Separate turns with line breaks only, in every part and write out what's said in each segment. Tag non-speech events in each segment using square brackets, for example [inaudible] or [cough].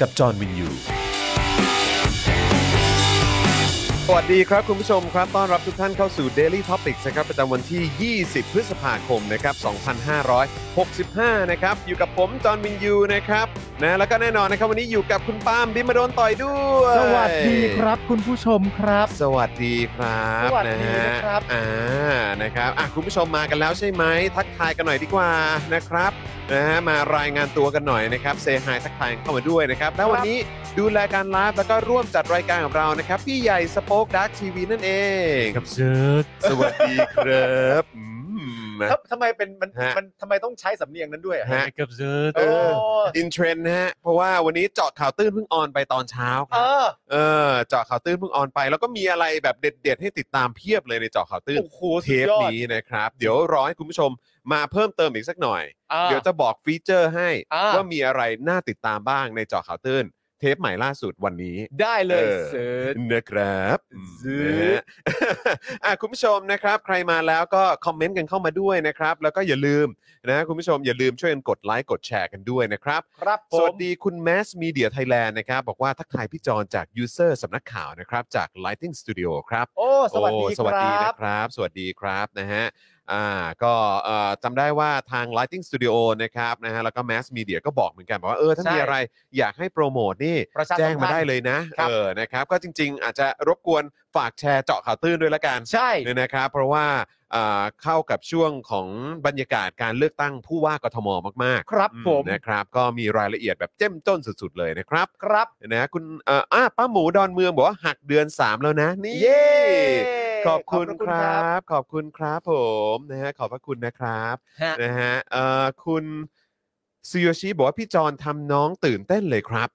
กับจอห์นวินยู
สวัสดีครับ คุณผู้ชมครับ ต้อนรับทุกท่านเข้าสู่ Daily Topics นะครับ ประจำวันที่ 20 พฤษภาคมนะครับ 2565 นะครับ อยู่กับผม จอห์นวินยูนะครับนะแล้วก็แน่นอนนะครับ วันนี้อยู่กับคุณปาล์มบิมมาโดนต่อยด้วย
สวัสดีครับคุณผู้ชมครับ
สวัสดีครับ
สวัสดี
ฮ
นะครับ
อ่านะครับอ่ะคุณผู้ชมมากันแล้วใช่ไหมทักทายกันหน่อยดีกว่านะครับนะฮะมารายงานตัวกันหน่อยนะครับเซฮายทักทายเข้ามาด้วยนะครับและวันนี้ดูแลการไลฟ์แล้วก็ร่วมจัดรายการของเรานะครับ พี่ใหญ่สป็อกดักทีวีนั่นเอง
กับเซิร์ช
สวัสดีครับอืม
ครับทำไมเป็นมัน
ฮะ
มันทำไมต้องใช้สำเนียงนั้นด้วยอะ
ฮะ
กับเซิร์ช
เอ
โอ้
อ อินเทรนด์นะฮะเพราะว่าวันนี้เจาะข่าวตื้นเพิ่งออนไปตอนเช้าค
เอ
รับ
อ
เออเจาะข่าวตื้นเพิ่งออนไป แล้วก็มีอะไรแบบเด็ด ๆ ให้ติดตามเพียบเลยในเจาะข่าวตื้น
โอ้โห
เท
สุด
ป
ยอด
นี้นะครับ เดี๋ยวรอให้คุณผู้ชมมาเพิ่มเติมอีกสักหน่อย
อ่า
เดี๋ยวจะบอกฟีเจอร์ให้
อ่า
ว่ามีอะไรน่าติดตามบ้างในเจอข่าวตื้น เทปใหม่ล่าสุดวันนี้
ได้เลย
เออ
เสิร์ช
นะครับ
ซื้อ
นะฮะ [laughs] อ่ะคุณผู้ชมนะครับ ใครมาแล้วก็คอมเมนต์กันเข้ามาด้วยนะครับ แล้วก็อย่าลืมนะคุณผู้ชมอย่าลืมช่วยกันกดไลค์กดแชร์กันด้วยนะครับ
ครับผ
สวั
ม
สดีคุณ Mass Media Thailand นะครับ บอกว่าทักทายพี่จอนจาก User สำนักข่าวนะครับ จาก Lighting Studio ครับ
โอ้สวัสดี
โอ้ส
ค
วัสดี
รั
นะ
บ
ครับ สวัสดีครับนะฮะ อ่า ก็เอ่อจำได้ว่าทาง Lighting Studio นะครับนะฮะ แล้วก็ Mass Media ก็บอกเหมือนกันบอกว่า เออ ถ้า
ใช่
มีอะไรอยากให้โปรโมทนี่
ประชาสั
แจ้ง
พันธ์
มาได้เลยนะ
ครับ
เออ นะครับ ก็จริง ๆ อาจจะรบกวนฝากแชร์เจาะข่าวตื้นด้วยละกัน
ใช่
เนี่ยนะครับ เพราะว่าอ่าเข้ากับช่วงของบรรยากาศการเลือกตั้งผู้ว่ากทมมากๆ
ครับ
อื
ผม
นะครับ ก็มีรายละเอียดแบบเจ้มจ้นสุดๆเลยนะครับ
ครับ
นะคุณเอ่ออ่าป้าหมูดอนเมืองบอกว่าหักเดือน 3 แล้วนะ นี่
เย้
ขอบคุณ
ขอบพระคุ
ค
ณค
ร
รั
ับ
บ
ขอบคุณครับผมนะฮะขอบพระคุณนะครับ
ฮะ
นะฮะเอ่อคุณซูโยชิบอกว่าพี่จอนทำน้องตื่นเต้นเลยครับ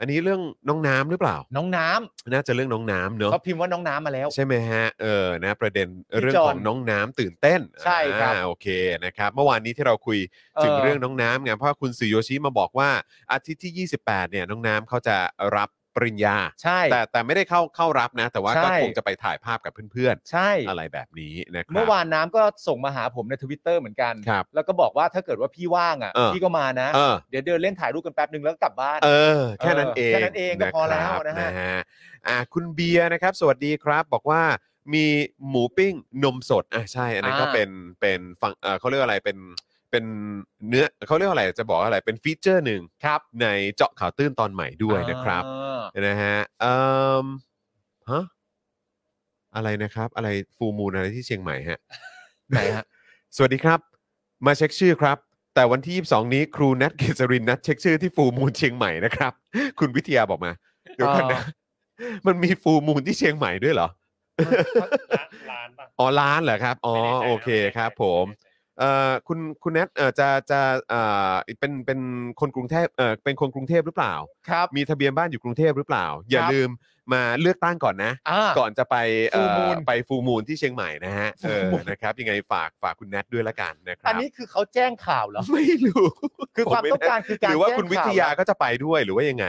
อันนี้เรื่องน้องน้ำหรือเปล่า
น้องน้
น่าจะเรื่องน้องน้ำ
ำ
เนอะ
เขาพิมพ์ว่าน้องน้ำมาแล้ว
ใช่ไหมฮะเออนะประเด็นเรื่อง
พี่จ
ข
อ
อน งน้องน้ำตื่นเต้น
ใช่ครับ
อ่าโอเคนะครับเมื่อวานนี้ที่เราคุย ถึงเรื่องน้องน้ำไงเพราะว่าคุณสุโยชิมาบอกว่าอาทิตย์ที่ 28 เนี่ยน้องน้ำเขาจะรับปริญญา
ใช่
แต่แต่ไม่ได้เข้าเข้ารับนะ แต่ว่าก็
ใช่
คงจะไปถ่ายภาพกับเพื่อน
ใช่
ๆ อะไรแบบนี้นะครับ
เมื่อวานน้ำก็ส่งมาหาผมในทวิตเตอร์เหมือนกัน
ครับ
แล้วก็บอกว่าถ้าเกิดว่าพี่ว่างอ่ะ
เออ
พี่ก็มานะ
เออ
เดี๋ยวเดินเล่นถ่ายรูปกันแป๊บนึงแล้วก็กลับบ้าน
เออ แค่นั้น
เออ
เอง
แค่นั้นเองก็พอแล้ว
ครับ
นะฮะ
ฮะอ่ะคุณเบียร์นะครับ สวัสดีครับ บอกว่ามีหมูปิ้งนมสดอ่ะใช่ อันนั้นก็เป็นเป็นฝั่งเอ่อเขาเรียกว่าอะไรเป็นเป็นเนื้อเขาเรียกว่าอะไรจะบอกว่าอะไรเป็นฟีเจอร์หนึ่งครับในเจาะข่าวตื้นตอนใหม่ด้วยนะครับ
อ่า
นะฮะเอ่มฮะ อะไรนะครับ อะไรฟูมูลอะไรที่เชียงใหม่
[laughs]
ฮะ
ไหนฮะ
สวัสดีครับ มาเช็คชื่อครับ แต่วันที่ 22 นี้ครูนัทเกษรินนัดเช็คชื่อที่ฟูมูลเชียงใหม่นะครับ [laughs] คุณวิทยาบอกมา เดี๋ยวกันนะ มันมีฟูมูลที่เชียงใหม่ด้วยเหรอ
ร้านป่ะ
อ๋อร้านเหรอครับ อ๋อ
ไม่แน่ใจนะ
โอเคครับผม
ไแน่ใจ
เอ่อคุณคุณแนทเอ่อจะจะเอ่อเป็นเป็นคนกรุงเทพเอ่อเป็นคนกรุงเทพหรือเปล่า
ครับ
มีทะเบียนบ้านอยู่กรุงเทพหรือเปล่า อย่าลืมมาเลือกตั้งก่อนนะ
อ่า
ก่อนจะไปเอ่อ
Full Moon
ไปฟูมูลที่เชียงใหม่นะฮะเออนะครับ ยังไงฝากฝากคุณแนทด้วยละกันนะครับ
อันนี้คือเขาแจ้งข่าวเหรอ
ไม่ [laughs] รู้
คือความต้องการคือการ
หรือว่า
แจ้ง
คุณวิ
ข่
ท
เหรอย
าก็จะไปด้วยหรือว่ายังไง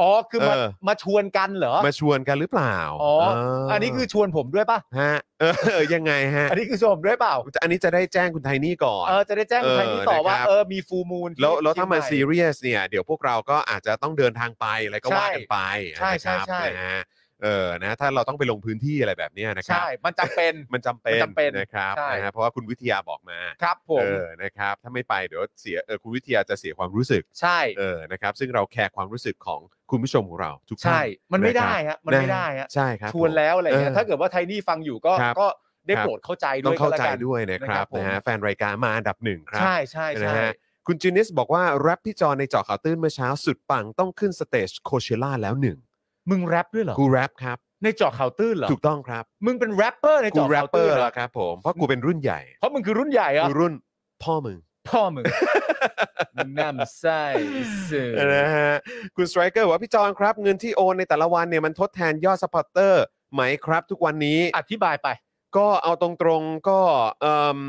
อ๋อ คือมา
เออ
มาชวนกันเหรอ
มาชวนกันหรือเปล่า
อ๋อ
เ
อันนี้คือชวนผมด้วยป่ะ
ฮะเออยังไงฮะ
อันนี้คือชวนผมด้วยเปล่า
อันนี้จะได้แจ้งคุณไทนี่ก่อน
เออ จะได้แจ้ง
เออ
ทางนี้ต่อว่า
นะครับ
เออ มีฟูมูล
แล้วแล้วถ้ามันซีเรียสเนี่ย เดี๋ยวพวกเราก็อาจจะต้องเดินทางไปอะไรก็ว่ากันไป
ใช่ใช่
นะครับ
ใช่
นะฮะเอ เออนะถ้าเราต้องไปลงพื้นที่อะไรแบบเนี้ยนะครับ
ใช่ มันจำเป็น
มันจำเป็
มันนจำเป็น
นะครับ
ใช่
นะฮะเพราะว่าคุณวิทยาบอกมา
ครับผม
เออนะครับถ้าไม่ไปเดี๋ยวเสียเออคุณวิทยาจะเสียความรู้สึก
ใช่
เออนะครับซึ่งเราแคร์ความรู้สึกของคุณผู้ชมของเราทุกท่า
ใช่
น
มันไม่
นะครับ
ได้ฮะมันไม่ได้ฮะ
ใช่ครับ
ชว
ผ
น
ม
แล้วอะไรเงี้
เอย อ
ถ้าเกิดว่าไทนี่ฟังอยู่ก็
ครับ
ก็ได้
ครับ
โปรดเข้าใจ
ต้อ
ด้วย
งเข้าใจ
ก็แล้วกัน
ด้วยนะครับ
นะครับผม
นะฮะแฟนรายการมาอันดับหนึ่งครับ
ใช่ใช่ใช่
นะฮะ คุณจินิสบอกว่าแรปพี่จอนในเจาะข่าวตื้นเมื่อเช้าสุดปังต้องขึ้นสเตจโคเชล่าแล้วหนึ่ง
มึงแรปด้วยเหรอ
กูแรปครับ
ในเจอข่าวตื้นเหรอ
ถูกต้องครับ
มึงเป็นแรปเปอร์ใน
กู
เจอ
แร
ข่า
ป
ว
เปอ
ตื้น
ร์
เหรอ
แล้วครับผมเพราะกูเป็นรุ่นใหญ่
เพราะมึงคือรุ่นใหญ่อะ
กูรุ่นพ่อมึง
พ่อมึ
[laughs]
ง มึงน้ำไส้สื่อ
นะฮะคุณสไตรเกอร์ว่าพี่จอนครับ เงินที่โอนในแต่ละวันเนี่ยมันทดแทนยอดสปอร์เตอร์ไหมครับ ทุกวันนี้
อธิบายไป
ก็เอาตรงๆก็เอ่ม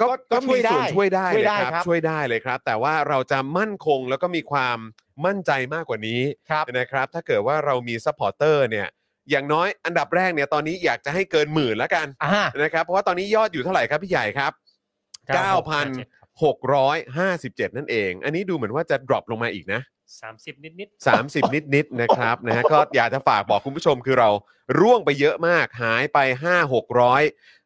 ก็
ก็
ก็
ช่
มี
วยได้
ส่วนช่วยได้
ช่วยได้
นะค
ครั
รับบ ช่วยได้เลยครับ แต่ว่าเราจะมั่นคงแล้วก็มีความมั่นใจมากกว่านี้
ครับ
นะครับถ้าเกิดว่าเรามีซัพพอร์เตอร์เนี่ยอย่างน้อยอันดับแรกเนี่ยตอนนี้อยากจะให้เกินหมื่นละกัน
อ่า
นะครับเพราะว่าตอนนี้ยอดอยู่เท่าไหร่ครับพี่ใหญ่ครับ 9,657 นั่นเอง อันนี้ดูเหมือนว่าจะ drop ลงมาอีกนะ
สามสิบนิด
30 นิดๆนะครับ [laughs] นะฮะก็อยากจะฝากบอกคุณผู้ชมคือเราร่วงไปเยอะมากหายไป 5 600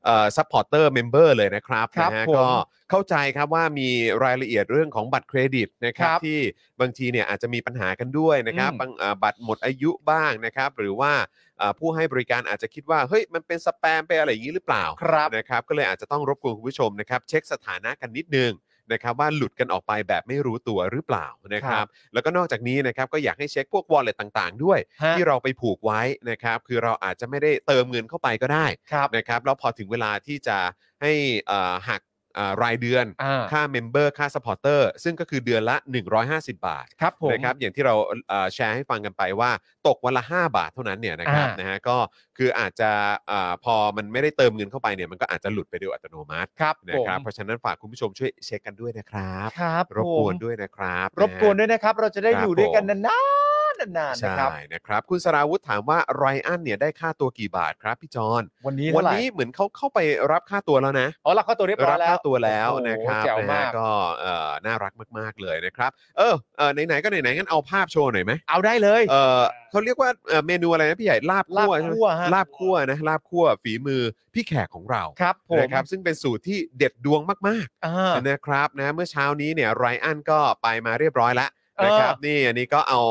เอ่อซัพพอร์เตอร์เมมเบอร์เลยนะครับ
ครับ
นะฮะ
ผม
ก็เข้าใจครับว่ามีรายละเอียดเรื่องของบัตรเครดิตนะครับ
ครับ
ที่บางทีเนี่ยอาจจะมีปัญหากันด้วยนะครับ
อืม
บางเอ่อบัตรหมดอายุบ้างนะครับ หรือว่าเอ่อผู้ให้บริการอาจจะคิดว่าเฮ้ยมันเป็นสแปมไปนอะไรอย่างนี้หรือเปล่า
ครับ
นะครับก็เลยอาจจะต้องรบกวนคุณผู้ชมนะครับ เช็คสถานะกันนิดนึงนะครับ ว่าหลุดกันออกไปแบบไม่รู้ตัวหรือเปล่านะครับ แล้วก็นอกจากนี้นะครับก็อยากให้เช็คพวก wallet ต่างๆ ด้วย
ฮะ
ที่เราไปผูกไว้นะครับ คือเราอาจจะไม่ได้เติมเงินเข้าไปก็ได้
ครับ
นะครับแล้วพอถึงเวลาที่จะให้เอ่อหักเอ่อรายเดือน
อ่า
ค่าเมมเบอร์ค่าสปอร์เตอร์ซึ่งก็คือเดือนละ 150 บาท
ครับผม
นะครับอย่างที่เราเอ่อแชร์ให้ฟังกันไปว่าตกวันละ 5 บาทเท่านั้นเนี่ยนะครับ
อ่าน
นะฮะก็คืออาจจะอาพอมันไม่ได้เติมเงินเข้าไปเนี่ยมันก็อาจจะหลุดไปโดยอัตโนมัติ
ครับ
นะ
ผม
ครับเพราะฉะนั้นฝากคุณผู้ชมช่วยเช็คกันด้วยนะครับ
ครับ
รบกวน
ผม
ด้วยนะครับ
รบกว
ฮะ
นะด้วยนะครับ เราจะได้
ครับ
อยู่ด้วยกัน
ผม
นานๆนานๆนะ
ใช่
ครับ
นะครับ คุณสราวุธถามว่าไรอันเนี่ยได้ค่าตัวกี่บาทครับพี่จอน
วันนี้
วั
เท่าไหร่
นี้เหมือนเขาเข้าไปรับค่าตัวแล้วนะ
อ๋อเราเข้าตัวเรียบร้อ
รับ
ยแล้ว
ค่าตัวแล้ว
โอ้โห
นะครับ
แจ๋ว
นะฮะ
มาก
ก็เอ่อน่ารักมากๆเลยนะครับ เออเออไหนๆก็ไหนๆงั้นเอาภาพโชว์หน่อยไหม
เอาได้เลย
เออเขาเรียกว่าเอ่อเมนูอะไรนะพี่ใหญ่ลาบคั่ว
ลาบ
ใช่ไหม
คั่วฮะ
ลาบคั่วนะลาบคั่วฝีมือพี่แขกของเรา
ครับผม
นะครับซึ่งเป็นสูตรที่เด็ดดวงมาก
อ่า
ๆนะครับนะเมื่อเช้านี้เนี่ยไรอันก็ไปมาเรียบร้อยแล้วนะครับ
เออ
นี่อันนี้ก็เอา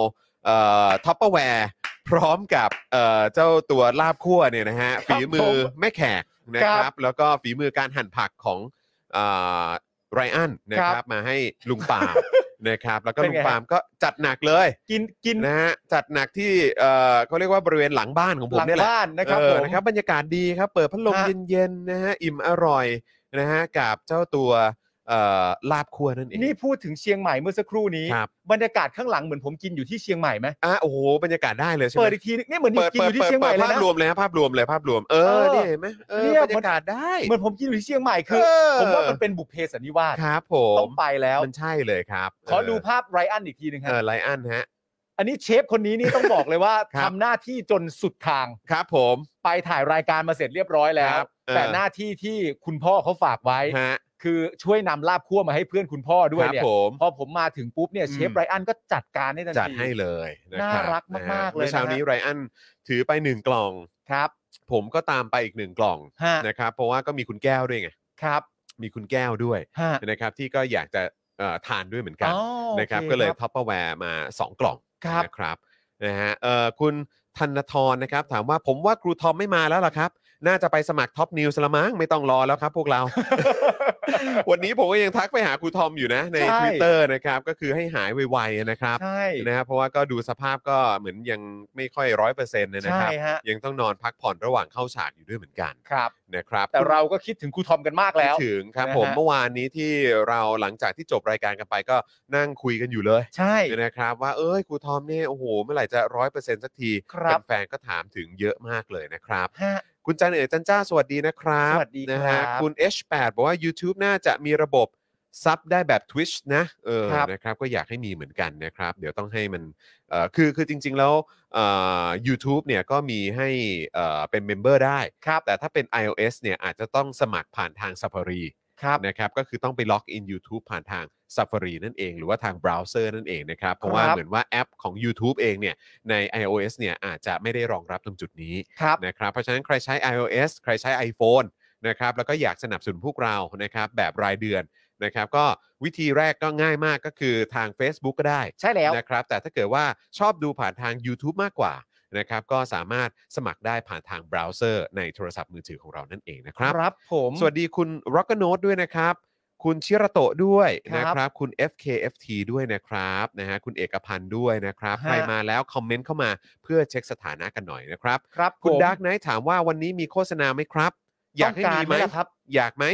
เอ่อท็อปเปอร์แวร์พร้อมกับเอ่อเจ้าตัวลาบคั่วเนี่ยนะฮะฝีมือแม่แขกนะครับ แล้วก็ฝีมือการหั่นผักของเอ่อไรอันนะครับมาให้ลุงปาล์มนะครับแล้วก็ลุงปาล์มก็จัดหนักเลย
กินกิน
นะฮะจัดหนักที่เอ่อเขาเรียกว่าบริเวณหลังบ้านของผม
หลัง
เนี่ยแหละ
บ้านนะครับ
เออ
ผม
นะครับบรรยากาศดีครับ เปิดพัดลม
ฮะ
เย็นๆนะฮะอิ่มอร่อยนะฮะกับเจ้าตัวเอ่อลาบครัวนั่นเอง
นี่พูดถึงเชียงใหม่เมื่อสักครู่นี้
ครับ
บรรยากาศข้างหลังเหมือนผมกินอยู่ที่เชียงใหม่ไหม
อ่ะโอ้โหบรรยากาศได้เลยใช่ไหม
เปิดอีกทีนึงนี่เหมือนนี่
เปิดเปิด
กินอยู่
เปิด
ที่เชียงใหม่
เปิด
เลย
ภาพ
นะ
รวมเลยฮะภาพรวมเลยภาพรวม เอ
เอ
อ
อ
เนี่ยเห็นไหมเออ
เนี่ย
บ
มั
รร
น
ยากาศได้
เหมือนผมกินอยู่ที่เชียงใหม่คือ ผมว่ามันเป็นบุพเพสันนิวาส
ครับผ
ต้
ม
องไปแล้ว
มันใช่เลยครับ
ขอ
เ
ดูภาพไรอันอีกทีหนึ่ง
เอ
ฮะ
อไลอันฮะ
อันนี้เชฟคนนี้นี่ต้องบอกเลยว่า
ครับ
ทำหน้าที่จนสุดทาง
ครับผม
ไปถ่ายรายการมาเสร็จเรียบร้อยแล้ว
ครับเออ
แต่หน้าที่ที่คุณพ่อเขาฝากไว้
ฮะ
คือช่วยนำลาบคั่วมาให้เพื่อนคุณพ่อด้วย
ครับ
เนี่ย
ผม
พอผมมาถึงปุ๊บเนี่ย
อืม
เชฟไรอันก็จัดการให้ทัน
จัด
ที
ให้เลยนะคบ
น่ารักมากๆ
นะฮะ
เลยนะฮะ
เช้านี้ไรอันถือไปหนึ่งกล่อง
ครับ
ผมก็ตามไปอีกหนึ่งกล่อง
ฮะ
นะครับ เพราะว่าก็มีคุณแก้วด้วยไง
ครับ
มีคุณแก้วด้วย
ฮะ
นะครับ ที่ก็อยากจะเอ่อทานด้วยเหมือนกัน
อ๋อ
นะครับ
โอ
ก็เลยท็อปเปอร์แวร์มา 2 กล่อง
ครับ
นะครับนะฮะเอ่อคุณธนทรนะครับ ถามว่าผมว่าครูทอมไม่มาแล้วล่ะครับ น่าจะไปสมัครท็อปนิวส์ละมั้งไม่ต้องรอแล้วครับพวก
[laughs]
เรา วันนี้ผมก็ยังทักไปหาครูทอมอยู่นะ ใน
ใช่
Twitter นะครับ ก็คือให้หายไวๆนะครับ
ใช่
นะครับเพราะว่าก็ดูสภาพก็เหมือนยังไม่ค่อยร้อยเปอร์เซ็นต์นะค
ใช่
รับ
ฮะ
ยังต้องนอนพักผ่อนระหว่างเข้าฉากอยู่ด้วยเหมือนกัน
ครับ
นะครับ
แต่เราก็คิดถึงครูทอมกันมาก
คิด
แล้ว
ถึงครับ
นะฮะ
ผมเมื่อวานนี้ที่เราหลังจากที่จบรายการกันไปก็นั่งคุยกันอยู่เลย
ใช่
นะครับ ว่าเอ้ยครูทอมเนี่ยโอ้โหเมื่อไหร่จะร้อยเปอร์เซ็นต์สักที
ครับ
แฟนๆก็ถามถึงเยอะมากเลยนะครับ
ฮะ
คุณจันเอ๋ยจันจ้าสวัสดีนะครับ
สวัสดีครับ
นะฮะคุณ H8 บอกว่า YouTube น่าจะมีระบบซับได้แบบ Twitch นะเออ
ครับ
นะครับก็อยากให้มีเหมือนกันนะครับ เดี๋ยวต้องให้มันเอ่อคือคือจริง ๆ แล้วเอ่อ YouTube เนี่ยก็มีให้เอ่อเป็นเมมเบอร์ได้
ครับ
แต่ถ้าเป็น iOS เนี่ยอาจจะต้องสมัครผ่านทาง Safari ครับนะครับก็คือต้องไปล็อกอิน YouTube ผ่านทาง Safari นั่นเอง หรือว่าทางเบราว์เซอร์นั่นเองนะครับ เพราะว่า
ครับ
เหมือนว่าแอปของ YouTube เองเนี่ยใน iOS เนี่ยอาจจะไม่ได้รองรับตรงจุดนี้
ครับ
นะครับเพราะฉะนั้นใครใช้ iOS ใครใช้ iPhone นะครับแล้วก็อยากสนับสนุนพวกเรานะครับแบบรายเดือนนะครับก็วิธีแรกก็ง่ายมากก็คือทาง Facebook ก็ได้
ใช่แล้ว
นะครับแต่ถ้าเกิดว่าชอบดูผ่านทาง YouTube มากกว่านะครับก็สามารถสมัครได้ผ่านทางเบราว์เซอร์ในโทรศัพท์มือถือของเรานั่นเองนะครับ
ครับผม
สวัสดีคุณ r o c k ก r n o t e ด้วยนะครับ คุณชิระโตะด้วย
ครับ
นะครับ คุณ FKFT ด้วยนะครับนะฮะคุณเอกพันธ์ด้วยนะครับ
ฮะ
ใครมาแล้วคอมเมนต์เข้ามาเพื่อเช็คสถานะกันหน่อยนะครับ
ครับ
คุณ
ผม
ดาร์กไนท์ถามว่าวันนี้มีโฆษณาไหมครับ อยากให้
ต้ง
มีไหม
ล่ะครับ
อยากไหม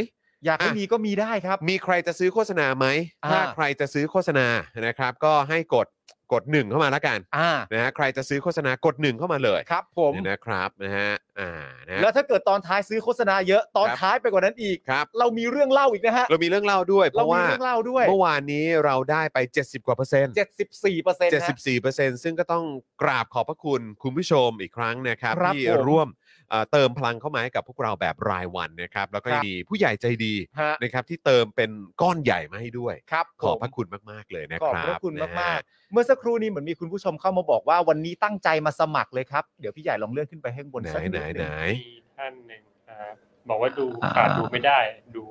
อยากให้
อ่ะ
มีก็มีได้ครับ
มีใครจะซื้อโฆษณาไหม
อ่า
ถ้าใครจะซื้อโฆษณานะครับ ก็ให้กดกดหนึ่งเข้ามาแล้วกัน
อ่า
นะฮะใครจะซื้อโฆษณากดหนึ่งเข้ามาเลย
ครับผม
นะครับนะฮะอ่านะ
แล้วถ้าเกิดตอนท้ายซื้อโฆษณาเยอะตอนท้ายไปกว่านั้นอีก
ครับ
เรามีเรื่องเล่าอีกนะฮะ
เรามีเรื่องเล่าด้วย เพ
เรา
ราะ
มี
ว่า
เรื่องเล่าด้วย
เมื่อวานนี้เราได้ไป 70 กว่าเปอร์เซ็นต์
เจ็ดสิบสี่เปอร์เซ็นต์
74เปอร์เซ็นต์ซึ่งก็ต้องกราบขอบพระคุณคุณผู้ชมอีกครั้งนะครับ
ครับ
ที่
ผม
ร่วมเอ่อเติมพลังเข้ามาให้กับพวกเราแบบรายวันนะครับ แล้วก็
ครับ
มีผู้ใหญ่ใจดี
ฮะ
นะครับที่เติมเป็นก้อนใหญ่มาให้ด้วย
ครับ
ขอบ
ผม
พระคุณมาก ๆ เลยนะ
ข
ค
อบ
รับ
พระคุณ
นะฮะ
มากๆ เมื่อสักครู่นี้เหมือนมีคุณผู้ชมเข้ามาบอกว่าวันนี้ตั้งใจมาสมัครเลยครับ เดี๋ยวพี่ใหญ่ลองเลื่อนขึ้นไปข้างบน
ไหน
สัก
ไหน
ด
ไหน
ง
มีท่านหนึ่งนะครับบอกว่าดูขาดดูไม่ได้ดู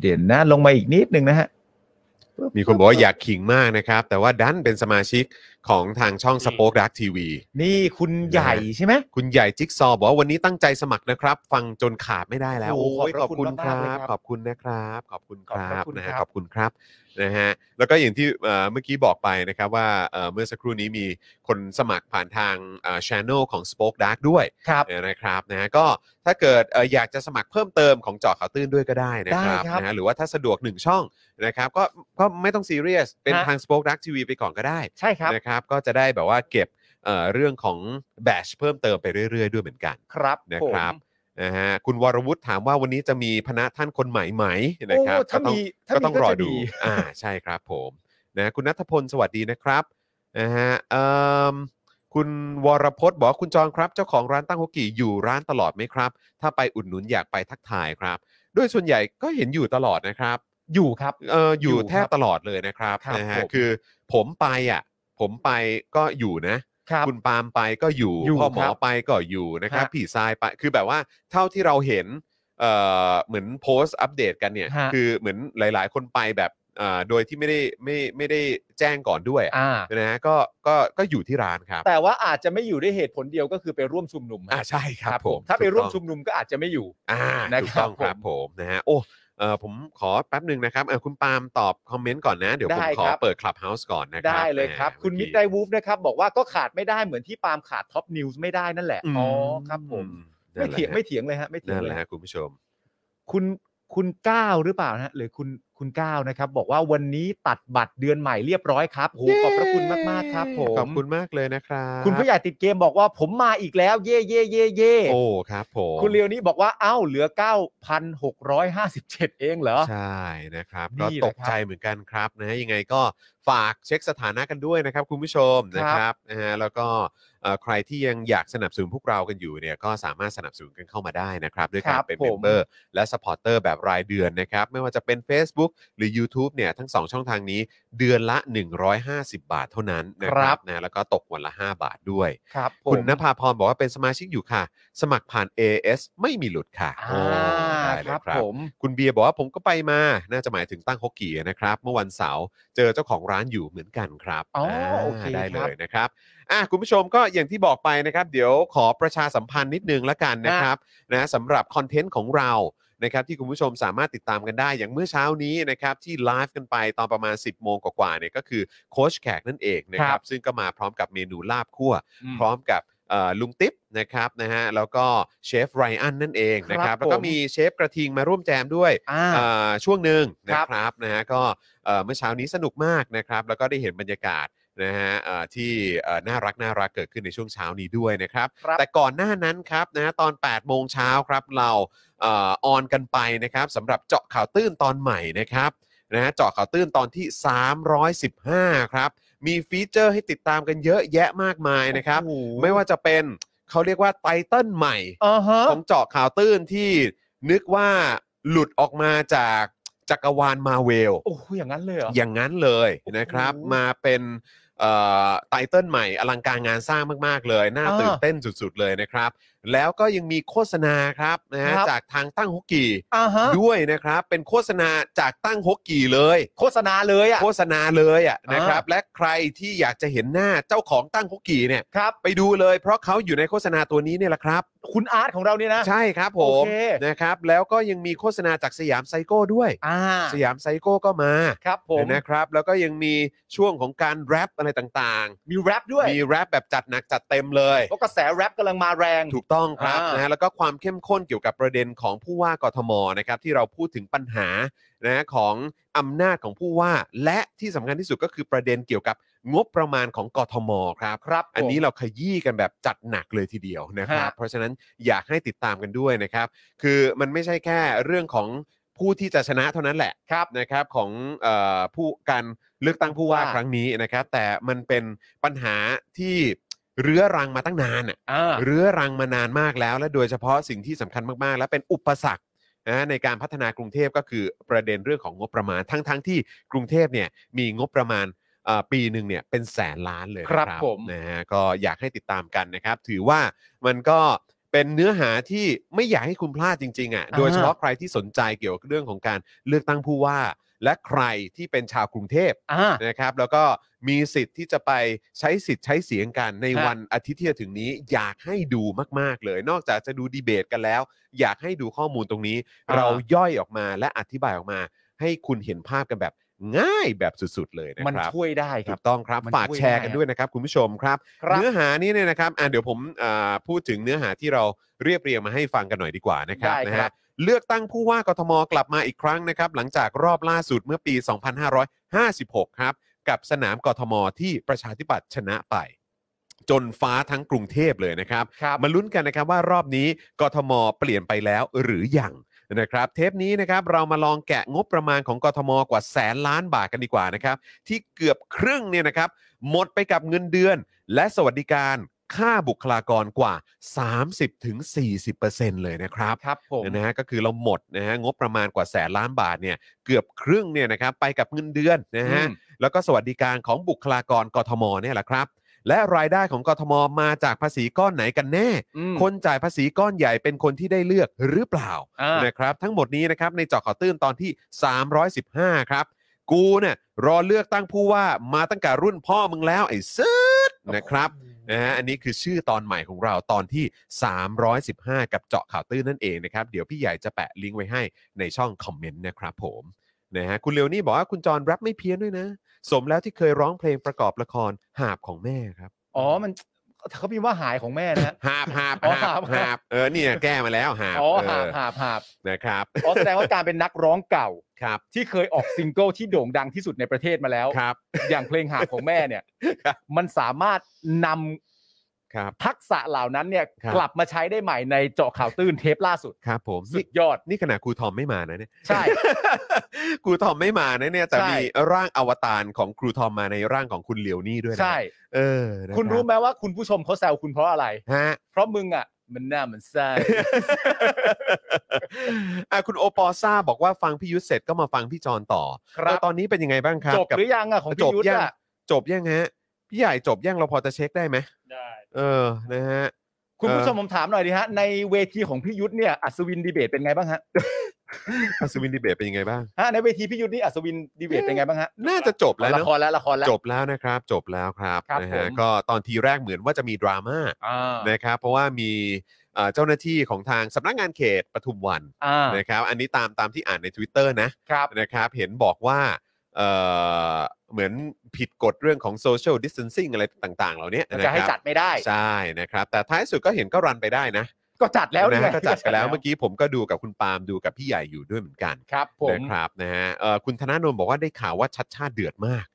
เดี๋ยวนะลงมาอีกนิดนึงนะฮะ
มีคนบอกว่าอยากขิงมากนะครับ แต่ว่าดันเป็นสมาชิกของทางช่อง
อืม
สป็อคดักทีวี
นี่คุณใหญ่ใช่ไหม
คุณใหญ่จิ๊กซอว์บอกว่าวันนี้ตั้งใจสมัครนะครับ ฟังจนขาดไม่ได้แล้ว
โอ้โห
ย
ขอบคุณ
ครั
มากๆเลยครับ
ขอบคุณนะครับ ขอบคุณค
ขอบพ
รั
ระ
บ
คุณ
นะฮะ
ครับ
ขอบคุณครับนะฮะแล้วก็อย่างที่เอ่อเมื่อกี้บอกไปนะครับว่าเอ่อเมื่อสักครู่นี้มีคนสมัครผ่านทางช่องของ Spoke Dark ด้วย
ครับ
นะครับนะฮะก็ถ้าเกิดเอ่ออยากจะสมัครเพิ่มเติมของเจอข่าวตื้นด้วยก็ได้นะครับ
ได้ครับ
นะฮะหรือว่าถ้าสะดวกหนึ่งช่องนะครับก็ก็ไม่ต้องซีเรียส เป็น
ฮะ
ทาง Spoke Dark TV ไปก่อนก็ได้
ใช่ครับ
นะครับก็จะได้แบบว่าเก็บเอ่อเรื่องของแบชเพิ่มเติมไปเรื่อยๆ ด้วยเหมือนกัน
ครับ
นะ
ผม
ครับ นะฮะคุณวรวุฒิถามว่าวันนี้จะมีพนะท่านคนใหม่ไหมนะ
โอ้
ครับก็
ถ้า
ต้อง
มีถ้า
ก็
มี
ต้องรอ
ก็จะ
ดู
ดี [laughs]
อ่าใช่ครับผมนะคุณนัทพลสวัสดีนะครับนะฮะเอิ่มคุณวรพจน์บอกว่าคุณจอนครับ เจ้าของร้านตั้งฮกกี้อยู่ร้านตลอดไหมครับ ถ้าไปอุดหนุนอยากไปทักทายครับ โด้วยส่วนใหญ่ก็เห็นอยู่ตลอดนะครับ
อยู่ครับ
เอออยู่
อยู่ครับ
แทบตลอดเลยนะครับ
ครับ
นะฮะ
ผม
คือผมไปอ่ะผมไปก็อยู่นะ
ครับ
คุณปาล์มไปก็อยู่
อยู่
พ่อหมอ
ครับ
ไปก็อยู่นะครับ
ฮะ
ผีทรายไปคือแบบว่าเท่าที่เราเห็นเอ่อเหมือนโพสต์อัปเดตกันเนี่ย
ฮะ
คือเหมือนหลาย ๆ คนไปแบบเอ่อโดยที่ไม่ได้ไม่ไม่ได้แจ้งก่อนด้วย
อ่า
นะฮะก็ก็ก็อยู่ที่ร้านครับ
แต่ว่าอาจจะไม่อยู่ด้วยเหตุผลเดียวก็คือไปร่วมชุมนุม
อ่าใช่ครับผม
ถ้าไปร่วม
ถูกต้อง
ชุมนุมก็อาจจะไม่อยู่
อ่า
นะ
ถูก
ครับ
ต้องครับผมนะฮะโอ้เออผมขอแป๊บหนึ่งนะครับเออคุณปาล์มตอบคอมเมนต์ก่อนนะ เดี๋ยวผม
ได้
ขอ
ครับ
เปิดคลับเฮาส์ก่อนนะครับ
ได้เลยครับ
อ่า
คุณมิ
เอ
ด
กี้
ไดวูฟนะครับ บอกว่าก็ขาดไม่ได้เหมือนที่ปาล์มขาดท็อปนิวส์ไม่ได้นั่นแหละ
ม
อ๋อครับผม
นั่
ไม่
นแหละ
เถียง
ฮะ
ไม่เถียงเลยฮะไม่เถีย
นั่
ง
น
เล
แห
ย
ละ
ฮะ
ฮะคุณผู้ชม
คุณคุณก้าวหรือเปล่านะฮะหรือคุณคุณก้าวนะครับ บอกว่าวันนี้ตัดบัตรเดือนใหม่เรียบร้อยครับโหขอบพระคุณมากมากๆครับผม
ขอบคุณมากเลยนะครับ
คุณผู้ใหญ่ติดเกมบอกว่าผมมาอีกแล้ว เย่เย่เย่เย่
โอ้ครับผม
คุณเลียวนี้บอกว่าเอ้าเหลือ 9,657 เองเหรอ
ใช่นะครับ
นี่
ก็
แหละ
ตกใจเหมือนกันครับนะฮะยังไงก็ฝากเช็คสถานะกันด้วยนะครับ คุณผู้ชม
ครับ
นะครับนะฮะแล้วก็เอ่อใครที่ยังอยากสนับสนุนพวกเรากันอยู่เนี่ยก็สามารถสนับสนุนกันเข้ามาได้นะครับ ด้วยการเป็น
ผ
เมมเบอร์และสปอร์เตอร์แบบรายเดือนนะครับ ไม่ว่าจะเป็น Facebook หรือ YouTube เนี่ยทั้ง 2 ช่องทางนี้เดือนละ 150 บาทเท่านั้นนะครับนะแล้วก็ตกวันละ 5 บาทด้วย
ครับผม
คุณนภาพรบอกว่าเป็นสมาชิกอยู่ค่ะ สมัครผ่าน AS ไม่มีหลุดค่ะ
อ่า
โอ้ได้เลย
ครับ
ครับ
ผม
คุณเบียร์บอกว่าผมก็ไปมา น่าจะหมายถึงตั้งฮกกี้นะครับ เมื่อวันเสาร์เจอเจ้าของร้านอยู่เหมือนกันครับ
อ๋ออ่
า
โอเค
ได้เล
ครับ
ยนะครับอ่ะคุณผู้ชมก็อย่างที่บอกไปนะครับ เดี๋ยวขอประชาสัมพันธ์นิดนึงละกันนะครับนะสำหรับคอนเทนต์ของเรานะครับที่คุณผู้ชมสามารถติดตามกันได้อย่างเมื่อเช้านี้นะครับที่ไลฟ์กันไปตอนประมาณ 10 โมงกว่าๆเนี่ยก็คือโค้ชแขกนั่นเองนะค
ครั
รับบ ซึ่งก็มาพร้อมกับเมนูลาบคั่ว พร้อมกับเอ่อลุงติ๊บนะครับนะฮะแล้วก็เชฟไรอันนั่นเองนะค
ครั
รับบ แล้วก็
ผม
มีเชฟกระทิงมาร่วมแจมด้วย
อ่า
เอ่อช่วงหนึ่งนะครับ ครับนะฮะก็เอ่อเมื่อเช้านี้สนุกมากนะครับ แล้วก็ได้เห็นบรรยากาศนะฮะเอ่อที่เอ่อน่ารักน่ารักเกิดขึ้นในช่วงเช้านี้ด้วยนะครับ
ครับ
แต่ก่อนหน้านั้นครับนะฮะตอน 8 โมงเช้าครับเราเออออนกันไปนะครับสำหรับเจาะข่าวตื้นตอนใหม่นะครับนะฮะเจาะข่าวตื้นตอนที่ 315 ครับ มีฟีเจอร์ให้ติดตามกันเยอะแยะมากมายนะครับ
โอ้โห
ไม่ว่าจะเป็นเขาเรียกว่าไตเติ้ลใหม่
อ่าฮะ
ของเจาะข่าวตื้นที่นึกว่า หลุดออกมาจากจักรวาลมาเวล
โอ้โหอย่างนั้นเลยเหรอ
อย่างนั้นเลยนะครับ
โอ้โห
มาเป็นเอ่อไตเติลใหม่อลังการงานสร้างมาก ๆ เลย น่า
อ่า
ตื่นเต้นสุด ๆ เลยนะครับ แล้วก็ยังมีโฆษณาครับนะฮะ
ครับ
จากทางตั้งฮกกี
อ่าฮะ
ด้วยนะครับ เป็นโฆษณาจากตั้งฮกกีเลย
โฆษณาเลยอ่ะ
โฆษณาเลยอ่ะ
อ่าน
นะครับ และใครที่อยากจะเห็นหน้าเจ้าของตั้งฮกกีเนี่ย
ครับ
ไปดูเลยเพราะเขาอยู่ในโฆษณาตัวนี้เนี่ยแหละครับ
คุณอาร์ตของเราเนี่ยนะ
ใช่ครับผม
โอเค
นะครับ แล้วก็ยังมีโฆษณาจากสยามไซโก้ด้วย
อ่า
สยามไซโก้ก็มา
ครับผม
นะครับแล้วก็ยังมีช่วงของการแรปอะไรต่าง
มีแรปด้วย
ๆ มีแรปแบบจัดหนักจัดเต็มเลย
เพราะกระแสแรปกำลังมาแรง
ถูกต้องครับ
อ่าน
นะฮะแล้วก็ความเข้มข้นเกี่ยวกับประเด็นของผู้ว่ากทมนะครับที่เราพูดถึงปัญหานะของอำนาจของผู้ว่า และที่สำคัญที่สุดก็คือประเด็นเกี่ยวกับงบประมาณของกทมครับ
ครับ
อัน
ผม
นี้เราขยี้กันแบบจัดหนักเลยทีเดียวนะครับ
ฮะ
เพราะฉะนั้นอยากให้ติดตามกันด้วยนะครับ คือมันไม่ใช่แค่เรื่องของผู้ที่จะชนะเท่านั้นแหละครับนะครับของเออผู้การเลือกตั้งผู้ว่า
ผู้ว่า
ครั้งนี้นะครับ แต่มันเป็นปัญหาที่เรื้อรังมาตั้งนานอะ
อ่า
เรื้อรังมานานมากแล้ว และโดยเฉพาะสิ่งที่สำคัญมากๆ และเป็นอุปสรรคนะในการพัฒนากรุงเทพก็คือประเด็นเรื่องของงบประมาณทั้งๆที่กรุงเทพเนี่ยมีงบประมาณเอ่อปีหนึ่งเนี่ยเป็นแสนล้านเลย เลยนะครับ
ครับผม
นะฮะก็อยากให้ติดตามกันนะครับ ถือว่ามันก็เป็นเนื้อหาที่ไม่อยากให้คุณพลาดจริงๆอ่ะโดยเฉพาะใครที่สนใจเกี่ยวกับเรื่องของการเลือกตั้งผู้ว่า และใครที่เป็นชาวกรุงเทพ
อ่า
[laughs] นะครับแล้วก็มีสิทธิ์ที่จะไปใช้สิทธิ์ใช้เสียงกันใน
ฮะ
วันอาทิตย์ที่จะถึงนี้ อยากให้ดูมากๆเลย นอกจากจะดูดีเบตกันแล้ว อยากให้ดูข้อมูลตรงนี้ เราย่อยออกมาและอธิบายออกมา ให้คุณเห็นภาพกันแบบง่ายแบบสุดๆเลยนะ
มัน
ครับ
ช่วยได้ค
ถู
รับ
กต้องครับ
มัน
ฝาก
ช่วย
แชร์กัน
ได้อะ
ด้วยนะครับ คุณผู้ชมครับ
ครับ
เนื้อหานี้เนี่ยนะครับอ่ะเดี๋ยวผมอ่าพูดถึงเนื้อหาที่เราเรียบเรียงมาให้ฟังกันหน่อยดีกว่านะครับ
ได้
นะ
ครั
ฮะ
บ
เลือกตั้งผู้ว่ากทมกลับมาอีกครั้งนะครับ หลังจากรอบล่าสุดเมื่อปี 2556 ครับ กับสนามกทมที่ประชาธิปัตย์ชนะไป จนฟ้าทั้งกรุงเทพเลยนะครับ
ครับ
มาลุ้นกันนะครับว่ารอบนี้กทมเปลี่ยนไปแล้วหรือยังนะครับ เทปนี้นะครับเรามาลองแกะงบประมาณของกทมกว่าแสนล้านบาทกันดีกว่านะครับ ที่เกือบครึ่งเนี่ยนะครับ หมดไปกับเงินเดือน และสวัสดิการค่าบุคลากรกว่า 30-40%เลยนะครับ
ครับผม
นะฮะก็คือเราหมดนะฮะงบประมาณกว่าแสนล้านบาทเนี่ยเกือบครึ่งเนี่ยนะครับไปกับเงินเดือนนะฮะ
อืม
แล้วก็สวัสดิการของบุคลากรกทมเนี่ยแหละครับ และรายได้ของกทมมาจากภาษีก้อนไหนกันแน่
อืม
คนจ่ายภาษีก้อนใหญ่เป็นคนที่ได้เลือกหรือเปล่า
อ่าน
นะครับทั้งหมดนี้นะครับในเจอข่าวตื้นตอนที่ 315 ครับ กูเนี่ยรอเลือกตั้งผู้ว่ามาตั้งแต่รุ่นพ่อมึงแล้วไอ้ซึดนะครับ นะฮะอันนี้คือชื่อตอนใหม่ของเราตอนที่ 315 กับเจาะข่าวตื้นนั่นเองนะครับ เดี๋ยวพี่ใหญ่จะแปะลิงก์ไว้ให้ในช่องคอมเมนต์นะครับผมนะฮะคุณเลวนี่บอกว่าคุณจรแรปไม่เพี้ยนด้วยนะ สมแล้วที่เคยร้องเพลงประกอบละครหาบของแม่ครับ
อ๋อมันเขาพิมพ์ว่าหายของแม่นะ
หาบหาบ
อ๋อ
หาบ
[laughs] หาบ
หาบเออเนี่ยแก้มาแล้วหาบ
อ๋อ
เอ
หาบ
อ
หาบหาบ
นะครับ
อ๋อแสดงว่าการเป็นนักร้องเก่า
ครับ
ที่เคยออกซิงเกิลที่โด่งดังที่สุดในประเทศมาแล้ว
ครับ
อย่างเพลงหาบของแม่เนี่ย
ครับ
มันสามารถนำ
ครับ
ทักษะเหล่านั้นเนี่ย
ครับ
กลับมาใช้ได้ใหม่ในเจาะข่าวตื้นเทปล่าสุด
ครับผม
สุ
นี่
ดยอด
นี่ขนาดครูทอมไม่มานะเนี่ย
[laughs] ใช่
ครูทอมไม่มานะเนี่ยแต่
ใช่
มีร่างอวตารของครูทอมมาในร่างของคุณเหลียวนี่ด้วยนะ
ใช่
เออนะ
คุณ
บ
รู้ไหมว่าคุณผู้ชมเขาแซวคุณเพราะอะไร
ฮะ
เพราะมึงอ่ะ มันหน้ามัน
[laughs]
ไส้
อ่ะคุณโอปอซ่าบอกว่าฟังพี่ยุทธเสร็จก็มาฟังพี่จอนต่อ
ครับ
แล้วตอนนี้เป็นยังไงบ้างครับ
จบ
กั
หรือยังอ่ะของ
จ
พี่
บ
ยุทธ
ยัง
อ่ะ
จบยังฮะพี่ใหญ่จบยังเราพอจะเช็คได้ไหม
ได้
เออนะฮะ
คุณผู้
เออ
ชมผมถามหน่อยดิฮะในเวทีของพี่ยุทธเนี่ยอัศวินดีเบตเป็นไงบ้างฮะ
อัศวินดีเบตเป็นยังไงบ้าง
ฮะในเวทีพี่ยุทธนี่อัศวินดีเบตเป็นไงบ้างฮะ
น่าจะจบแล้ว
ละ
เน
ค
อะ
รแล้วละครแล้ว
จบแล้วนะครับ จบแล้วครับ
ครับ
นะฮะ
ผม
ก็ตอนทีแรกเหมือนว่าจะมีดราม่า
อ่า
นะครับ เพราะว่ามีเอ่อเจ้าหน้าที่ของทางสำนักงานเขตปทุมวัน
อ่า
นะครับ อันนี้ตามตามที่อ่านใน Twitter นะ
ครับ
นะครับเห็นบอกว่าเอ่อเหมือนผิดกฎเรื่องของโซเชียลดิส a ทนซิ่งอะไรต่างๆ เหล่านี้
มัน
นะ
จะให้
ค
จั
รั
ดไม่ได้
ใช่นะครับ แต่ท้ายสุดก็เห็นก็รันไปได้นะ
ก็จัดแล้ว
นะ
ไง
ฮะก็จัดไป
[laughs]
แล้วเมื่อกี้ผมก็ดูกับคุณปาล์มดูกับพี่ใหญ่อยู่ด้วยเหมือนกัน
ครับผม
นะครับนะฮะเอ่อคุณธนาโนนบอกว่าได้ข่าวว่าชัดชาติเดือดมาก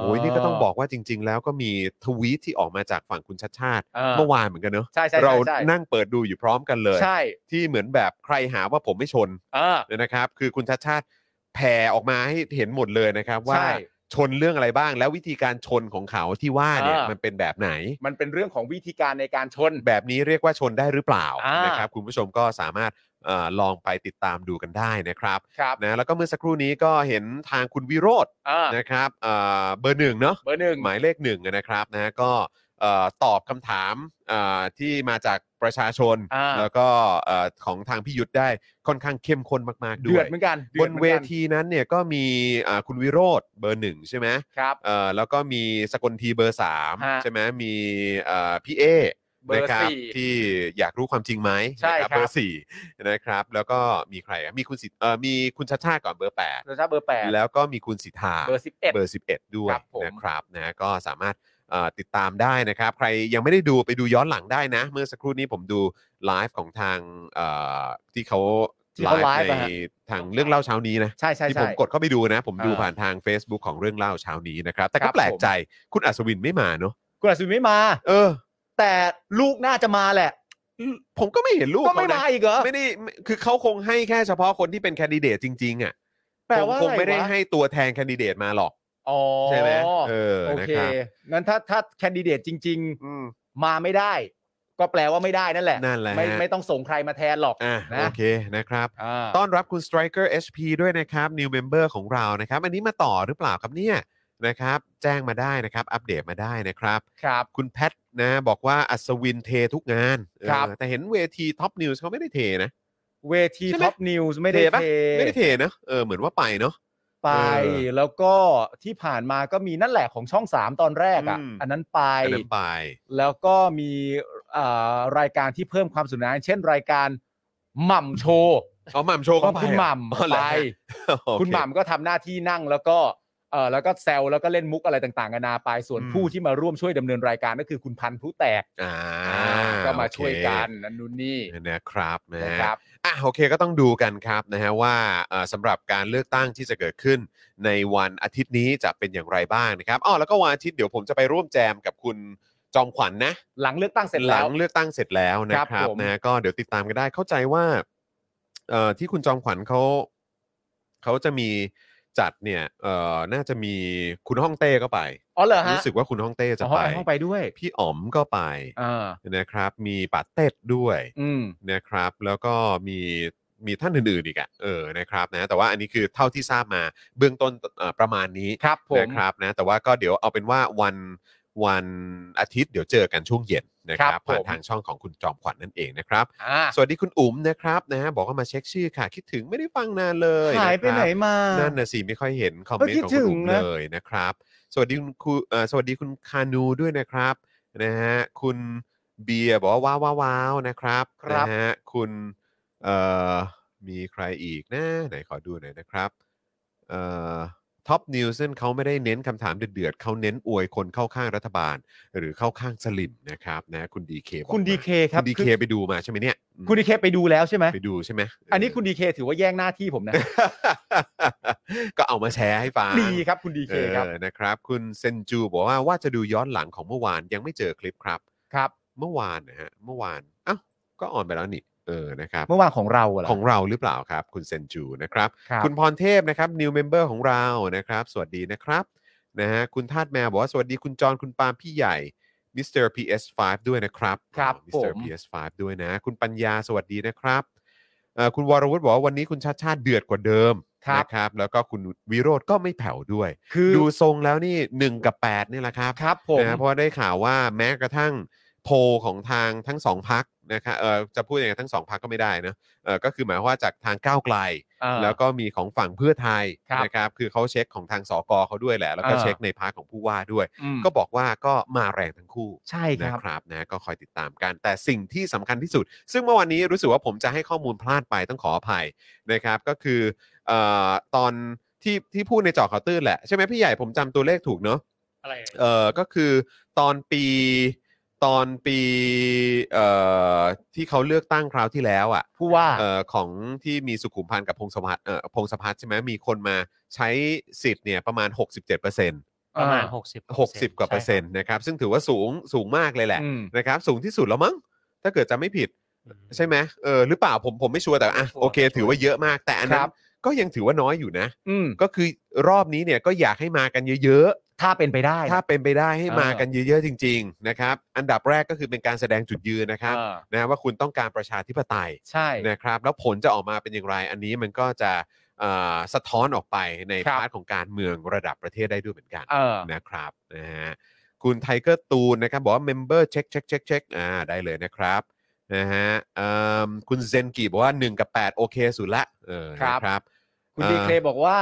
โอ้ยนี่ก็ต้องบอกว่าจริง ๆ แล้วก็มีทวีตที่ออกมาจากฝั่งคุณชัดชาติ
เออ
เมื่อวานเหมือนกันเนอะ
ใช่ใช่ใช่
เรา
ใช่
นั่งเปิดดูอยู่พร้อมกันเลย
ใช่
ที่เหมือนแบบใครหาว่าผมไม่ชน
อ่า
นะครับคือคุณชาติชาติแผ่ออกมาให้เห็นหมดเลยนะครับว่า
ใช่
ชนเรื่องอะไรบ้าง แล้ววิธีการชนของเขาที่ว่าเนี่ย
อ่ามั
มันเป็นแบบไหน
มันเป็นเรื่องของวิธีการในการชน
แบบนี้เรียกว่าชนได้หรือเปล่า
อ่าน
นะครับคุณผู้ชมก็สามารถเอ่อลองไปติดตามดูกันได้นะครับ
ครับ
นะแล้วก็เมื่อสักครู่นี้ก็เห็นทางคุณวิโรธ
อ่า
นะครับเอ่อเบอร์หนึ่งเนาะ
เบอร์หนึ่ง
หมายเลขหนึ่งนะครับนะก็เอ่อตอบคำถามเอ่อที่มาจากประชาชน
อ่า
แล้วก็เอ่อของทางพิยุทธ์ได้ค่อนข้างเข้มข้นมาก ๆ ด้
เดื
ว
อย ดเหมือนกันดื
บ
อด
น
หมือ
เว
กั
ทีนั้นเนี่ยก็มีอ่าคุณวิโรธเบอร์หนึ่งใช่ไหม
ครับ
เอ่อแล้วก็มีสกลทีเบอร์สาม
ฮะ
ใช่ไหมมีเอ่อพี่เอ
เบอร์
นะค
สี่
ที่อยากรู้ความจริงไหม
ใช่
นะครับ
ครับ
เบอร์สี่นะครับ แล้วก็มีใครอ่ะมีคุณสิทธิ์เอ่อมีคุณชาชาติก่อนเบอร์แปด
เราจะเบอร์แปด
แล้วก็มีคุณสิทธา
เบอร์สิบเอ็ด
เบอร์สิบเอ็ดด้วย
ครับผม
นะครับนะก็สามารถเอ่อติดตามได้นะครับ ใครยังไม่ได้ดูไปดูย้อนหลังได้นะ เมื่อสักครู่นี้ผมดูไลฟ์ของทางเอ่อที่เขา
ที่เขาไลฟ์
ใน
อะฮะ
ทางเรื่องเล่าเช้านี้นะ
ใช่ใช่
ที่ผ
ใช่
มกดเข้าไปดูนะ ผมดู
อ่า
ผ่านทาง Facebook ของเรื่องเล่าเช้านี้นะครับ แต่
ครั
ก็
บ
แปลกใจคุณอัศวินไม่มาเนาะ
คุณอัศวินไม่มา
เออ
แต่ลูกน่าจะมาแหละ
ผมก็ไม่เห็นรูป
ก็ไม่
เขนะ
มาอีกเหรอ
ไม่ได้ไม่คือเขาคงให้แค่เฉพาะคนที่เป็นแคนดิเดตจริง ๆ อ่ะ
แปล
คง
ว่า
คงไม่ได้
อะไรวะ
ให้ตัวแทนแคนดิเดตมาหรอก
อ๋อ
ใช่ไหมเออ
โอ
นะ
เค
ครับ
งั้นถ้าถ้าแคนดิเดตจริง
อืม
ๆ มาไม่ได้ ก็แปลว่าไม่ได้นั่นแหละ
นั่นแหละ
ไม่
ฮะ
ไม่ต้องส่งใครมาแทนหรอก
อ่ะ
นะ
โอเคนะครับ
อ่า
ต้อนรับคุณ Striker HP ด้วยนะครับ New Member ของเรานะครับ อันนี้มาต่อหรือเปล่าครับเนี่ยนะครับ แจ้งมาได้นะครับ อัปเดตมาได้นะครับ
ครับ
คุณแพทนะบอกว่าอัศวินเททุกงานเออ
ครับ
แต่เห็นเวทีท็อปนิวส์เขาไม่ได้เทนะ
เวที
ใช่ไหม
ท็อปนิวส์ไม่ได้
ปะ
เท
ไม่ได้เทนะเออเหมือนว่าไปเนาะ
ไป
เออ
แล้วก็ที่ผ่านมาก็มีนั่นแหละของช่อง 3 ตอนแรกอ่ะ
อืม
อันนั้นไป
อันนั้นไป
แล้วก็มีอ่ารายการที่เพิ่มความสนุกสนานเช่นรายการหม่ำโชว์
เอาหม่ำโชว์
ข
ก็
อง
ไป
คุณ
เหรอ
หม่ำ
อ๋อเหร
ไป
อฮะโอเ
คุณหม่ำก็ทำหน้าที่นั่งแล้วก็เออแล้วก็แซวแล้วก็เล่นมุกอะไรต่างๆกันานาไปส่วน
อืม
ผู้ที่มาร่วมช่วยดำเนินรายการก็คือคุณพันธุ์พลุแตก
อ่า
ก็มาช่วยกัน
โ
นั่นนู่นนี่
อเคนะครับนะ
นะ
ฮะ
ครับ
อ่ะโอเคก็ต้องดูกันครับนะฮะว่าเอ่อสำหรับการเลือกตั้งที่จะเกิดขึ้น ในวันอาทิตย์นี้จะเป็นอย่างไรบ้างนะครับอ๋อแล้วก็วันอาทิตย์เดี๋ยวผมจะไปร่วมแจมกับคุณจอมขวัญนะ
หลังเลือกตั้งเสร็จ
ห
แล้
ลั
ว
งเลือกตั้งเสร็จแล้วนะค
ค
รับ
รั
บ
ผม
นะก็เดี๋ยวติดตามกันได้เข้าใจว่าเอ่อที่คุณจอมขวัญเขาเขาจะมีจัดเนี่ยเอ่อน่าจะมีคุณฮ่องเต้ก็ไป
อ๋อเหรอฮะ
รู้สึกว่าคุณฮ่องเต้จะ
อ๋อ
ไป
ห้องไปด้วย
พี่อ๋อมก็ไป
อ่า
นะครับ มีป่าเต็ดด้วย
อืม
นะครับ แล้วก็มีมีท่านอื่นๆอีกอะเออนะครับนะแต่ว่าอันนี้คือเท่าที่ทราบมาเบื้องต้นเอ่อประมาณนี้
ครับผม
นะครับนะแต่ว่าก็เดี๋ยวเอาเป็นว่าวันวันอาทิตย์เดี๋ยวเจอกันช่วงเย็นนะครั
ครับ บผม
ผ่านทางช่องของคุณจอมขวัญนั่นเองนะครับ
อ่า
สวัสดีคุณอุ๋มนะครับนะ บอกว่ามาเช็คชื่อค่ะ คิดถึงไม่ได้ฟังนานเลย
หายไปไหน
นะครับ
มา
นั่นนะสิไม่ค่อยเห็นคอมเมน
เออคิ
ต์
ด
ของคุณอุ๋ม
ถึงนะ
เลยนะครับ สวัสดีคุณครูเอ่อสวัสดีคุณคานูด้วยนะครับนะฮะคุณเบียร์บอกว่าว้าวว้าวว้าวนะครับ
ครับ
นะฮะคุณเอ่อมีใครอีกนะไหนขอดูหน่อยนะครับเอ่อท็อปนิวส์เขาไม่ได้เน้นคำถามเดือดๆเขาเน้นอวยคนเข้าข้างรัฐบาล หรือเข้าข้างสลิมนะครับนะคุณดีเค
คุณ DK ครับ
ดี
คื
เค
อ
ไปดูมาใช่ไหมเนี่ย
คุณดีเคไปดูแล้วใช่ไหม
ไปดูใช่ไหม
อันนี้คุณดีเคถือว่าแย่งหน้าที่ผมนะ
[laughs] ก็เอามาแชร์ให้ฟัง
ดีครับคุณดีเคครับ
ออนะครับ คุณเซนจูบอกว่าว่าจะดูย้อนหลังของเมื่อวานยังไม่เจอคลิปครับ
ครับ
เมื่อวานนะฮะเมื่อวานอ้าวก็ออนไปแล้วนี่เออนะครับ
เมื่อวานของเราเหรอ
ของเราหรือเปล่าครับ คุณเซนจูนะครับ
ครับ
ณพรเทพนะครับ new member ของเรานะครับ สวัสดีนะครับนะฮะคุณทาดแมวบอกว่าสวัสดีคุณจรคุณปาล์มพี่ใหญ่มิสเตอร์ PS5 ด้วยนะครับ
ครับ
มิสเตอร์
ผม
PS5 ด้วยนะ คุณปัญญาสวัสดีนะครับเอ่อคุณวรวุฒิบอกว่าวันนี้คุณชาติชาติเดือดกว่าเดิม
ครับ
นะครับ แล้วก็คุณวิโรธก็ไม่แผ่วด้วย
คือ
ดูทรงแล้วนี่ 1 กับ 8 นี่แหละครับ
ครับผม
นะเพราะว่าได้ข่าวว่าแม้กระทั่งโพลของทางทั้งสองพักนะครับเออจะพูดอย่างไงทั้งสองพักก็ไม่ได้นะเออก็คือหมายความว่าจากทางก้าวไกล แล้วก็มีของฝั่งเพื่อไทย
ครับ
นะครับคือเขาเช็คของทางสกเขาด้วยแหละ แล้วก็
อ่า
เช็คในพักของผู้ว่าด้วย
ก็
ก็บอกว่าก็มาแรงทั้งคู่
ใช่ค
นะ
รับ
ครับนะก็คอยติดตามกัน แต่สิ่งที่สำคัญที่สุด ซึ่งเมื่อวันนี้รู้สึกว่าผมจะให้ข้อมูลพลาดไปต้องขออภัยนะครับก็คือเอ่อตอนที่ที่พูดในเจอข่าวตื้นแหละใช่ไหมพี่ใหญ่ผมจำตัวเลขถูกเนอะ
อะไรเอ่ย
เอ่อก็คือตอนปีตอนปีเอ่อที่เขาเลือกตั้งคราวที่แล้วอ่ะ
ผู้ว่า
เอ่อของที่มีสุขุมพันธ์กับพงศพัฒน์เอ่อพงศพัฒน์ใช่ไหมมีคนมาใช้สิทธิ์เนี่ยประมาณ 67%
ประมาณ
60 กว่าเปอร์เซ็นต์นะครับ ซึ่งถือว่าสูงสูงมากเลยแหละ
อืม
นะครับ สูงที่สุดแล้วมั้ง ถ้าเกิดจะไม่ผิด
ใช่
ใช่ไหมเออหรือเปล่าผมผมไม่ชัวร์แต่อ่ะ
ไม่ชัวร์
โอเค ถือว่าเยอะมากแต่อันนั้
คน รับ
ก็ยังถือว่าน้อยอยู่นะ
อืม
ก็คือรอบนี้เนี่ยก็อยากให้มากันเยอะ
ถ้าเป็นไปได้
ๆ ถ้าเป็นไปได้ให้
อ่าม
มากันเยอะๆจริง ๆ นะครับ อันดับแรกก็คือเป็นการแสดงจุดยืนนะครับ
อ่า
นะว่าคุณต้องการประชาธิปไตย
ใช่
นะครับ แล้วผลจะออกมาเป็นอย่างไร อันนี้มันก็จะเอ่อสะท้อนออกไปใน
ครับ
พาร์ทของการเมืองระดับประเทศได้ด้วยเหมือนกัน
เออ
นะครับนะฮะคุณไทเกอร์ตูนนะครับ บอกว่าเมมเบอร์เช็คเช็คเช็คเช็คอ่าได้เลยนะครับนะฮะเอิ่มคุณเซนกีบอกว่า 1 กับ 8 โอเคสุดละเออ
ครับ
นะครับ
คุณ
เอ่อ
ดีเคบอกว่า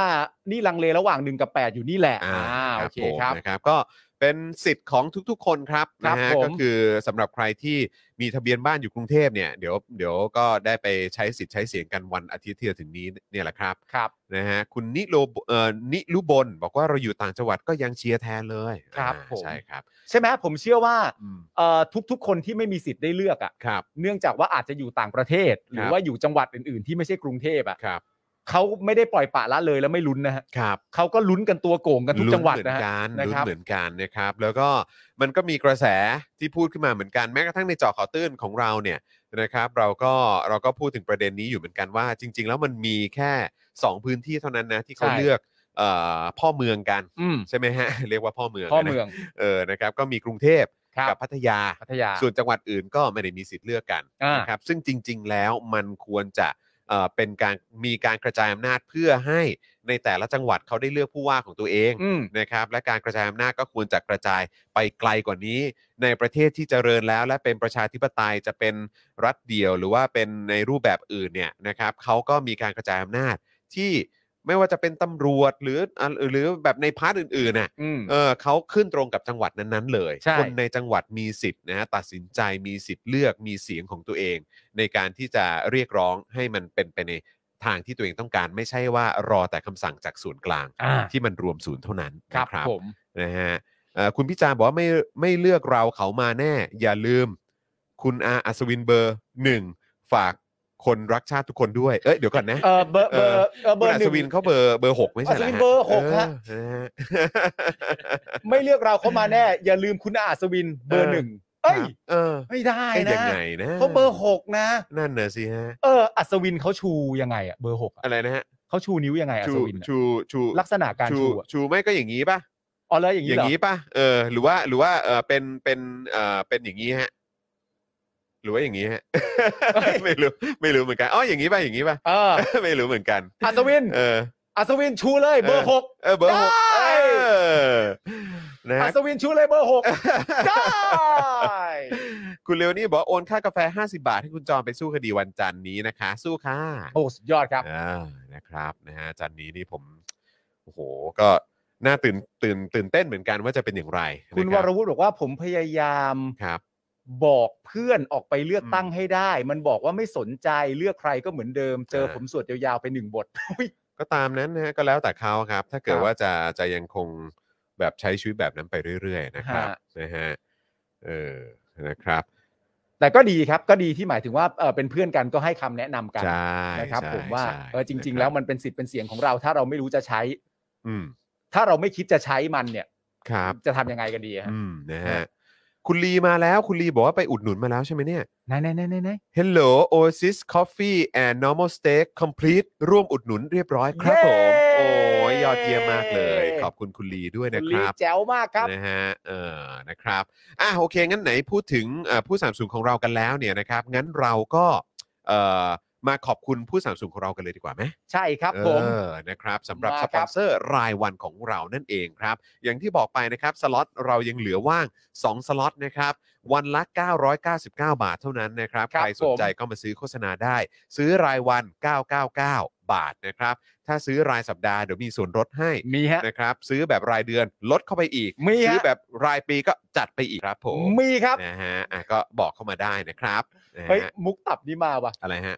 นี่ลังเลระหว่าง1กับ 8 อยู่นี่แหละ
า
อ่าโอเค
ผม
ครับ
นะครับก็เป็นสิทธิ์ของทุกๆ คนครับ
ครับ
นะฮะ
ผม
ก็คือสำหรับใครที่มีทะเบียนบ้านอยู่กรุงเทพเนี่ยเดี๋ยวเดี๋ยวก็ได้ไปใช้สิทธิ์ใช้เสียงกันวันอาทิตย์ที่จะถึงนี้เนี่ยแหละครับ
ครับ
นะฮะคุณนิโลเอ่อนิลุบลบอกว่าเราอยู่ต่างจังหวัดก็ยังเชียร์แทนเลย
ครับ
อ่า
ผม
ใช่ครับ
ใช่ไหมผมเชื่อว่า
อืม
เอ่อทุกๆ คนที่ไม่มีสิทธิ์ได้เลือกอ่ะ
ครับ
เนื่องจากว่าอาจจะอยู่ต่างประเทศ หรื
ค
อ
รับ
ว่าอยู่จังหวัดอื่นๆ ที่ไม่ใช่กรุงเทพอ่ะ
ครับ
เขาไม่ได้ปล่อยปละละเลยแล้วไม่ลุ้นนะฮะ
ครับ
เขาก็ลุ้นกันตัวโก่งกันทุกจังหวัด
ลุ้นเหมือ
นะ
น
ฮะ
กัน
นะ
ลุ้น
ครับ
เหมือนกันนะครับ แล้วก็มันก็มีกระแสที่พูดขึ้นมาเหมือนกันแม้กระทั่งในเจอข่าวตื้นของเราเนี่ย นะครับเราก็เราก็พูดถึงประเด็นนี้อยู่เหมือนกันว่า จริง ๆ แล้วมันมีแค่ 2 พื้นที่เท่านั้นนะที่เขา
ใช่
เลือกเอ่อพ่อเมืองกัน
อืม
ใช่ไหมฮะ เรียกว่าพ่อเมือง
พ่อ
นะ
เมือง
เออนะครับก็มีกรุงเทพ
ครับ
กัพัทยา
พัทยา
ส่วนจังหวัดอื่นก็ไม่ได้มีสิทธิ์เลือกกัน
อ่าน
นะครับซึ่งจริง ๆ แล้วมันควรจะเอ่อเป็นการมีการกระจายอำนาจเพื่อให้ในแต่ละจังหวัดเขาได้เลือกผู้ว่าของตัวเอง
อืม
นะครับและการกระจายอำนาจก็ควรจะกระจายไปไกลกว่านี้ ในประเทศที่เจริญแล้ว และเป็นประชาธิปไตยจะเป็นรัฐเดียว หรือว่าเป็นในรูปแบบอื่นเนี่ยนะครับเขาก็มีการกระจายอำนาจที่ไม่ว่าจะเป็นตำรวจหรืออ่ะหรือแบบในพาร์ทอื่นๆน่ะ
อืม
เออเขาขึ้นตรงกับจังหวัดนั้นๆ เลย
ใช่
คนในจังหวัดมีสิทธิ์นะตัดสินใจมีสิทธิ์เลือกมีเสียงของตัวเอง ในการที่จะเรียกร้องให้มันเป็นไปในทางที่ตัวเองต้องการ ไม่ใช่ว่ารอแต่คำสั่งจากศูนย์กลาง
อ่า
ที่มันรวมศูนย์เท่านั้น
ครับ
นะ
ผม
นะฮะเอ่อคุณพิจารณ์บอกว่าไม่ไม่เลือกเราเขามาแน่ อย่าลืม คุณอาอัศวินเบอร์หนึ่งฝากคนรักชาติทุกคนด้วย เอ้ยเดี๋ยวก่อนนะ
เออเบอร์เบอร์เออเบ
คุ
อ
ณ
ร์
อั
ห
ศ
นึ่ง
วินเขาเบอร์เบอร์หกไม่ใช่เหรอ
อัศวิ
ฮะ
นเบอร์หกฮะ
เออนะฮะ
ไม่เลือกเราเข้ามาแน่ อย่าลืมคุณอาศวินเบอ
เอ
ร์
อ
หนึ่งเอ้ย
เออ
ไม่ได้
ไอ้ยั
นะ
งไงนะ
เขาเบอร์หกนะ
นั่นน่ะสิฮะ
เอออัศวินเขาชูยังไงอะเบอร์หกอะ
อะไรนะฮะ
เขาชูนิ้วยังไงอั
ชู
ศวินอะ
ชูชู
ลักษณะการ
ชู
ชูอะ
ชูไม่ก็อย่างนี้ป่ะ
อ๋อแล้วอย่าง
อ
นี้
ย่า
เหรง อ
นี้ป่ะเออหรือว่าหรือว่าเออเป็นเป็นเออเป็นอย่างนี้ฮะหรือว่าอย่างนี้ฮะ ไม่รู้ไม่รู้เหมือนกันอ๋ออย่างนี้ป่ะอย่างนี้ป่ะ
เออ
ไม่รู้เหมือนกัน
อัศวิน
เออ
อัศวินชูเลยเบอ
เออ
ร์หก
เออเบอร์หก
ได้
เออนะ
อั
ฮะ
ศวินชูเลยเบอ
[laughs]
ร์หกได้
คุณเลวนี่บอกว่าโอนค่ากาแฟ 50 บาท ให้คุณจอมไปสู้คดีวันจันทร์นี้นะคะ สู้ค่ะ
โอ้สุดยอดครับ
อ่านะครับนะฮะจันทร์นี้นี่ผมโอ้โหก็น่าตื่นตื่นตื่นเต้นเหมือนกันว่าจะเป็นอย่างไร
คุณ
นะ
วร
รับ
วุฒิบอกว่าผมพยายาม
ครับ
บอกเพื่อนออกไปเลือกตั้ง
อืม
ให้ได้ มันบอกว่าไม่สนใจเลือกใครก็เหมือนเดิม เจอ
เออ
ผมสวดยาวๆไปหนึ่งบทอุ๊ย
ก็ตามนั้นนะฮะก็แล้วแต่เขาครับ ถ้าเกิด
ครับ
ว่าจะจะยังคงแบบใช้ชีวิตแบบนั้นไปเรื่อย ๆ นะครับ
ฮะ
นะฮะเออนะครับ
แต่ก็ดีครับก็ดีที่หมายถึงว่าเออเป็นเพื่อนกันก็ให้คำแนะนำกัน
ใช่
นะครับ
ใช่
ผมว่า
ใช่
เออจริ
ะ
ง ๆ
คบ
แล้วมันเป็นสิทธิ์เป็นเสียงของเรา ถ้าเราไม่รู้จะใช้
อืม
ถ้าเราไม่คิดจะใช้มันเนี่ย
ครับ
จะทำยังไงกันดีฮะ
อืมนะ
ครั
ฮะ
บ
คุณลีมาแล้วคุณลีบอกว่าไปอุดหนุนมาแล้วใช่ไหมเนี่ย
ไหนไหนไหนไหนไหน
Hello Oasis Coffee and Normal Steak Complete ร่วมอุดหนุนเรียบร้อยครับผม
เย้
โอ้ยยอดเยี่ยมมากเลย ขอบคุณคุณลีด้วยนะค
ลี
รับ
แจ๋วมากครับ
นะฮะ เออนะครับ อ่ะ โอเค งั้นไหนพูดถึงเอ่อผู้สามสูงของเรากันแล้วเนี่ยนะครับ งั้นเราก็เอ่อมาขอบคุณผู้สามสูงของเรากันเลยดีกว่าไหม
ใช่ครับผม
เออ นะครับสำหรับ
มา
ส
ครับ
ปอนเซอร์รายวันของเรานั่นเองครับ อย่างที่บอกไปนะครับ สล็อตเรายังเหลือว่าง 2 สล็อตนะครับ วันละ 999 บาทเท่านั้นนะครับ ใครสนใจก็มาซื้อโฆษณาได้ ซื้อรายวัน 999 บาทนะครับ ถ้าซื้อรายสัปดาห์เดี๋ยวมีส่วนลดให้
มีฮะ
นะครับ ซื้อแบบรายเดือนลดเข้าไปอีก
มีฮะ
ซื้อแบบรายปีก็จัดไปอีกครับผม
มีครับ
นะฮะอ่ะก็บอกเข้ามาได้นะครับนะ
เฮ้ย
ฮะ
มุกตับนี้มาว่ะ
อะไรฮะ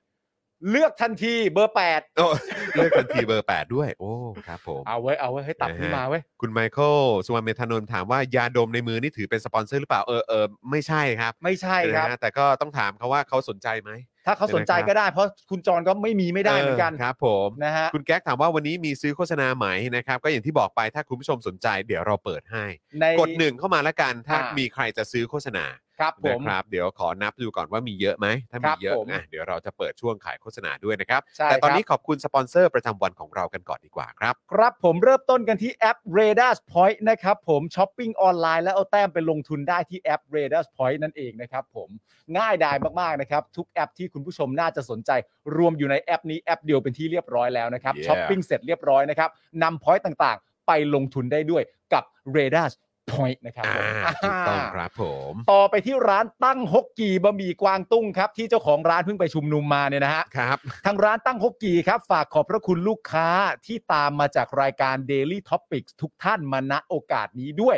เลือกทันทีเบอร์แปด
โอ้ [laughs] เลือกทันทีเบอร์ 8 ด้วย โอ้ ครับผม
เอาไว้ยเอาไว้ยให้ตับนี้มาเว้ย
คุณไมเคิลสุวรรณเมธานนท์ถามว่ายาดมในมือนี่ถือเป็นสปอนเซอร์หรือเปล่า เออเออไม่ใช่ครับ
ไม่ใช่ครับ
นะฮะแต่ก็ต้องถามเขาว่าเขาสนใจไหม
ถ้าเขาสนใจก็ได้ เพราะคุณจรก็ไม่มีไม่ได้เหมือนกัน
ครับผม
นะฮะ
คุณแก๊กถามว่าวันนี้มีซื้อโฆษณาไหมนะครับ ก็อย่างที่บอกไปถ้าคุณผู้ชมสนใจเดี๋ยวเราเปิดให้
ใน
กดหนึ่งเข้ามาละกันถ้า
อ่ามี
มีใครจะซื้อโฆษณา
ครับผ
นะ
ม
ครับเดี๋ยวขอนับดูก่อนว่ามีเยอะไหมถ้า
ค
มี
รับ
เยอะ
ผม
นะเดี๋ยวเราจะเปิดช่วงขายโฆษณาด้วยนะครับ
ใช่
แต่ตอน
ครับ
นี้ขอบคุณสปอนเซอร์ประจำวันของเรากันก่อนดีกว่าครับ
ครับผมเริ่มต้นกันที่แอป r a d a r Point นะครับผมช้อปปิ้งออนไลน์แล้วเอาแต้มไปลงทุนได้ที่แอป r a d a r Point นั่นเองนะครับผมง่ายดายมากๆนะครับ ทุกแอปที่คุณผู้ชมน่าจะสนใจ รวมอยู่ในแอปนี้แอปเดียวเป็นที่เรียบร้อยแล้วนะครับ
Yeah
ช้อปปิ้งเสร็จเรียบร้อยนะครับนำ point ต่างๆ ไปลงทุนได้ด้วยกับ r a d a r Point นะครับผม
อ่าถูกต้องครับผม
ต่อไปที่ร้านตั้งฮกกีบะหมี่กวางตุ้งครับ ที่เจ้าของร้านเพิ่งไปชุมนุมมาเนี่ยนะฮะ
ครับ
ทางร้านตั้งฮกกีครับ ฝากขอบพระคุณลูกค้าที่ตามมาจากรายการ Daily Topics ทุกท่านมาณโอกาสนี้ด้วย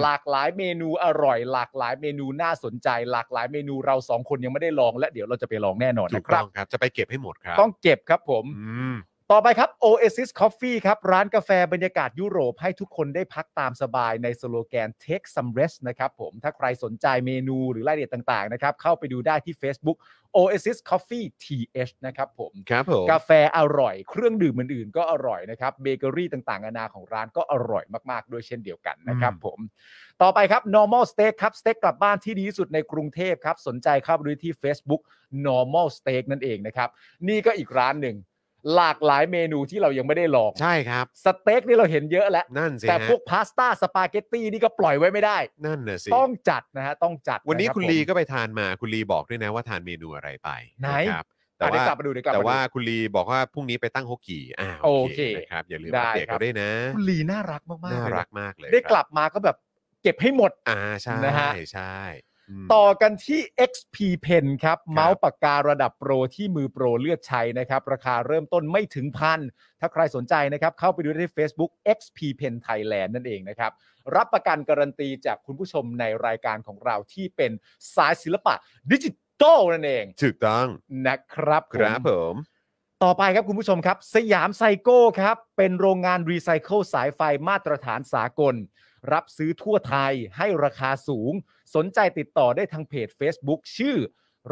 หลากหลายเมนูอร่อย หลากหลายเมนูน่าสนใจ หลากหลายเมนูเราสองคนยังไม่ได้ลอง และเดี๋ยวเราจะไปลองแน่นอน
ถู
นะ
ก
ครั
ต้
บ
องครับ จะไปเก็บให้หมดครับ
ต้องเก็บครับผม
อืม
ต่อไปครับ Oasis Coffee ครับ ร้านกาแฟบรรยากาศยุโรปให้ทุกคนได้พักตามสบายในสโลแกน Take some rest นะครับผมถ้าใครสนใจเมนูหรือรายละเอียดต่างๆนะครับเข้าไปดูได้ที่ Facebook Oasis Coffee TH นะครับผม
ครับผม
กาแฟอร่อย เครื่องดื่มอื่นๆก็อร่อยนะครับเบเกอรี่ต่างๆนานาของร้านก็อร่อยมากๆด้วยเช่นเดียวกันนะครับผม ต่อไปครับ normal steak ครับสเต็กกลับบ้านที่ดีที่สุดในกรุงเทพครับสนใจเข้าไปดูที่ Facebook normal steak นั่นเองนะครับ นี่ก็อีกร้านหนึ่ง หลากหลายเมนูที่เรายังไม่ได้ลอง
ใช่ครับ
สเต็กนี่เราเห็นเยอะแล้ว
นั่นสิ
แต่
ฮะ
พวกพาสต้าสปาเกตตี้นี่ก็ปล่อยไว้ไม่ได้
นั่นน่ะสิ
ต้องจัดนะฮะต้องจัด
วันนี้
ะรับ
คุณ
ผม
ลีก็ไปทานมา คุณลีบอกด้วยนะว่าทานเมนูอะไรไป
ไหน
นะครับแต่
อ่ะเดี๋ย
ว่า
วกลับมาดูเดี๋ยวกลับ
แต่
มาดู
ว่าคุณลีบอกว่าพรุ่งนี้ไปตั้งฮกกี่อ่า
โอเค
นะครับ อย่าลืม
ได้
อัปเดต
ครั
เขา
บ
ด้วยนะ
คุณลีน่ารักมากๆ
น่า
เลยนะ
รักมากเลย
ได้
ครับ
กลับมาก็แบบเก็บให้หมด
อ่าใช่
นะฮะ
ใช่ม
ต่อกันที่ XP Pen ครับ เมาส์ปากการะดับโปรที่มือโปรเลือกใช้นะครับ ราคาเริ่มต้นไม่ถึงพัน ถ้าใครสนใจนะครับ เข้าไปดูได้ที่ Facebook XP Pen Thailand นั่นเองนะครับ รับประกันการันตีจากคุณผู้ชมในรายการของเราที่เป็นสายศิลปะดิจิตอลนั่นเอง
ถูกต้อง
นะครับผม
ครับผม
ต่อไปครับคุณผู้ชมครับ สยามไซโก้ครับ เป็นโรงงานรีไซเคิลสายไฟมาตรฐานสากล รับซื้อทั่วไทยให้ราคาสูง สนใจติดต่อได้ทางเพจ Facebook ชื่อ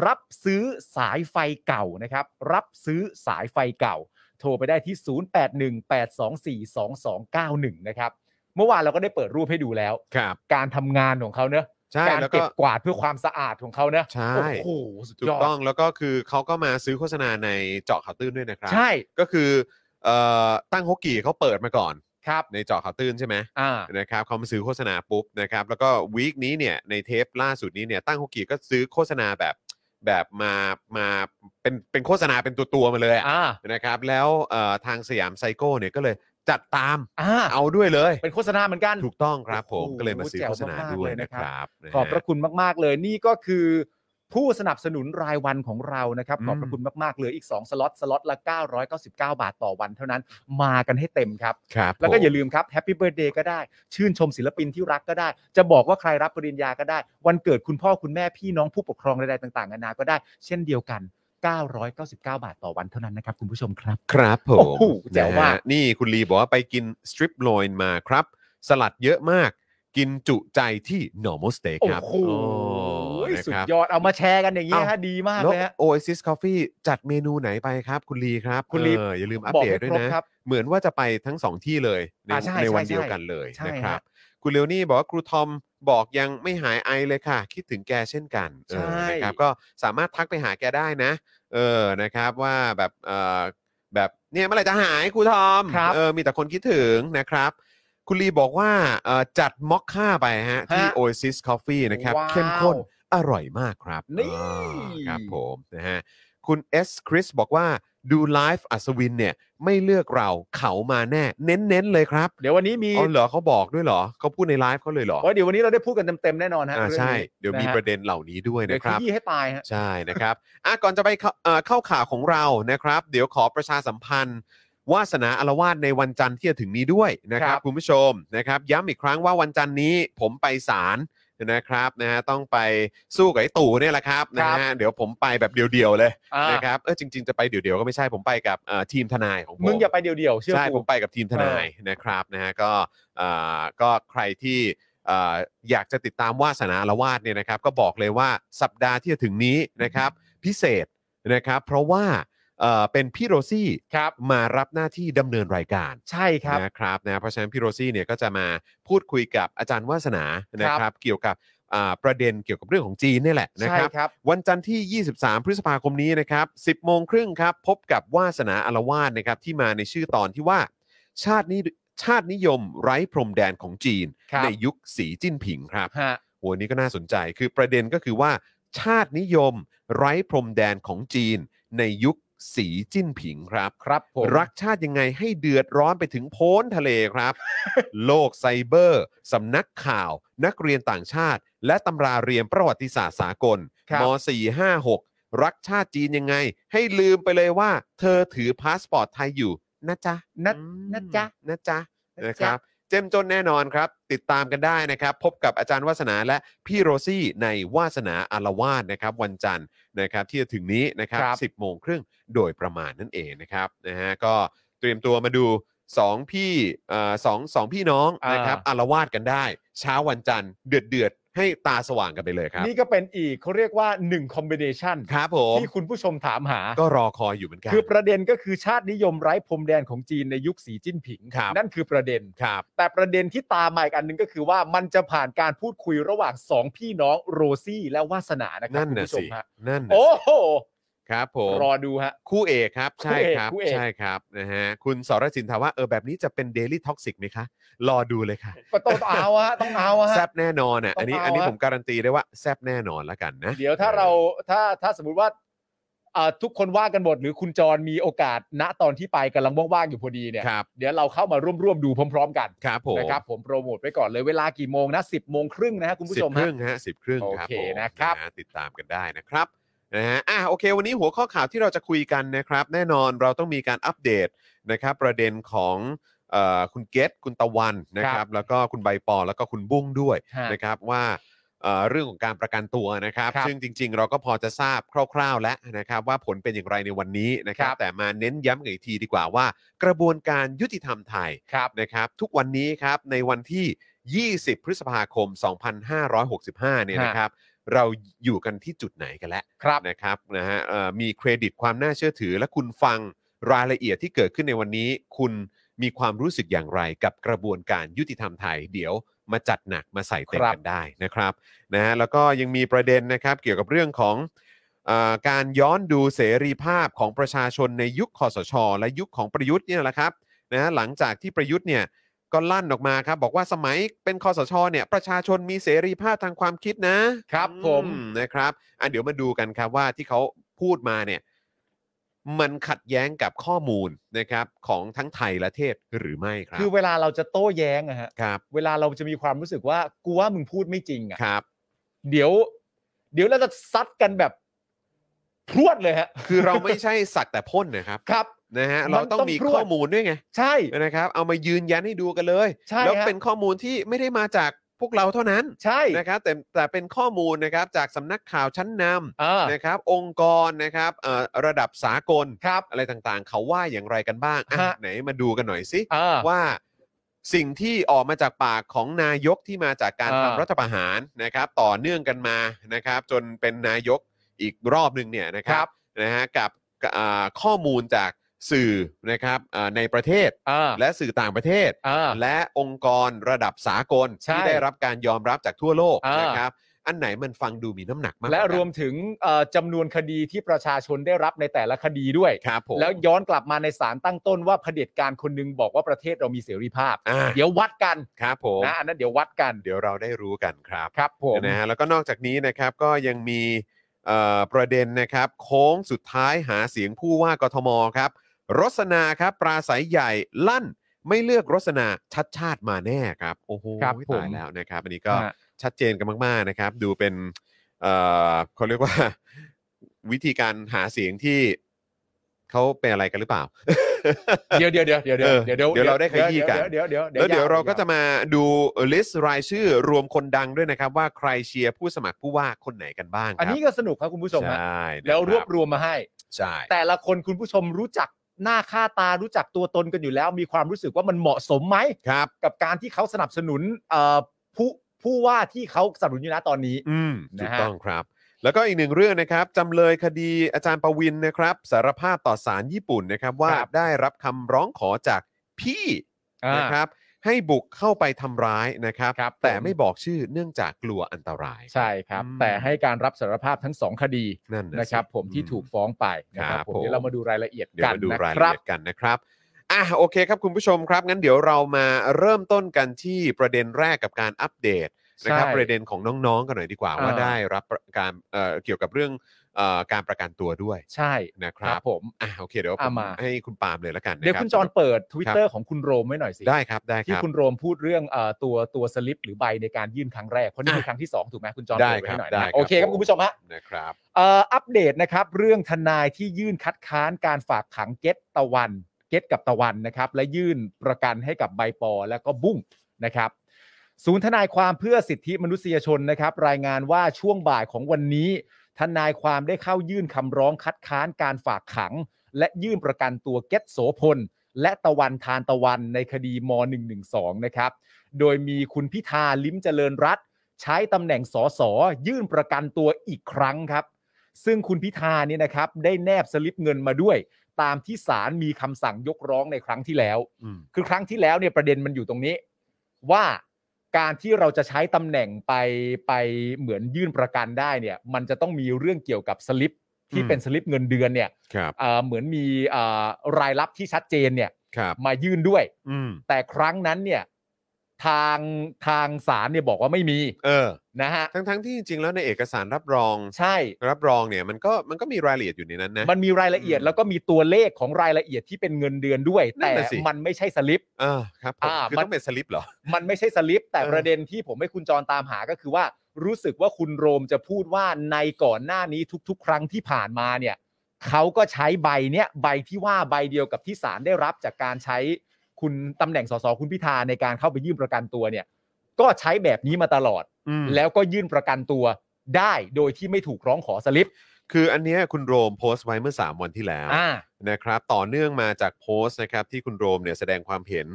รับซื้อสายไฟเก่านะครับ รับซื้อสายไฟเก่า โทรไปได้ที่ 0818242291 นะครับ เมื่อวานเราก็ได้เปิดรูปให้ดูแล้ว
ครับ
การทำงานของเขาเนอะ
ใช่
การ
แล้ว
เก็
ก็
บกวาดเพื่อความสะอาดของเขาเนอะ
ใช่
โอ้โหสุด
ถู
ย
ก
อ
ต้อง
ด
แล้วก็คือเขาก็มาซื้อโฆษณาในเจาะข่าวตื้นด้วยนะครับ
ใช่
ก็คือเอ่อตั้งฮกกี่เขาเปิดมาก่อน
ครับ
ในเจาะข่าวตื้นใช่ไหม
อ่า
นะครับเขามาซื้อโฆษณาปุ๊บนะครับแล้วก็วีคนี้เนี่ยในเทปล่าสุดนี้เนี่ยตั้งฮกกี่ก็ซื้อโฆษณาแบบแบบมามาเป็นเป็นโฆษณาเป็นตัวตัวๆมาเลยอะ
อ่า
นะครับแล้วเอ่อทางสยามไซโก้เนี่ยก็เลยจัดตาม
อ่า
เอาด้วยเลย
เป็นโฆษณาเหมือนกัน
ถูกต้องครับผม
โอ้โห
ก็เลยมาซื้อโฆษณา
แจ๋วมากๆ
ด้วย
เลย
นะ
นะ
ค
ครั
รับ บนฮ
ขอบพระคุณมาก ๆ เลยนี่ก็คือ ผู้สนับสนุนรายวันของเรานะครับ
อืม
ขอบพระคุณมาก ๆ เลยอีก 2 สล็อต สล็อตละ 999 บาทต่อวันเท่านั้น มากันให้เต็มครับ
ครับ
แล้วก็อย่า
ผม
ลืมครับแฮปปี้เบิร์ดเดย์ก็ได้ ชื่นชมศิลปินที่รักก็ได้ จะบอกว่าใครรับปริญญาก็ได้ วันเกิดคุณพ่อคุณแม่พี่น้องผู้ปกครองใดๆต่างๆนานาก็ได้ เช่นเดียวกัน 999 บาทต่อวันเท่านั้นนะครับคุณผู้ชมครับ
ครับผม
โอ้โหแจ๋ว
นะฮะ
มาก
นี่คุณลีบอกว่าไปกินสตริปโ i ยมาครับ สลัดเยอะมาก กินจุใจที่ normal steak
โอ้
ครับ
โห
นะ
สุ
ค
ด
รับ
ยอดเอามาแชร์กันอย่างนี้ย
เอ้า
ฮะดีมาก
แล้ว
เลยฮะ
Oasis Coffee จัดเมนูไหนไปครับ คุณลีครับ
คุณลี
เอออย่าลืมอัป
บอก
เด
ให้
ตด้วย
ครบ
นะครับ เหมือนว่าจะไปทั้งสองที่เลยใน
อ่าใช่
ในวัน
ใช่
เดียว
ใช่
กันเลย
ใช่
นะครับ
ฮะ
คุณเลวนี่บอกว่าครูทอมบอกยังไม่หายไอเลยค่ะ คิดถึงแกเช่นกันเออ
ใช่
นะครับก็สามารถทักไปหาแกได้นะ เออนะครับว่าแบบเออแบบเนี่ยเมื่อไหร่จะหายครูทอม
ครับ
เออมีแต่คนคิดถึงนะครับ คุณลีบอกว่าเอ่อจัดม็อกค่าไปฮะที่
ฮะ
Oasis Coffee นะครับ
ว้าว
เข้มข้นอร่อยมากครับ
นี่
อ่าครับผมนะฮะ คุณ S คริสบอกว่าดูไลฟ์อัศวินเนี่ย ไม่เลือกเราเขามาแน่ เน้น ๆ เลยครับ
เดี๋ยววันนี้มี
อ๋อเหรอเขาบอกด้วยเหรอ เขาพูดในไลฟ์เขาเลยเหรอ
โอ้ยเดี๋ยววันนี้เราได้พูดกันเต็มๆแน่นอนฮะ
อ่าใช่ เดี๋ยวมีประ
น
เด็นเหล่านี้ด้วย
เดี๋ย
นะ
ว
ครับ
ขยี้ให้ตายฮะ
ใช่นะครับอ่ะก่อนจะไปเข้าเอ่อเข้าข่าวของเรานะครับ เดี๋ยวขอประชาสัมพันธ์ วาสนาอารวาสในวันจันทร์ที่จะถึงนี้ด้วยนะครั
ครับ บ
คุณผู้ชมนะครับ ย้ำอีกครั้งว่าวันจันทร์นี้ผมไปศาลนะครับนะฮะต้องไปสู้กับไอ้ตู่เนี่ยแหละครับนะฮะเดี๋ยวผมไปแบบเดียวๆเลย
อ่า
นะครับเออจริง ๆ จะไปเดี๋ยวๆก็ไม่ใช่ผมไปกับเอ่อทีมทนายของผม
มึงอย่าไปเดี่ยวๆเชื่อ
ใช่
กู
ผมไปกับทีมทนายนะครับนะฮะก็เอ่อก็ใครที่เอ่ออยากจะติดตามวาสนาละวาดเนี่ยนะครับ ก็บอกเลยว่าสัปดาห์ที่จะถึงนี้นะครับ พิเศษนะครับ เพราะว่าเอ่อเป็นพี่โรซี่
ครับ
มารับหน้าที่ดำเนินรายการ
ใช่ครับ
นะครับนะเพราะฉะนั้นพี่โรซี่เนี่ยก็จะมาพูดคุยกับอาจารย์วาสนานะครับ เกี่ยวกับ อ่าประเด็นเกี่ยวกับเรื่องของจีนเนี่ยแหละนะ
ใช่
ครับ
ครับ
วันจันทร์ที่ 23 พฤษภาคมนี้นะครับ 10 โมงครึ่งครับ พบกับวาสนาอารวาสนะครับ ที่มาในชื่อตอนที่ว่า ชาตินิชาตินิยมไร้พรมแดนของจีน
ครับ
ในยุคสีจิ้นผิงครับ
ฮะ
โหอันนี้ก็น่าสนใจคือประเด็นก็คือว่า ชาตินิยมไร้พรมแดนของจีน ในยุคสีจิ้นผิงครับ
ครับผม
รักชาติยังไงให้เดือดร้อนไปถึงโพ้นทะเลครับ
[laughs]
โลกไซเบอร์ สำนักข่าว นักเรียนต่างชาติ และตำราเรียนประวัติศาสตร์สากล
ครับ
ม .456 รักชาติจีนยังไง ให้ลืมไปเลยว่า เธอถือพาสปอร์ตไทยอยู่นะจ๊ะ
นะ
อืม
นะจ๊ะ
นะจ๊ะนะครับ เจ้มจนแน่นอนครับ ติดตามกันได้นะครับ พบกับอาจารย์วาสนาและพี่โรซี่ในวาสนาอารวาสนะครับ วันจันทร์นะครับที่จะถึงนี้นะครับ
ครับ
10โมงครึ่งโดยประมาณนั่นเองนะครับนะฮะก็เตรียมตัวมาดูสองพี่เอ่อสองสองพี่น้องนะครับอารวาสกันได้ เช้าวันจันทร์เดือดเดือดๆให้ตาสว่างกันไปเลยครับ
นี่ก็เป็นอีกเขาเรียกว่า1 combination
ครับผม
ที่คุณผู้ชมถามหา
ก็รอคอยอยู่เหมือนกัน
คือประเด็นก็คือชาตินิยมไร้พรมแดนของจีนในยุคสีจิ้นผิง
ครับ
นั่นคือประเด็น
ครับ
แต่ประเด็นที่ตามมาอีกอันหนึงก็คือว่ามันจะผ่านการพูดคุยระหว่าง 2 พี่น้องโรซี่และวาสนานะครับ
นั่น
คุณ
น่ะ
ผู้ช
สิ
มฮะ
นั่นน่ะ
โอ้
สิ
โห
ครับผม
รอดูฮะ
คู่เอกครับ ใช่
คู่เอก
ครับ
คู่เอก
ใช่ครับนะฮะคุณสรสินถามว่าเออแบบนี้จะเป็นเดลี่ท็อกซิกไหมคะ รอดูเลยค่ะ
ก็ต้องเอาฮะต้องเอา
แซ
ฮะ
บแน่นอนอ่ะ
ต้อง
อันนี้
เอา
อันนี้
อะ
ผมการันตีได้ว่าแซบแน่นอนแล้วกันนะ
เดี๋ยวถ้าเราถ้าถ้าสมมุติว่าอ่าทุกคนว่ากันหมดหรือคุณจรมีโอกาสณตอนที่ไปกำลังว่างๆอยู่พอดีเนี่ย
ครับ
เดี๋ยวเราเข้ามาร่วมๆดูพร้อม ๆ กัน
ครับผม
นะครับผมโปรโมทไว้ก่อนเลยเวลากี่โมงนะ 10โมงครึ่งนะฮะคุณผู้
สิ
ช
บ
ม
ค
ฮะ
รึ่งฮะสิบครึ่งครับ
โอเค
ผม
นะครับ
ฮติดตามกันได้นะครับนะฮะอ่ะโอเค วันนี้หัวข้อข่าวที่เราจะคุยกันนะครับ แน่นอนเราต้องมีการอัปเดตนะครับประเด็นของเอ่อคุณเกตคุณตะวันนะครับ แล้วก็คุณใบปอแล้วก็คุณบุ้งด้วย
ฮะ
นะครับว่าเอ่อเรื่องของการประกันตัวนะครับ
ครับ
ซึ่งจริงๆ เราก็พอจะทราบคร่าว ๆ แล้วนะครับ ว่าผลเป็นอย่างไรในวันนี้นะครับ
ครับ
แต่มาเน้นย้ำกันอีกทีดีกว่าว่า กระบวนการยุติธรรมไทย
ครับ
นะครับ ทุกวันนี้ครับในวันที่ 20 พฤษภาคม 2565 เนี่ย
ฮะ
นะครับ เราอยู่กันที่จุดไหนกันแล้ว
ครับ
นะครับนะฮะเอ่อมีเครดิตความน่าเชื่อถือ และคุณฟังรายละเอียดที่เกิดขึ้นในวันนี้ คุณมีความรู้สึกอย่างไรกับกระบวนการยุติธรรมไทย เดี๋ยวมาจัดหนักมาใส่เต็ม
ครับ
กันได้นะครับนะฮะแล้วก็ยังมีประเด็นนะครับเกี่ยวกับเรื่องของเออการย้อนดูเสรีภาพของประชาชนในยุคคอสช และยุคของประยุทธ์เนี่ยแหละครับนะฮะหลังจากที่ประยุทธ์เนี่ย ก็ลั่นออกมาครับ บอกว่าสมัยเป็นคอสชเนี่ยประชาชนมีเสรีภาพทางความคิดนะครับ อื
ผม
นะครับอ่ะเดี๋ยวมาดูกันครับว่าที่เขาพูดมาเนี่ยมันขัดแย้งกับข้อมูลนะครับของทั้งไทยและเทศหรือไม่ครับ
คือเวลาเราจะโต้แย้งอะฮะ
ครับ
เวลาเราจะมีความรู้สึกว่ากูว่ามึงพูดไม่จริงอะ
ครับ
เดี๋ยว เดี๋ยวเราจะซัดกันแบบพรวดเลยฮะ
คือเราไม่ใช่สักแต่พ่นนะครับ
ครับ
นะฮะ
มั
เรา
น
ต้
ต้
อ
อง ง
มี
พรวด
ข้อมูลด้วยไง
ใช่
นะครับ เอามายืนยันให้ดูกันเลย
ใช่
แล้ว
ฮะ
เป็นข้อมูลที่ไม่ได้มาจากพวกเราเท่านั้น
ใช่
นะครับแต่แต่เป็นข้อมูลนะครับจากสำนักข่าวชั้นนำ
อ่า
นะครับองค์กรนะครับเอ่อระดับสากล
ครับ
อะไรต่างๆ เขาว่าอย่างไรกันบ้างอ่ะ
ฮะ
ไหนมาดูกันหน่อยสิ
อ่า
ว่าสิ่งที่ออกมาจากปากของนายกที่มาจากการ
อ่า
ทำรัฐประหารนะครับ ต่อเนื่องกันมานะครับ จนเป็นนายกอีกรอบหนึ่งเนี่ยนะครับนะฮะกับอ่าข้อมูลจากสื่อนะครับอ่าในประเทศ
อ่า
และสื่อต่างประเทศ
อ่า
และองค์กรระดับสากล
ใช่
ที่ได้รับการยอมรับจากทั่วโลก
อ่าน
นะครับ อันไหนมันฟังดูมีน้ำหนักมาก
และ
กากัน
รวมถึงเอ่อจำนวนคดีที่ประชาชนได้รับในแต่ละคดีด้วย
ครับผม
แล้วย้อนกลับมาในสารตั้งต้นว่าเผด็จการคนหนึงบอกว่าประเทศเรามีเสรีภาพ
อ่า
เดี๋ยววัดกัน
ครับผม
นะอันนั้นเดี๋ยววัดกัน
เดี๋ยวเราได้รู้กันครับ
ครับผม
นะฮะแล้วก็นอกจากนี้นะครับก็ยังมีเอ่อประเด็นนะครับ โค้งสุดท้ายหาเสียงผู้ว่ากทมครับ รสนาครับ ปราศัยใหญ่ลั่นไม่เลือกรสนาชัดชาติมาแน่ครับ โอ้โห
ครับผ
ตาม ยแล้วนะครับ อันนี้ก็
ฮะ
ชัดเจนกันมาก ๆ นะครับ ดูเป็นเอ่อเขาเรียกว่า [laughs] วิธีการหาเสียงที่เขาเป็นอะไรกันหรือเปล่า
เดี๋ยวเดี๋ยวเดี๋ยวเดี๋ยว
เออ
เดี๋ยว
เดี๋ยวเราได้ขยี้กัน
เดี๋ยวเดี๋ยว
แล้วเดี๋ยวเราก็จะมาดูลิสต์รายชื่อรวมคนดังด้วยนะครับ ว่าใครเชียร์ผู้สมัครผู้ว่าคนไหนกันบ้างค
อัน
รับ
นี้ก็สนุกครับคุณผู้ชม
ใช
ฮะ
่นะค
แล้วรวบรวมมาให้
ใช่
แต่ละคนคุณผู้ชมรู้จักหน้าค่าตารู้จักตัวตนกันอยู่แล้ว มีความรู้สึกว่ามันเหมาะสมไหม
ครับ
กับการที่เขาสนับสนุนเอ่อผู้ผู้ว่าที่เขาสนับสนุนอยู่นะตอนนี้
อืม
นะฮะ
ถูกต้องครับ แล้วก็อีกหนึ่งเรื่องนะครับจำเลยคดีอาจารย์ประวินนะครับ สารภาพต่อศาลญี่ปุ่นนะครับ ว่า
ครับ
ได้รับคำร้องขอจากพี่
อ่า
นะครับ ให้บุกเข้าไปทำร้ายนะครับ
ครับผม
แต่ไม่บอกชื่อเนื่องจากกลัวอันตราย
ใช่ครับ
อืม
แต่ให้การรับสารภาพทั้งสองคดี
นั่นสิ
นะครับผมที่ถูกฟ้องไปนะครับ
ครับ
ผม
ผม
เดี๋ยวเรามาดูรายละเอียด
เดี๋ยว
กัน
มาดู
นะ
ราย
ค
ละ
รับ
เอียดกันนะครับ อ่ะโอเคครับคุณผู้ชมครับ งั้นเดี๋ยวเรามาเริ่มต้นกันที่ประเด็นแรกกับการอัปเดตนะครับ
ใช่
ประเด็นของน้องๆกันหน่อยดีกว่า
อ่า
ว่าได้รับการเอ่อเกี่ยวกับเรื่องเอ่อการประกันตัวด้วย
ใช่
นะค
ค
รั
รั
บบ
ผม
อ่ะโอเคเดี๋ยวผ
อ่ะ
ม
มา
ให้คุณปาล์มเลยละกันนะ
เดี๋ยว
รับ
คุณจอนเปิด Twitter ของคุณโรมไว้หน่อยสิ
ได้ครับได้ค
ที่
รับ
คุณโรมพูดเรื่องเอ่อตัวตัวสลิปหรือใบในการยื่นครั้งแรก เพราะนี่คือครั้งที่ 2 ถูกไหมคุณจอน
ได้
เปิดไว้ให้หน่อย
ครับได้
นะ
ครับ
โอเคครับคุณผู้ชมฮะ
นะครับ
เอ่ออัปเดตนะครับ เรื่องทนายที่ยื่นคัดค้านการฝากขังเกตตะวัน เกตกับตะวันนะครับ และยื่นประกันให้กับใบปอและก็บุ้งนะครับ ศูนย์ทนายความเพื่อสิทธิมนุษยชนนะครับ รายงานว่าช่วงบ่ายของวันนี้ ทนายความได้เข้ายื่นคำร้องคัดค้านการฝากขัง และยื่นประกันตัวเกตโสพล และตะวันทานตะวันในคดีม .112 นะครับ โดยมีคุณพิธาลิ้มเจริญรัตน์ใช้ตำแหน่งสสยื่นประกันตัวอีกครั้งครับ ซึ่งคุณพิธาเนี่ยนะครับได้แนบสลิปเงินมาด้วย ตามที่ศาลมีคำสั่งยกร้องในครั้งที่แล้ว
อืม
คือครั้งที่แล้วเนี่ยประเด็นมันอยู่ตรงนี้ ว่าการที่เราจะใช้ตำแหน่งไปไปเหมือนยื่นประกันได้เนี่ย มันจะต้องมีเรื่องเกี่ยวกับสลิปที่
อืม
เป็นสลิปเงินเดือนเนี่ย
ครับ
เอ่อเหมือนมีเอ่อรายรับที่ชัดเจนเนี่ย
ครับ
มายื่นด้วย
อืม
แต่ครั้งนั้นเนี่ยทางทางศาลเนี่ยบอกว่าไม่มี
เออ
นะฮะ
ทั้งทั้งๆที่จริงๆแล้วในเอกสารรับรอง
ใช่
รับรองเนี่ยมันก็มันก็มีรายละเอียดอยู่ในนั้นนะ
มันมีรายละเอียด
อืม
แล้วก็มีตัวเลขของรายละเอียดที่เป็นเงินเดือนด้วย
นั่
แต่
นน่ะสิ
มันไม่ใช่สลิป
เออครับผม
อ่า
คือ
มัน
ต้องเป็นสลิปเหรอ
มันไม่ใช่สลิป แต่
เออ
ประเด็นที่ผมให้คุณจรตามหาก็คือว่ารู้สึกว่าคุณโรมจะพูดว่าในก่อนหน้านี้ทุก ๆ ครั้งที่ผ่านมาเนี่ยเขาก็ใช้ใบเนี้ยใบที่ว่าใบเดียวกับที่ศาลได้รับจากการใช้คุณตำแหน่งสสคุณพิธาในการเข้าไปยื่นประกันตัวเนี่ย ก็ใช้แบบนี้มาตลอด
อืม
แล้วก็ยื่นประกันตัวได้โดยที่ไม่ถูกร้องขอสลิป
คืออันเนี้ยคุณโรมโพสต์ไว้เมื่อ 3 วันที่แล้ว
อ่า
นะครับต่อเนื่องมาจากโพสต์นะครับที่คุณโรมเนี่ยแสดงความเห็น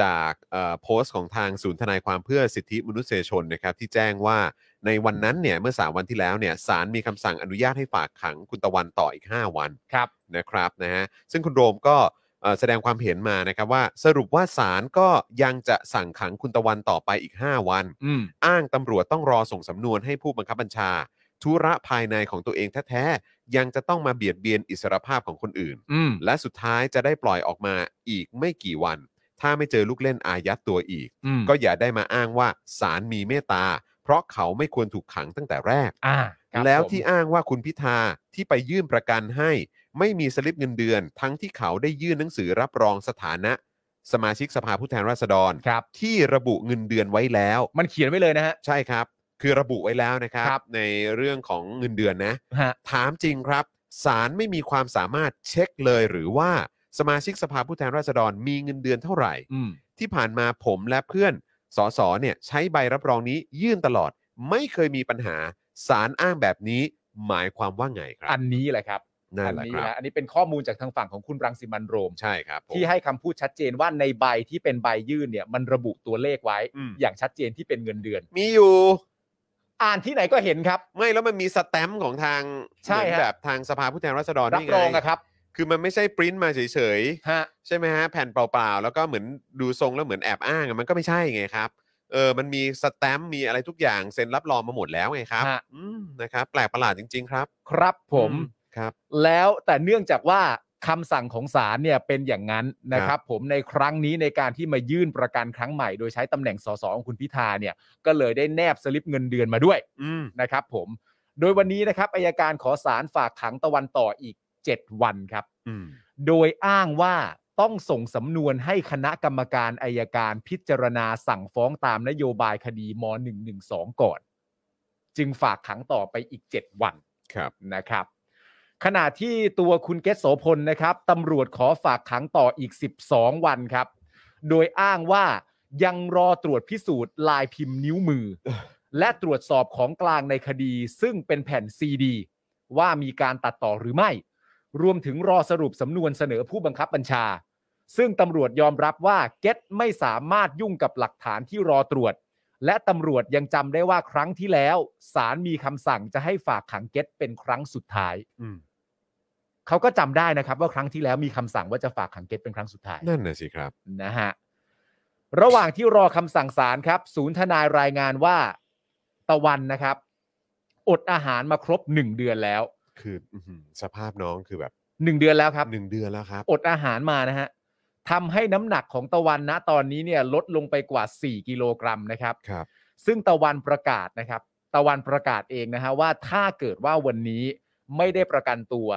จากเอ่อโพสต์ของทางศูนย์ทนายความเพื่อสิทธิมนุษยชนนะครับที่แจ้งว่าในวันนั้นเนี่ยเมื่อ 3 วันที่แล้วเนี่ยศาลมีคำสั่งอนุญาตให้ฝากขังคุณตะวันต่ออีก 5 วัน
ครับ
นะครับนะฮะซึ่งคุณโรมก็เอ่อแสดงความเห็นมานะครับว่าสรุปว่าศาลก็ยังจะสั่งขังคุณตะวันต่อไปอีก 5 วัน
อืม
อ้างตำรวจต้องรอส่งสำนวนให้ผู้บังคับบัญชา ธุระภายในของตัวเองแท้ๆ ยังจะต้องมาเบียดเบียนอิสรภาพของคนอื่น
อืม
และสุดท้ายจะได้ปล่อยออกมาอีกไม่กี่วัน ถ้าไม่เจอลูกเล่นอายัดตัวอีก
อืม
ก็อย่าได้มาอ้างว่าศาลมีเมตตา เพราะเขาไม่ควรถูกขังตั้งแต่แรก
อ่าครับ
แล้ว
ผม
ที่อ้างว่าคุณพิธาที่ไปยื่นประกันให้ ไม่มีสลิปเงินเดือน ทั้งที่เขาได้ยื่นหนังสือรับรองสถานะ สมาชิกสภาผู้แทนราษฎร
ครับ
ที่ระบุเงินเดือนไว้แล้ว
มันเขียนไว้เลยนะฮะ
ใช่ครับ คือระบุไว้แล้วนะครับ
ครับ
ในเรื่องของเงินเดือนนะ
ฮะ
ถามจริงครับศาลไม่มีความสามารถเช็คเลยหรือว่าสมาชิกสภาผู้แทนราษฎรมีเงินเดือนเท่าไหร่
อืม
ที่ผ่านมาผมและเพื่อนสสเนี่ยใช้ใบรับรองนี้ยื่นตลอด ไม่เคยมีปัญหาศาลอ้างแบบนี้หมายความว่าไงครั
อั
บ
นนี้แหละครับ
นั่
อั
นแหละ
นี้
ครับ
นะอันนี้เป็นข้อมูลจากทางฝั่งของคุณรังสิมันต์โรม
ใช่ครับผม
ที่ให้คำพูดชัดเจนว่าในใบที่เป็นใบยื่นเนี่ย มันระบุตัวเลขไว้
อืม
อย่างชัดเจนที่เป็นเงินเดือน
มีอยู่
อ่านที่ไหนก็เห็นครับ
ไม่แล้วมันมีสแตมป์ของทาง
ใช่ฮะ
เหมือนแบบทางสภาผู้แทนราษฎร
รับ
นี่ไง
รองนะครับ
คือมันไม่ใช่ปริ้นมาเฉยๆ
ฮะ
ใช่ไหมฮะแผ่นเปล่าๆ แล้วก็เหมือนดูทรงแล้วเหมือนแอบอ้างอะมันก็ไม่ใช่ไงครับเออมันมีสแตมป์มีอะไรทุกอย่างเซ็นรับรองมาหมดแล้วไงครับ
ฮะ
อืมนะครับแปลกประหลาดจริง ๆ ครับ
ครับผม
อืครับ
แล้วแต่เนื่องจากว่าคำสั่งของศาลเนี่ยเป็นอย่างนั้นนะค
ครั
รับ บ ผมในครั้งนี้ในการที่มายื่นประกันครั้งใหม่ โดยใช้ตำแหน่งสสของคุณพิธาเนี่ยก็เลยได้แนบสลิปเงินเดือนมาด้วย
อืม
นะครับ ผมโดยวันนี้นะครับอายการขอศาลฝากขังตะวันต่ออีก 7 วันครับ
อืม
โดยอ้างว่าต้องส่งสำนวนให้คณะกรรมการอายการพิจารณาสั่งฟ้องตามนโยบายคดีม .112 ก่อน จึงฝากขังต่อไปอีก 7 วัน
ครับ
นะครับขณะที่ตัวคุณเกษโสพลนะครับตำรวจขอฝากขังต่ออีก 12 วันครับ โดยอ้างว่ายังรอตรวจพิสูจน์ลายพิมพ์นิ้วมือ และตรวจสอบของกลางในคดี ซึ่งเป็นแผ่นซีดี ว่ามีการตัดต่อหรือไม่ รวมถึงรอสรุปสำนวนเสนอผู้บังคับบัญชา ซึ่งตำรวจยอมรับว่าเกตไม่สามารถยุ่งกับหลักฐานที่รอตรวจ และตำรวจยังจำได้ว่าครั้งที่แล้วศาลมีคำสั่งจะให้ฝากขังเกตเป็นครั้งสุดท้าย
อืม
เขาก็จำได้นะครับว่าครั้งที่แล้วมีคำสั่งว่าจะฝากขังเกตเป็นครั้งสุดท้าย
นั่นน่ะสิครับ
นะฮะ ระหว่างที่รอคำสั่งศาลครับ ศูนย์ทนายรายงานว่าตะวันนะครับ อดอาหารมาครบ 1 เดือนแล้ว
คืออื้อหือสภาพน้องคือแบบ
1 เดือนแล้วครับ
หนึ่งเดือนแล้วครับ
อดอาหารมานะฮะทำให้น้ำหนักของตะวันนะตอนนี้เนี่ยลดลงไปกว่า 4 กิโลกรัมนะครับ
ครับ
ซึ่งตะวันประกาศนะครับ ตะวันประกาศเองนะฮะว่าถ้าเกิดว่าวันนี้ไม่ได้ประกันตัว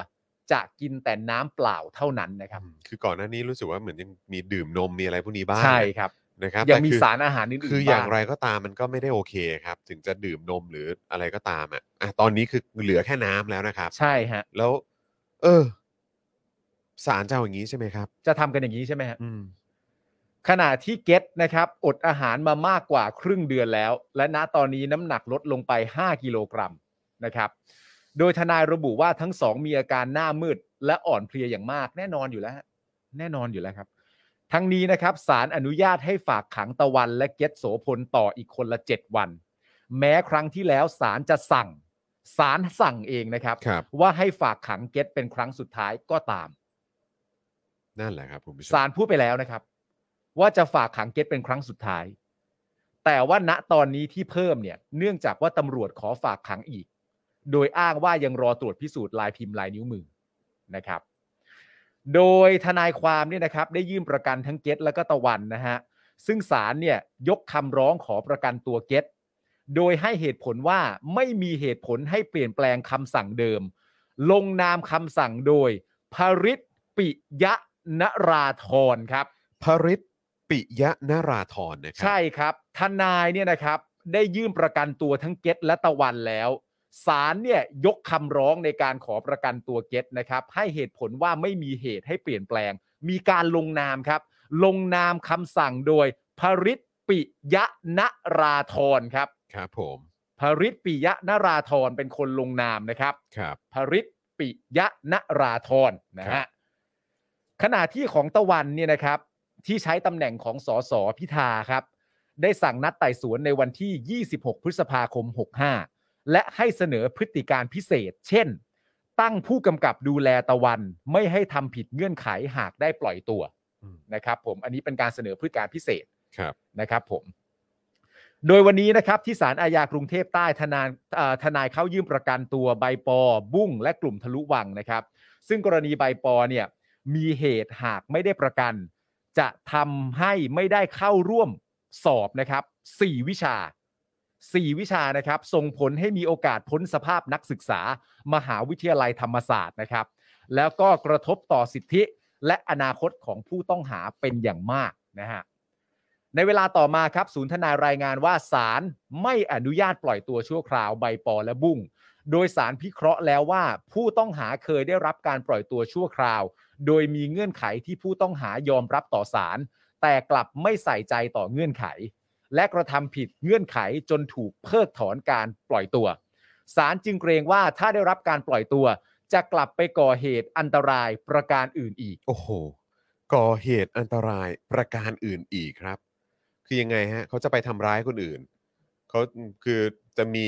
จะกินแต่น้ำเปล่าเท่านั้นนะครับ
คือก่อนหน้านี้รู้สึกว่าเหมือนยังมีดื่มนมมีอะไรพวกนี้บ้าง
ใช่ครับ
นะครับ
ยัง
แต่
มี
คือ
สารอาหารอื่นๆ
คืออย่าง
บ้าง
ไรก็ตามมันก็ไม่ได้โอเคครับ ถึงจะดื่มนมหรืออะไรก็ตามอ่ะอ่ะตอนนี้คือเหลือแค่น้ำแล้วนะครับ
ใช่ฮะ
แล้ว เออสารเจ้าอย่างนี้ใช่ไหมครับ
จะทำกันอย่างนี้ใช่ไหมฮะ
อืม
ขณะที่เกตนะครับ อดอาหารมามากกว่าครึ่งเดือนแล้ว และณตอนนี้น้ำหนักลดลงไป 5 กิโลกรัมนะครับ โดยทนายระบุว่าทั้งสองมีอาการหน้ามืด และอ่อนเพลียอย่างมาก แน่นอนอยู่แล้วฮะแน่นอนอยู่แล้วครับ ทั้งนี้นะครับศาลอนุญาตให้ฝากขังตะวันและเกตโสพลต่ออีกคนละ 7 วัน แม้ครั้งที่แล้วศาลจะสั่งศาลสั่งเองนะครับ
ครับ
ว่าให้ฝากขังเกตเป็นครั้งสุดท้ายก็ตาม
นั่นแหละครับคุณผู้ชม
สารพูดไปแล้วนะครับ ว่าจะฝากขังเกตเป็นครั้งสุดท้าย แต่ว่าณตอนนี้ที่เพิ่มเนี่ย เนื่องจากว่าตำรวจขอฝากขังอีก โดยอ้างว่ายังรอตรวจพิสูจน์ลายพิมพ์ลายนิ้วมือนะครับ โดยทนายความเนี่ยนะครับ ได้ยื่นประกันทั้งเกตและก็ตะวันนะฮะซึ่งศาลเนี่ยยกคำร้องขอประกันตัวเกตโดยให้เหตุผลว่าไม่มีเหตุผลให้เปลี่ยนแปลงคำสั่งเดิม ลงนามคำสั่งโดยพริตปิยะนราธรครับ
พริตปิยะนาราธรนะครั
ใช่ครับ ทนายเนี่ยนะครับ ได้ยื่นประกันตัวทั้งเกตและตะวันแล้วศาลเนี่ยยกคำร้องในการขอประกันตัวเกตนะครับ ให้เหตุผลว่าไม่มีเหตุให้เปลี่ยนแปลง มีการลงนามครับ ลงนามคำสั่งโดยพริตปิยะนราธรครับ
ครับผม
พริตปิยะนราธรเป็นคนลงนามนะครับ
ครับ
พริตปิยะนราธรนะ
ครั
ฮะ
บ
ขณะที่ของตะวันเนี่ยนะครับ ที่ใช้ตำแหน่งของสสพิธาครับ ได้สั่งนัดไต่สวนในวันที่ 26 พฤษภาคม 65 และให้เสนอพฤติการพิเศษ เช่น ตั้งผู้กำกับดูแลตะวัน ไม่ให้ทำผิดเงื่อนไขหากได้ปล่อยตัว
อืม
นะครับ ผมอันนี้เป็นการเสนอพฤติการพิเศษ
ครับ
นะครับผม โดยวันนี้นะครับที่ศาลอาญากรุงเทพใต้ทนายเอ่อทนายเข้ายื่นประกันตัวใบปอ บุ้ง และกลุ่มทะลุวังนะครับ ซึ่งกรณีใบปอเนี่ยมีเหตุหากไม่ได้ประกัน จะทำให้ไม่ได้เข้าร่วมสอบนะครับ 4 วิชา 4 วิชานะครับ ส่งผลให้มีโอกาสพ้นสภาพนักศึกษา มหาวิทยาลัยธรรมศาสตร์นะครับ แล้วก็กระทบต่อสิทธิและอนาคตของผู้ต้องหาเป็นอย่างมากนะฮะ ในเวลาต่อมาครับ ศูนย์ทนายรายงานว่าศาลไม่อนุญาตปล่อยตัวชั่วคราวใบปอและบุ้งโดยสารพิเคราะห์แล้วว่าผู้ต้องหาเคยได้รับการปล่อยตัวชั่วคราว โดยมีเงื่อนไขที่ผู้ต้องหายอมรับต่อศาลแต่กลับไม่ใส่ใจต่อเงื่อนไข และกระทำผิดเงื่อนไขจนถูกเพิกถอนการปล่อยตัวศาลจึงเกรงว่าถ้าได้รับการปล่อยตัว จะกลับไปก่อเหตุอันตรายประการอื่นอีก
โอ้โหก่อเหตุอันตรายประการอื่นอีกครับ คือยังไงฮะเขาจะไปทำร้ายคนอื่นเขาคือจะมี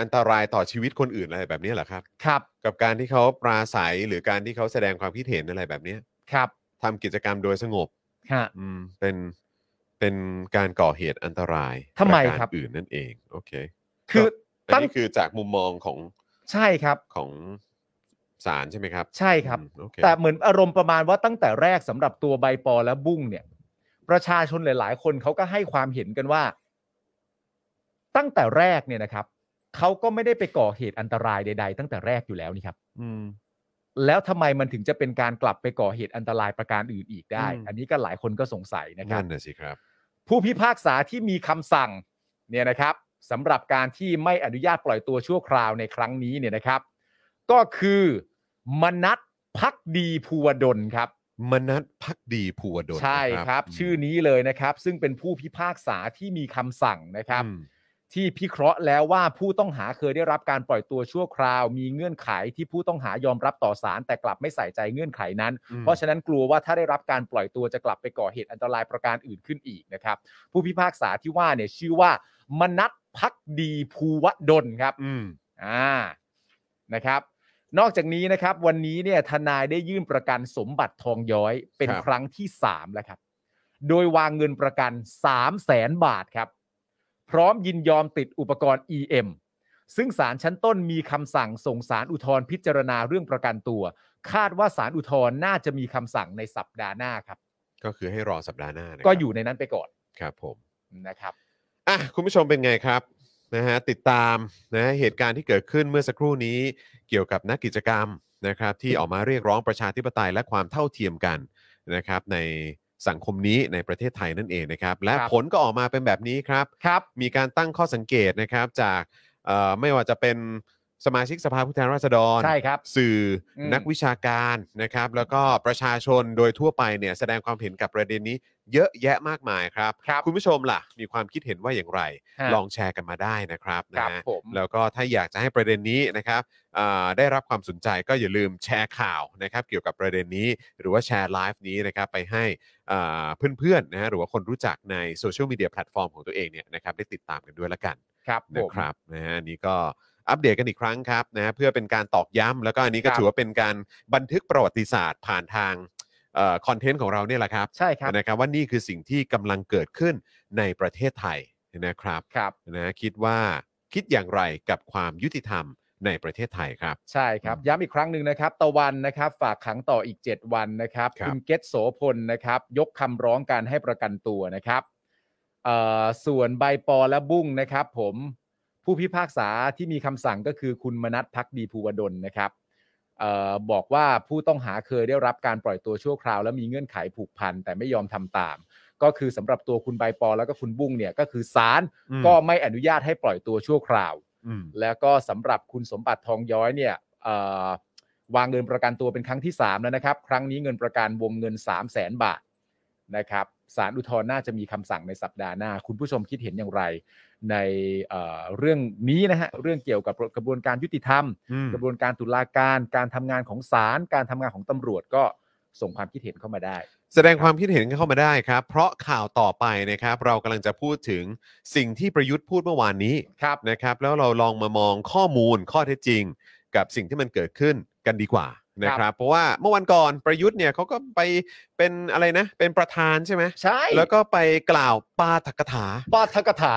อันตรายต่อชีวิตคนอื่นอะไรแบบนี้เหรอครับ
ครับ
กับการที่เขาปราศัยหรือการที่เขาแสดงความคิดเห็นอะไรแบบเนี้ย
ครับ
ทำกิจกรรมโดยสงบ
ฮะ
อืมเป็นเป็นการก่อเหตุอันตราย
ทำไม
ปะกา
ครับ
อื่นนั่นเองโอเค
คื
อ
อ
ัน
ตั้ง
นี้คือจากมุมมองของ
ใช่ครับ
ของศาลใช่ไหมครับ
ใช่ครับ
อืมโอเค
แต่เหมือนอารมณ์ประมาณว่าตั้งแต่แรกสำหรับตัวใบปอและบุ้งเนี่ย ประชาชนหลาย ๆ คนเขาก็ให้ความเห็นกันว่า ตั้งแต่แรกเนี่ยนะครับเขาก็ไม่ได้ไปก่อเหตุอันตรายใด ๆ ตั้งแต่แรกอยู่แล้วนี่ครับ
อืม
แล้วทำไมมันถึงจะเป็นการกลับไปก่อเหตุอันตรายประการอื่นอีกได้
อืม
อันนี้ก็หลายคนก็สงสัยนะครั
นั่
บ
นน่ะสิครับ
ผู้พิพากษาที่มีคำสั่งเนี่ยนะครับสำหรับการที่ไม่อนุญาตปล่อยตัวชั่วคราวในครั้งนี้เนี่ยนะครับ ก็คือมนัทพักดีภูวดลครับ
มนัสพักดีภูวดล
ใช่
นะครับ อืม
ชื่อนี้เลยนะครับ ซึ่งเป็นผู้พิพากษาที่มีคำสั่งนะครับ
อืม
ที่พิเคราะห์แล้วว่าผู้ต้องหาเคยได้รับการปล่อยตัวชั่วคราว มีเงื่อนไขที่ผู้ต้องหายอมรับต่อศาลแต่กลับไม่ใส่ใจเงื่อนไขนั้น
อืม
เพราะฉะนั้นกลัวว่าถ้าได้รับการปล่อยตัวจะกลับไปก่อเหตุอันตรายประการอื่นขึ้นอีกนะครับ ผู้พิพากษาที่ว่าเนี่ยชื่อว่ามนัทพักดีภูวดลครับ
อืม
อ่า นะครับ นอกจากนี้นะครับ วันนี้เนี่ยทนายได้ยื่นประกันสมบัติทองย้อยเป็นครั้งที่ 3 แล้วครับ โดยวางเงินประกัน 3 0 0แสนบาทครับ พร้อมยินยอมติดอุปกรณ์ EM ซึ่งศาลชั้นต้นมีคำสั่งส่งศาลอุทธรณ์พิจารณาเรื่องประกันตัว คาดว่าศาลอุทธรณ์น่าจะมีคำสั่งในสัปดาห์หน้าครับ
ก็คือให้รอสัปดาห์หน้านะครับ
ก็อยู่ในนั้นไปก่อน
ครับผม
นะครับ
อ่ะคุณผู้ชมเป็นไงครับนะฮะติดตามนะฮะเหตุการณ์ที่เกิดขึ้นเมื่อสักครู่นี้เกี่ยวกับนักกิจกรรมนะครับ ที่ออกมาเรียกร้องประชาธิปไตยและความเท่าเทียมกันนะครับ ในสังคมนี้ในประเทศไทยนั่นเองนะครับ และ
ครับ
ผลก็ออกมาเป็นแบบนี้ครับ
ครับ
มีการตั้งข้อสังเกตนะครับจากเอ่อไม่ว่าจะเป็นสมาชิกสภาผู้แทนราษฎร
ใช่ครับ
สื่ออ
ม
นักวิชาการนะครับ แล้วก็ประชาชนโดยทั่วไปเนี่ยแสดงความเห็นกับประเด็นนี้เยอะแยะมากมายครับ
ครับ
คุณผู้ชมล่ะ มีความคิดเห็นว่าอย่างไร
ฮะ
ลองแชร์กันมาได้นะครับ
ค
นะ
รับ
ฮะ
ผม
แล้วก็ถ้าอยากจะให้ประเด็นนี้นะครับอ่าได้รับความสนใจก็อย่าลืมแชร์ข่าวนะครับ เกี่ยวกับประเด็นนี้หรือว่าแชร์ไลฟ์นี้นะครับไปให้อ่าเพื่อนๆนะฮะหรือว่าคนรู้จักในโซเชียลมีเดียแพลตฟอร์มของตัวเองเนี่ยนะครับได้ติดตามกันด้วยละกัน
ครับผ
นะ
ม
ครับนะฮะอันนี้ก็อัปเดตกันอีกครั้งครับนะฮะเพื่อเป็นการตอกย้ำแล้วก็อันนี้ก็
ครับ
ถือว่าเป็นการบันทึกประวัติศาสตร์ผ่านทางคอนเทนต์ของเราเนี่ยแหละครับ
ใช่ครับ
นะครับว่านี่คือสิ่งที่กำลังเกิดขึ้นในประเทศไทยนะครับ
ครับ
นะคิดว่าคิดอย่างไรกับความยุติธรรมในประเทศไทยครับ
ใช่ครับ ย้ำอีกครั้งหนึ่งนะครับ ตะวันนะครับ ฝากขังต่ออีก 7 วันนะครับ
ครับ
ณเกตโสพลนะครับ ยกคำร้องการให้ประกันตัวนะครับเอ่อส่วนใบปอและบุ้งนะครับ ผมผู้พิพากษาที่มีคำสั่งก็คือคุณมนัทพักดีภูวดลนะครับเออบอกว่าผู้ต้องหาเคยได้รับการปล่อยตัวชั่วคราว และมีเงื่อนไขผูกพันแต่ไม่ยอมทำตาม ก็คือสำหรับตัวคุณใบปอแล้วก็คุณบุ้งเนี่ยก็คือศาลก็ไม่อนุญาตให้ปล่อยตัวชั่วคราว
อืม
แล้วก็สำหรับคุณสมบัติทองย้อยเนี่ยเอ่อวางเงินประกันตัวเป็นครั้งที่ 3 แล้วนะครับ ครั้งนี้เงินประกันวงเงิน 3 0 0แสนบาทนะครับสารอุทธรณ์น่าจะมีคำสั่งในสัปดาห์หน้า คุณผู้ชมคิดเห็นอย่างไร ในเอ่อเรื่องนี้นะฮะเรื่องเกี่ยวกับกระบวนการยุติธรรม
อืม
กระบวนการตุลาการการทำงานของศาลการทำงานของตำรวจก็ส่งความคิดเห็นเข้ามาได้
แสดงความคิดเห็นกันเข้ามาได้ครับ เพราะข่าวต่อไปนะครับ เรากำลังจะพูดถึงสิ่งที่ประยุทธ์พูดเมื่อวานนี้
ครับ
นะครับแล้วเราลองมามองข้อมูลข้อเท็จจริง กับสิ่งที่มันเกิดขึ้นกันดีกว่านะค
ครั
รับ
บ
เพราะว่าเมื่อวันก่อนประยุทธ์เนี่ยเขาก็ไปเป็นอะไรนะ เป็นประธานใช่ไหม
ใช่
แล้วก็ไปกล่าวปาฐกถา
ปาทกถา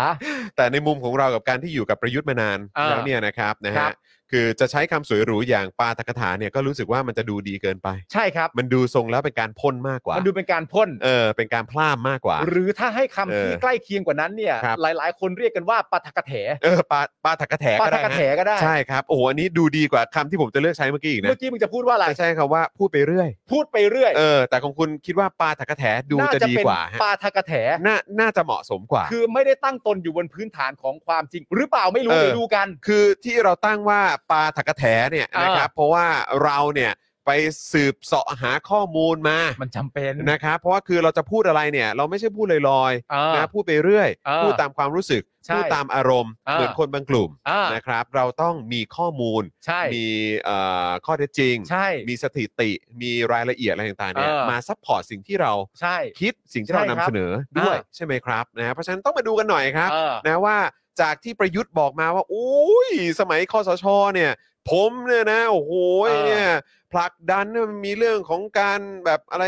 แต่ในมุมของเรากับการที่อยู่กับประยุทธ์มานาน
อ่า
แล้วเนี่ยนะครับนะ
ครั
ฮะ
บ
คือจะใช้คำสวยหรูอย่างปาฐกถาเนี่ยก็รู้สึกว่ามันจะดูดีเกินไป
ใช่ครับ
มันดูทรงแล้วเป็นการพ่นมากกว่า
มันดูเป็นการพ่น
เออเป็นการพล่ามมากกว่า
หรือถ้าให้คำ
เออ
ที่ใกล้เคียงกว่านั้นเนี่ย
ครับ
หลาย ๆ คนเรียกกันว่าปาทกะแถ
เออปาปาฐกถา
ปา
ก็
ท
ได้
กะ
นะ
แถก็ได้
ใช่ครับโอ้โหอันนี้ดูดีกว่าคำที่ผมจะเลือกใช้เมื่อกี้อีกนะ
เมื่อกี้มึงจะพูดว่าอะไร
จะใช้คำว่าพูดไปเรื่อย
พูดไปเรื่อย
เออ แต่ของคุณคิดว่าปลาถักกระแถดู
น่า
จะดี
เป็น
กว่าฮะ
ปาทกะแถ
น่าน่าจะเหมาะสมกว่า
คือไม่ได้ตั้งตนอยู่บนพื้นฐานของความจริง หรือเปล่าไม่รู้
เออ
เดี๋ยวดูกัน
คือที่เราตั้งว่าปลาถักกระแถเนี่ย
อ่าน
นะครับ เพราะว่าเราเนี่ยไปสืบเสาะหาข้อมูลมา
มันจำเป็น
นะครับ เพราะว่าคือเราจะพูดอะไรเนี่ย เราไม่ใช่พูดลอยๆนะพูดไปเรื่อย
อ่า
พูดตามความรู้สึก
ใช่
พูดตามอารมณ์
อ่า
เหมือนคนบางกลุ่ม
อ่า
นะครับ เราต้องมีข้อมูล
ใช่
มีเอ่อข้อเท็จจริง
ใช่
มีสถิติ มีรายละเอียดอะไรต่างๆเนี่ย
เออ
มาซัพพอร์ตสิ่งที่เรา
ใช่
คิดสิ่งที่เรานำ
ใช่ครับ
เสนอด้วย
อ่า
ใช่ไหมครับนะฮะเพราะฉะนั้นต้องมาดูกันหน่อยครับ
เออ
นะว่าจากที่ประยุทธ์บอกมาว่าอุ้ยสมัยคอสชเนี่ย ผมเนี่ยนะโอ้โห
เออ
เนี่ยผลักดันให้มันมีเรื่องของการแบบอะไร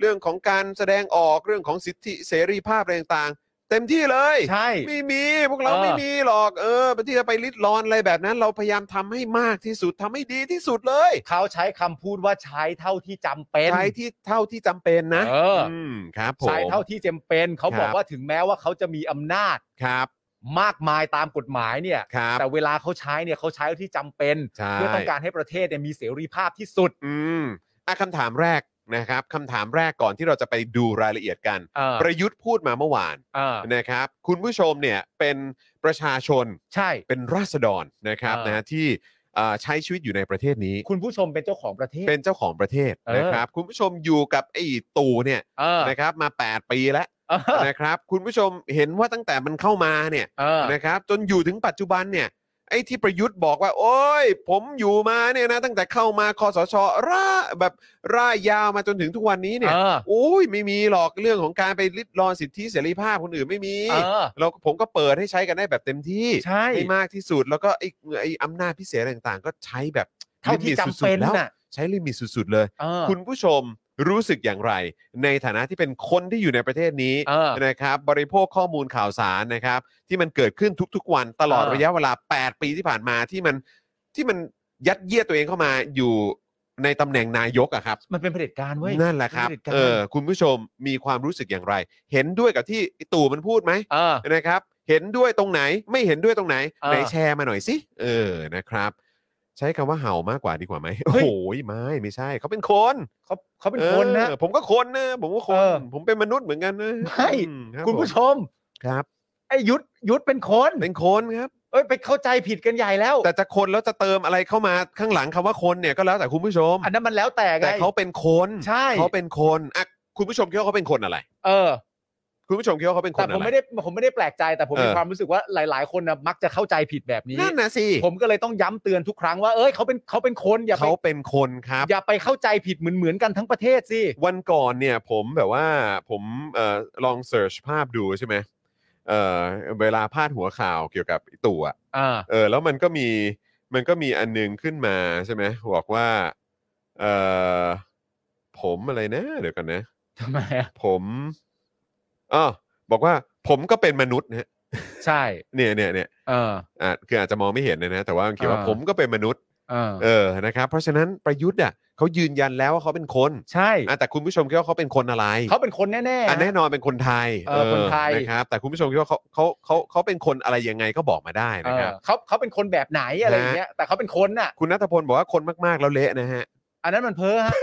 เรื่องของการแสดงออกเรื่องของสิทธิเสรีภาพอะไรต่างๆ เต็มที่เลย
ใช่
ไม่มีพวกเรา
เออ
ไม่มีหรอกเออที่จะไปลิดรอนอะไรแบบนั้น เราพยายามทำให้มากที่สุดทำให้ดีที่สุดเลย
เขาใช้คำพูดว่าใช้เท่าที่จำเป็น
ใช้ที่เท่าที่จำเป็นนะ
เอออื
มครับผม
ใช้เท่าที่จำเป็น เขาบอ
ค
ก
รับ
ว่าถึงแม้ว่าเขาจะมีอำนาจ
ครับ
มากมายตามกฎหมายเนี่ย
ครับ
แต่เวลาเขาใช้เนี่ยเขาใช้เท่าที่จำเป็น
ใช่
เพื่อต้องการให้ประเทศเนี่ยมีเสรีภาพที่สุด
อืมอ่ะคำถามแรกนะครับคำถามแรกก่อนที่เราจะไปดูรายละเอียดกัน
เออ
ประยุทธ์พูดมาเมื่อวาน
เออ
นะครับ คุณผู้ชมเนี่ยเป็นประชาชน
ใช่
เป็นราษฎรนะครับ
เออ
นะฮะที่เอ่อใช้ชีวิตอยู่ในประเทศนี้
คุณผู้ชมเป็นเจ้าของประเทศ
เป็นเจ้าของประเทศ
เออ
นะครับ คุณผู้ชมอยู่กับไอ้ตู่เนี่ย
เออ
นะครับมา 8 ปีแล้ว
เออ
นะครับ คุณผู้ชมเห็นว่าตั้งแต่มันเข้ามาเนี่ย
เออ
นะครับจนอยู่ถึงปัจจุบันเนี่ยไอ้ที่ประยุทธ์บอกว่า โอ้ย ผมอยู่มาเนี่ยนะตั้งแต่เข้ามาคอสชร่าแบบร่ายยาวมาจนถึงทุกวันนี้เนี่ย
เออ
โอ้ยไม่มีหรอกเรื่องของการไปริดรอนสิทธิเสรีภาพคนอื่นไม่มี
เออ
เราผมก็เปิดให้ใช้กันได้แบบเต็มที่
ใช่
ห้มากที่สุดแล้วก็ไอ้ไอ้อำนาจพิเศษอะไรต่างๆ ก็ใช้แบบ
เท่าที่
ลิมิต
จำ
สุดๆ
เป็น
แล้ว
น่ะ
ใช้ลิมิตสุดๆเลย
เออ
คุณผู้ชม รู้สึกอย่างไร ในฐานะที่เป็นคนที่อยู่ในประเทศนี้
เออ
นะครับบริโภคข้อมูลข่าวสารนะครับที่มันเกิดขึ้นทุกๆวันตลอด
เออ
ระยะเวลา 8 ปีที่ผ่านมาที่มันที่มันยัดเยียดตัวเองเข้ามาอยู่ในตำแหน่งนายกอะครับ
มันเป็นเผด็จการเว้ย
นั่นแหละครับ
มัป็ผด็จกา
เออคุณผู้ชมมีความรู้สึกอย่างไร เห็นด้วยกับที่ไอ้ตู่มันพูดไหม
เออ
นะครับ เห็นด้วยตรงไหนไม่เห็นด้วยตรงไหน
เออ
ไหนแชร์มาหน่อยสิเออนะครับ ใช้คำว่าเห่ามากกว่าดีกว่าไหม
เฮ้
โอ้
ย
โหไม่ไม่ใช่ เขาเป็นคน
เขาเขาเป็นคนนะ
เออผมก็คนนะ ผมก็ค
เอน อ
ผมเป็นมนุษย์เหมือนกันนะ
ไม่
อืมรับ
คุณผู้ชม
ครับ
ไอ้ยุทธยุทธเป็นคน
เป็นคนครับ
เอ้ยไปเข้าใจผิดกันใหญ่แล้ว
แต่จะคนแล้วจะเติมอะไรเข้ามาข้างหลังคำว่าคนเนี่ยก็แล้วแต่คุณผู้ชม
อันนั้นมันแล้วแต่ไง
แต่เขาเป็นคน
ใช่
เขาเป็นคนอ่ะคุณผู้ชมคิดว่าเขาเป็นคนอะไร
เออ
คุณผู้ชมคิดว่าเขาเป็นคน
แต่
อะไร
ผมไม่ได้ผมไม่ได้แปลกใจแต่ผม
เออ
มีความรู้สึกว่าหลาย ๆ คนนะมักจะเข้าใจผิดแบบนี้
นั่นนะสิ
ผมก็เลยต้องย้ำเตือนทุกครั้งว่าเอ้ยเขาเป็นเขาเป็นคนอย่าไป
เขาเป็นคนครับ
อย่าไปเข้าใจผิดเหมือนเหมือนกันทั้งประเทศสิ
วันก่อนเนี่ยผมแบบว่าผมเอ่อลองเสิร์ชภาพดูใช่ไหมเอ่อเวลาพาดหัวข่าวเกี่ยวกับไอ้ตู่อะ
อ่า
เออแล้วมันก็มีมันก็มีอันหนึงขึ้นมาใช่ไหมบอกว่าเอ่อผมอะไรนะ เดี๋ยวกันนะ
ทำไมอะ
ผมอ๋อบอกว่าผมก็เป็นมนุษย์นะฮะ
ใช่
เนี่ยเนี่ยเนี่ย
เออ
อ่ะคืออาจจะมองไม่เห็นนะนะแต่ว่ามันเขียนว่า
อ่า
ผมก็เป็นมนุษย์
เออ
เออนะครับ เพราะฉะนั้นประยุทธ์อ่ะเขายืนยันแล้วว่าเขาเป็นคน
ใช่
อ่ะแต่คุณผู้ชมคิดว่าเขาเป็นคนอะไร
เขาเป็นคนแน่ๆ
อ่ะแน่
นะ
นอนเป็นคนไทย
เออคนไทย
นะครับ แต่คุณผู้ชมคิดว่าเขาเขาเขาเขาเป็นคนอะไรยังไงก็บอกมาได้
เอ
นะครั
อบ เขาเขาเป็นคนแบบไหนอะไรอย่างเงี้ยแต่เขาเป็นคนน่ะ
คุณนัทพลบอกว่าคนมากๆแล้วเละนะฮะ
อันนั้นมันเพ้อฮะ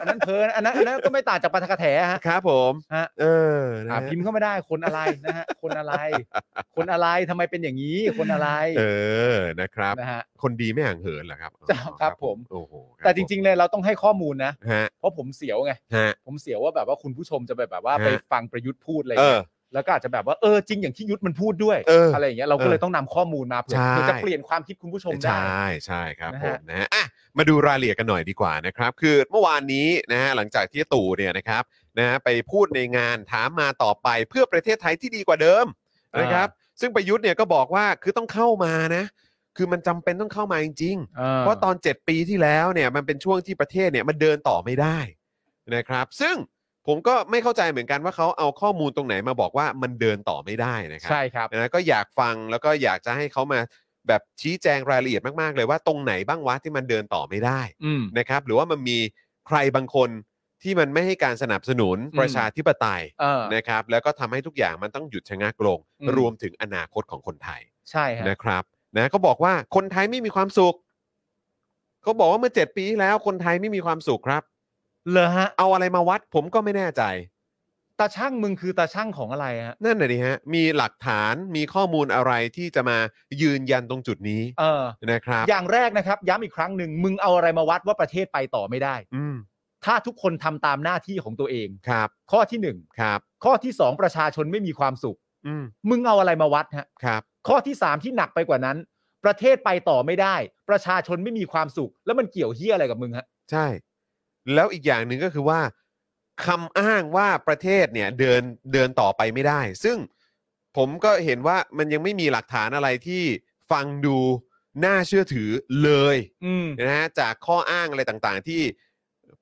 อันนั้นเพ้อนะอันนั้นอันนั้นก็ไม่ต่างจากปาทกแถฮะ
ครับผม
ฮะ
เออนะ
อ่า
ฮะ
พิมพ์เข้ามาได้คนอะไรนะฮะ คนอะไร คนอะไรทำไมเป็นอย่างนี้คนอะไร
เออนะครับ
นะฮะ
คนดีไม่ห่างเหินเหรอครับ
ครับ
อ๋อ
ครับผม
โอ้โหคบ
แต่จริงๆเลยเราต้องให้ข้อมูลนะ
ผมฮะ
เพราะผมเสียวไง
ฮะ
ผมเสียวว่าแบบว่าคุณผู้ชมจะแบบแบบว่า
ฮะ
ไปฟังประยุทธ์พูดอะไร
เออ
เงี้ยแล้วก็อาจจะแบบว่าเออจริงอย่างที่ยุทธมันพูดด้วย
เอออ
ไรอย่างเงี้ยเราก็เลย
เออ
ต้องนำข้อมูลมาเผื่อ
ใช่
เพื่อจะเปลี่ยนความคิดคุณผู้ชมได้
ใช่ใช่ครับ
นะ
ผ
ฮะ
มนะฮะอ่ะมาดูรายละเอียดกันหน่อยดีกว่านะครับ คือเมื่อวานนี้นะฮะหลังจากที่ตู่เนี่ยนะครับนะฮะไปพูดในงานถามมาต่อไปเพื่อประเทศไทยที่ดีกว่าเดิม
อ่าน
นะครับ ซึ่งประยุทธ์เนี่ยก็บอกว่าคือต้องเข้ามานะคือมันจำเป็นต้องเข้ามาจริง
อ
ๆ เพราะตอน 7 ปีที่แล้วเนี่ยมันเป็นช่วงที่ประเทศเนี่ยมันเดินต่อไม่ได้นะครับ ซึ่งผมก็ไม่เข้าใจเหมือนกันว่าเขาเอาข้อมูลตรงไหนมาบอกว่ามันเดินต่อไม่ได้นะครับ
ใช่ครับ
นะก็อยากฟังแล้วก็อยากจะให้เขามาแบบชี้แจงรายละเอียดมากๆ เลยว่าตรงไหนบ้างวะที่มันเดินต่อไม่ได้
อืม
นะครับ หรือว่ามันมีใครบางคนที่มันไม่ให้การสนับสนุน
อืม
ประชาธิปไตย
เออ
นะครับ แล้วก็ทำให้ทุกอย่างมันต้องหยุดชะงักลง
อืม
รวมถึงอนาคตของคนไทย
ใช่ฮะ
นะครับนะก็บอกว่าคนไทยไม่มีความสุขเขาบอกว่าเมื่อ 7 ปีที่แล้วคนไทยไม่มีความสุขครับ
เลอฮะ
เอาอะไรมาวัด ผมก็ไม่แน่ใจ
ตาช่างมึงคือตาช่างของอะไรฮะ
นั่นน่ะดิฮะมีหลักฐานมีข้อมูลอะไรที่จะมายืนยันตรงจุดนี้
เออ
นะครับ
อย่างแรกนะครับ ย้ำอีกครั้งหนึ่งมึงเอาอะไรมาวัดว่าประเทศไปต่อไม่ได้
อืม
ถ้าทุกคนทำตามหน้าที่ของตัวเอง
ครับ
ข้อที่หนึ่ง
ครับ
ข้อที่สองประชาชนไม่มีความสุข
อืม
มึงเอาอะไรมาวัดฮะ
ครับ
ข้อที่สามที่หนักไปกว่านั้น ประเทศไปต่อไม่ได้ ประชาชนไม่มีความสุข แล้วมันเกี่ยวเฮียอะไรกับมึงฮะ
ใช่ แล้วอีกอย่างหนึ่งก็คือว่าคำอ้างว่าประเทศเนี่ยเดินเดินต่อไปไม่ได้ ซึ่งผมก็เห็นว่ามันยังไม่มีหลักฐานอะไรที่ฟังดูน่าเชื่อถือเลย
อืม
นะฮะจากข้ออ้างอะไรต่างๆ ที่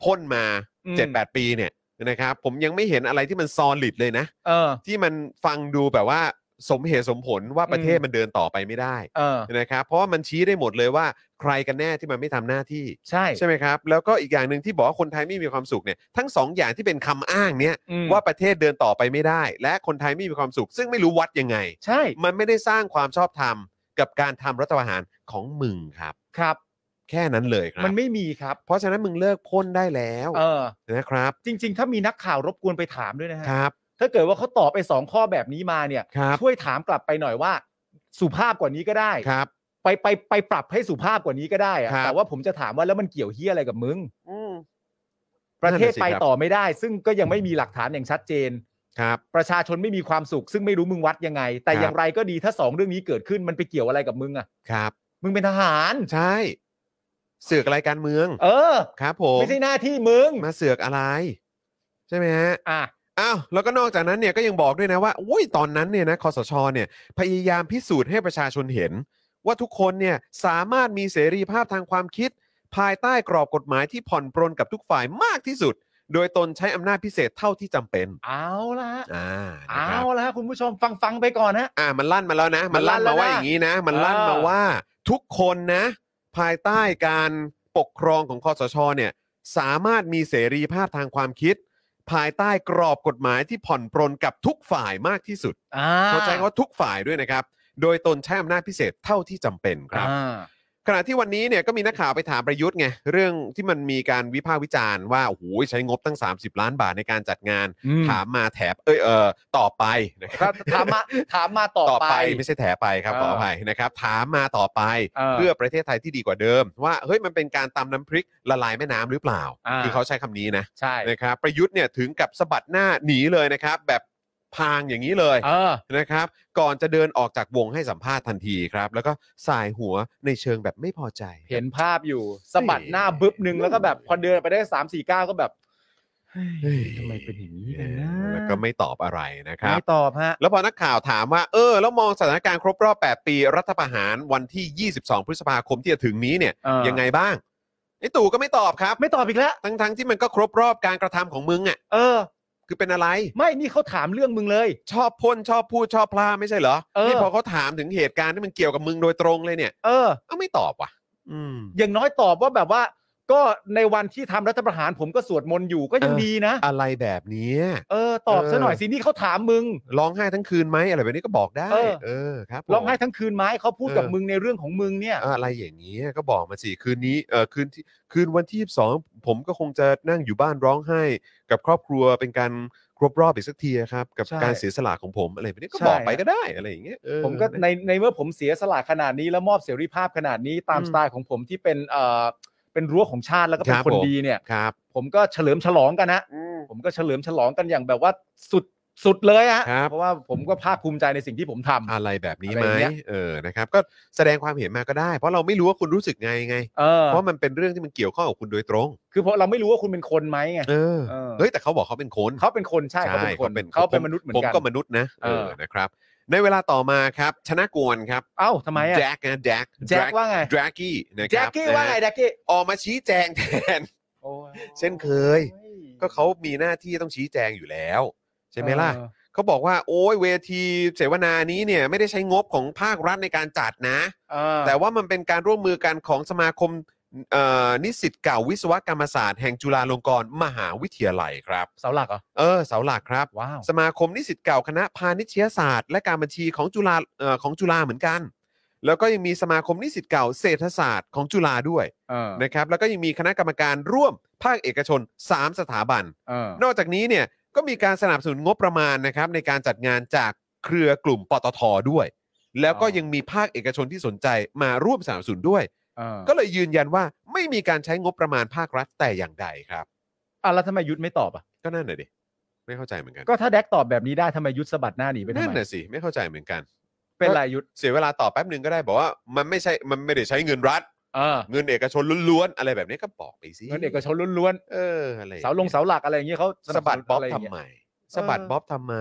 พ่นมา
อืม
เจ็ดแปดปีเนี่ยนะครับ ผมยังไม่เห็นอะไรที่มันซอลิดเลยนะ
เออ
ที่มันฟังดูแบบว่าสมเหตุสมผลว่าประเทศ
อืม
มันเดินต่อไปไม่ได้
เออ
[laughs] นะครับเพราะว่ามันชี้ได้หมดเลยว่าใครกันแน่ที่มันไม่ทำหน้าที่
ใช่
ใช่ไหมครับ แล้วก็อีกอย่างหนึ่งที่บอกว่าคนไทยไม่มีความสุขเนี่ยทั้งสองอย่างที่เป็นคำอ้างเนี่ย
อืม
ว่าประเทศเดินต่อไปไม่ได้ และคนไทยไม่มีความสุข ซึ่งไม่รู้วัดยังไง
ใช่
มันไม่ได้สร้างความชอบธรรมกับการทำรัฐประหารของมึงครับ
ครับ
แค่นั้นเลยครับ
มันไม่มีครับ
เพราะฉะนั้นมึงเลิกพ่นได้แล้ว
เออ
นะครับ
จริง ๆ ถ้ามีนักข่าวรบกวนไปถามด้วยนะฮะ
ครับ
ถ้าเกิดว่าเขาตอบไปสองข้อแบบนี้มาเนี่ย
ครับ
ช่วยถามกลับไปหน่อยว่า สุภาพกว่านี้ก็ได้
ครับ
ไปไปไปปรับให้สุภาพกว่านี้ก็ได้อะ
ครับ
แต่ว่าผมจะถามว่าแล้วมันเกี่ยวเฮียอะไรกับมึง
อืม
ประเทศ
นั่นน่สิ
ไป
ครับ
ต่อไม่ได้ ซึ่งก็ยังไม่มีหลักฐานอย่างชัดเจน
ครับ
ประชาชนไม่มีความสุข ซึ่งไม่รู้มึงวัดยังไง แต่
ครับ
อย่างไรก็ดีถ้าสองเรื่องนี้เกิดขึ้นมันไปเกี่ยวอะไรกับมึงอะ
ครับ
มึงเป็นทหาร
ใช่เสือกอะไรการเมือง
เออ
ครับผม
ไม่ใช่หน้าที่มึง
มาเสือกอะไร ใช่ไหมฮะ
อ่ะ
อ้าวแล้วก็นอกจากนั้นเนี่ยก็ยังบอกด้วยนะว่าอุ้ยตอนนั้นเนี่ยนะคอสชเนี่ยพยายามพิสูจน์ให้ประชาชนเห็น ว่าทุกคนเนี่ยสามารถมีเสรีภาพทางความคิด ภายใต้กรอบกฎหมายที่ผ่อนปรนกับทุกฝ่ายมากที่สุด โดยตนใช้อำนาจพิเศษเท่าที่จำเป็น
เอาละฮะ
อ่านะค
เอา
รับ
ละฮะคุณผู้ชมฟังฟังๆไปก่อนฮะ
อ่า มันลั่นมาแล้วนะ มันลั่นมาว่าอย่างนี้นะ มันลั่นมาว่าทุกคนนะ ภายใต้การปกครองของคอสชเนี่ย สามารถมีเสรีภาพทางความคิด ภายใต้กรอบกฎหมายที่ผ่อนปรนกับทุกฝ่ายมากที่สุด
อ่า
เขาใช้คำว่าทุกฝ่ายด้วยนะครับ โดยตนใช้อำนาจพิเศษเท่าที่จำเป็นครับ
อ่า
ขณะที่วันนี้เนี่ยก็มีนักข่าวไปถามประยุทธ์ไงเรื่องที่มันมีการวิพากษ์วิจารณ์ว่าโอ้โหใช้งบตั้ง 30 ล้านบาทในการจัดงาน
อืม
ถามมาแถบเอยเออต่อไปนะค
ก็
รับ
ถามมาถามมาต่อ
ต่อ
ไป
ไปไม่ใช่แถไปครับ
เออ
ขออภัยนะครับ ถามมาต่อไป
เออ
เพื่อประเทศไทยที่ดีกว่าเดิม ว่าเฮ้ยมันเป็นการตำน้ำพริกละลายแม่น้ำหรือเปล่า
อ่า
คือเขาใช้คำนี้นะ
ใช่
นะครับประยุทธ์เนี่ยถึงกับสะบัดหน้าหนีเลยนะครับ แบบพางอย่างนี้เลย
เออ
นะครับก่อนจะเดินออกจากวงให้สัมภาษณ์ทันทีครับ แล้วก็สายหัวในเชิงแบบไม่พอใจ
เห็นภาพอยู่สะบัดหน้าบึ๊บหนึ่งแล้วก็แบบพอเดินไปได้สามสี่ก้าวก็แบบ
เฮ้ย
ทำไมเป็นอย่างนี้
เอ
กัน
อ
นะ
แล้วก็ไม่ตอบอะไรนะครับ
ไม่ตอบฮะ
แล้วพอนักข่าวถามว่า เออ แล้วมองสถานการณ์ครบรอบ 8 ปีรัฐประหารวันที่ 22 พฤษภาคมที่จะถึงนี้เนี่ย
เออ
ยังไงบ้างไอ้ตู่ก็ไม่ตอบครับ
ไม่ตอบอีกแล้ว
ทั้งทั้งๆที่มันก็ครบรอบการกระทำของมึงอ่ะ
เออ
คือเป็นอะไร
ไม่นี่เขาถามเรื่องมึงเลย
ชอบพ่นชอบพูดชอบพลาดไม่ใช่เหรอ
เออ
นี่พอเขาถามถึงเหตุการณ์ที่มันเกี่ยวกับมึงโดยตรงเลยเนี่ย
เออ
เอ้าไม่ตอบว่ะ อืม
อย่างน้อยตอบว่าแบบว่า ก็ในวันที่ทำรัฐประหารผมก็สวดมนต์อยู่ก็ยัง
เออ
ดีนะ
อะไรแบบเนี้ย
เออ ตอบซะหน่อย
เออ
สินี่เขาถามมึง
ร้องไห้ทั้งคืนไหมอะไรแบบนี้ก็บอกได้
เออ
เออครับผม
ร้องไห้ทั้งคืนไหมเขาพูดกับ
เออ
มึงในเรื่องของมึงเนี่ย
เอออะไรอย่างนี้ยก็บอกมาสิคืนนี้เออคืนที่คืนวันที่ 22 ผมก็คงจะนั่งอยู่บ้านร้องไห้ กับครอบครัวเป็นการครบรอบอีกสักทีครับ กับ
ใช่
การเสียสละของผมอะไรแบบนี้ก็
ใช่
บอกไปก็ได้อะไรอย่างเงี้ยเออ
ผมก็
นะ
ในในเมื่อผมเสียสละขนาดนี้แล้วมอบเสรีภาพขนาดนี้ตาม
อืม
สไตล์ของผมที่เป็นเอ่อเป็นรั้วของชาติแล้วก็เป็
ครั
น
บ
ค
ผ
น
ม
ดีเนี่ย
ครับ
ผมก็เฉลิมฉลองกันนะ
อืม
ผมก็เฉลิมฉลองกันอย่างแบบว่าสุดสุดเลยอะ
ครับ
เพราะว่าผมก็ภาคภูมิใจในสิ่งที่ผมทำ
อะไรแบบนี้
อะ
ไห
ไร
ม
อย่างเงี้ย
เออนะครับ ก็แสดงความเห็นมาก็ได้ เพราะเราไม่รู้ว่าคุณรู้สึกไงไง
เออ
เพราะมันเป็นเรื่องที่มันเกี่ยวข้องกับคุณโดยตรง
คือเพราะเราไม่รู้ว่าคุณเป็นคนไหมไง
เออ
เออ
เฮ้ยแต่เขาบอกเขาเป็นคน
เขาเป็นคนใช่เขา
ใช่
เป็นคน
เขา
เขา
เป็
เป็น
ผม
นนุษย์เหมือนกัน
ผมก็มนุษย์นะเอ
เออ
อนะครับ ในเวลาต่อมาครับ ชนะกวนครับ
เอ้าทำไมอะ
แจ็คนะแจ็ค
แจ็คว่าไง
แจ็คกี้นะค
แจ็
รั
ค
บ
กี้ว่าไง
นะฮะ
แจ็คกี้
ออกมาชี้แจงแทน [laughs]
โอ้ย
เช่นเคย ก็เขามีหน้าที่ต้องชี้แจงอยู่แล้ว ใช่ไหมล่ะ
เออ
เขาบอกว่าโอ้ยเวทีเสวนานี้เนี่ยไม่ได้ใช้งบของภาครัฐในการจัดนะ
เออ
แต่ว่ามันเป็นการร่วมมือกันของสมาคมเอ่อนิสิตเก่าวิศวกรรมศาสตร์แห่งจุฬาลงกรณ์มหาวิทยาลัยครับ
เสาหลักเหรอ
เออเสาหลักครับ
ว้าว
สมาคมนิสิตเก่าคณะพาณิชยศาสตร์ และการบัญชีของจุฬาเอ่อของจุฬาเหมือนกัน แล้วก็ยังมีสมาคมนิสิตเก่าเศรษฐศาสตร์ของจุฬาด้วย
เออ
นะครับ แล้วก็ยังมีคณะกรรมการร่วมภาคเอกชน 3 สถาบัน
เออน
อกจากนี้เนี่ยก็มีการสนับสนุนงบประมาณนะครับในการจัดงานจากเครือกลุ่มปตทด้วย แล้วก็ยังมีภาคเอกชนที่สนใจมาร่วมสนับสนุนด้วย
เออ
ก็เลยยืนยันว่าไม่มีการใช้งบประมาณภาครัฐแต่อย่างใดครับ
อ่ะแล้วทำไมยุทธไม่ตอบอ่ะ
ก็นั่นน่ะดิไม่เข้าใจเหมือนกัน
ก็ถ้าแดกตอบแบบนี้ได้ทำไมยุทธสะบัดหน้าหนีไปทำ
นั่น
ไม
น่ะสิไม่เข้าใจเหมือนกัน
เป็นไรยุทธ
เสียเวลาตอบแป๊บหนึ่งก็ได้บอกว่ามันไม่ใช่ มันไม่ได้ใช้เงินรัฐ
เออ
เงินเอกชนล้วนๆอะไรแบบนี้ก็บอกไปสิ
เงินเอกชนล้วน
เอออะไรอย่
ๆ
ย
เสาลงเสาหลักอะไรอย่างเงี้ยเขา
สะบัดบ๊อบ
ะไรย่าง
ทำ
เงี้ย
ไมสะบัด
เออ
บ๊อบทำไม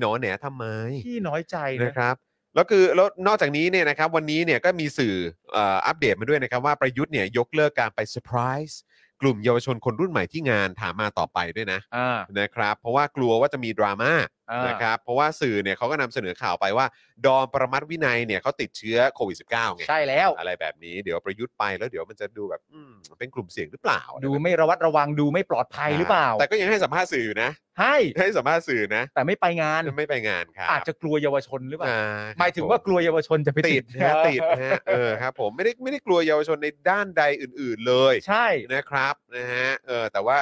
หนอแหนทำไม
พี่น้อยใจ
นะ
นะ
ครับแล้วคือแล้วนอกจากนี้เนี่ยนะครับวันนี้เนี่ยก็มีสื่อเอ่ออัปเดตมาด้วยนะครับว่าประยุทธ์เนี่ยยกเลิกการไปเซอร์ไพรส์กลุ่มเยาวชนคนรุ่นใหม่ที่งานถามมาต่อไปด้วยนะ
อ่า
นะครับเพราะว่ากลัวว่าจะมีดราม่า
อ่า
นะครับเพราะว่าสื่อเนี่ยเขาก็นำเสนอข่าวไปว่า ดอมประมัติวินัยเนี่ยเขาติดเชื้อโควิด -19 ไง
ใช่แล้ว
อะไรแบบนี้เดี๋ยวประยุทธ์ไปแล้วเดี๋ยวมันจะดูแบบอืมเป็นกลุ่มเสี่ยงหรือเปล่า
ดูไม่ระวัดระวังดูไม่ปลอดภัยหรือเปล่า
แต่ก็ยังให้สัมภาษณ์สื่ออยู่นะ
ให้
ให้สัมภาษณ์สื่อนะ
แต่ไม่ไปงาน
ไม่ไปงานครับ
อาจจะกลัวเยาวชนหรือเปล่า
อ่
หมายถึงว่ากลัวเยาวชนจะไป
ติ
ติ
ดนะฮะติดนะฮะเออครับผมไม่ได้ไม่ได้กลัวเยาวชนในด้านใดอื่น ๆเลย
ใช่
นะครับนะฮะเออแต่ว่า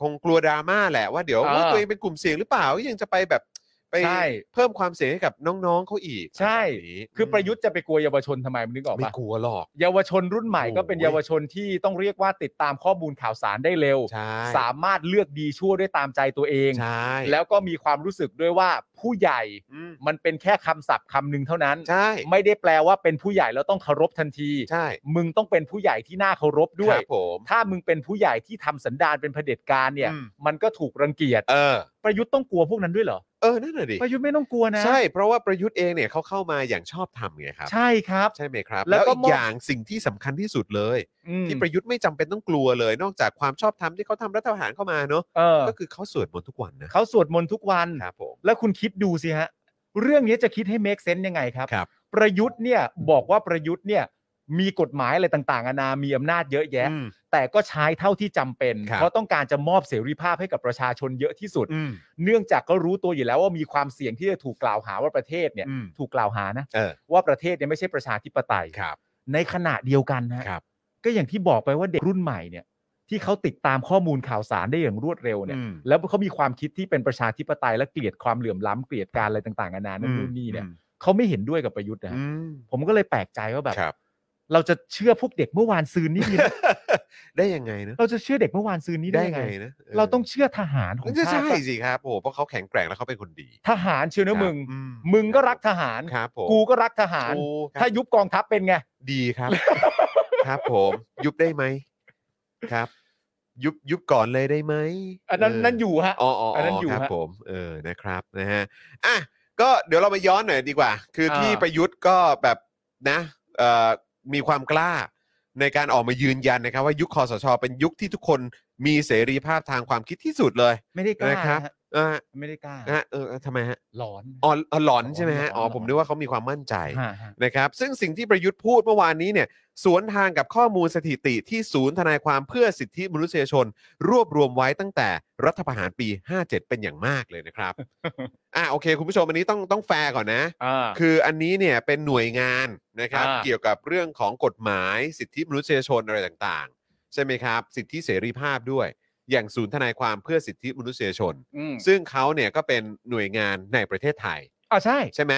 คงกลัวดราม่าแหละว่าเดี๋ยว
เออ
เอ้ยตัวเองเป็นกลุ่มเสี่ยงหรือเปล่ายังจะไปแบบไป
ใช่
เพิ่มความเสี่ยงให้กับน้องๆเขาอีก
ใช่
แบบนี้
คือประยุทธ์จะไปกลัวเยาวชนทำไมมันนึกออก
ไม่
ปะ
กลัวหรอก
เยาวชนรุ่นใหม่ก็เป็น
โอ้ย
เยาวชนที่ต้องเรียกว่าติดตามข้อมูลข่าวสารได้เร็ว
ใช่
สามารถเลือกดีชั่วได้ตามใจตัวเอง
ใช่
แล้วก็มีความรู้สึกด้วยว่าผู้ใหญ่
อืม
มันเป็นแค่คำศัพท์คำหนึ่งเท่านั้น
ใช่
ไม่ได้แปลว่าเป็นผู้ใหญ่แล้วต้องเคารพทันที
ใช่
มึงต้องเป็นผู้ใหญ่ที่น่าเคารพด้ว
ค
ย
รับผม
ถ้ามึงเป็นผู้ใหญ่ที่ทำสันดานเป็นเผด็จการเนี่ย
อืม
มันก็ถูกรังเกียจ
เออ
ประยุทธ์ต้องกลัวพวกนั้นด้วยเหรอ
เออนั่นน่ะดิ
ประยุทธ์ไม่ต้องกลัวนะ
ใช่เพราะว่าประยุทธ์เองเนี่ยเขาเข้ามาอย่างชอบทำไงครับ
ใช่ครับ
ใช่ไหมครับ
แล้
แล้ว
วก็
อีก
มอบ
อย่างสิ่งที่สำคัญที่สุดเลย
อืม
ที่ประยุทธ์ไม่จำเป็นต้องกลัวเลย นอกจากความชอบธรรมที่เขาทำรัฐประหารเข้ามาเนอะ
เออ
ก็คือเขาสวดมนต์ทุกวันนะ
เขาสวดมนต์ทุกวัน
ครับผม
แล้วคุณคิดดูสิฮะ เรื่องนี้จะคิดให้ make sense ยังไงครับ
ครับ
ประยุทธ์เนี่ยบอกว่าประยุทธ์เนี่ยมีกฎหมายอะไรต่างๆนานามีอำนาจเยอะแยะ
อืม
แต่ก็ใช้เท่าที่จำเป็น
ครับ
เพราะต้องการจะมอบเสรีภาพให้กับประชาชนเยอะที่สุด
อืม
เนื่องจากก็รู้ตัวอยู่แล้วว่ามีความเสี่ยงที่จะถูกกล่าวหาว่าประเทศเนี่ย
อืม
ถูกกล่าวหานะ
เออ
ว่าประเทศเนี่ยไม่ใช่ประชาธิปไตย
ครับ
ในขณะเดียวกันนะฮะ
ครับ
ก็อย่างที่บอกไปว่าเด็กรุ่นใหม่เนี่ยที่เขาติดตามข้อมูลข่าวสารได้อย่างรวดเร็วเนี่ย
อืม
แล้วเขามีความคิดที่เป็นประชาธิปไตยและเกลียดความเหลื่อมล้ำเกลียดการอะไรต่างๆนานานั่นนู่นนี่เนี่ยเขาไม่เห็นด้วยกับประยุทธ์นะฮะ
อืม
ผมก็เลยแปลกใจว่าแบบ
ครับ
[laughs] เราจะเชื่อพวกเด็กเมื่อวานซืนนี้ดี
[laughs]
นะ
ได้ยังไงนะ
เราจะเชื่อเด็กเมื่อวานซืนนี้ได้
ได้
ยัง
ไง
ไง
นะ
เราต้องเชื่อทหารของ
ใช่
ชา
ใช่
ติปะ
สิครับโอ้โหเพราะเขาแข็งแกร่งแล้วเขาเป็นคนดี
ทหารเชียว
ครับ
นะมึง
อื
มึงก็รักทหาร
ครับผม
กูก็รักทหาร
โอ้ครับ
ถ้ายุบกองทัพเป็นไง
ดีครับ ครับผม ยุบได้ไหมครับ ยุบยุบก่อนเลยได้ไหม
อันนั้น
เ
นั่นอยู่ฮะ
อ๋ออ๋อ
อันนั้นอยู่
ครับ
ฮะ
ผมเออนะครับนะฮะอ่ะก็เดี๋ยวเรามาย้อนหน่อยดีกว่า คือ
อ่า
ที่ประยุทธ์ก็แบบนะเอ่อมีความกล้าในการออกมายืนยันนะครับ ว่ายุคคอสช เป็นยุคที่ทุกคนมีเสรีภาพทางความคิดที่สุดเลย
ไม่ได้กล้า
นะครับ
ฮะ
อ่า
ไม่ได้กล้า
ฮะเออทำไมฮะ
หลอน
อ๋ออ๋อหลอนใช่ไหมฮะอ๋อผมนึกว่าเขามีความมั่นใจ
ฮะฮะ
นะครับซึ่งสิ่งที่ประยุทธ์พูดเมื่อวานนี้เนี่ยสวนทางกับข้อมูลสถิติที่ศูนย์ทนายความเพื่อสิทธิมนุษยชน รวบรวมไว้ตั้งแต่รัฐประหารปี 57 เป็นอย่างมากเลยนะครับ อ่ะโอเค คุณผู้ชมอันนี้ต้องต้องแฟร์ก่อนนะ
อ่า
คืออันนี้เนี่ยเป็นหน่วยงานนะครับ
อ่า
เกี่ยวกับเรื่องของกฎหมายสิทธิมนุษยชนอะไรต่างๆ ใช่ไหมครับ สิทธิเสรีภาพด้วย อย่างศูนย์ทนายความเพื่อสิทธิมนุษยชน
อืม
ซึ่งเขาเนี่ยก็เป็นหน่วยงานในประเทศไทย
อ่าใช่
ใช่ไหม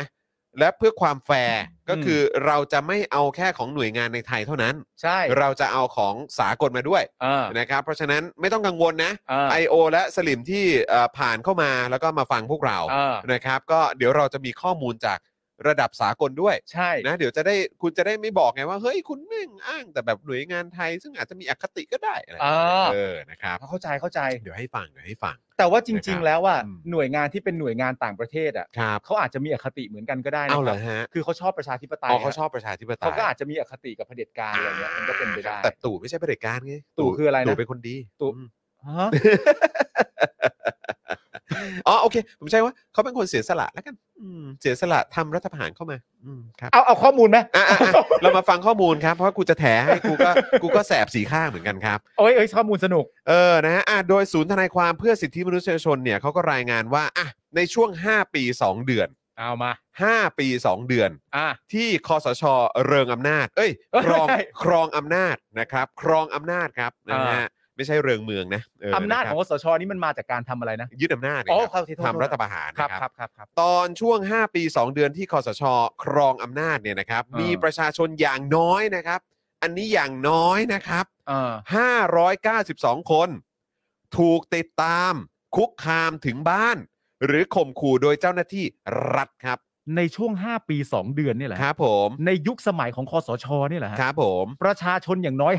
และเพื่อความแฟร์ก็คือเราจะไม่เอาแค่ของหน่วยงานในไทยเท่านั้น
ใช่
เราจะเอาของสากลมาด้วย
อ่า
นะครับ เพราะฉะนั้นไม่ต้องกังวลนะ
อ่า
I.O. และสลิมที่เอ่อผ่านเข้ามาแล้วก็มาฟังพวกเรา
อ่า
นะครับ ก็เดี๋ยวเราจะมีข้อมูลจากระดับสากลด้วย
ใช่
นะเดี๋ยวจะได้คุณจะได้ไม่บอกไงว่าเฮ้ยคุณแม่งอ้างแต่แบบหน่วยงานไทย ซึ่งอาจจะมีอคติก็ได้อะไรแบบนี้เออนะครับ
เข้าใจเข้าใจ
เดี๋ยวให้ฟังเดี๋ยวให้ฟัง
แต่ว่าจริง ๆ แล้วว่า
อืม
หน่วยงานที่เป็นหน่วยงานต่างประเทศอ่ะ
ครับ
เขาอาจจะมีอคติเหมือนกันก็ได้นะ
เอาเหรอ
ครับ
ฮะ
คือเขาชอบประชาธิปไตย
อ๋อเขาชอบประชาธิปไตย
เขาก็อาจจะมีอคติกับเผด็จการอะไรเงี้ยมันก็เป็นไปได้
แต่ตู่ไม่ใช่เผด็จการไง
ตู่คืออะไรนะ
ตู่เป็นคนดี
ตู่
อืม
ฮะ
อ๋อโอเค ผมใช่ว่าเขาเป็นคนเสียสละแล้วกันอืมเสียสละทำรัฐประหารเข้ามา อืมครับ
เอาเอาข้อมูลไหม
อ่ะอ่ะอ่ะเรามาฟังข้อมูลครับเพราะว่ากูจะแถให้กูก็กูก็แสบสีข้างเหมือนกันครับ
โอ้ยเอ้ยข้อมูลสนุก
เออ นะฮะอ่ะโดยศูนย์ทนายความเพื่อสิทธิมนุษยชนเนี่ยเขาก็รายงานว่าอ่ะในช่วง 5 ปี 2 เดือน
เอามา
5 ปี 2 เดือน
อ่ะ
ที่คอสช เริงอำนาจ เอ้ย
เอ้ย
ครอง
ไม่ใช่
ครองอำนาจนะครับครองอำนาจครับนะฮะ
อ่า
ไม่ใช่เริงเมืองนะเะ
อำนาจ
ค
ข
รับ
องคสชนี่มันมาจากการทำอะไรนะ
ยึดอำนาจนะ
อ๋อ
ครับ
ขอโทษขอโทษ
ทำรัฐประหาร
ครับ
นะ
ค
ครั
รับบ ครับครับ
ตอนช่วง 5 ปี 2 เดือนที่คอสช ครองอำนาจเนี่ยนะครับ
อ่ามี
มีประชาชนอย่างน้อยนะครับ อันนี้อย่างน้อยนะครับ
เออ
592 คน ถูกติดตาม คุกคามถึงบ้าน หรือข่มขู่โดยเจ้าหน้าที่รัฐครับ
ในช่วง 5 ปี 2 เดือนเนี่ยแหละ
ครับผม
ในยุคสมัยของคอสชเนี่ยแหละฮะ
ครับผม
ประชาชนอย่างน้อย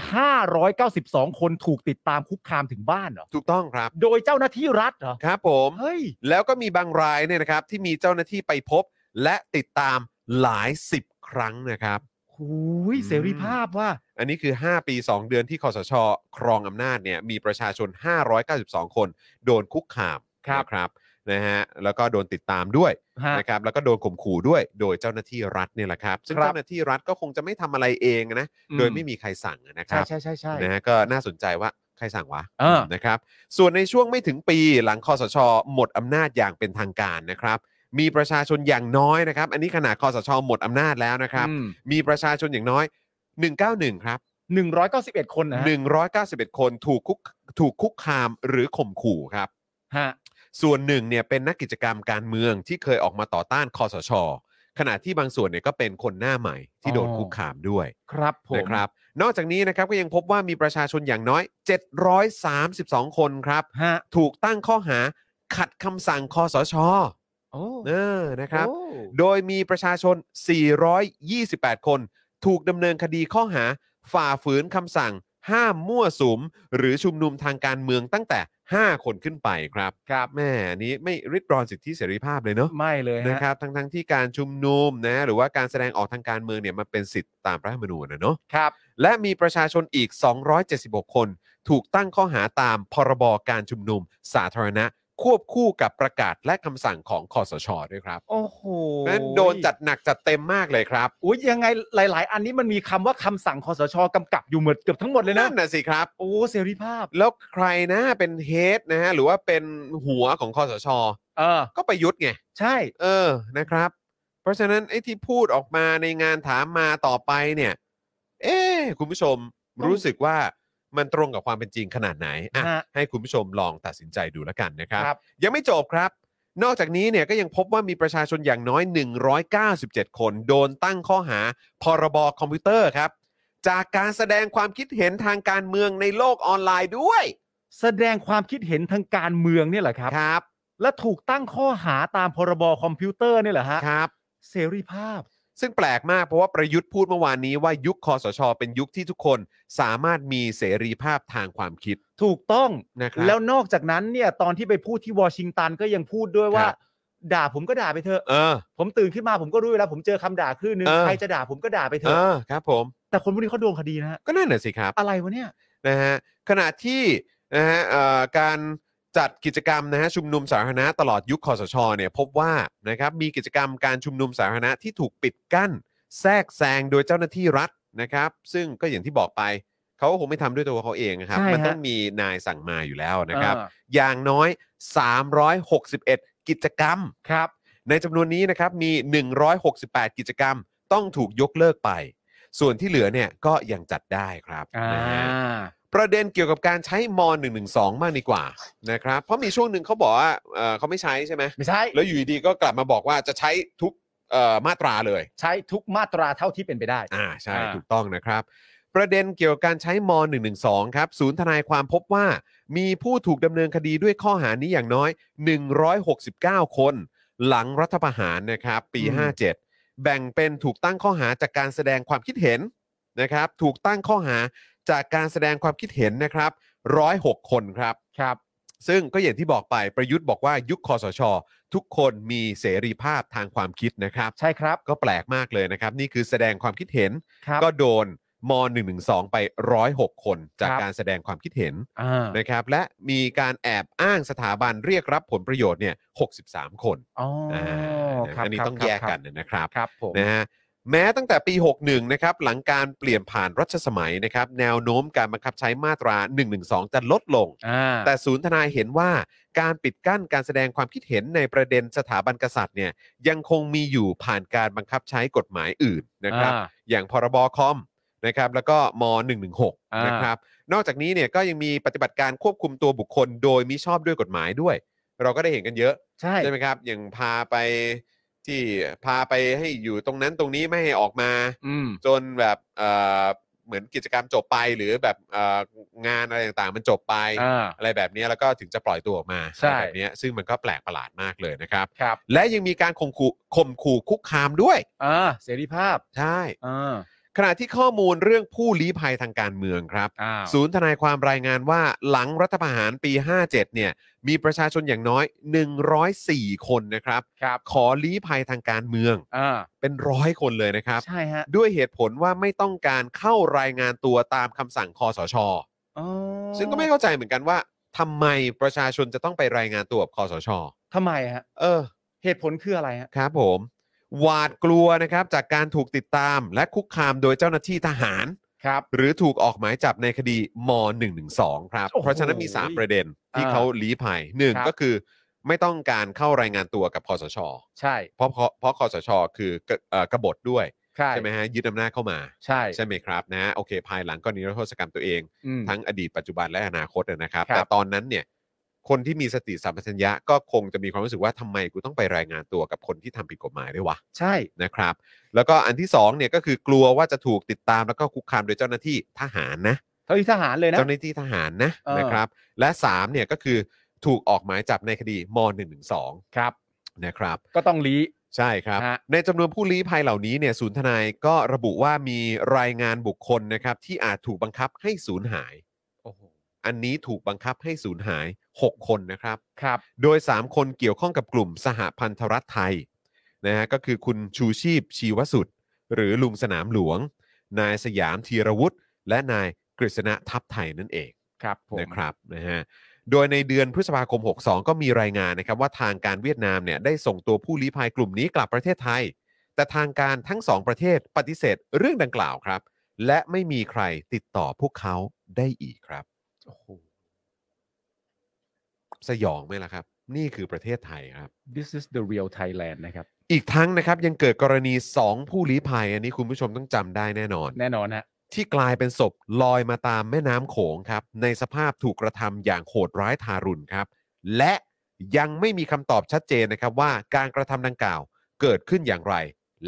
592 คนถูกติดตามคุกคามถึงบ้านเหรอ
ถูกต้องครับ
โดยเจ้าหน้าที่รัฐเหรอ
ครับผม
เฮ้ย
แล้วก็มีบางรายเนี่ยนะครับ ที่มีเจ้าหน้าที่ไปพบ และติดตามหลายสิบครั้งนะครับ
หูยเสรีภาพว่า
อันนี้คือ 5 ปี 2 เดือนที่คอสช ครองอำนาจเนี่ยมีประชาชน 592 คน โดนคุกคาม
ครับ
นะครับนะฮะแล้วก็โดนติดตามด้วย
ฮะ
นะครับแล้วก็โดนข่มขู่ด้วย โดยเจ้าหน้าที่รัฐเนี่ยแหละครับซึ่ง
ครับ
เจ้าหน้าที่รัฐก็คงจะไม่ทำอะไรเองนะโดยไม่มีใครสั่งนะค
ใช่
รับ
ใช่ใช่ใช่
นะฮะก็น่าสนใจว่าใครสั่งวะ
เออ
นะครับส่วนในช่วงไม่ถึงปีหลังคอสช หมดอำนาจอย่างเป็นทางการนะครับ มีประชาชนอย่างน้อยนะครับ อันนี้ขนาดคอสช หมดอำนาจแล้วนะครับ มีประชาชนอย่างน้อย 191 ครับ
หนึ่งร้อยเก้าสิบเอ็ดคนนะฮะ
191 คนถูกคุกถูกคุกคามหรือข่มขู่ครับ
ฮะ
ส่วนหนึ่งเนี่ยเป็นนักกิจกรรมการเมืองที่เคยออกมาต่อต้านคอสช ขณะที่บางส่วนเนี่ยก็เป็นคนหน้าใหม่ที่โดน
อ๋อ
คุกคามด้วย
ครับผม
นะครับ นอกจากนี้นะครับก็ยังพบว่ามีประชาชนอย่างน้อย 732 คนครับ
ฮะ
ถูกตั้งข้อหาขัดคำสั่งคอสช
โอ้
เออนะครับ
โอ้
โดยมีประชาชน 428 คน ถูกดำเนินคดีข้อหา ฝ่าฝืนคำสั่ง ห้ามมั่วสุม หรือชุมนุมทางการเมืองตั้งแต่ 5 คนขึ้นไปครับ
ครับ
แม่อันนี้ไม่ริดรอนสิทธิเสรีภาพเลยเนาะ
ไม่เลยฮะ
นะครับทั้งทั้งๆที่การชุมนุมนะหรือว่าการแสดงออกทางการเมืองเนี่ยมันเป็นสิทธิตามรัฐธรรมนูญนะเนาะ
ครับ
และมีประชาชนอีก 276 คน ถูกตั้งข้อหาตามพรบการชุมนุม สาธารณะ ควบคู่กับประกาศและคำสั่งของคอสชด้วยครับ
โอ้โห
นั้นโดนจัดหนักจัดเต็มมากเลยครับ
อุ้ยยังไงหลาย ๆ อันนี้มันมีคำว่าคำสั่งคอสชกำกับอยู่เหมือนเกือบทั้งหมดเลยนะ
นั่นน่ะสิครับ
โอ้เสรีภาพ
แล้วใครนะเป็นเฮดนะฮะหรือว่าเป็นหัวของคอสช
เออ
ก็ประยุทธ์ไง
ใช่
เออนะครับ เพราะฉะนั้นไอ้ที่พูดออกมาในงานถามมาต่อไปเนี่ย เอ๊ะคุณผู้ชมรู้สึกว่ามันตรงกับความเป็นจริงขนาดไหนอ่ะ
ฮะ
ให้คุณผู้ชมลองตัดสินใจดูแล้วกันนะครับ
ครับ
ยังไม่จบครับ นอกจากนี้เนี่ยก็ยังพบว่ามีประชาชนอย่างน้อย 197 คนโดนตั้งข้อหา พรบคอมพิวเตอร์ครับ จากการแสดงความคิดเห็นทางการเมืองในโลกออนไลน์ด้วย
แสดงความคิดเห็นทางการเมืองเนี่ยเหรอครับ
ครับ
และถูกตั้งข้อหาตามพรบคอมพิวเตอร์เนี่ยเหรอฮะ
ครับ
เสรีภาพ
ซึ่งแปลกมากเพราะว่าประยุทธ์พูดเมื่อวานนี้ว่ายุคคอสช เป็นยุคที่ทุกคนสามารถมีเสรีภาพทางความคิด
ถูกต้อง
นะครั
แล้วนอกจากนั้นเนี่ยตอนที่ไปพูดที่วอชิงตันก็ยังพูดด้วยว่า
ครับ
ด่าผมก็ด่าไปเถอะ
เออ
ผมตื่นขึ้นมาผมก็รู้อยู่แล้วผมเจอคำด่าคลื่นหนึง
เออ
ใครจะด่าผมก็ด่าไปเถ
เอ
อะ
อครับผม
แต่คนพวกนี้เขาโดนคดีนะฮะ
ก็นั่นน่ะสิครับ
อะไรวะเนี่ย
นะฮะขณะที่นะฮะเอ่อการจัดกิจกรรมนะฮะชุมนุมสาธารณะตลอดยุคคอสช เนี่ยพบว่านะครับมีกิจกรรมการชุมนุมสาธารณะที่ถูกปิดกั้น แทรกแซงโดยเจ้าหน้าที่รัฐนะครับ ซึ่งก็อย่างที่บอกไปเขาก็คงไม่ทำด้วยตัวเขาเองนะครับ มันต้องมีนายสั่งมาอยู่แล้วนะครับ
เออ
อย่างน้อย 361 กิจกรรม
ครับ
ในจำนวนนี้นะครับ มี 168 กิจกรรม ต้องถูกยกเลิกไป ส่วนที่เหลือเนี่ยก็ยังจัดได้ครับนะฮะประเด็นเกี่ยวกับการใช้ม .112 มากดีกว่านะครับ เพราะมีช่วงหนึ่งเขาบอกว่าเอ่อเขาไม่ใช้ใช่ไหม
ไม่ใช่
แล้วอยู่ดีๆก็กลับมาบอกว่าจะใช้ทุกเอ่อมาตราเลย
ใช้ทุกมาตราเท่าที่เป็นไปได้
อ่าใช่
อ่า
ถูกต้องนะครับ ประเด็นเกี่ยวกับการใช้ม .112 ครับ ศูนย์ทนายความพบว่า มีผู้ถูกดำเนินคดีด้วยข้อหานี้อย่างน้อย 169 คน หลังรัฐประหารนะครับ ปี 57 แบ่งเป็นถูกตั้งข้อหาจากการแสดงความคิดเห็นนะครับ ถูกตั้งข้อหาจากการแสดงความคิดเห็นนะครับ 106 คนครับ
ครับ
ซึ่งก็อย่างที่บอกไปประยุทธ์บอกว่ายุคคอสช ทุกคนมีเสรีภาพทางความคิดนะครับ
ใช่ครับ
ก็แปลกมากเลยนะครับ นี่คือแสดงความคิดเห็น
ครับ
ก็โดนม .112 ไป 106 คนจาก
ครับ
การแสดงความคิดเห็น
อ่า
นะครับ และมีการแอบอ้างสถาบันเรียกรับผลประโยชน์เนี่ย63 คน
อ๋ออา ครับ
อันนี้
ครับ
ต้อง
ครับ
แยกกันนะครับ
ครับผม
นะฮะแม้ตั้งแต่ปี 61 นะครับ หลังการเปลี่ยนผ่านรัชสมัยนะครับ แนวโน้มการบังคับใช้มาตรา 112 จะลดลง
อ่า
แต่ศูนย์ทนายเห็นว่าการปิดกั้นการแสดงความคิดเห็นในประเด็นสถาบันกษัตริย์เนี่ยยังคงมีอยู่ผ่านการบังคับใช้กฎหมายอื่นนะครับ
อ่า
อย่างพรบคอมนะครับแล้วก็ม
อ่า
116
น
นะครับนอกจากนี้เนี่ยก็ยังมีปฏิบัติการควบคุมตัวบุคคล โดยมิชอบด้วยกฎหมายด้วย เราก็ได้เห็นกันเยอะ
ใช่
ใช่ไหมครับ อย่างพาไปที่พาไปให้อยู่ตรงนั้นตรงนี้ไม่ให้ออกมา
อืม
จนแบบเอ่อเหมือนกิจกรรมจบไปหรือแบบเอ่องานอะไรต่างๆ มันจบไป
อ่า
อะไรแบบนี้แล้วก็ถึงจะปล่อยตัวออกมา
ใช่
อะไรแบบนี้ซึ่งมันก็แปลกประหลาดมากเลยนะครับ
ครับ
และยังมีการข่มขู่ข่มขู่คุกคามด้วย
อ่าเสรีภาพ
ใช่
อ่า
ขณะที่ข้อมูลเรื่องผู้ลี้ภัยทางการเมืองครับ
อ่า
ศูนย์ทนายความรายงานว่าหลังรัฐประหารปี 57 เนี่ย มีประชาชนอย่างน้อย 104 คนนะครับ
ครับ
ขอลี้ภัยทางการเมือง
อ่า
เป็นร้อยคนเลยนะครับ
ใช่ฮะ
ด้วยเหตุผลว่าไม่ต้องการเข้ารายงานตัวตามคำสั่งคอสช
อ๋อ
ซึ่งก็ไม่เข้าใจเหมือนกันว่าทำไมประชาชนจะต้องไปรายงานตัวกับคอสช
ทำไมฮะ
เออ
เหตุผลคืออะไรฮะ
ครับผม หวาดกลัวนะครับจากการถูกติดตามและคุกคามโดยเจ้าหน้าที่ทหาร
ครับ
หรือถูกออกหมายจับในคดีม .112 ครับ
โอ้โห
เพราะฉะนั้นมี 3 ประเด็นที่
อ่า
เขาลี้ภัยหนึ่ง
ครับ
ก็คือไม่ต้องการเข้ารายงานตัวกับคอสช
ใช่
เพราะเพราะเพราะคอสช คือกเอ่อกบฏด้วย
ใช่
ใช่ไหมฮะยึดอำนาจเข้ามา
ใช่
ใช่ไหมครับนะโอเค ภายหลังก็นิรโทษกรรมตัวเอง
อืม
ทั้งอดีตปัจจุบันและอนาคตนะนะครับ
ครับ
แต่ตอนนั้นเนี่ยคนที่มีสติสัมปชัญญะก็คงจะมีความรู้สึกว่าทำไมกูต้องไปรายงานตัวกับคนที่ทำผิดกฎหมายด้วยวะ
ใช่
นะครับแล้วก็อันที่สองเนี่ยก็คือกลัวว่าจะถูกติดตามแล้วก็คุกคามโดยเจ้าหน้าที่ทหารนะ
เท่าที่ทหารเลยนะ
เจ้าหน้าที่ทหารนะ
เออ
นะครับและสามเนี่ยก็คือถูกออกหมายจับในคดีม .112
ครับ
นะครับ
ก็ต้องลี้
ใช่ครับ
ฮะ
ในจำนวนผู้ลี้ภัยเหล่านี้เนี่ยศูนย์ทนายก็ระบุว่ามีรายงานบุคคลนะครับที่อาจถูกบังคับให้สูญหาย
โอ้โห
อันนี้ถูกบังคับให้สูญหาย 6 คนนะครับ
ครับ
โดย 3 คนเกี่ยวข้องกับกลุ่มสหพันธรัฐไทยนะฮะก็คือคุณชูชีพชีวสุด หรือลุงสนามหลวง นายสยามธีรวุฒิและนายกฤษณะทัพไทยนั่นเอง
ครับผม
นะครับนะฮะโดยในเดือนพฤษภาคม 62 ก็มีรายงานนะครับว่าทางการเวียดนามเนี่ยได้ส่งตัวผู้ลี้ภัยกลุ่มนี้กลับประเทศไทย แต่ทางการทั้งสองประเทศปฏิเสธเรื่องดังกล่าวครับ และไม่มีใครติดต่อพวกเขาได้อีกครับสยองไหมล่ะครับ นี่คือประเทศไทยครับ
this is the real Thailand นะครับ
อีกทั้งนะครับยังเกิดกรณี 2 ผู้ลี้ภัย อันนี้คุณผู้ชมต้องจำได้แน่นอน
แน่นอนฮะ
ที่กลายเป็นศพลอยมาตามแม่น้ำโขงครับ ในสภาพถูกกระทำอย่างโหดร้ายทารุณครับ และยังไม่มีคำตอบชัดเจนนะครับว่าการกระทำดังกล่าวเกิดขึ้นอย่างไร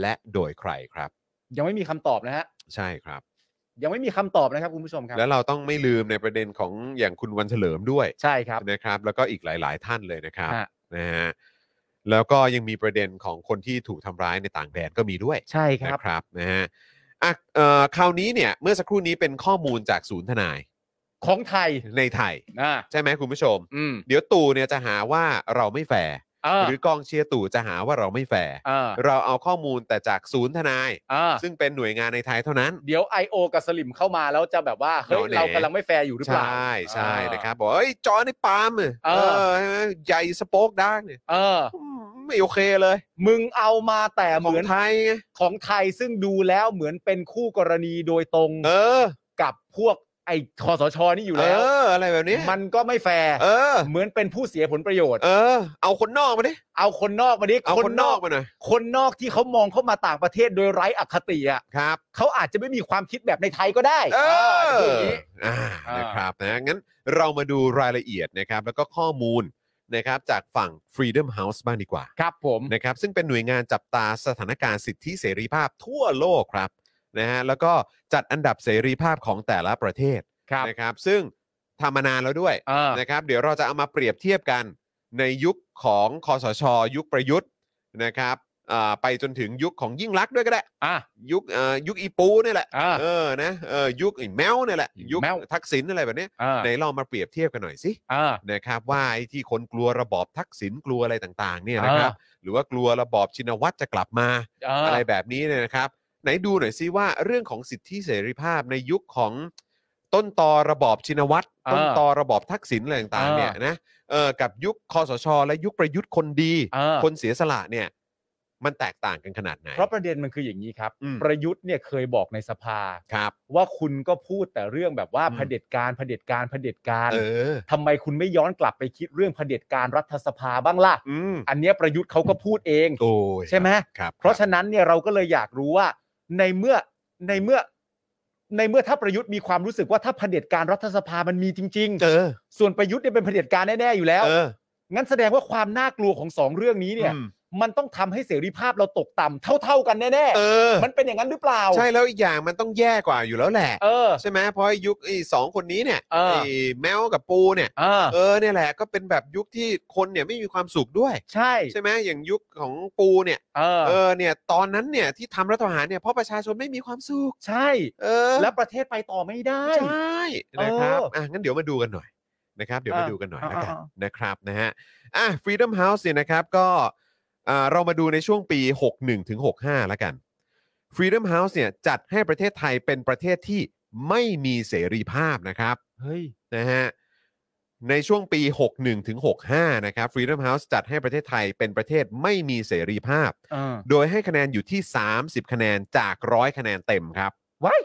และโดยใครครับ
ยังไม่มีคำตอบนะฮะ
ใช่ครับ
ยังไม่มีคำตอบนะครับคุณผู้ชมครับ
แล้วเราต้องไม่ลืมในประเด็นของอย่างคุณวันเฉลิมด้วย
ใช่ครับ
นะครับ แล้วก็อีกหลาย ๆ ท่านเลยนะครับ
ฮะ
นะฮะแล้วก็ยังมีประเด็นของคนที่ถูกทำร้ายในต่างแดนก็มีด้วย
ใช่ครับ
นะครับนะฮะอ่ะเอ่อคราวนี้เนี่ยเมื่อสักครู่นี้เป็นข้อมูลจากศูนย์ทนาย
ของไทย
ในไทย
อ่า
ใช่ไหมคุณผู้ชม
อืม
เดี๋ยวตู่เนี่ยจะหาว่าเราไม่แฟร์
อ่า
หรือกองเชียร์ตู่จะหาว่าเราไม่แฟร์
อ่า
เราเอาข้อมูลแต่จากศูนย์ทนาย
อ่า
ซึ่งเป็นหน่วยงานในไทยเท่านั้น
เดี๋ยว I.O. กับสลิมเข้ามาแล้วจะแบบว่าเฮ้ย
เอาแหน่
เรากำลังไม่แฟร์อยู่หรือ
ใช
เปล่า
่ใช่
อ่า
นะครับบอกเอ้ยจอในปาล์มอะ
เออ
ใช่ไหมใหญ่สโปกดังเนี่ย
เออ
อืมไม่โอเคเลย
มึงเอามาแต่เห
ของ
มือน
ไทยไง
ของไทยซึ่งดูแล้วเหมือนเป็นคู่กรณีโดยตรง
เออ
กับพวกไอ้คอสชนี่อยู่
เอ
แล้ว
ออะไรแบบเนี้ย
มันก็ไม่แฟร์
เออ
เหมือนเป็นผู้เสียผลประโยชน์
เออ เอาคนนอกมาดิ
เอาคนนอกมาดิ
เอาคนนอกมาหน่อย
คนนอกที่เขามองเข้ามาต่างประเทศโดยไร้อคติอ่ะ
ครับ
เขาอาจจะไม่มีความคิดแบบในไทยก็ได้
เอ
เออ
อ
อย่างนี้
อ่า
อ่าน
นะครับนะงั้นเรามาดูรายละเอียดนะครับ แล้วก็ข้อมูลนะครับจากฝั่ง Freedom House บ้างดีกว่า
ครับผม
นะครับ ซึ่งเป็นหน่วยงานจับตาสถานการณ์สิทธิเสรีภาพทั่วโลกครับนะฮะแล้วก็จัดอันดับเสรีภาพของแต่ละประเทศ
ครับ
นะครับ ซึ่งทำมานานแล้วด้วย
เออ
นะครับ เดี๋ยวเราจะเอามาเปรียบเทียบกันในยุคของคอสช ยุคประยุทธ์นะครับอ่าไปจนถึงยุคของยิ่งลักษณ์ด้วยก็ได้
อ่ะ
ยุคเอ่อยุคอีปูนี่แหละ
อ่ะ
เออ นะเออยุคไอ้แมวเนี่ยแหละ ยุค
แมว
ทักษิณอะไรแบบเนี้ย
อ่ะ
ไหนลองมาเปรียบเทียบกันหน่อยสิ
อ่ะ
นะครับว่าไอ้ที่คนกลัวระบอบทักษิณกลัวอะไรต่างๆเนี่ยนะครับ หรือว่ากลัวระบอบชินวัตรจะกลับมาอะไรแบบนี้เนี่ยนะครับ ไหนดูหน่อยสิว่าเรื่องของสิทธิเสรีภาพในยุคของต้นตอระบอบชินวัตร
อ่า
ต้นตอระบอบทักษิณอะไรต่างๆ
อ่า
เนี่ยนะเออกับยุคคอสช และยุคประยุทธ์คนดี
อ่ะ
คนเสียสละเนี่ย มันแตกต่างกันขนาดไหน
เพราะประเด็นมันคืออย่างนี้ครับ
อืม
ประยุทธ์เนี่ยเคยบอกในสภา
ครับ
ว่าคุณก็พูดแต่เรื่องแบบว่า
อืม
เผด็จการเผด็จการเผด็จการ
เออ
ทำไมคุณไม่ย้อนกลับไปคิดเรื่องเผด็จการรัฐสภาบ้างล่ะ
อืม
อันเนี้ยประยุทธ์เขาก็พูดเอง
โอ้ย
ใช่ไหม
ครับ
เพราะฉะนั้นเนี่ยเราก็เลยอยากรู้ว่าในเมื่อในเมื่อ ในเมื่อถ้าประยุทธ์มีความรู้สึกว่าถ้าเผด็จการรัฐสภามันมีจริง
เออ
ๆ ส่วนประยุทธ์เนี่ยเป็นเผด็จการแน่ๆอยู่แล้ว
เออ
งั้นแสดงว่าความน่ากลัวของสองเรื่องนี้เนี่ย
อืม
มันต้องทำให้เสรีภาพเราตกต่ำเท่า ๆกันแน่
เออ
ๆมันเป็นอย่างนั้นหรือเปล่า
ใช่แล้วอีกอย่างมันต้องแย่กว่าอยู่แล้วแหละ
เออ
ใช่ไหมเพราะยุคไอ้สองคนนี้เนี่ย
เออ
ไอ้แมวกับปูเนี่ย
เออ
เออเนี่ยแหละก็เป็นแบบยุคที่คนเนี่ยไม่มีความสุขด้วย
ใช่
ใช่ไหมอย่างยุคของปูเนี่ย
เออ
เออเนี่ยตอนนั้นเนี่ยที่ทำรัฐประหารเนี่ยเพราะประชาชนไม่มีความสุข
ใช่
เออ
แล้วประเทศไปต่อไม่ได้
ใช่นะครับ
เอออ่
อ่ะงั้นเดี๋ยวมาดูกันหน่อยนะครับ เดี๋ยวมา
อ่ะ
ดูกันหน่อย
อ่ะ
แล้วกัน
อ่ะ
นะครับนะฮะอ่ะ Freedom House เนี่ยนะครับก็อ่าเรามาดูในช่วงปี 61ถึง65แล้วกัน Freedom House เนี่ยจัดให้ประเทศไทยเป็นประเทศที่ไม่มีเสรีภาพนะครับ
เฮ้ย
นะฮะในช่วงปี 61ถึง65นะครับ Freedom House จัดให้ประเทศไทยเป็นประเทศไม่มีเสรีภาพ
เออ
โดยให้คะแนนอยู่ที่ 30 คะแนนจากร้อยคะแนนเต็มครับ
ว้าย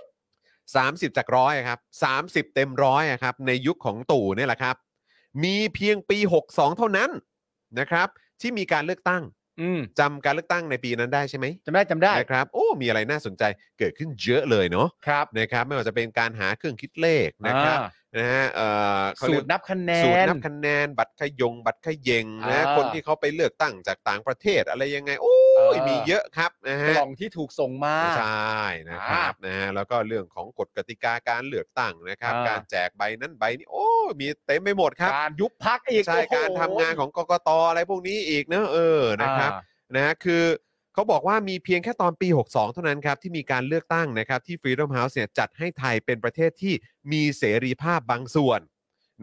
30 จากร้อยครับ 30 เต็มร้อยครับ ในยุคของตู่เนี่ยแหละครับ มีเพียงปี 62 เท่านั้นนะครับ ที่มีการเลือกตั้ง
อืม
จำการเลือกตั้งในปีนั้นได้ใช่ไหม
จำได้จำได้
นะครับ โอ้ มีอะไรน่าสนใจเกิดขึ้นเยอะเลยเนาะ
ครับ
นะครับ ไม่ว่าจะเป็นการหาเครื่องคิดเลขนะครับ
อ่า
นะฮะเอ่อเขา
สู
เรีย
ต
ก
รนับคะแนน
สูตรนับคะแนนบัตรขยง บัตรขยงนะ
อ่า
คนที่เขาไปเลือกตั้งจากต่างประเทศอะไรยังไง โอ้ย
เออ
มีเยอะครับนะฮะ
กล่องที่ถูกส่งมา
ใช่นะครับนะฮะแล้วก็เรื่องของกฎกติกาการเลือกตั้งนะครับ
อ่า
การแจกใบนั้นใบนี้โอ้ยมีเต็มไปหมดครับ
การยุบพักอีก
ใช่
โอ้โห
การทำงานของกกตอะไรพวกนี้อีกเนอะเออนะครับ
อ่า
นะฮะคือเขาบอกว่ามีเพียงแค่ตอนปี 62 เท่านั้นครับ ที่มีการเลือกตั้งนะครับ ที่ Freedom House เนี่ยจัดให้ไทยเป็นประเทศที่มีเสรีภาพบางส่วน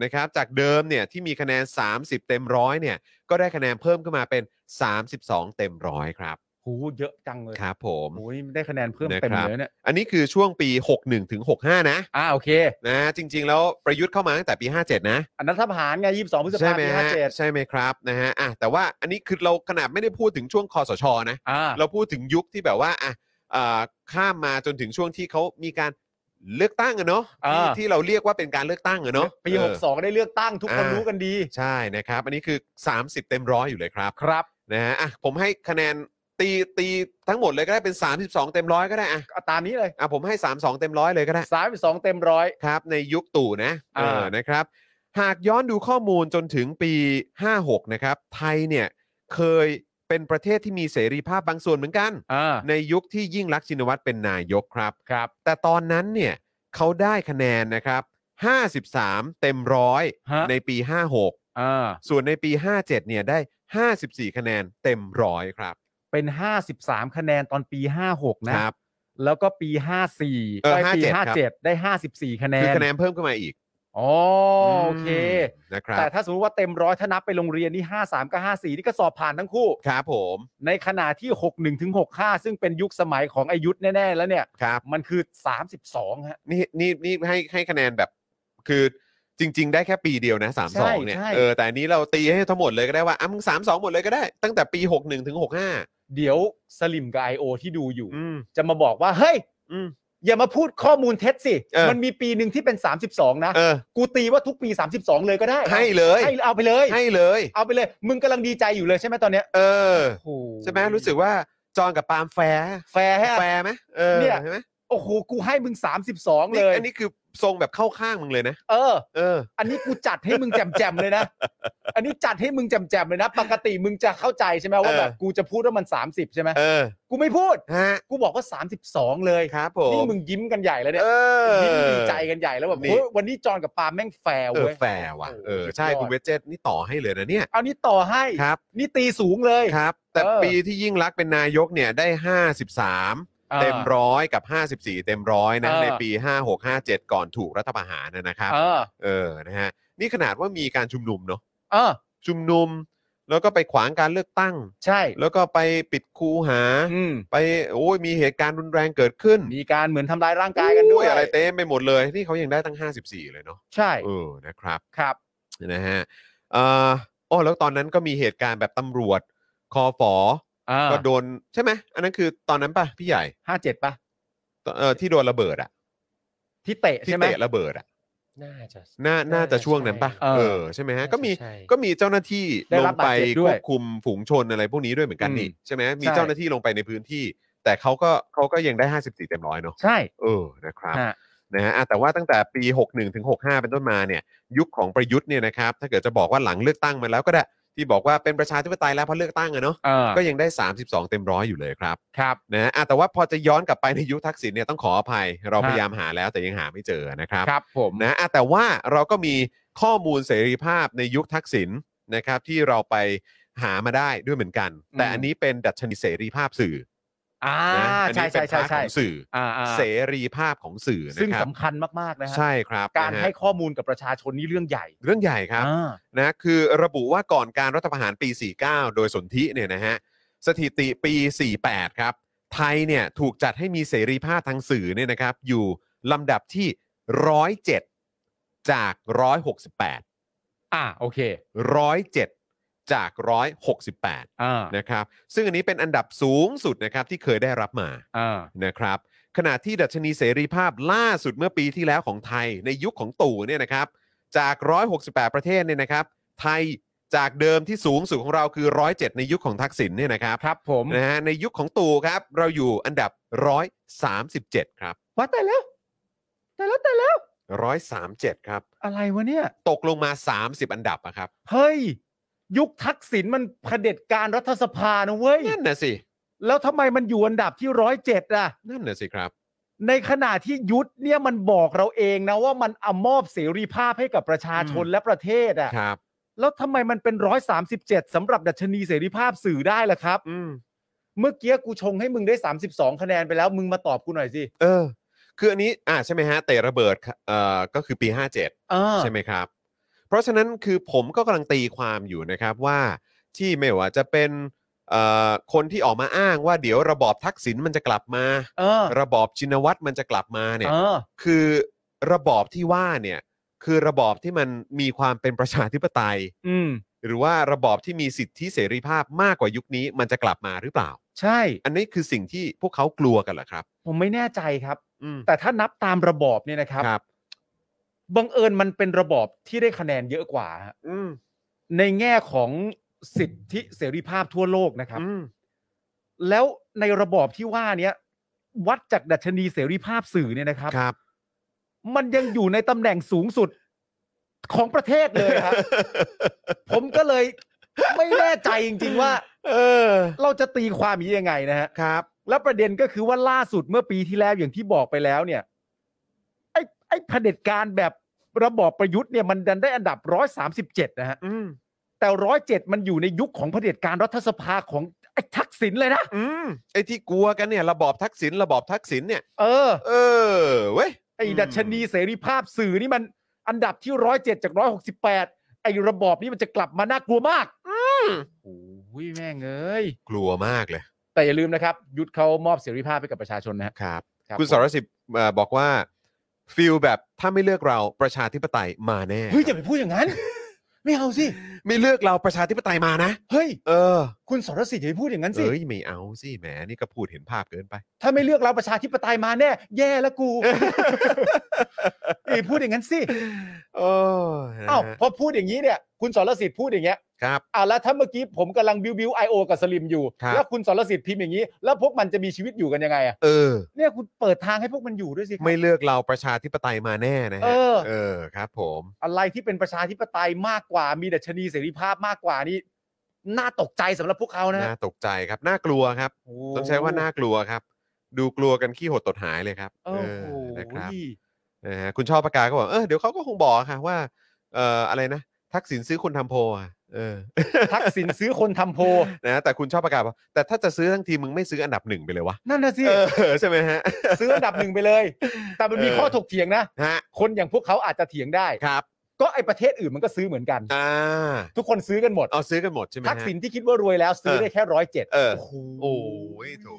นะครับจากเดิมเนี่ยที่มีคะแนน 30 เต็มร้อยเนี่ยก็ได้คะแนนเพิ่มขึ้นมาเป็น 32 เต็มร้อยครับ
โหเยอะจังเลย
ครับผม
โอ้ยได้คะแนนเพิ่ม
นะครับ
เต็มเลยเนี่ย
อันนี้คือช่วงปี 61ถึง65 นะ
อ่าโอเค
นะจริง ๆ แล้วประยุทธ์เข้ามาตั้งแต่ปี 57 นะ
อันนั้นทหารไงยี่สิบสองพฤษ
ใช่
ภา
ไหม
คมปี
ฮะ
ห้าเจ็ด
ใช่ไหมครับนะฮะอ่ะแต่ว่าอันนี้คือเราขนาดไม่ได้พูดถึงช่วงคอสชนะ
อ่า
เราพูดถึงยุคที่แบบว่าอ่ะเอ่อข้ามมาจนถึงช่วงที่เขามีการเลือกตั้งอะเนาะที่
า
ที่เราเรียกว่าเป็นการเลือกตั้งอะเนาะ
ปี
เอ
ห
อ
กสองได้เลือกตั้งทุกคน
อ่ารู้
รู้กันดี
ใช่นะครับ อันนี้คือ 30 เต็มร้อยอยู่เลยครับ
ครับ
นะฮะอ่ะผมให้คะแนนตีตีทั้งหมดเลยก็ได้เป็น 32 เต็มร้อยก็ได้อ่ะ
ตามนี้เลย
อ่ะผมให้ 32 เต็มร้อยเลยก็ได้
สามสองเต็มร้อย
ครับในยุคตู่นะเอ
อ่า
อนะครับ หากย้อนดูข้อมูลจนถึงปี 56 นะครับ ไทยเนี่ยเคยเป็นประเทศที่มีเสรีภาพบางส่วนเหมือนกัน
อ่า
[laughs] ในยุคที่ยิ่งรักษณ์ชินวัตรเป็นนายกครับ
ครับ
แต่ตอนนั้นเนี่ยเขาได้คะแนนนะครับ 53 เต็มร้อย
ฮะ
ในปี 56
อ่า
ส่วนในปี 57 เนี่ยได้ 54 คะแนนเต็มร้อยครับ
เป็นห้าสิบสามคะแนนตอนปีห้าหกนะครับ แล้วก็ปีห้าสี่
เออ
ปี
57ครั
ห้า
บ
เจ็ดได้ห้าสิบสี่คะแน
คือน คะแนนเพิ่มขึ้นมาอีก
อ๋อโอเค
มนะครับ
แต่ถ้าสมมติว่าเต็มร้อยถ้านับไปโรงเรียนนี่ห้าสามกับห้าสี่นี่ก็สอบผ่านทั้งคู่
ครับผม
ในขณะที่หกหนึ่งถึงหกห้าซึ่งเป็นยุคสมัยของอายุทธ์แน่ ๆ แล้วเนี่ย
ครับ
มันคือสามสิบสองฮะ
นี่นี่นี่ให้ให้คะแนนแบบ คือจริง ๆ ได้แค่ปีเดียวนะ
ใช่
32 เนี่ย
ใช่
เออแต่อันนี้เราตีให้ทั้งหมดเลยก็ได้ว่าอ่ะมึง32 หมดเลยก็ได้ ตั้งแต่ปี 61 ถึง 65
เดี๋ยวสลิมกับ IO ที่ดูอยู่
อืม
จะมาบอกว่า เฮ้ย
อืม
อย่ามาพูดข้อมูลเท็จสิ
เออ
มันมีปีหนึ่งที่เป็น 32 นะ
เออ
กูตีว่าทุกปี 32 เลยก็ได้
ให้เลย
ให้เอาไปเลย
ให้เลย
เอาไปเลย มึงกำลังดีใจอยู่เลยใช่ไหมตอนเนี้ย
เออ
โอ้โห
ใช่ไหมรู้สึกว่าจอนกับปาล์มแฟร์
แฟร์ฮะ
แฟร์ไหมเออ
เนี่ย
ใช่ไหม
โอ้โห กูให้มึง 32 เลย
นี่อันนี้คือทรงแบบเข้าข้างมึงเลยนะ
เออ
เออ
อันนี้กูจัดให้มึงแจมๆ
[laughs]
เลยนะ อันนี้จัดให้มึงแจมๆเลยนะ ปกติมึงจะเข้าใจใช่ไหมว่า
เออ
แบบกูจะพูดว่ามัน 30 ใช่ไหม
เออ
กูไม่พูด
ฮะ
กูบอกว่า 32 เลย
ครับผ
นี่
ม
มึงยิ้มกันใหญ่แล้วเนี่ย
เออ
ยิ่งดีใจกันใหญ่แล้วแบบ
นี่
เฮ้ยวันนี้จอนกับปาล์มแม่งแฟร์
เออ
เว้ย
แฟร์ว่ะเออใช่
สุดยด
คุณเวจเจตนี่ต่อให้เลยนะเนี่ย
เอานี่ต่อให้
ครับ
นี่ตีสูงเลย
ครับ แต่
เออ
ปีที่ยิ่งรักษณ์เป็นนายกเนี่ยได้ 53
อ่า
เต็มร้อยกับ 54 เต็มร้อยนะ
เออ
ในปี 5657 ก่อนถูกรัฐประหารนะนะครับ
เออ
เออนะฮะนี่ขนาดว่ามีการชุมนุมเนาะ
เออ
ชุมนุม แล้วก็ไปขวางการเลือกตั้ง
ใช่
แล้วก็ไปปิดคูหา
อืม
ไปโอ้ยมีเหตุการณ์รุนแรงเกิดขึ้น
มีการเหมือนทำร้ายร่างกายกันด้วย
โอ้อะไรเต็มไปหมดเลย นี่เขายังได้ตั้ง 54 เลยเนาะ
ใช่
เออนะครับ
ครับ
นะฮะเอ่ออ๋อแล้วตอนนั้นก็มีเหตุการณ์แบบตำรวจคอฝอ
อ่า
ก็โดนใช่ไหมอันนั้นคือตอนนั้นป่ะพี่ใหญ่
ห้าเจ็ดป่ะ
ตเออที่โดนระเบิดอะ
ที่เตะ
ที่
ใช่ไหม
เตะระเบิดอะ
น่าจะ
น่าน่าจะช่วงนั้นป่ะ
เออ
ใช่ไหมฮะ
น่าจะ
ก็มี
ใช่
ก็มีเจ้าหน้าที่
ได้
ล
รั
ง
บ
ไป
บาดเจ็บด้
คววย บคุมฝูงชนอะไรพวกนี้ด้วยเหมือนกันนี่
อืม
ใช่ไหมมี
ใช่
เจ้าหน้าที่ลงไปในพื้นที่ แต่เขาก็เขาก็ยังได้ 54 เต็มร้อยเนาะ
ใช่
เออ นะครับ
ฮะ
นะฮะอ่ะแต่ว่าตั้งแต่ปี 61ถึง65 เป็นต้นมาเนี่ย ยุคของประยุทธ์เนี่ยนะครับ ถ้าเกิดจะบอกว่าหลังเลือกตั้งมาแล้วก็ได้ ที่บอกว่าเป็นประชาธิปไตยแล้วเพราะเลือกตั้งอะเนาะ
เออ
ก็ยังได้ 32 เต็มร้อยอยู่เลยครับ
ครับ
นะฮะอ่ะแต่ว่าพอจะย้อนกลับไปในยุคทักษิณเนี่ยต้องขออภัย เรา
ฮะ
พยายามหาแล้วแต่ยังหาไม่เจอนะครับ
ครับผม
นะอ่ะแต่ว่าเราก็มีข้อมูลเสรีภาพในยุคทักษิณนะครับ ที่เราไปหามาได้ด้วยเหมือนกัน แต่อันนี้เป็นดัชนีเสรีภาพสื่อ
อ่า
อนะอัน
ใช่
นี้เป็
ใช่
น
ใช่
พาร์ท
ใช่
ของสื่อ
อ่าอ่า
เสรีภาพของสื่อนะ
ซึ่ง
ครับ
สำคัญมากๆนะฮะ
ใช่ครับ
การ
นะฮะ
ให้ข้อมูลกับประชาชนนี่เรื่องใหญ่
เรื่องใหญ่ครับ
อ่า
นะคือระบุว่าก่อนการรัฐประหารปี 49 โดยสนธิเนี่ยนะฮะสถิติปี 48 ครับ ไทยเนี่ยถูกจัดให้มีเสรีภาพทางสื่อเนี่ยนะครับ อยู่ลำดับที่ 107 จาก 168
อ่าโอเค
107 จาก 168
อ่า
นะครับ ซึ่งอันนี้เป็นอันดับสูงสุดนะครับที่เคยได้รับมา
อ่า
นะครับขณะที่ดัชนีเสรีภาพล่าสุดเมื่อปีที่แล้วของไทยในยุคของตู่เนี่ยนะครับจาก 168 ประเทศเนี่ยนะครับ ไทยจากเดิมที่สูงสุดของเราคือ 107 ในยุคของทักษิณเนี่ยนะครับ
ครับผม
นะฮะในยุคของตู่ครับเราอยู่อันดับ 137 ครับ
ว่าแต่แล้ว แต่แล้วแต่แล้ว
137 ครับ
อะไรวะเนี่ย
ตกลงมา 30 อันดับอะครับ
เฮ้ย ยุคทักษิณมันเผด็จการรัฐสภานะเว้ย
นั่นน่ะสิ
แล้วทำไมมันอยู่อันดับที่ร้อยเจ็ดอะ
นั่นน่ะสิครับ
ในขณะที่ยุทธเนี่ยมันบอกเราเองนะว่ามันเอามอบเสรีภาพให้กับประชาชนและประเทศอะ
ครับ
แล้วทำไมมันเป็นร้อยสามสิบเจ็ดสำหรับดัชนีเสรีภาพสื่อได้ล่ะครับ
อืม
เมื่อกี้กูชงให้มึงได้ 32 คะแนนไปแล้ว มึงมาตอบกูหน่อยสิ
เออ คืออันนี้อ่าใช่ไหมฮะเตะระเบิดเอ่อก็คือปี 57
เออ
ใช่ไหมครับ เพราะฉะนั้นคือผมก็กำลังตีความอยู่นะครับว่าที่ไม่ว่าจะเป็นเอ่อคนที่ออกมาอ้างว่าเดี๋ยวระบอบทักษิณมันจะกลับมา
เออ
ระบอบชินวัตรมันจะกลับมาเนี่ย
เออ
คือระบอบที่ว่าเนี่ยคือระบอบที่มันมีความเป็นประชาธิปไตย
อืม
หรือว่าระบอบที่มีสิทธิเสรีภาพมากกว่ายุคนี้มันจะกลับมาหรือเปล่า
ใช่
อันนี้คือสิ่งที่พวกเขากลัวกันเหรอครับ
ผมไม่แน่ใจครับ
อืม
แต่ถ้านับตามระบอบเนี่ยนะครับ
ครับ
บังเอิญมันเป็นระบอบที่ได้คะแนนเยอะกว่าฮะ
อืม
ในแง่ของสิทธิเสรีภาพทั่วโลกนะครับ
อืม
แล้วในระบอบที่ว่าเนี้ยวัดจากดัชนีเสรีภาพสื่อเนี่ยนะครับ
ครับ
มันยังอยู่ในตำแหน่งสูงสุดของประเทศเลยครับ ผมก็เลย [laughs] ไม่แน่ใจจริง ๆ ว่า
เออ
เราจะตีความอย่างนี้ยังไงนะฮะ
ครับ
แล้วประเด็นก็คือว่าล่าสุดเมื่อปีที่แล้วอย่างที่บอกไปแล้วเนี่ย ไอ้ไอ้เผด็จการแบบระบอบประยุทธ์เนี่ยมันดันได้อันดับร้อยสามสิบเจ็ดนะฮะ
อืม
แต่ร้อยเจ็ดมันอยู่ในยุคของเผด็จการรัฐสภาของไอ้ทักษิณเลยนะ
อืมไอ้ที่กลัวกันเนี่ยระบอบทักษิณระบอบทักษิณเนี่ย
เออ
เออเว้ย
ไอ้ดัชนีเสรีภาพสื่อนี่มันอันดับที่ร้อยเจ็ดจากร้อยหกสิบแปดไอ้ระบอบนี้มันจะกลับมาน่ากลัวมากโอ้ยแม่งเอ้ย
กลัวมากเลย
แต่อย่าลืมนะครับ ยุทธเขามอบเสรีภาพให้กับประชาชนนะฮะ
ครับ
รับ
คุณสรสิทธิ์เอ่อบอกว่าฟิลแบบถ้าไม่เลือกเราประชาธิปไตยมาแน่
เฮ้ยอย่าไปพูดอย่างนั้น [laughs] ไม่เอาสิ
ไม่เลือกเราประชาธิปไตยมานะ
เฮ้ย
เออ
คุณสรสิทธิ์อย่าไปพูดอย่างนั้นสิ
เอ้ยไม่เอาสิแหมนี่ก็พูดเห็นภาพเกินไป
ถ้าไม่เลือกเราประชาธิปไตยมาแน่ แย่แล้วกู อย่าไปพูดอย่างนั้นสิ
โอ้นะฮะ
เอ้าวพอพูดอย่างนี้เนี่ย คุณสรสิทธิ์พูดอย่างเงี้ย
ครับ
อ่ะแล้วถ้าเมื่อกี้ผมกำลังบิวบิวไอโอกับสลิมอยู่
ครับ
แล้วคุณสรสิทธิ์พิมพ์อย่างนี้ แล้วพวกมันจะมีชีวิตอยู่กันยังไงอ่ะ
เออ
เนี่ยคุณเปิดทางให้พวกมันอยู่ด้วยสิครับ
ไม่เลือกเราประชาธิปไตยมาแน่นะฮะ
เออ
เออครับ ผม
อะไรที่เป็นประชาธิปไตยมากกว่า มีดัชนีเสรีภาพมากกว่านี่น่าตกใจสำหรับพวกเขานะ
น่าตกใจครับ น่ากลัวครับ
โอ้
ต้องใช้ว่าน่ากลัวครับ ดูกลัวกันขี้หดตดหายเลยครับ
โอ้
เอ
โห
อนะครับนะฮะคุณชอบประกาศก็บอกเออเดี๋ยวเขาก็คงบอกค่ะว่าเอ่ออะไรนะทักษิณซื้อคนทำโพลอ่ะเอ [laughs] อ
ทักษิณซื้อคนทำโพล
นะแต่คุณชอบประกาศบอกแต่ถ้าจะซื้อทั้งทีมึงไม่ซื้ออันดับหนึ่งไปเล
[laughs]
ยวะ
นั่นนะสิ
เออใช่ไหมฮะ
ซื้ออันดับหนึ่งไปเลย แต่มันมี
เออ
ข้อถกเถียงนะ
ฮะ
คนอย่างพวกเขาอาจจะเถียงได้
ครับ
ก็ไอประเทศอื่นมันก็ซื้อเหมือนกัน
อ่า
ทุกคนซื้อกันหมด
เอาซื้อกันหมดใช่ไหมฮะ
ทักษิณที่คิดว่ารวยแล้วซื้อ
เออ
ได้แค่ร้อยเจ็ด
เออ
โอ้โห
โอ้ยโถู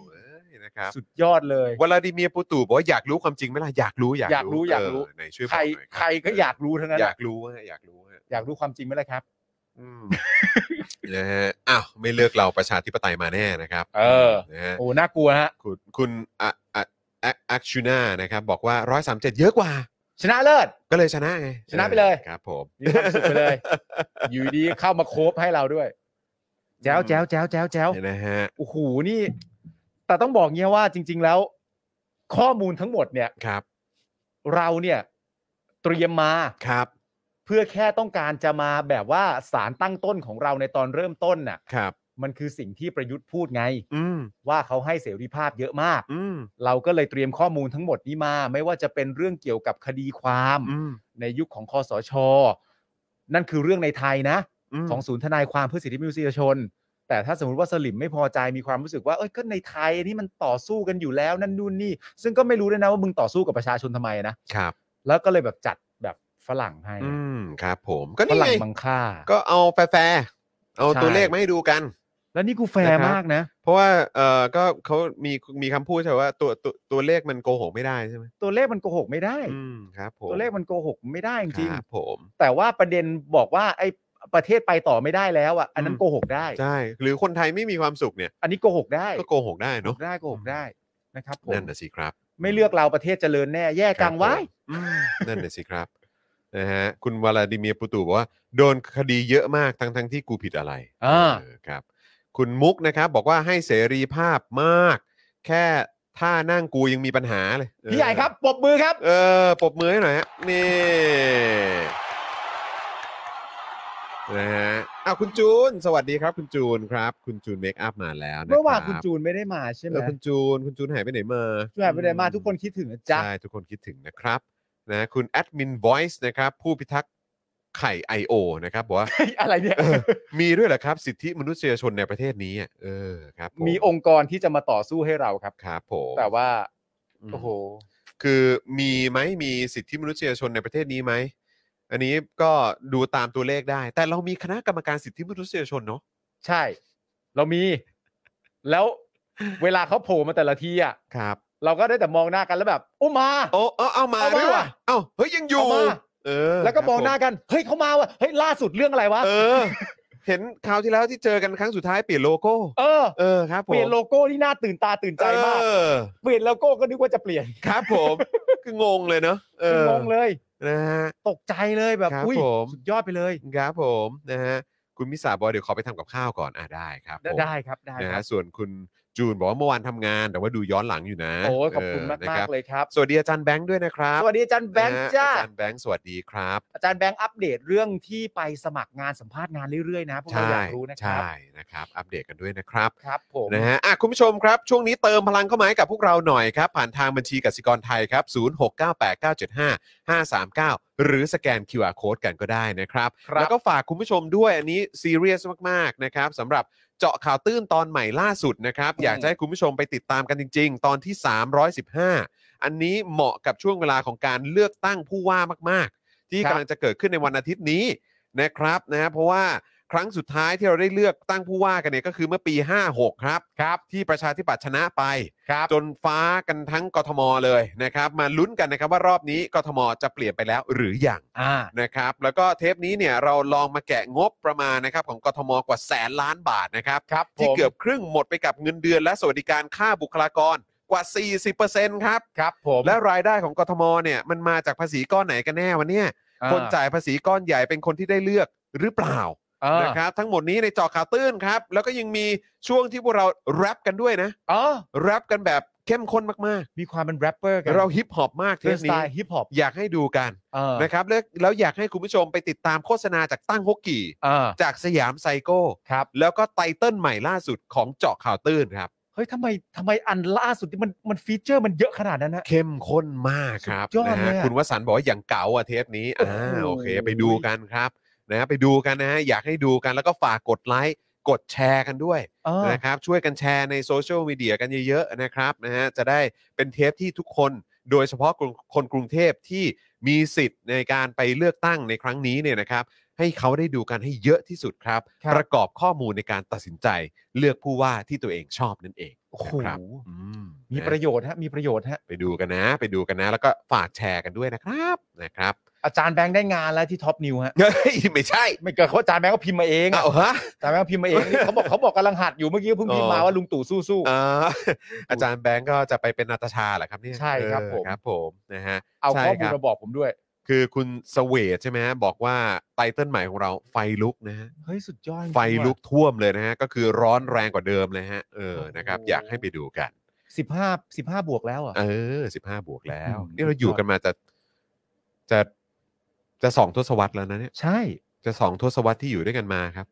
นะครับ
สุดยอดเลย
วลาดิเมียร์ปูตูบอกว่าอยากรู้ความจริงไหมล่ะอยากรู้อยาก
อยากรู้อยากรู้
เไหนช่วยบ
ใคร
อกหน่อยบ
ใครก็อยากรู้ทั้งนั้น
อยา
อะ
กรู้ฮะอยากรู้ฮะ
อยากรู้ความจริงไหมล่ะครับ
อืม [laughs] นะฮะอ้าวไม่เลือกเราประชาธิปไตยมาแน่นะครับ
เออ
นะฮะ
โอ้น่ากลัวฮะ
คุณคุณอะอะอะอักชูน่านะครับบอกว่าร้อยสามเจ็ดเยอะกว่า
ชนะเลิศ
ก็เลยชนะไง
ชนะไปเลย
ครับผม
มีความสุขไปเลย อยู่ดีเข้ามาโคบให้เราด้วย แจ้วแจ้วแจ้วแจ้วแจ้ว
เนี่ยนะฮะ
โอ้โหนี่ แต่ต้องบอกเงี้ยว่าจริง ๆแล้ว ข้อมูลทั้งหมดเนี่ย
ครับ
เราเนี่ย เตรียมมา
ครับ
เพื่อแค่ต้องการจะมาแบบว่าสารตั้งต้นของเราในตอนเริ่มต้นน่ะ
ครับ
มันคือสิ่งที่ประยุทธ์พูดไง
อืม
ว่าเขาให้เสรีภาพเยอะมาก
อืม
เราก็เลยเตรียมข้อมูลทั้งหมดนี้มา ไม่ว่าจะเป็นเรื่องเกี่ยวกับคดีความ
อืม
ในยุคของคอสช นั่นคือเรื่องในไทยนะ
ม
ของศูนย์ทนายความเพื่อสิทธิมนุษยชน แต่ถ้าสมมติว่าสลิมไม่พอใจมีความรู้สึกว่าเอ้ยก็ในไทยนี่มันต่อสู้กันอยู่แล้วนั่นนู่นนี่ ซึ่งก็ไม่รู้ด้วยนะว่ามึงต่อสู้กับประชาชนทำไมนะครับ แล้วก็เลยแบบจัดแบบฝรั่งให้
อืมครับ ผมก็
ฝ
นี่
รั่
ไง
งบังค่า
ก็เอาแฟร์ๆเอา
ใช่
ตัวเลขมาให้ดูกัน
แล้วนี่กูแฟร์
นะครับ
มากนะ
เพราะว่าเออก็เขามีมีคำพูดใช่ไหมว่าตัวตัวตัวเลขมันโกหกไม่ได้ใช่ไหม
ตัวเลขมันโกหกไม่ได้
อืมครับผม
ตัวเลขมันโกหกไม่ได้จริง
ครับผม
ๆแต่ว่าประเด็นบอกว่าไอ้ประเทศไปต่อไม่ได้แล้วอ่ะอันนั้นโกหกได้
ใช่หรือคนไทยไม่มีความสุขเนี่ย
อันนี้โกหกได้
ก็โกหกได้เนาะ
ได้โกหกได้นะครับผม
นั่นน่ะสิครับ
ไม่เลือกเราประเทศเจริญแน่แย่จัง
ครับผม
วาย
อืมนั่นน่ะสิครับนะฮะคุณวลาดิเมียร์ปูตูบอกว่าโดนคดีเยอะมากทั้งทั้งๆที่กูผิดอะไร
อ่า
เออครับ คุณมุกนะครับ บอกว่าให้เสรีภาพมาก แค่ท่านั่งกูยังมีปัญหาเลยเออ
พี่ใหญ่ครับปรบมือครับ
เออปรบมือให้หน่อยฮะนี่นะฮะอ้าวคุณจูน สวัสดีครับ คุณจูนครับ คุณจูนเมคอัพมาแล้วนะครับ
เมื่อวานคุณจูนไม่ได้มาใช่ไหม
เออคุณจูน คุณจูนหายไปไหนมา
จูนหายไปไหนมาทุกคนคิดถึงนะจ๊ะ
ใช่ทุกคนคิดถึงนะครับนะคุณแอดมิน Voice นะครับ ผู้พิทักษ์ไข่ I.O. นะครับบอกว่า
เฮ้ยอะไรเนี่ย
เออ มีด้วยเหรอครับ สิทธิมนุษยชนในประเทศนี้อ่ะเออครับผ
มีองค์กรที่จะมาต่อสู้ให้เราครับ
ครับผม
แต่ว่า
ม
โอ้โห
คือมีไหมมีสิทธิมนุษยชนในประเทศนี้ไหม อันนี้ก็ดูตามตัวเลขได้ แต่เรามีคณะกรรมการสิทธิมนุษยชนเนาะ
ใช่ เรามี แล้วเวลาเขาโผล่มาแต่ละทีอ่ะ
ครับ
เราก็ได้แต่มองหน้ากันแล้วแบบโอ้มา
โอ้เอาเอามา
เอามา
ด้วยว่ะเอ้าเฮ้ยยังอยู่
เอามา
เออ
แล้วก็
ครับ
มองหน้า
ผ
กันเฮ้ยเขามาว่ะเฮ้ยล่าสุดเรื่องอะไรวะ
เออ เห็นคราวที่แล้วที่เจอกันครั้งสุดท้ายเปลี่ยนโลโก้
เออ
เออครับผม
เปลี่ยนโลโก้ที่น่าตื่นตาตื่นใจมาก
เออ
เปลี่ยนโลโก้ก็นึกว่าจะเปลี่ยน
ครับผมคืองงเลยเนาะเออง
งเลย
นะฮะ
ตกใจเลยแบบ
ครับ
อุ้ย
ผม
สุดยอดไปเลย
ครับผมนะฮะคุณมิสาบอกว่าเดี๋ยวขอไปทำกับข้าวก่อนอ่ะได้ครับผม
ได้ครับได้
นะ
ครั
ฮะ
บ
ส่วนคุณจูนบอกว่าเมื่อวานทำงาน แต่ว่าดูย้อนหลังอยู่นะ
โอ้ยขอบคุณมาก
นะ
มาก
รับ
ๆเลยครับ
สวัสดีอาจารย์แบงค์ด้วยนะครับ
สวัสดีอาจารย์แบงค์
นะฮะ
จ้า
อาจารย์แบงค์สวัสดีครับ
อาจารย์แบงค์อัปเดตเรื่องที่ไปสมัครงานสัมภาษณ์งานเรื่อยๆนะพวกเรา
ใช่
อยากรู้นะครั
ใช่
บ
นะครับ อัปเดตกันด้วยนะครับ
ครับผม
นะฮะอ่ะคุณผู้ชมครับ ช่วงนี้เติมพลังเข้ามาให้กับพวกเราหน่อยครับ ผ่านทางบัญชีกสิกรไทยครับ 0698975539 หรือสแกน QR Code กันก็ได้นะครับ แล้วก็ฝากคุณผู้ชมด้วยอันนี้ซีเรียสมาก ๆ นะครับสำหรับเจาะข่าวตื้นตอนใหม่ล่าสุดนะครับ อยากจะให้คุณผู้ชมไปติดตามกันจริง ๆ ตอนที่ 315 อันนี้เหมาะกับช่วงเวลาของการเลือกตั้งผู้ว่ามาก ๆ ที่กำลังจะเกิดขึ้นในวันอาทิตย์นี้ นะครับนะฮะเพราะว่าครั้งสุดท้ายที่เราได้เลือกตั้งผู้ว่ากันเนี่ยก็คือเมื่อปี 56 ครับครับ ที่ประชาธิปัตย์ชนะไป
ครับ
จนฟ้ากันทั้งกทมเลยนะครับ มาลุ้นกันนะครับว่ารอบนี้กทมจะเปลี่ยนไปแล้วหรือยัง
อ่า
นะครับ แล้วก็เทปนี้เนี่ยเราลองมาแกะงบประมาณนะครับของกทมกว่าแสนล้านบาทนะครับ
ครับ
ที่
ผม
เกือบครึ่งหมดไปกับเงินเดือน และสวัสดิการค่าบุคลากรกว่า 40%ครับ
ครับผม
และรายได้ของกทมเนี่ยมันมาจากภาษีก้อนไหนกันแน่วันเนี้ย
อ่
คนจ่ายภาษีก้อนใหญ่เป็นคนที่ได้เลือกหรือเปล่า
เออ
นะครับ ทั้งหมดนี้ในเจอข่าวตื้นครับ แล้วก็ยังมีช่วงที่พวกเราแรปกันด้วยนะ
อ๋อ
แรปกันแบบเข้มข้นมาก
มีความเป็นแรปเปอร์กัน
ๆ เราฮิปฮอปมากเท
เรื่อ
ป
งสไต
นี้
ล์ฮิปฮอป
อยากให้ดูกัน
เออ
นะครับแล้วแล้วอยากให้คุณผู้ชมไปติดตามโฆษณาจากตั้งฮกกี่
เออ
จากสยามไซโก้
ครับ
แล้วก็ไตเติ้ลใหม่ล่าสุดของเจาะข่าวตื้นครับ
เฮ้ยทำไมทำไมอันล่าสุดที่มันมันฟีเจอร์มันเยอะขนาดนั้นนะ
เข้มข้นมากครับ
สุดยอด
นะฮะ
เลยอะ
คุณวสันต์บอกว่าอย่างเก๋าอะเทปนี้อ่า
โอ้โห
โอเค ไปดูกันครับนะฮะไปดูกันนะฮะอยากให้ดูกันแล้วก็ฝากกดไลค์กดแชร์กันด้วย
เออ
นะครับช่วยกันแชร์ในโซเชียลมีเดียกันเยอะๆนะครับนะฮะจะได้เป็นเทปที่ทุกคนโดยเฉพาะคนคนกรุงเทพที่มีสิทธิ์ในการไปเลือกตั้งในครั้งนี้เนี่ยนะครับ ให้เขาได้ดูกันให้เยอะที่สุดครับ ประกอบข้อมูลในการตัดสินใจเลือกผู้ว่าที่ตัวเองชอบนั่นเอง
โอ้โห
นะครับอื
มี
นะ
ประโยชน์ฮะมีประโยชน์ฮะ
ไปดูกันนะ ไปดูกันนะ แล้วก็ฝากแชร์กันด้วยนะครับนะครับ
อาจารย์แบงค์ได้งานแล้วที่ท็อปนิวฮะ
เฮ้ยไม่ใช่
ไม่เกิดเขาอาจารย์แบงค์ก็พิมพ์มาเองอะ
เอาฮะ
อาจารย์แบงค์พิมพ์มาเองนี่เขาบอกเขาบอกกำลังหัดอยู่เมื่อกี้เพิ่งพิมพ์มา
อ๋อ
ว่าลุงตู่สู้
อ่าอาจารย์แบงก์ก็จะไปเป็นนาตาชาเหรอครับเนี่ย
ใช่ครับผม
เออครับผมนะฮะ
ๆเอา
ใช่
ข้อมูล
รับ
มาบอกผมด้วย
คือคุณเสเวตใช่ไหมฮะบอกว่าไตเติ้ลใหม่ของเราไฟลุกนะฮะ
เฮ้ยสุดยอดจริงๆ
ไฟลุก
ว่ะ
ท่วมเลยนะฮะ ก็คือร้อนแรงกว่าเดิมเลยฮะเออ
โอ้โห
นะครับ อยากให้ไปดูกัน
สิบห้าสิบห้าบวกแล้วอ่ะ
เออสิบห้าบวกแล้ว
อืม
นี่เราอยู่กันมาจะจะจะสองทศวรรษแล้วนะเนี่ย
ใช่
จะสองทศวรรษที่อยู่ด้วยกันมาครับ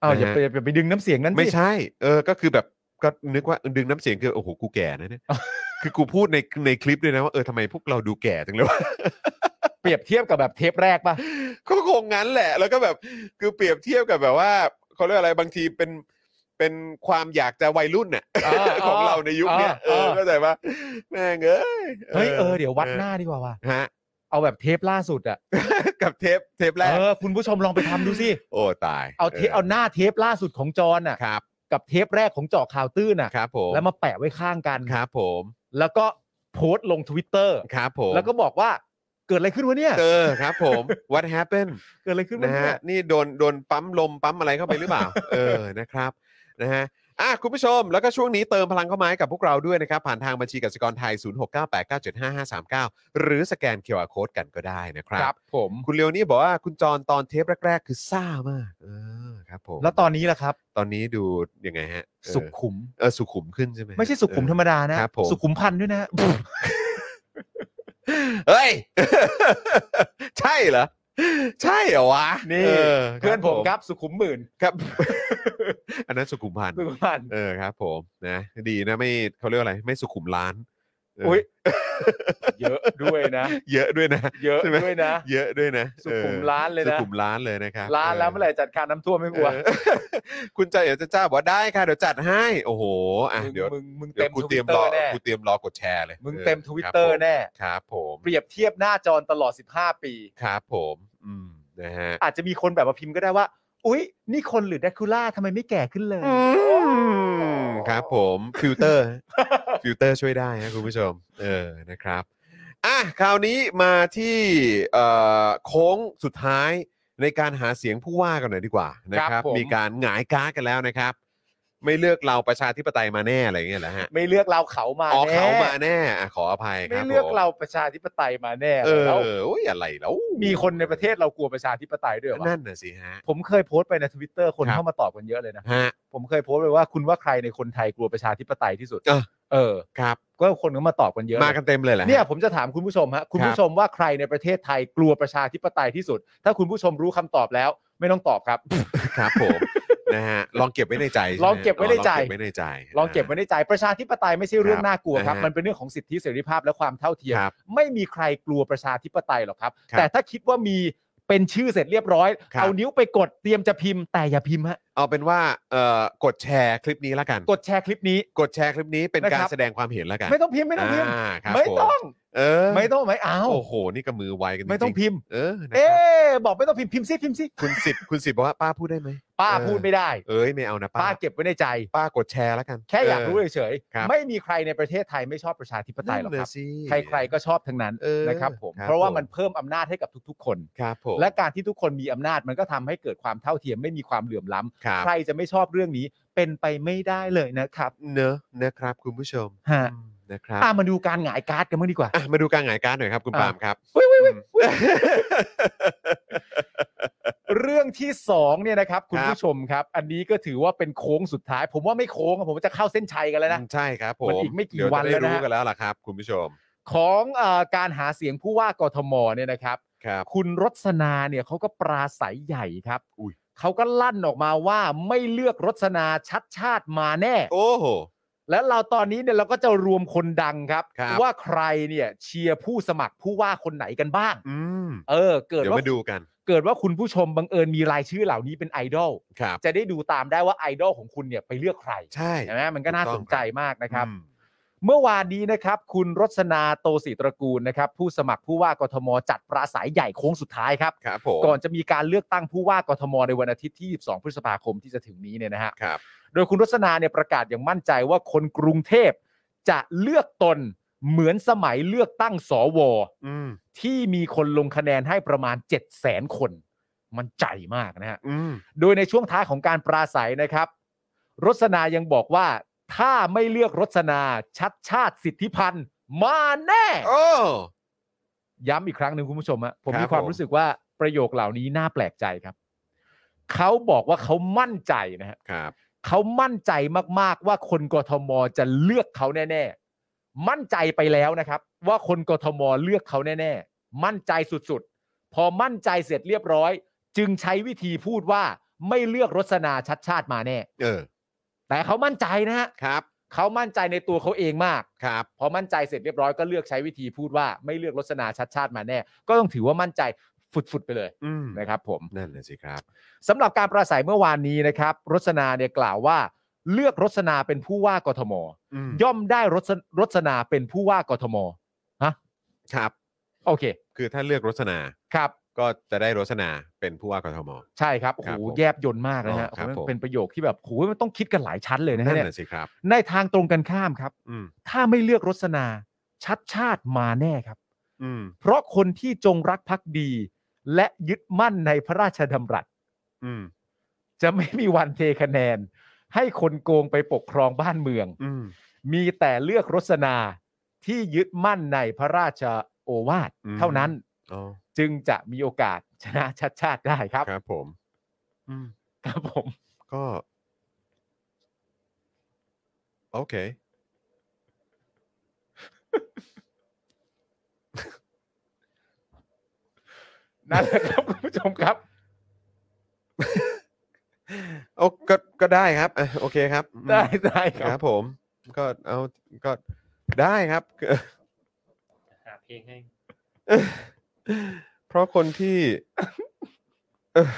เอา
นะฮะ
อย่าไปอย่าไปดึงน้ำเสียงนั้นสิ
ไม่ใช่ เออ ก็คือแบบ ก็นึกว่าดึงน้ำเสียงคือ โอ้โห กูแก่นะเนี่ย คือกูพูดในในคลิปด้วยนะว่า เออทำไมพวกเราดูแก่จังเลยว [laughs] ะ
เปรียบเทียบกับแบบเทปแรกป่ะ
ก็คงงั้นแหละ แล้วก็แบบ คือเปรียบเทียบกับแบบว่าเขาเรียกอะไร บางทีเป็น เป็นความอยากจะวัยรุ่นน่ะ
อ่า
ของเราในยุคเนี้ย เออเข้าใจปะแม่งเอ้ย
เฮ้ยเออเดี๋ยววัดหน้าดีกว่าว่ะ
ฮะ
เอาแบบเทปล่าสุดอ่ะ
กับเทป เทปแรก
เออคุณผู้ชมลองไปทำดูสิ
โอ้ตาย
เอาเทปเอาหน้าเทปล่าสุดของจอนอ่ะ
ครับ
กับเทปแรกของเจาะข่าวตื้นอ่ะ
ครับผม
แล้วมาแปะไว้ข้างกัน
ครับผม
แล้วก็โพสต์ลงทวิตเตอร์
ครับผม
แล้วก็บอกว่าเกิดอะไรขึ้นวะเนี่ย
เออครับผม what happened
เกิดอะไรขึ้นวะ
นะ
เนี่
ฮะ
ย
นี่โดนโดนปั๊มลมปั๊มอะไรเข้าไปหรือเปล่า
[laughs]
เออนะครับนะฮะอ่ะคุณผู้ชมแล้วก็ช่วงนี้เติมพลังเข้ามาให้กับพวกเราด้วยนะครับ ผ่านทางบัญชีกสิกรไทย 0698975539 หรือสแกนเคอร์โค้ดกันก็ได้นะครั
ครับ บผม
คุณเลียวนี่บอกว่าคุณจรตอนเทปแรก ๆ คือซ่ามากเออครับผม
แล้วตอนนี้ล่ะครับ
ตอนนี้ดูยังไงฮะเออ
สุขุม
เออสุขุมขึ้นใช่ไหมฮะ
ไม่ใช่สุขุม
เออ
ธรรมดานะครับ
ผม
สุขุมพันธุ์ด้วยนะ
เฮ้ย [laughs] ใช่เหรอใช่เหรอวะ
นี่
ครับ
เพื่อนผมครับสุขุมหมื่น
ครับ [laughs] อันนั้นสุขุมพันธ
สุขุมพันธุ์
เออครับผมนะดีนะไม่เขาเรียกว่าอะไรไม่สุขุมล้านเ
อุ๊ย เยอะด้วยนะ
เยอะด้วยนะ
เยอะ
ใช่ไหม
ด้วยนะ
เยอะด้วยนะ
สุขุม
ออ
ล้านเลยนะ
สุขุมล้านเลยนะครับ
ร้านแล้วเมื่อไหร่จัดการน้ำท่วมไม่กลัว
เออ [laughs] คุณใจเอ๋จะจ้าบอกว่าได้ค่ะเดี๋ยวจัดให้โอ้โหอ่ะ
มึง
เดี๋ยว
มึงมึง
เดี๋
เต็
ยว
ม
กู
ท
เตรี
วิ
ย
ต
ม
เต
ร
อ
อ
ร์แน่
กูเตรียมรอกดแชร์เลย
มึง
ออ
เต็มทวิตเตอร์
คบผ
แน่
ครับผม
เปรียบเทียบหน้าจอตลอด 15 ปี
ครับผม อืมนะฮะ
อาจจะมีคนแบบมาพิมพ์ก็ได้ว่า อุ๊ย นี่คนหรือแดคูล่าทำไมไม่แก่ขึ้นเลย
ครับผมฟิลเตอร์ ฟิลเตอร์ช่วยได้ฮะคุณผู้ชม เออนะครับอ่ะคราวนี้มาที่เอ่อโค้งสุดท้ายในการหาเสียงผู้ว่ากันหน่อยดีกว่านะค
ครั
รับบ
ผม
มีการหงายการ์ดกันแล้วนะครับ ไม่เลือกเราประชาธิปไตยมาแน่อะไรอย่างเงี้ยเหรอฮะ
ไม่เลือกเราเขามา
อ๋อ
แน่
เขามาแน่อ่ะขออภัยค
ไม่
รับ
เลือก
ผม
เราประชาธิปไตยมาแน่
เออ
แล้ว
โอ้ยอะไรแล้ว
มีคนในประเทศเรากลัวประชาธิปไตยด้วยเหรอวะ
นั่นน่ะสิฮะ
ผมเคยโพสต์ไปในทวิตเตอร์คน
ครับ
เข้ามาตอบกันเยอะเลยนะ
ฮะ
ผมเคยโพสต์ไปว่าคุณว่าใครในคนไทยกลัวประชาธิปไตยที่สุด
เออ
เออ
ครับ
ก็คนก็มาตอบกันเยอะ
มากันเต็มเลยแหละ
เนี่ยผมจะถามคุณผู้ชมฮะคุณ
ครับ
ผู้ชมว่าใครในประเทศไทยกลัวประชาธิปไตยที่สุด ถ้าคุณผู้ชมรู้คำตอบแล้ว ไม่ต้องตอบครับ
ครับผม นะฮะลองเก็บไว้ในใจใช่ไหม
ลองเก็บไว้ในใจ
ลองเก็บไว้ในใจ
ลองเก็บไว้ในใจประชาธิปไตยไม่ใช่เรื่อง
ครับ
น่ากลัวครับ
นะฮะ
มันเป็นเรื่องของสิทธิเสรีภาพและความเท่าเทียม
ครับ
ไม่มีใครกลัวประชาธิปไตยหรอกครับ
ครับ
แต่ถ้าคิดว่ามีเป็นชื่อเสร็จเรียบร้อย
ครับ
เอานิ้วไปกดเตรียมจะพิมพ์แต่อย่าพิมพ์ฮะ
เอาเป็นว่าเอ่อกดแชร์คลิปนี้ละกัน
กดแชร์คลิปนี้
กดแชร์คลิปนี้เป็น
นะครั
กา
บ
รแสดงความเห็นละกัน
ไม่ต้องพิมพ์ไม่ต้องพิมพ์
าครับ
ไม่ต้อง
ผเออ
ไม่ต้องไม่เอา
โอ้โห นี่ก็มือไวกันจริๆ
ไม่ต้องพิมพ์
เออนะ
เอ๊
ครับ
ะบอกไม่ต้องพิมพ์พิมพ์ซิพิมพ์ซิ
คุณสิทธิ์คุณสิทธิ์บอกว่าป้าพูดได้ไหม
ป้า
เออ
พูดไม่ได้
เอ้ยไม่เอานะป้า
ป้าเก็บไว้ในใจ
ป้ากดแชร์ละกัน
แค่อยากรู้
เ
เฉย
ครับ
ๆไม่มีใครในประเทศไทยไม่ชอบประชาธิปไตยหรอกครับ
นั่นน่ะสิ
ใครๆก็ชอบทั้งนั้น
เออ
นะครับผม
ครับ
เพราะว่า
ผม
มันเพิ่มอำนาจให้กับทุกๆ คน
ครับผม
และการที่ทุกคนมีอำนาจมันก็ทำให้เกิดความเท่าเทียมไม่มีความเหลื่อมล้ำ
ครับ
ใครจะไม่ชอบเรื่องนี้เป็นไปไม่ได้เลยนะครับ
เนอะนะครับ คุณผู้ชม
ฮะ
อืมนะครับ
อ่ะมาดูการหงายการ์ดกันบ้างดีกว่า
อ่ะมาดูการหงายการดหน่อยครับคุณ
อ่ะ
ปาล์มครับ
เว้ยเว้ยเว้ยเว้ยเรื่องที่สองเนี่ยนะครับ คุณ
ครับ
ผู้ชมครับ อันนี้ก็ถือว่าเป็นโค้งสุดท้าย ผมว่าไม่โค้งอะผมว่าจะเข้าเส้นชัยกันแล้วนะ
อืมใช่ครับผม
มันอีกไม่กี่
เดี๋ย
วัน
จะได้
แล้วนะ
รู้
ฮะ
กันแล้วล่ะครับ คุณผู้ชม
ของเออการหาเสียงผู้ว่ากทมเนี่ยนะครับ
ครับ
คุณรสนาเนี่ยเขาก็ปราศัยใหญ่ครับ
อุ้ย
เขาก็ลั่นออกมาว่าไม่เลือกรสนาชัดชาติมาแน่
โอ้โห
แล้วเราตอนนี้เนี่ยเราก็จะรวมคนดังครับ
ครับ
ว่าใครเนี่ยเชียร์ผู้สมัครผู้ว่าคนไหนกันบ้าง
อืม
เออ เกิด
เดี๋ยว
ว่า
มาดูกัน
เกิดว่าคุณผู้ชมบังเอิญมีรายชื่อเหล่านี้เป็นไอดอล
ครับ
จะได้ดูตามได้ว่าไอดอลของคุณเนี่ยไปเลือกใคร
ใช่
ใช่ไหมมันก็น่าสนใจมากนะครับ
อืม
เมื่อวานนี้นะครับ คุณรสนาโตศิตระกูลนะครับ ผู้สมัครผู้ว่ากทม จัดปราศัยใหญ่โค้งสุดท้ายครับ
ครับผม
ก่อนจะมีการเลือกตั้งผู้ว่ากทม ในวันอาทิตย์ที่ 22 พฤษภาคมที่จะถึงนี้เนี่ยนะฮะ
ครับ
โดยคุณรสนาเนี่ยประกาศอย่างมั่นใจว่าคนกรุงเทพจะเลือกตนเหมือนสมัยเลือกตั้งสว
อืม
ที่มีคนลงคะแนนให้ประมาณ 7 0 0 0 0 0 คน มันใจมากนะฮะ
อืม
โดยในช่วงท้ายของการปราศัยนะครับ รสนายังบอกว่า ถ้าไม่เลือกรสนาชัดชาติสิทธิพันธ์มาแน่
โอ้
ย้ำอีกครั้งหนึ่งคุณผู้ชมฮะผม
ครับ
มีความ
ผม
รู้สึกว่าประโยคเหล่านี้น่าแปลกใจครับ เขาบอกว่าเขามั่นใจนะฮะ
ครับ
เขามั่นใจมากๆว่าคนกทมจะเลือกเขาแน่ๆ มั่นใจไปแล้วนะครับ ว่าคนกทมเลือกเขาแน่ๆ มั่นใจสุดๆ พอมั่นใจเสร็จเรียบร้อย จึงใช้วิธีพูดว่าไม่เลือกรสนาชัดชาติมาแน่
เออ
แต่เขามั่นใจนะฮะ
ครับ
เขามั่นใจในตัวเขาเองมาก
ครับ
พอมั่นใจเสร็จเรียบร้อยก็เลือกใช้วิธีพูดว่าไม่เลือกลักษณะชัดชาติมาแน่ ก็ต้องถือว่ามั่นใจฟุดๆไปเลย
อืม
นะครับผม
นั่นน่ะสิครับ
สำหรับการปราศัยเมื่อวานนี้นะครับรสนาเนี่ยกล่าวว่า เลือกรสนาเป็นผู้ว่ากทม
อืม
ย่อมได้รสรสนาเป็นผู้ว่ากทม
ครับ
โอเค
คือถ้าเลือกรสนา
ครับ
ก็จะได้รสนาเป็นผู้ว่ากทม
ใช่ครับโอ้
ครั
โห
บผม
แยบยนต์มากนะฮะ
อ๋อครับ
โอ้โห
ผม
เป็นประโยคที่แบบโอ้โหมันต้องคิดกันหลายชั้นเลยนะ
นั่
ฮะ
น
เนี่ย
น่ะสิครับ
ในทางตรงกันข้ามครับ
อืม
ถ้าไม่เลือกรสนาชัดชาติมาแน่ครับ
อืม
เพราะคนที่จงรักภักดี และยึดมั่นในพระราชดำรัส
อืม
จะไม่มีวันเทคะแนน ให้คนโกงไปปกครองบ้านเมือง
อืม
มีแต่เลือกรสนาที่ยึดมั่นในพระราชโอวาทเท่านั้น
อ๋อ
จึงจะมีโอกาสชนะชัดชาติได้ครับ
ครับผมอืม
ครับผม
ก็ โอเค
นั่นแหละครับคุณผู้ชมครับ
โอ้ก็ก็ได้ครับอ่ะโอเคครับอืม
ได้ได้ค
ค
รั
รับ บผมก็เอาก็ได้ครับ [laughs]
หาเพลงให้
เพราะคนที่ [coughs] เอ่อ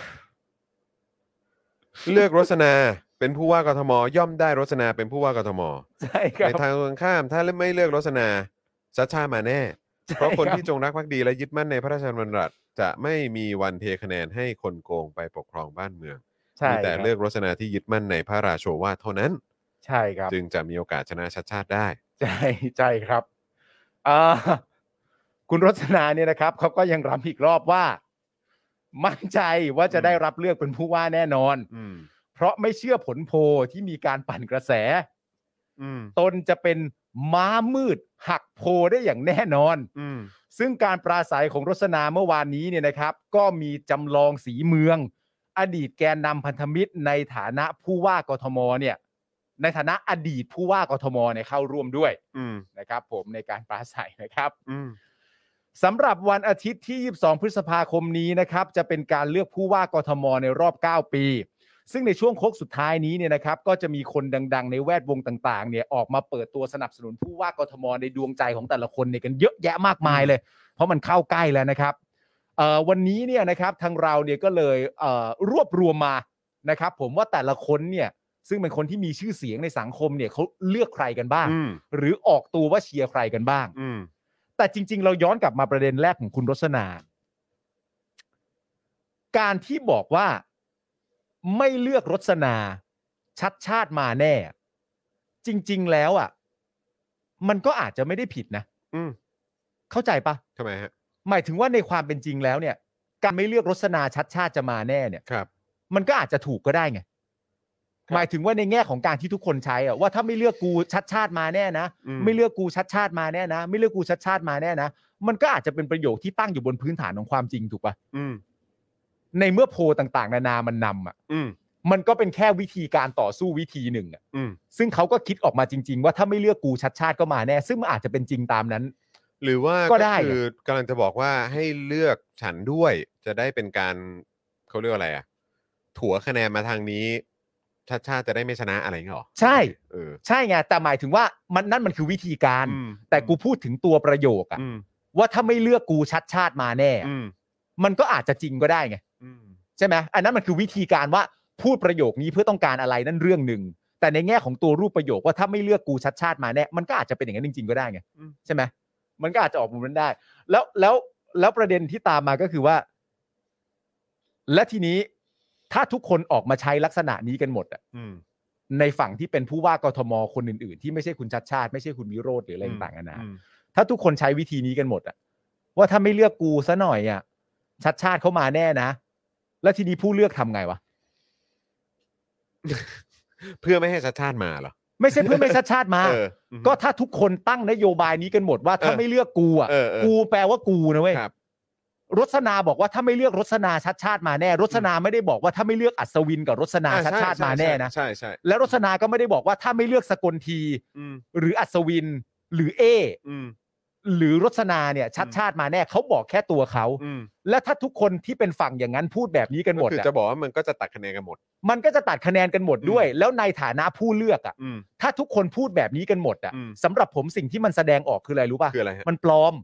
เลือกรสนาเป็นผู้ว่ากทม ย่อมได้รสนาเป็นผู้ว่ากทม
ใช่ครั
ใน
บ
ทางตรงข้าม ถ้าไม่เลือกรสนาชัดชาติมาแน่ เพราะคน
ใช่ค
[laughs]
รับ
ที่จงรักภักดีและยึดมั่นในพระราชบัญญัติ จะไม่มีวันเทคะแนนให้คนโกงไปปกครองบ้านเมือง
ใช่
มีแต่
ครับ
เลือกรสนาที่ยึดมั่นในพระราโชวาทเท่านั้น
ใช่ครับ
จึงจะมีโอกาสชนะชัดชาติได้
ใช่ใช่ครับอ่าคุณรสนาเนี่ยนะครับเขาก็ยังรำอีกรอบว่า มั่นใจว่าจะได้รับเลือกเป็นผู้ว่าแน่นอน
อืม
เพราะไม่เชื่อผลโพลที่มีการปั่นกระแส
อืม
ตนจะเป็นม้ามืดหักโพลได้อย่างแน่นอน
อืม
ซึ่งการปราศัยของรสนาเมื่อวานนี้เนี่ยนะครับ ก็มีจำลองสีเมือง อดีตแกนนำพันธมิตรในฐานะผู้ว่ากทมเนี่ย ในฐานะอดีตผู้ว่ากทมเนี่ยเข้าร่วมด้วย
อืม
นะครับผมในการปราศัยนะครับ
อืม
สำหรับวันอาทิตย์ที่ 22 พฤษภาคมนี้นะครับ จะเป็นการเลือกผู้ว่ากทมในรอบ 9 ปี ซึ่งในช่วงโค้งสุดท้ายนี้เนี่ยนะครับ ก็จะมีคนดัง ๆ ในแวดวงต่างๆ เนี่ยออกมาเปิดตัวสนับสนุนผู้ว่ากทมในดวงใจของแต่ละคนเนี่ยกันเยอะแยะมากมายเลย เพราะมันเข้าใกล้แล้วนะครับเอ่อวันนี้เนี่ยนะครับทางเราเนี่ยก็เลยเอ่อรวบรวมมานะครับ ผมว่าแต่ละคนเนี่ยซึ่งเป็นคนที่มีชื่อเสียงในสังคมเนี่ยเขาเลือกใครกันบ้าง
อืม
หรือออกตัวว่าเชียร์ใครกันบ้าง
อืม
แต่จริง ๆ เราย้อนกลับมาประเด็นแรกของคุณรสนา การที่บอกว่าไม่เลือกรสนา ชัดชาติมาแน่ จริง ๆ แล้วอ่ะ มันก็อาจจะไม่ได้ผิดนะ
อืม
เข้าใจปะ
ทำไมฮะ
หมายถึงว่าในความเป็นจริงแล้วเนี่ย การไม่เลือกรสนาชัดชาติจะมาแน่เนี่ย
ครับ
มันก็อาจจะถูกก็ได้ไง หมายถึงว่าในแง่ของการที่ทุกคนใช้อะว่าถ้าไม่เลือกกูชัดชาติมาแน่นะ
อืม
ไม่เลือกกูชัดชาติมาแน่นะ ไม่เลือกกูชัดชาติมาแน่นะ มันก็อาจจะเป็นประโยคที่ตั้งอยู่บนพื้นฐานของความจริงถูกปะ
อืม
ในเมื่อโพลต่างๆ นานามันนำอ่ะ
อืม
มันก็เป็นแค่วิธีการต่อสู้วิธีหนึ่งอ่ะ
อืม
ซึ่งเขาก็คิดออกมาจริง ๆ ว่าถ้าไม่เลือกกูชัดชาติก็มาแน่ ซึ่งมันอาจจะเป็นจริงตามนั้น
หรือว่า
ก็ได้อะ
คือกำลังจะบอกว่าให้เลือกฉันด้วย จะได้เป็นการเขาเรียกว่าอะไรอ่ะ ถัวคะแนนมาทางนี้ ชาติชาติจะได้ไม่ชนะอะไรอย่างเงี้ยหรอ
ใช่
เออ
ใช่ไง แต่หมายถึงว่ามันนั่นมันคือวิธีการ
อืม
แต่กูพูดถึงตัวประโยคอะ
อืม
ว่าถ้าไม่เลือกกูชัดชาติมาแน่อะ
อืม
มันก็อาจจะจริงก็ได้ไง
อืม
ใช่ไหมอันนั้นมันคือวิธีการว่าพูดประโยคนี้เพื่อต้องการอะไรนั่นเรื่องหนึ่ง แต่ในแง่ของตัวรูปประโยคว่าถ้าไม่เลือกกูชัดชาติมาแน่มันก็อาจจะเป็นอย่างนั้นจริง ๆ ก็ได้ไง
อืม
ใช่ไหมมันก็อาจจะออกมุมนั้นได้ แล้วแล้วแล้วประเด็นที่ตามมาก็คือว่า และทีนี้ถ้าทุกคนออกมาใช้ลักษณะนี้กันหมดอะ
อืม
ในฝั่งที่เป็นผู้ว่ากทมคนอื่น ๆ ที่ไม่ใช่คุณชัดชาติไม่ใช่คุณวิโรธหรืออะไรต่างๆนานา
อืม
ถ้าทุกคนใช้วิธีนี้กันหมดอะว่าถ้าไม่เลือกกูซะหน่อยอะชัดชาติเข้ามาแน่นะ แล้วทีนี้ผู้เลือกทำไงวะ
เพื่อไม่ให้ชาติชาติมาเหรอ
ไม่ใช่เพื่อนไม่ชัดชาติมา
[laughs] เอออืม
ก็ถ้าทุกคนตั้งนโยบายนี้กันหมดว่าถ้า
เออ
ไม่เลือกกูอ่ะ
เออเออ
กูแปลว่ากูนะเว้ย
ครับ
รสนาบอกว่าถ้าไม่เลือกรสนาชัดชาติมาแน่รสนาไม่ได้บอกว่าถ้าไม่เลือกอัศวินกับรสนา
อ่ะ
ชัด
ใ
ชาติมาแน่นะ
ใช่ใช่ใช่
แล้วรสนาก็ไม่ได้บอกว่าถ้าไม่เลือกสกลที
อืม
หรืออัศวิน หรือเอ
อืม
หรือรสนาเนี่ยชัดชาติมาแน่เขาบอกแค่ตัวเขา
อืม
และถ้าทุกคนที่เป็นฝั่งอย่างนั้นพูดแบบนี้กันหมด
ก็คือ
อะ
จะบอกว่ามันก็จะตัดคะแนนกันหมด
มันก็จะตัดคะแนนกันหมดด้วย
อืม
แล้วในฐานะผู้เลือกอ่ะ
อืม
ถ้าทุกคนพูดแบบนี้กันหมดอ่ะ
อืม
สำหรับผมสิ่งที่มันแสดงออกคืออะไรรู้ป่ะ
คืออะไรฮะ
มันปลอม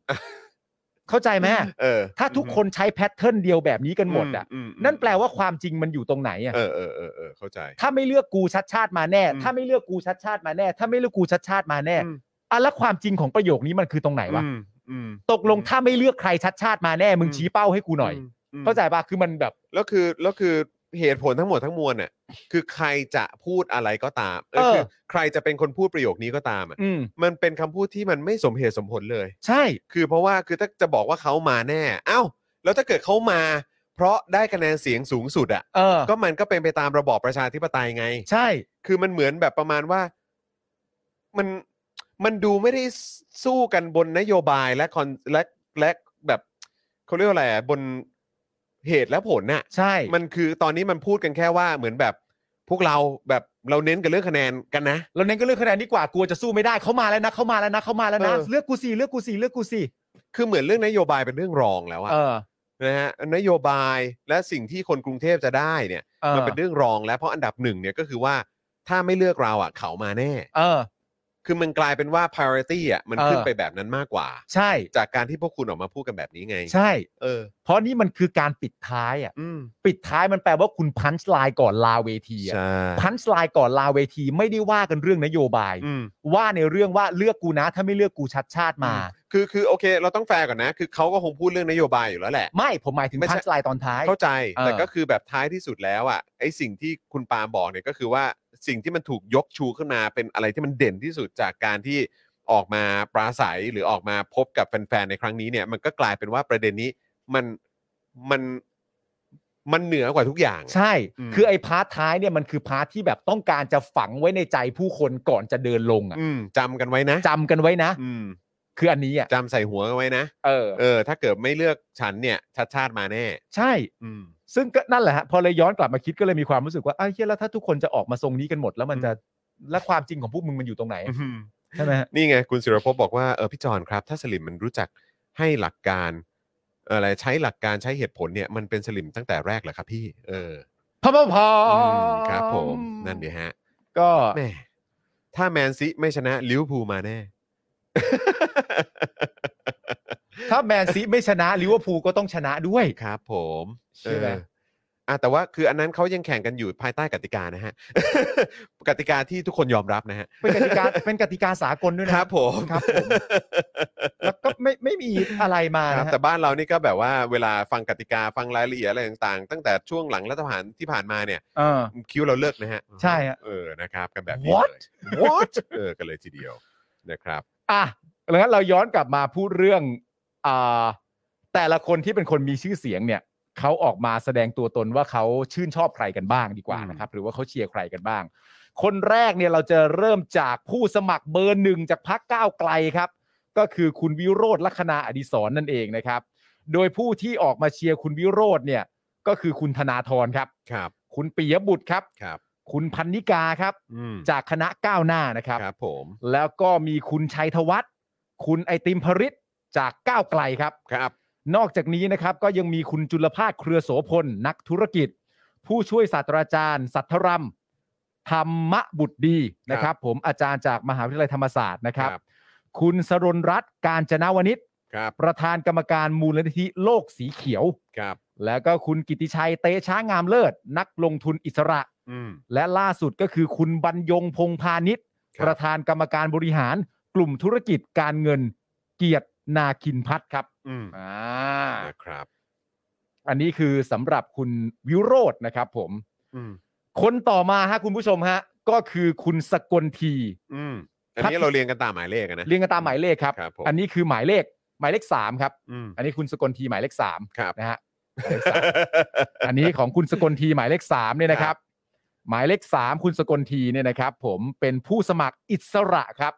เข้าใจไหม
เออ
ถ้าทุกคนใช้แพทเทิร์นเดียวแบบนี้กันหมดอ่ะ
มม
นั่นแปลว่าความจริงมันอยู่ตรงไหนอ่ะ
เออเออเออเออเข้าใจ
ถ้าไม่เลือกกูชัดชาติมาแน่
อืม
ถ้าไม่เลือกกูชัดชาติมาแน่ ถ้าไม่เลือกกูชัดชาติมาแน่
อืม
อ่ะแล้วความจริงของประโยคนี้มันคือตรงไหนวะ
อืมอืม
ตกลงถ้าไม่เลือกใครชัดชาติมาแน่ มึง
อืม
ชี้เป้าให้กูหน่อย
มม
เข้าใจป่ะคือมันแบบ
แล้วคือแล้วคือเหตุผลทั้งหมดทั้งมวลเนี่ยคือใครจะพูดอะไรก็ตามเออ
เออ
คือใครจะเป็นคนพูดประโยคนี้ก็ตามอ่ะ
อืม
มันเป็นคำพูดที่มันไม่สมเหตุสมผลเลย
ใช่
คือเพราะว่าคือถ้าจะบอกว่าเขามาแน่ เอ้า แล้วถ้าเกิดเขามา เพราะได้คะแนนเสียงสูงสุดอ่ะ
เออ
ก็มันก็เป็นไปตามระบอบประชาธิปไตยไง
ใช่
คือมันเหมือนแบบประมาณว่ามันมันดูไม่ได้สู้กันบนนโยบายและคอนและและแบบเขาเรียกว่าอะไรอะบนเหตุและผลน่ะ
ใช่
มันคือตอนนี้มันพูดกันแค่ว่าเหมือนแบบพวกเราแบบเราเน้นกันเรื่องคะแนนกันนะ
เราเน้นก็เลือกคะแนนดีกว่ากลัวจะสู้ไม่ได้เขามาแล้วนะเขามาแล้วนะเขามาแล้วนะ
เออ
เลือกกูสิเลือกกูสิเลือกกูสิ
คือเหมือนเรื่องนโยบายเป็นเรื่องรองแล้วอะ
เออ
นะฮะนโยบายและสิ่งที่คนกรุงเทพจะได้เนี่ย
เออ
มันเป็นเรื่องรองแล้วเพราะอันดับหนึ่งเนี่ยก็คือว่าถ้าไม่เลือกเราอะเขามาแน่
เออ
คือมันกลายเป็นว่า priority อ่ะมันขึ้น
เออ
ไปแบบนั้นมากกว่า
ใช่
จากการที่พวกคุณออกมาพูดกันแบบนี้ไง
ใช่
เออ
เพราะนี่มันคือการปิดท้ายอ่ะ
อืม
ปิดท้ายมันแปลว่าคุณพันช์ไลน์ก่อนลาเวทีอ่ะ
ใช่
พันช์ไลน์ก่อนลาเวทีไม่ได้ว่ากันเรื่องนโยบาย
อืม
ว่าในเรื่องว่าเลือกกูนะ ถ้าไม่เลือกกูชัดชาติมา
คือคือโอเค เราต้องแฟร์ก่อนนะ คือเขาก็คงพูดเรื่องนโยบายอยู่แล้วแหละ
ไม่ผมหมายถึง
ไม่ใช่
พันช์ไลน์ตอนท้าย
เข้าใจ
เออ
แต่ก็คือแบบท้ายที่สุดแล้วอ่ะไอสิ่งที่คุณปาล์มบอกเนี่ยก็คือว่าสิ่งที่มันถูกยกชูขึ้นมาเป็นอะไรที่มันเด่นที่สุดจากการที่ออกมาปราศัยหรือออกมาพบกับแฟนๆในครั้งนี้เนี่ย มันก็กลายเป็นว่าประเด็นนี้มันมันมันเหนือกว่าทุกอย่าง
ใช่
อืม
คือไอ้พาร์ทท้ายเนี่ยมันคือพาร์ทที่แบบต้องการจะฝังไว้ในใจผู้คนก่อนจะเดินลงอ่ะ
อืมจำกันไว้นะ
จำกันไว้นะ
อืม
คืออันนี้อ่ะ
จำใส่หัวกันไว้นะ
เออ
เออ ถ้าเกิดไม่เลือกฉันเนี่ยชัดชาติมาแน่
ใช่
อืม
ซึ่งก็นั่นแหละฮะพอเลยย้อนกลับมาคิดก็เลยมีความรู้สึกว่าไอ้าวเฮียแล้วถ้าทุกคนจะออกมาทรงนี้กันหมด แล้วมันจะและความจริงของพวกมึงมันอยู่ตรงไหนใช่ไหมฮะ
นี่ไง คุณศิรภพบอกว่าเออพี่จอนครับ ถ้าสลิมมันรู้จักให้หลักการเอ่ออะไรใช้หลักการใช้เหตุผลเนี่ยมันเป็นสลิมตั้งแต่แรกเหรอครับพี่ เออ
พอพอพอ
อ
อ
ครับผม นั่นดีฮะ
ก็
แหม่ถ้าแมนซิไม่ชนะลิเวอร์พูลมาแน่ [laughs]
ถ้าแมนซีไม่ชนะลิเวอร์พูลก็ต้องชนะด้วย
ครับผม
ใช่ไหม
เอออ่ะแต่ว่าคืออันนั้นเขายังแข่งกันอยู่ภายใต้กติกานะฮ [laughs] ะ กติกาที่ทุกคนยอมรับนะฮะ
เป็นกติกาเป็นกติกาสากลด้วยนะครับ
ผม
ครับผมแล้วก็ไม่ไม่มีอะไรมา
ครับ
นะฮะ
แต่บ้านเรานี่ก็แบบว่าเวลาฟังกติกาฟังรายละเอียดอะไรต่างๆ ตั้งแต่ช่วงหลังรัฐประหารที่ผ่านมาเนี่ย
เออ
คิวเราเลิกนะฮะ
ใช่ฮะ
เออนะครับ กันแบบนี้
What?
เลย what เออกันเลยทีเดียวนะครับ
อ่ะแล้วงั้นเราย้อนกลับมาพูดเรื่องอ่าแต่ละคนที่เป็นคนมีชื่อเสียงเนี่ยเขาออกมาแสดงตัวตนว่าเขาชื่นชอบใครกันบ้างดีกว่า
อืม
นะครับ หรือว่าเขาเชียร์ใครกันบ้าง คนแรกเนี่ยเราจะเริ่มจากผู้สมัครเบอร์หนึ่งจากพักก้าวไกลครับ ก็คือคุณวิโรธลัคนาอดิศรนั่นเองนะครับ โดยผู้ที่ออกมาเชียร์คุณวิโรธเนี่ยก็คือคุณธนาธรครับ
ครับ
คุณปิยบุตรครับ
ครับ
คุณพันนิกาครับ
อืม
จากคณะก้าวหน้านะครับ
ครับผม
แล้วก็มีคุณชัยธวัฒน์ คุณไอติมพริตจากก้าวไกลครับ
ครับ
นอกจากนี้นะครับก็ยังมีคุณจุลภาคเครือโสพล นักธุรกิจ ผู้ช่วยศาสตราจารย์ สัทธรัมธรรมบุตรดีนะครับ ผมอาจารย์จากมหาวิทยาลัยธรรมศาสตร์นะครับ คุณสรนรัตน์การจนาวนิช
ครับ
ประธานกรรมการมูลนิธิโลกสีเขียว
ครับ
แล้วก็คุณกิติชัยเตช้างามเลิศ นักลงทุนอิสระ
อืม
และล่าสุดก็คือคุณบรรยงพงพาณิชย์
ครับ
ประธานกรรมการบริหารกลุ่มธุรกิจการเงินเกียรตินาคินพัฒน์ครับ
อืม
อ่า
นะครับ
อันนี้คือสำหรับคุณวิโรจน์นะครับผม
อืม
คนต่อมาฮะคุณผู้ชมฮะ ก็คือคุณสกลที
อืมอัน
พั
นี้
ฒน์
เราเรียงกันตามหมายเลขอะนะ
เรียงกันตามหมายเลขครับ
ครับผม
อันนี้คือหมายเลขหมายเลขสามครับ
อืม
อันนี้คุณสกลทีหมายเลขสาม
ครับ
นะฮะ อันนี้ของคุณสกลทีหมายเลขสามเนี่ยนะครับ หมายเลขสามคุณสกลทีเนี่ยนะครับ ผมเป็นผู้สมัครอิสระครับ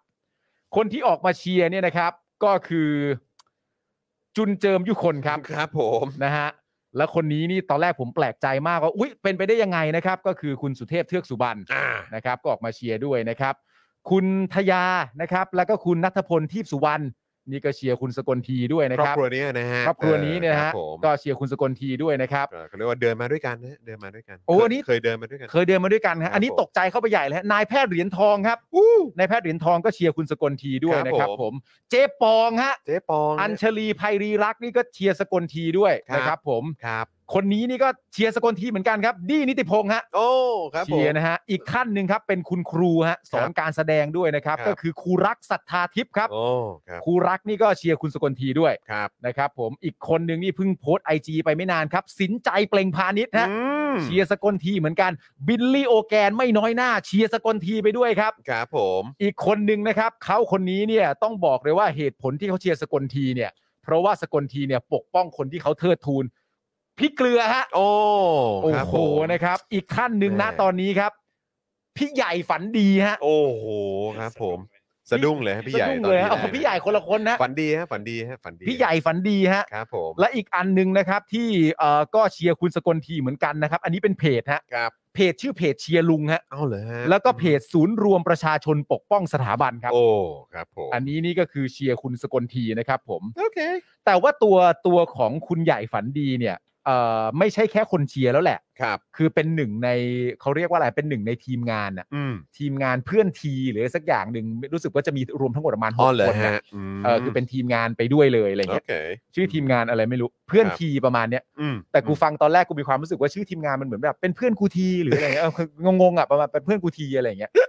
คนที่ออกมาเชียร์เนี่ยนะครับ ก็คือจุนเจิมยุคนครับ
ครับผม
นะฮะแล้วคนนี้นี่ตอนแรกผมแปลกใจมากว่าอุ๊ยเป็นไปได้ยังไงนะครับ ก็คือคุณสุเทพเทือกสุบรรณ
อ่า
นะครับ ก็ออกมาเชียร์ด้วยนะครับ คุณทยานะครับ แล้วก็คุณนัทพลทีพสุวรรณนี่ก็เชียร์คุณสกลทีด้วยนะ
ครอบ
ครับ
ครัวเนี้ยนะฮะ
ครอบครัวนี้เนี่ยนะ
ออค
ฮะ
รับผม
ก็เชียร์คุณสกลทีด้วยนะครับ
เออเขาเรียกว่าเดินมาด้วยกันนะเดินมาด้วยกัน
โอ้อันนี้
เคยเดินมาด้วยกัน
เคยเดินมาด้วยกัน
ครั
ฮะ
บ
อันนี้
ผม
ตกใจเข้าไปใหญ่เลยฮะนายแพทย์เหรียญทองครับนายแพทย์เหรียญทองก็เชียร์คุณสกลทีด้วยนะครับผม เจ๊ปองฮะ
เจ๊ปอง
อัญ
เนี่ย
ชลีไพรีรักษ์นี่ก็เชียร์สกลทีด้วย
ครับ
นะครับ ผม
ครับ
คนนี้นี่ก็เชียร์สกลทีเหมือนกันครับ ดีนิติพงษ์ฮะ
โอ้ครับผ
เชี
ม
ยร์นะฮะ อีกขั้นหนึ่งครับ เป็นคุณครูฮะ สอนการแสดงด้วยนะครับ
ครับ
ก็คือครูรักสัทธาทิพย์ครับ
โอ้ครับ
ครูรักนี่ก็เชียร์คุณสกลทีด้วย
ครับ
นะครับ ผม อีกคนหนึ่งนี่เพิ่งโพสต์ไอจีไปไม่นานครับ สินใจเปล่งพาณิชย์ฮะ
อืม
เชียร์สกลทีเหมือนกันบิลลี่โอแกนไม่น้อยหน้า เชียร์สกลทีไปด้วยครับ
ครับผม
อีกคนหนึ่งนะครับเขาคนนี้เนี่ยต้องบอกเลยว่าเหตุผลที่เขาเชียร์สกลทีเนี่ย เพราะว่าสกลทีเนี่ยปกป้องคนที่เขาเทิดทูนพี่เกลือฮะ
โอ้
โอ้
ครับ
โห
ผม
นะครับ อีกขั้นหนึ่งนะ
แม่
ตอนนี้ครับ พี่ใหญ่ฝันดีฮะ
โอ้โหครับผม สะดุ้งเลยฮะพี่ใหญ่
สะดุ้ง
ตอน
เลย
นี้นะ
ฮะโอ้โหพี่ใหญ่คนละคนนะ
ฝันดีฮะฝันดีฮะฝันดี
พี่ใหญ่ฝันดีฮะ
ครับผม
และอีกอันหนึ่งนะครับ ที่เอ่อก็เชียร์คุณสกลทีเหมือนกันนะครับ อันนี้เป็นเพจฮะ
ครับ
เพจชื่อเพจเชียร์ลุงฮะ
เอาเลยฮะ
แล้วก็เพจศูนย์รวมประชาชนปกป้องสถาบันครับ
โอ้ครับผม
อันนี้นี่ก็คือเชียร์คุณสกลทีนะครับผม
โอเค
แต่ว่าตัวตัวของคุณใหญ่ฝันดีเนี่ย เอ่อไม่ใช่แค่คนเชียร์แล้วแหละ
ครับ
คือเป็นหนึ่งในเขาเรียกว่าอะไรเป็นหนึ่งในทีมงานน่ะ
อืม
ทีมงานเพื่อนทีหรือสักอย่างหนึ่งรู้สึกว่าจะมีรวมทั้งหมดประมาณห
อ๋อก เหรอ
คน
ฮะ
น่ะเออคือเป็นทีมงานไปด้วยเลยอะไร
โอ
เงี้ย
เค
ชื่อทีมงานอะไรไม่รู้เพื่อน
ครับ
ทีประมาณเนี้ย
อืม
แต่กูฟังตอนแรกกูมีความรู้สึกว่าชื่อทีมงานมันเหมือนแบบเป็นเพื่อนกูทีหรืออะไรเงี้ยเออ [laughs] คืองงๆอ่ะประมาณเป็นเพื่อนกูทีอะไรเงี้ย [laughs]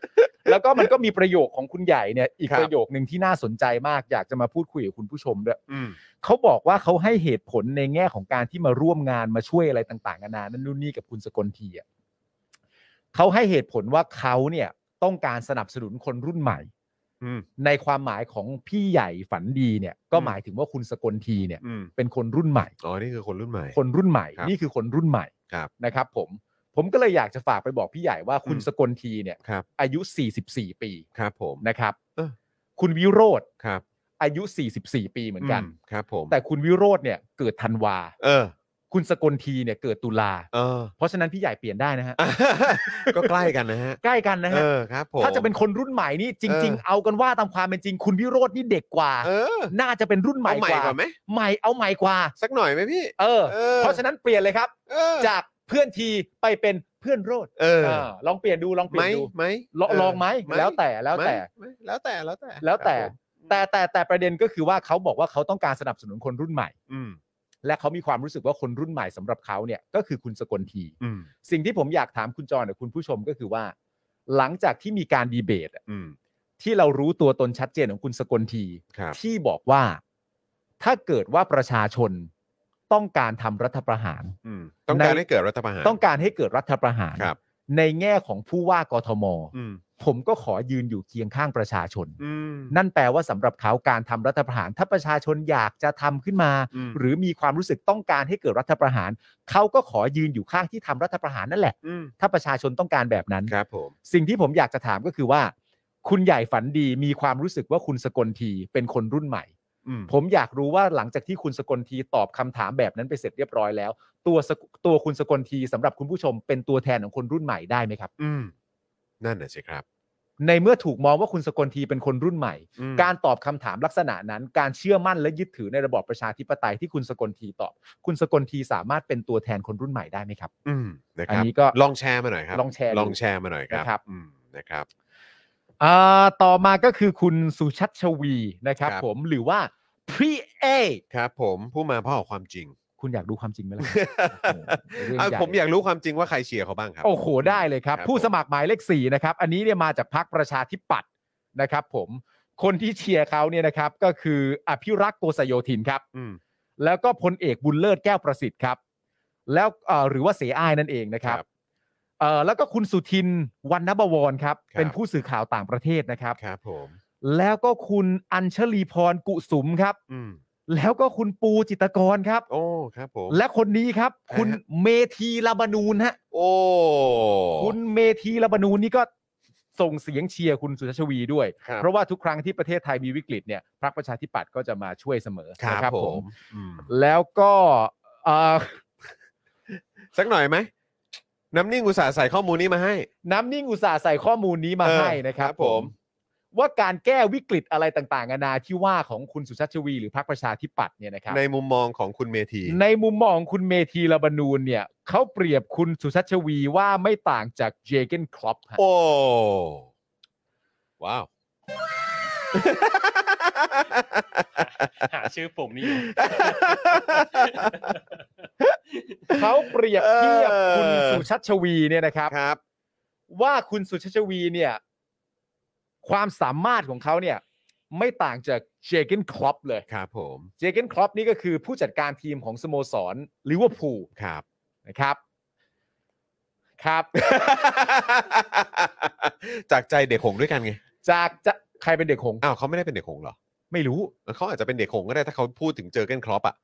แล้วก็มันก็มีประโยคของคุณใหญ่เนี่ยอีกประโยคหนึ่งที่น่าสนใจมากอยากจะมาพูดคุยกับคุณผู้ชมด้วย
อืม
เขาบอกว่าเขาให้เหตุผลในแง่ของการที่มาร่วมงานมาช่วยอะไรต่างๆนานานั่นนู่นนี่กับคุณสกลทีอ่ะเขาให้เหตุผลว่าเขาเนี่ยต้องการสนับสนุนคนรุ่นใหม่
อืม
ในความหมายของพี่ใหญ่ฝันดีเนี่ย ก็หมายถึงว่าคุณสกลทีเนี่ย
อืม
เป็นคนรุ่นใหม่
อ๋อนี่คือคนรุ่นใหม่
คนรุ่นใหม่
ครับ
นี่คือคนรุ่นใหม่
ครับ
นะครับผมผมก็เลยอยากจะฝากไปบอกพี่ใหญ่ว่าคุณ
อืม
สกลทีเนี่ย
ครับ
อายุ 44 ปี
ครับผม
นะครับ
เออ
คุณวิโรธ
ครับ
อายุ 44 ปีเหมือนกัน
มครับผม
แต่คุณวิโรธเนี่ยเกิดธันวา
เออ
คุณสกลทีเนี่ยเกิดตุลา
เออ [laughs]
เพราะฉะนั้นพี่ใหญ่เปลี่ยนได้นะฮะ
ก็ใกล้กันนะฮะ
ใกล้กันนะ
เอ
ฮะ
อครับผม
ถ้าจะเป็นคนรุ่นใหม่นี่จริง
เออ
ๆ เอากันว่าตามความเป็นจริง คุณวิโรธนี่เด็กกว่า
เออ
น่าจะเป็นรุ่นใหม่
เอาใหม่
กว่า
กว่าไหม
ใหม่เอาใหม่กว่า
สักหน่อยไหมพี่
เออ
เออ
เพราะฉะนั้นเปลี่ยนเลยครับ
เออ
จากเพื่อนทีไปเป็นเพื่อนโรด
เออ
เออลองเปลี่ยนดูลองเป
ไหม
ลี่ยนดู
ไหม
ลอง
เ
ลองไหมแล้วแต่แล้วแต่
ไหมไหมแล้วแต่แล้วแต่
แล้วแต่
ครับผม
แต่แต่แต่ประเด็นก็คือว่าเขาบอกว่าเขาต้องการสนับสนุนคนรุ่นใหม่
อืม
และเขามีความรู้สึกว่าคนรุ่นใหม่สำหรับเขาเนี่ยก็คือคุณสกลที
อืม
สิ่งที่ผมอยากถามคุณจรกับคุณผู้ชมก็คือว่า หลังจากที่มีการดีเบตอะ
อืม
ที่เรารู้ตัวตนชัดเจนของคุณสกลที
ครับ
ที่บอกว่า ถ้าเกิดว่าประชาชนต้องการทำรัฐประหาร
อืมต้องการ
ใน
ให้เกิดรัฐประหาร
ต้องการให้เกิดรัฐประหาร
ครับ
ในแง่ของผู้ว่ากทม
อืม
ผมก็ขอยืนอยู่เคียงข้างประชาชน
อืม
นั่นแปลว่าสำหรับเขาการทำรัฐประหาร ถ้าประชาชนอยากจะทำขึ้นมา
อืม
หรือมีความรู้สึกต้องการให้เกิดรัฐประหาร เขาก็ขอยืนอยู่ข้างที่ทำรัฐประหารนั่นแหละ
อืม
ถ้าประชาชนต้องการแบบนั้น
ครับผม
สิ่งที่ผมอยากจะถามก็คือว่า คุณใหญ่ฝันดีมีความรู้สึกว่าคุณสกลทีเป็นคนรุ่นใหม่
อืม
ผมอยากรู้ว่าหลังจากที่คุณสกลทีตอบคำถามแบบนั้นไปเสร็จเรียบร้อยแล้ว ตัวสกตัวคุณสกลทีสำหรับคุณผู้ชมเป็นตัวแทนของคนรุ่นใหม่ได้ไหมครับ
อืมนั่นน่ะสิครับ
ในเมื่อถูกมองว่าคุณสกลทีเป็นคนรุ่นใหม่
อืม
การตอบคำถามลักษณะนั้น การเชื่อมั่นและยึดถือในระบอบประชาธิปไตยที่คุณสกลทีตอบ คุณสกลทีสามารถเป็นตัวแทนคนรุ่นใหม่ได้ไหมครับ
อืมนะ
อั
คน รับ
นี้ก็
ลองแชร์มาหน่อยครับ
ลองแชร์ดู
ลองแชร์มาหน่อยครับ
นะครับ
อืมนะครับ
อ่าต่อมาก็คือคุณสุชัชวีนะครับ
ครับ
ผมหรือว่าพี่เอ
ครับผมผู้มาพ่อความจริง
คุณอยากดูความจริงไหม
[laughs]
ล่ะ โอ้โหเรื่องใหญ่
อ่ะผมอยากรู้ความจริงว่าใครเชียร์เขาบ้างครับ
โอ้โหได้เลยครับ
ครับ
ผู้
ผม
สมัครหมายเลขสี่นะครับ อันนี้เนี่ยมาจากพรรคประชาธิปัตย์นะครับ ผมคนที่เชียร์เขาเนี่ยนะครับ ก็คืออภิรักษ์โกสโยธินครับ
อืม
แล้วก็พลเอกบุญเลิศแก้วประสิทธิ์ครับ แล้วเอ่อหรือว่าเสียอ้ายนั่นเองนะครับ
ครับ
เอ่อแล้วก็คุณสุทินวันนบวรครับ
ครับ
เป็นผู้สื่อข่าวต่างประเทศนะครับ
ครับผม
แล้วก็คุณอัญชลีพรกุสุมครับ
อืม
แล้วก็คุณปูจิตรกรครับ
โอ้ครับผม
และคนนี้ครับ คุณ
ใครฮะ
เมธีลาบานูนฮะ
โอ้
คุณเมธีลาบานูนนี่ก็ส่งเสียงเชียร์คุณสุชาชวีด้วย
ครับ
เพราะว่าทุกครั้งที่ประเทศไทยมีวิกฤตเนี่ยพรรคประชาธิปัตย์ก็จะมาช่วยเสมอ
ครับ
นะ
ผมอืม
แล้วก็เอ่อ
สักหน่อยไหมน้ำนิ่งอุตส่าห์ใส่ข้อมูลนี้มาให้
น้ำนิ่งอุตส่าห์ใส่ข้อมูลนี้มา
เออ
ให้นะครับ
ครับผม
ว่าการแก้วิกฤตอะไรต่างๆนานาที่ว่าของคุณสุชาติชวี หรือพรรคประชาธิปัตย์เนี่ยนะครับ
ในมุมมองของคุณเมธี
ในมุมมองคุณเมธีลาบานูนเนี่ยเขาเปรียบคุณสุชาติชวีว่าไม่ต่างจากเจเกนคล็อปฮะ
โอ้ว้าว
หาชื่อปุ่มนี่อยู่
เขาเปรียบเทียบ
เออ
คุณสุชาติชวีเนี่ยนะครับ
ครับ
ว่าคุณสุชาติชวีเนี่ยความสามารถของเขาเนี่ยไม่ต่างจากเจเกนคล็อปเลย
ครับผม
เจเกนคล็อปนี่ก็คือผู้จัดการทีมของสโมสรลิเวอร์พูล
ครับ [laughs]
นะครับครับ
จากใจเด็กหงส์ด้วยกันไง
จากจะใครเป็นเด็กหงส์
อ้าวเขาไม่ได้เป็นเด็กหงส์เหรอ
ไม่รู้
เขาอาจจะเป็นเด็กหงส์ก็ได้ถ้าเขาพูดถึงเจอเกนครอปอ่ะ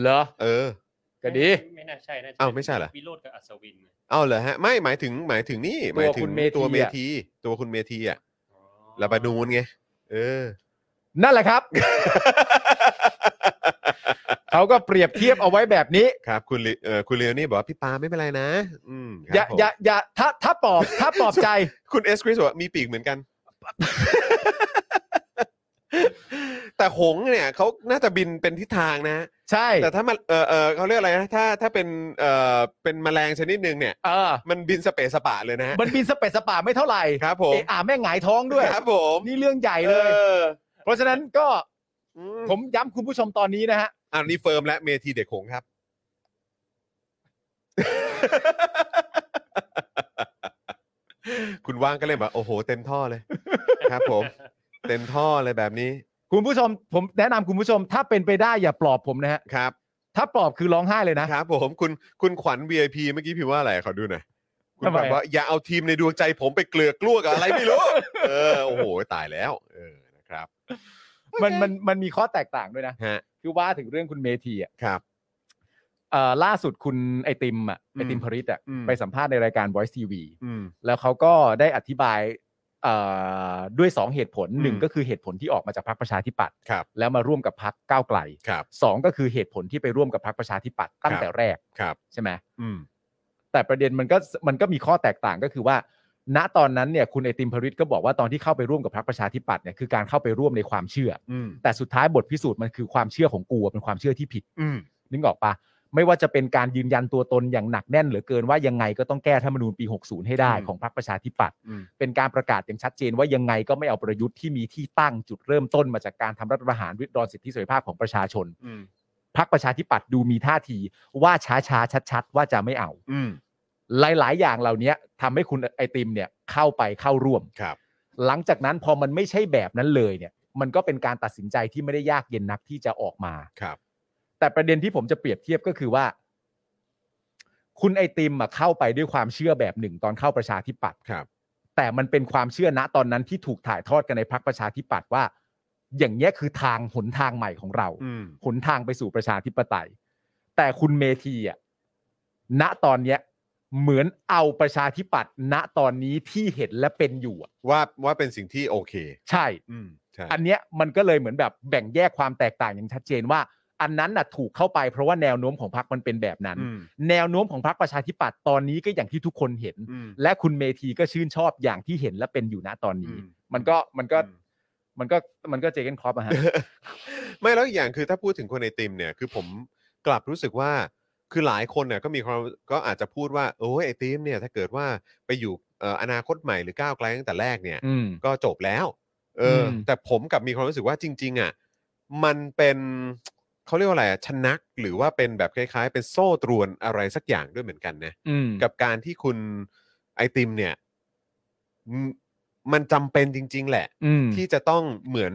เหรอ
เออ
ก็ดี
ไม่ไม่น่าใช่น่าจะ
อ้าวไม่ใช่เหรอ
วิโรจน์กับอัศวิน
เอาเหรอฮะไม่หมายถึงหมายถึงนี่หมายถึ
คุ
ง
ณเมธี
ตัวเม
อะ
ธีตัวคุณเมธีอ่ะ
อ๋อ
ลาบานูนไงเอ
[laughs]
อ
นั่นแหละครับ เขาก็เปรียบเทียบเอาไว้แบบนี้
ครับคุณลิเออคุณเลียวนี่บอกว่าพี่ปาไม่เป็นไรนะ อืมครับ
อย่า
ผม
อย่าอย่าถ้าถ้าปอบถ้าปอบใจ
คุณเอสคริสบอกว่ามีปีกเหมือนกัน [laughs] แต่หงส์เนี่ยเขาน่าจะบินเป็นทิศทางนะ
ใช่
แต่ถ้ามันเออเออเขาเรียกอะไรนะถ้าถ้าเป็นเออเป็นแมลงชนิดหนึ่งเนี่ย
เออ
มันบินสเปซสปะเลยนะฮะ
มันบินสเปซสปาไม่เท่าไหร่
ครับผม
เอะอ่าแม่งหงายท้องด้วย
ครับผม
นี่เรื่องใหญ่เลย
ออ
เพราะฉะนั้นก็
อืม
ผมย้ำคุณผู้ชมตอนนี้นะฮะ
อันนี้เฟิร์มและเมทีเด็กหงส์ครับ คุณว่างก็เลยแบบโอ้โห เต็มท่อเลย ครับผม เต็มท่อเลยแบบนี้
คุณผู้ชม ผมแนะนำคุณผู้ชมถ้าเป็นไปได้อย่าปลอบผมนะฮะ
ครับ
ถ้าปลอบคือร้องไห้เลยนะ
ครับผมคุณคุณขวัญ VIP เมื่อกี้พิมพ์ว่าอะไรขอดูหน่อยคุณ
ทำไม
แบบว่าอย่าเอาทีมในดวงใจผมไปเกลือกกลัวกับอะไรไม่รู้ เออโอ้โหตายแล้ว เออนะครับ
มันมันมันมีข้อแตกต่างด้วยนะ
ฮะ
คือว่าถึงเรื่องคุณเมธีอ่ะ
ครับ
เอ่อล่าสุดคุณไอติมอ่ะไอติมพริตอ่ะ
อืม
ไปสัมภาษณ์ในรายการ Voice TV
อืม
แล้วเขาก็ได้อธิบายเอ่อด้วยสองเหตุผลหนึ่ง
อืม
ก็คือเหตุผลที่ออกมาจากพรรคประชาธิปัตย์
ครับ
แล้วมาร่วมกับพรรคก้าวไกล
ครับ
สองก็คือเหตุผลที่ไปร่วมกับพรรคประชาธิปัตย์ตั้งแต่แรก
ครับ
ใช่ไหม
อืม
แต่ประเด็นมันก็มันก็มีข้อแตกต่างก็คือว่า ณตอนนั้นเนี่ยคุณไอติมพริตก็บอกว่าตอนที่เข้าไปร่วมกับพรรคประชาธิปัตย์เนี่ยคือการเข้าไปร่วมในความเชื่อ
อืม
แต่สุดท้ายบทพิสูจน์มันคือความเชื่อของกูอะเป็นความเชื่อที่ผิด
อืม
นึกออกปะไม่ว่าจะเป็นการยืนยันตัวตนอย่างหนักแน่นเหลือเกินว่ายังไงก็ต้องแก้ธรรมนูญปี 60 ให้ได้
อืม
ของพรรคประชาธิปัตย์
อืม
เป็นการประกาศอย่างชัดเจนว่ายังไงก็ไม่เอาประยุทธ์ที่มีที่ตั้งจุดเริ่มต้นมาจากการทำรัฐประหารริดรอนสิทธิเสรีภาพของประชาชน
อืม
พรรคประชาธิปัตย์ดูมีท่าทีว่าช้าช้าชัดชัดๆ ว่าจะไม่เอา
อืม
หลาย ๆ อย่างเหล่านี้ทำให้คุณไอติมเนี่ยเข้าไปเข้าร่วม
ครับ
หลังจากนั้นพอมันไม่ใช่แบบนั้นเลยเนี่ย มันก็เป็นการตัดสินใจที่ไม่ได้ยากเย็นนักที่จะออกมา
ครับ
แต่ประเด็นที่ผมจะเปรียบเทียบก็คือว่า คุณไอติมอะเข้าไปด้วยความเชื่อแบบหนึ่งตอนเข้าประชาธิปัตย์
ครับ
แต่มันเป็นความเชื่อณตอนนั้นที่ถูกถ่ายทอดกันในพรรคประชาธิปัตย์ว่า อย่างเนี้ยคือทางหนทางใหม่ของเรา
อืม
หนทางไปสู่ประชาธิปไตย แต่คุณเมธีอ่ะณตอนเนี้ยเหมือนเอาประชาธิปัตย์ณตอนนี้ที่เห็นและเป็นอยู่อะ
ว่าว่าเป็นสิ่งที่โอเค
ใช่
อืม ใช่
อันเนี้ยมันก็เลยเหมือนแบบแบ่งแยกความแตกต่างอย่างชัดเจนว่า อันนั้นน่ะถูกเข้าไปเพราะว่าแนวโน้มของพรรคมันเป็นแบบนั้น
อืม
แนวโน้มของพรรคประชาธิปัตย์ตอนนี้ก็อย่างที่ทุกคนเห็น
อืม
และคุณเมธีก็ชื่นชอบอย่างที่เห็นและเป็นอยู่ณตอนนี้
อืม
มันก็มันก็มันก็มันก็เจอกันครอปอะ
[laughs]
ฮะ
ไม่แล้วอีกอย่างคือถ้าพูดถึงคนไอติมเนี่ยคือผมกลับรู้สึกว่าคือหลายคนเนี่ยก็มีความก็อาจจะพูดว่าโอ้ยไอติมเนี่ยถ้าเกิดว่าไปอยู่เอ่ออนาคตใหม่หรือก้าวไกลตั้งแต่แรกเนี่ย
อืม
ก็จบแล้วเอออ
ม
แต่ผมกลับมีความรู้สึกว่าจริง ๆอ่ะมันเป็นเขาเรียกว่าอะไรอะชนักหรือว่าเป็นแบบคล้าย ๆ เป็นโซ่ตรวนอะไรสักอย่างด้วยเหมือนกันนะ
อืม
กับการที่คุณไอติมเนี่ยมมันจำเป็นจริง ๆ แหละ
อืม
ที่จะต้องเหมือน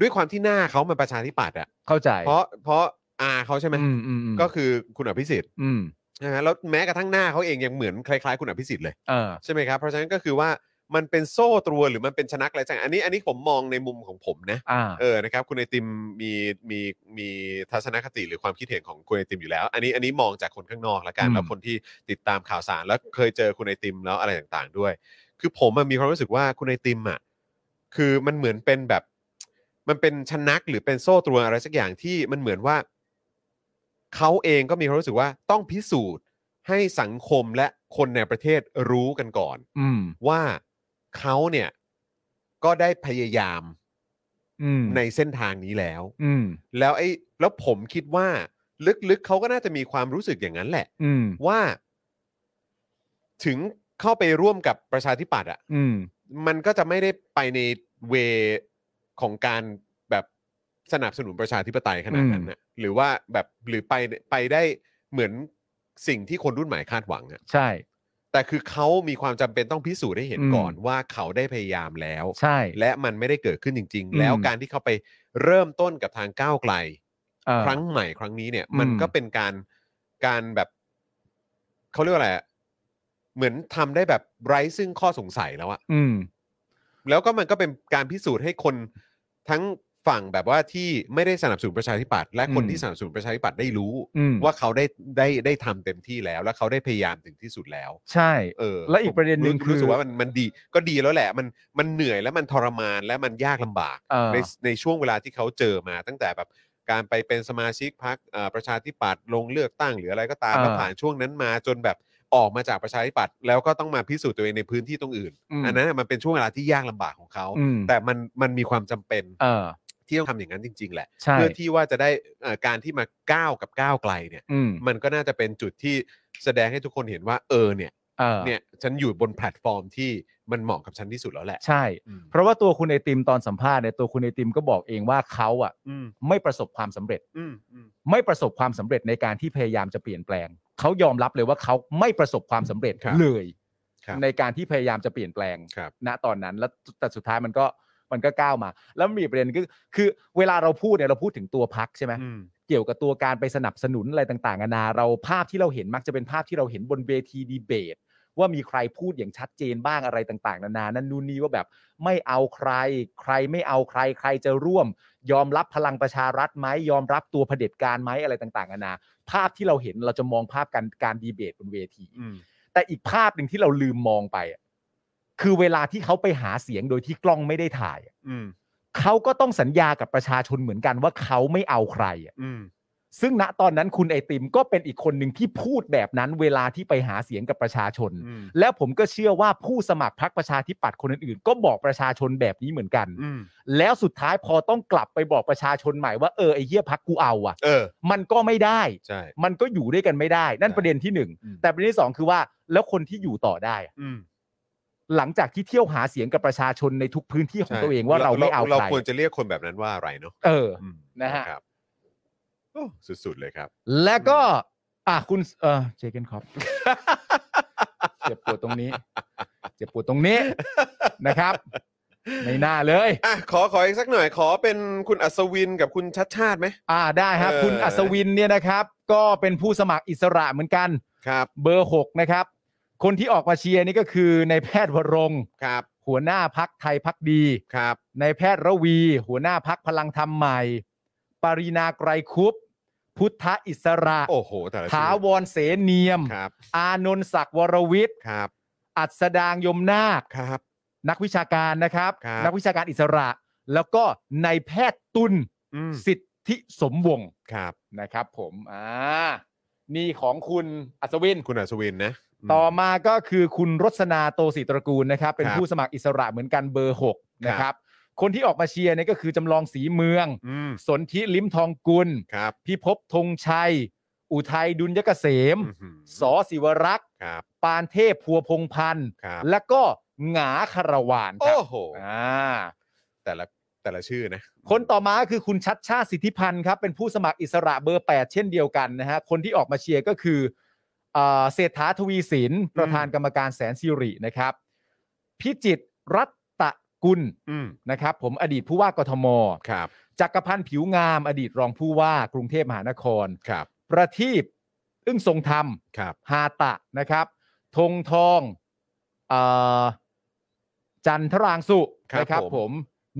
ด้วยความที่หน้าเขามันประชาธิปัตย์อ่ะ
เข้าใจ
เพราะเพราะอาเขาใช่ไห
อืมอืมอืม
ก็คือคุณอภิสิทธิ์
อืม
นะฮะแล้วแม้กระทั่งหน้าเขาเองยังเหมือนคล้าย ๆ คุณอภิสิทธิ์เลย
เออ
ใช่ไหมครับเพราะฉะนั้นก็คือว่ามันเป็นโซ่ตรวนหรือมันเป็นชนักอะไรจังอันนี้อันนี้ผมมองในมุมของผมนะ
อ่า
เออนะครับคุณไอติมมีมีมีทัศนคติหรือความคิดเห็นของคุณไอติมอยู่แล้ว อันนี้อันนี้มองจากคนข้างนอกละกัน
อืม
แล้วคนที่ติดตามข่าวสารแล้วเคยเจอคุณไอติมแล้วอะไรต่างๆด้วย คือผมอะมีความรู้สึกว่าคุณไอติมอ่ะคือมันเหมือนเป็นแบบ มันเป็นชนักหรือเป็นโซ่ตรวนอะไรสักอย่างที่มันเหมือนว่าเขาเองก็มีความรู้สึกว่าต้องพิสูจน์ให้สังคมและคนในประเทศรู้กันก่อน
อืม
ว่าเขาเนี่ยก็ได้พยายาม
อืม
ในเส้นทางนี้แล้ว
อืม
แล้วไอ้แล้วผมคิดว่าลึกๆเขาก็น่าจะมีความรู้สึกอย่างนั้นแหละ
อืม
ว่า ถึงเข้าไปร่วมกับประชาธิปัตย์อ่ะ
อืม
มันก็จะไม่ได้ไปในเวของการแบบสนับสนุนประชาธิปไตยขนาดนั้นนะหรือว่าแบบหรือไปไปได้เหมือนสิ่งที่คนรุ่นใหม่คาดหวังอะ
ใช่
แต่คือเขามีความจำเป็นต้องพิสูจน์ให้เห็น
อืม
ก่อนว่าเขาได้พยายามแล้ว
ใช่
และมันไม่ได้เกิดขึ้นจริง
อื
ๆ
ม
แล้วการที่เขาไปเริ่มต้นกับทางก้าวไกล
เออ
ครั้งใหม่ครั้งนี้เนี่ย
อืม
มันก็เป็นการการแบบเขาเรียกว่าอะไรอะเหมือนทำได้แบบไร้ซึ่งข้อสงสัยแล้วอะ
อืม
แล้วก็มันก็เป็นการพิสูจน์ให้คนทั้งฝั่งแบบว่าที่ไม่ได้สนับสนุนประชาธิปัตย์และคน
อืม
ที่สนับสนุนประชาธิปัตย์ได้รู้
อืม
ว่าเขาได้ได้ได้ทำเต็มที่แล้ว และเขาได้พยายามถึงที่สุดแล้ว
ใช่
เออ
และอีกประเด็นหนึ่ง
ผมรู้รู้สึก
คือ
ว่ามันมันดีก็ดีแล้วแหละ มันมันเหนื่อยและมันทรมานและมันยากลำบาก
เออ
ในในช่วงเวลาที่เขาเจอมาตั้งแต่แบบการไปเป็นสมาชิกพรรคเอ่อประชาธิปัตย์ลงเลือกตั้งหรืออะไรก็ตาม
เออ
แล้วผ่านช่วงนั้นมาจนแบบออกมาจากประชาธิปัตย์แล้วก็ต้องมาพิสูจน์ตัวเองในพื้นที่ตรงอื่น
อืม
นนั้นน่ะมันเป็นช่วงเวลาที่ยากลำบากของเขา
อืม
แต่มันมันมีความจำเป็น
เออ
ที่ต้องทำอย่างนั้นจริง ๆ แหละ
ใช่
เพื่อที่ว่าจะได้เอ่อการที่มาก้าวกับก้าวไกลเนี่ย
อืม
มันก็น่าจะเป็นจุดที่แสดงให้ทุกคนเห็นว่าเออเนี่ย
เออ
เนี่ยฉันอยู่บนแพลตฟอร์มที่มันเหมาะกับฉันที่สุดแล้วแหละ
ใช่
อืม
เพราะว่าตัวคุณไอติมตอนสัมภาษณ์เนี่ยตัวคุณไอติมก็บอกเองว่าเขาอ่ะ
อืม
ไม่ประสบความสำเร็จ
อืมอืม
ไม่ประสบความสำเร็จในการที่พยายามจะเปลี่ยนแปลง เขายอมรับเลยว่าเขาไม่ประสบความสำเร็จ
ครับ
เลย
ครับ
ในการที่พยายามจะเปลี่ยนแปลง
ครับ
ณตอนนั้นแล้วแต่สุดท้ายมันก็มันก็ก้าวมา แล้วมีประเด็นก็คือเวลาเราพูดเนี่ยเราพูดถึงตัวพักใช่ไหม
อืม
เกี่ยวกับตัวการไปสนับสนุนอะไรต่างๆนานาเราภาพที่เราเห็นมักจะเป็นภาพที่เราเห็นบนเวทีดีเบต ว่ามีใครพูดอย่างชัดเจนบ้างอะไรต่างๆ นานานั่นนู่นนี่ว่าแบบไม่เอาใคร ใครไม่เอาใครใครจะร่วม ยอมรับพลังประชารัฐไหมยอมรับตัวเผด็จการไหมอะไรต่างๆนานาภาพที่เราเห็นเราจะมองภาพการการดีเบตบนเวที
อืม
แต่อีกภาพหนึ่งที่เราลืมมองไปอะคือเวลาที่เขาไปหาเสียงโดยที่กล้องไม่ได้ถ่ายอะ
อืม
เขาก็ต้องสัญญากับประชาชนเหมือนกันว่าเขาไม่เอาใครอะ
อืม
ซึ่งณตอนนั้นคุณไอติมก็เป็นอีกคนหนึ่งที่พูดแบบนั้น เวลาที่ไปหาเสียงกับประชาชน
อืม
แล้วผมก็เชื่อว่าผู้สมัครพรรคประชาธิปัตย์คนอื่นๆก็บอกประชาชนแบบนี้เหมือนกัน
อืม
แล้วสุดท้ายพอต้องกลับไปบอกประชาชนใหม่ว่าเออไอเหี้ยพักกูเอาอะ
เออ
มันก็ไม่ได้
ใช่
มันก็อยู่ด้วยกันไม่ได้ นั่น
ใช่
ประเด็นที่หนึ่ง
อืม
แต่ประเด็นที่สองคือว่า แล้วคนที่อยู่ต่อได้อะ
อืม
หลังจากที่เที่ยวหาเสียงกับประชาชนในทุกพื้นที่ของ
ใช่
ตัวเองว่าเราไม่เอา
เรา
ใคร
ควรจะเรียกคนแบบนั้นว่าอะไรเนาะ
เออ
อืม
นะฮะ
ครับโอ้สุดๆเลยครับ
แล้วก็ อ่ะคุณเออเจเกนคอป [laughs] เจ็บปวดตรงนี้ เจ็บปวดตรงนี้นะครับ ไม่น่าเลย
อ่ะขอขออีกสักหน่อยขอเป็นคุณอัศวินกับคุณชัดชาติไหม
อ่าได้ครับ
เออ
คุณอัศวินเนี่ยนะครับ ก็เป็นผู้สมัครอิสระเหมือนกัน
ครับ
เบอร์ 6 นะครับ คนที่ออกมาเชียร์นี่ก็คือในายแพทย์วรงค์
ครับ
หัวหน้าพักไทยพักดี
ครับ
นายแพทย์ระวี หัวหน้าพักพลังธรรมใหม่ ปรินาไกรคุปต์พุทธอิสระ
โอ้โห แต่ละ
ถาว
อ
รเสเนียม
ครับ
อานนท์ศักดิ์วรวิทย์
ครับ
อัศดางยมนาค
ครับ
นักวิชาการนะครับ
ครับ
นักวิชาการอิสระ แล้วก็นายแพทย์ตุล
อืม
สิทธิสมวงศ์
ครับ
นะครับ ผมอ่านี่ของคุณอัศวิน
คุณอัศวินนะม
ต่อมาก็คือคุณรสนาโตศิตระกูลนะครับ เป็น
ครับ
ผู้สมัครอิสระเหมือนกันเบอร์ 6 นะค
ครั
รับ
บ
คนที่ออกมาเชียร์เนี่ยก็คือจำลองสีเมือง
อืม
สนธิลิ้มทองกุล
ครับ
พิภพธงชัย อุทัยดุลยเกษม
อื้อหือ
สอศิวรักษ์
ครับ
ปานเทพพัวพงษ์พันธ์
ครับ
และก็หงาคารวานค
โอ้
รับ
โห
อ่า
แต่ละแต่ละชื่อนะ
คนต่อมาก็คือคุณชัดชาติสิทธิพันธ์ครับ เป็นผู้สมัครอิสระเบอร์ 8 เช่นเดียวกันนะฮะ คนที่ออกมาเชียร์ก็คือเอ่อเศรษฐาทวีสินประธานกรรมการแสนสิรินะครับ พิจิตรรัตตะกุล
อืม
นะครับ ผมอดีตผู้ว่ากทม
ครับ
จักรพันธ์ผิวงาม อดีตรองผู้ว่ากรุงเทพมหานคร
ครับ
ประทีปอึ้งทรงธรรม
ครับ
ฮาตะนะครับธงทองเออจันทรางสุนะครับผม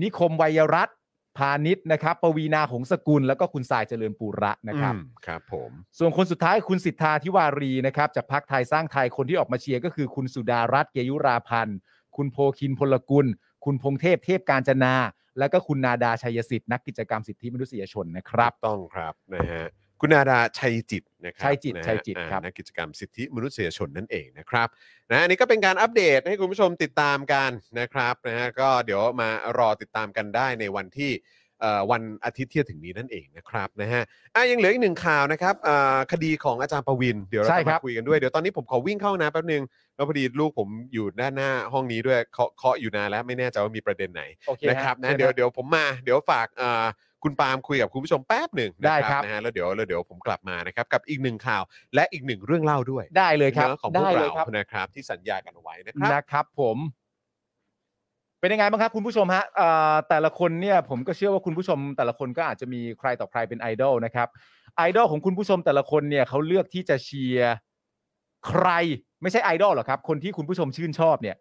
นิคมไวยรัตน์พาณิชย์นะครับ ปวีนาหงสกุล แล้วก็คุณสายเจริญปูระนะครับ
อืมครับผม
ส่วนคนสุดท้ายคุณสิทธาธิวารีนะครับ จากพรรคไทยสร้างไทยคนที่ออกมาเชียร์ก็คือคุณสุดารัตน์เกยุราพันธ์ คุณโพคินพลกุล คุณพงเทพเทพการจนา และก็คุณนาดาชัยสิทธิ์นักกิจกรรมสิทธิมนุษยชนนะครับ
ถูกต้องครับนะฮะคุณนาดาชัยจิตนะครั
ชัยจิต
นะฮะ
ชัยจิต
อ่า
ครับ
นักกิจกรรมสิทธิมนุษยชนนั่นเองนะครับนะอันนี้ก็เป็นการอัปเดตให้คุณผู้ชมติดตามกันนะครับนะฮะก็เดี๋ยวมารอติดตามกันได้ในวันที่เอ่อวันอาทิตย์ที่จะถึงนี้นั่นเองนะครับนะฮะอ่ะยังเหลืออีกหนึ่งข่าวนะครับอ่าคดีของอาจารย์ประวินเดี๋ยวเรา
ใช่
จะ
ครั
มา
บ
คุยกันด้วยเดี๋ยวตอนนี้ผมขอวิ่งเข้าห้องน้ำแป๊บนึงแล้วพอดีลูกผมอยู่ด้านหน้าห้องนี้ด้วยเคาะเคาะอยู่นานแล้วไม่แน่ใจว่ามีประเด็นไหน
โอเค
นะครับ
ใช่
นะ
ไหม
เดี๋ยวเดี๋ยวผมมาเดี๋ยวฝากเอ่อคุณปาล์มคุยกับคุณผู้ชมแป๊บหนึ่งนะ
ได้ครับ
นะฮะแล้วเดี๋ยวแล้วเดี๋ยวผมกลับมานะครับกับอีกหนึ่งข่าวและอีกหนึ่งเรื่องเล่าด้วย
ได้เลยครับ
เนื้อะของพวก
ได้ล
เรา
ยครับ
นะครับที่สัญญากันเอาไว้นะครับ
นะครับผม เป็นยังไงบ้างครับคุณผู้ชมฮะเอ่อแต่ละคนเนี่ยผมก็เชื่อว่าคุณผู้ชม แต่ละคนก็อาจจะมีใครต่อใครเป็นไอดอลนะครับไอดอลของคุณผู้ชมแต่ละคนเนี่ยเขาเลือกที่จะเชียร์ใครไม่ใช่ไอดอลหรอกครับ คนที่คุณผู้ชมชื่นชอบเนี่ย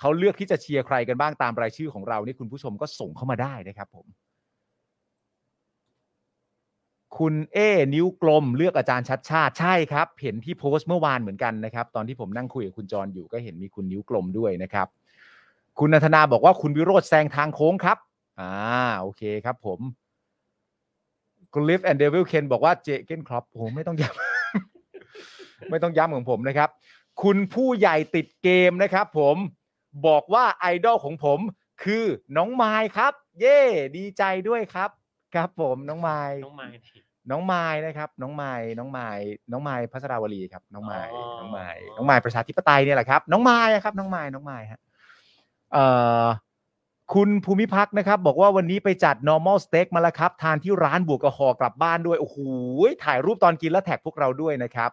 เขาเลือกที่จะเชียร์ใครกันบ้างตามรายชื่อของเรานี่คุณผู้ชมก็ส่งเข้ามาได้นะครับ ผม คุณเอ้นิ้วกลมเลือกอาจารย์ชัดชาติใช่ครับ เห็นที่โพสต์เมื่อวานเหมือนกันนะครับ ตอนที่ผมนั่งคุยกับคุณจรอยู่ก็เห็นมีคุณนิ้วกลมด้วยนะครับ คุณนันทนาบอกว่าคุณวิโรธแซงทางโค้งครับ อ่าโอเคครับผมคุณลิฟแอนเดวิลเคนบอกว่าเจเกนครอปโอ้โหไม่ต้องย้ำ [laughs] ไม่ต้องย้ำของผมนะครับ คุณผู้ใหญ่ติดเกมนะครับ ผมบอกว่าไอดอลของผมคือน้องไมค์ครับ เย่ดีใจด้วยครับ ครับผมน้องไม้
น้องไมค์
น้องไม้นะครับ น้องไม้น้องไม้น้องไม้พัสราวลีครับ น้องไม้
อ๋อ
น้องไม้น้องไม้ประชาธิปไตยเนี่ยแหละครับ น้องไม้อะครับ น้องไม้น้องไม้ฮะเอ่อคุณภูมิพักษ์นะครับ บอกว่าวันนี้ไปจัด normal steak มาแล้วครับ ทานที่ร้านบวกกระหอกลับบ้านด้วยโอ้โหถ่ายรูปตอนกินแล้วแท็กพวกเราด้วยนะครับ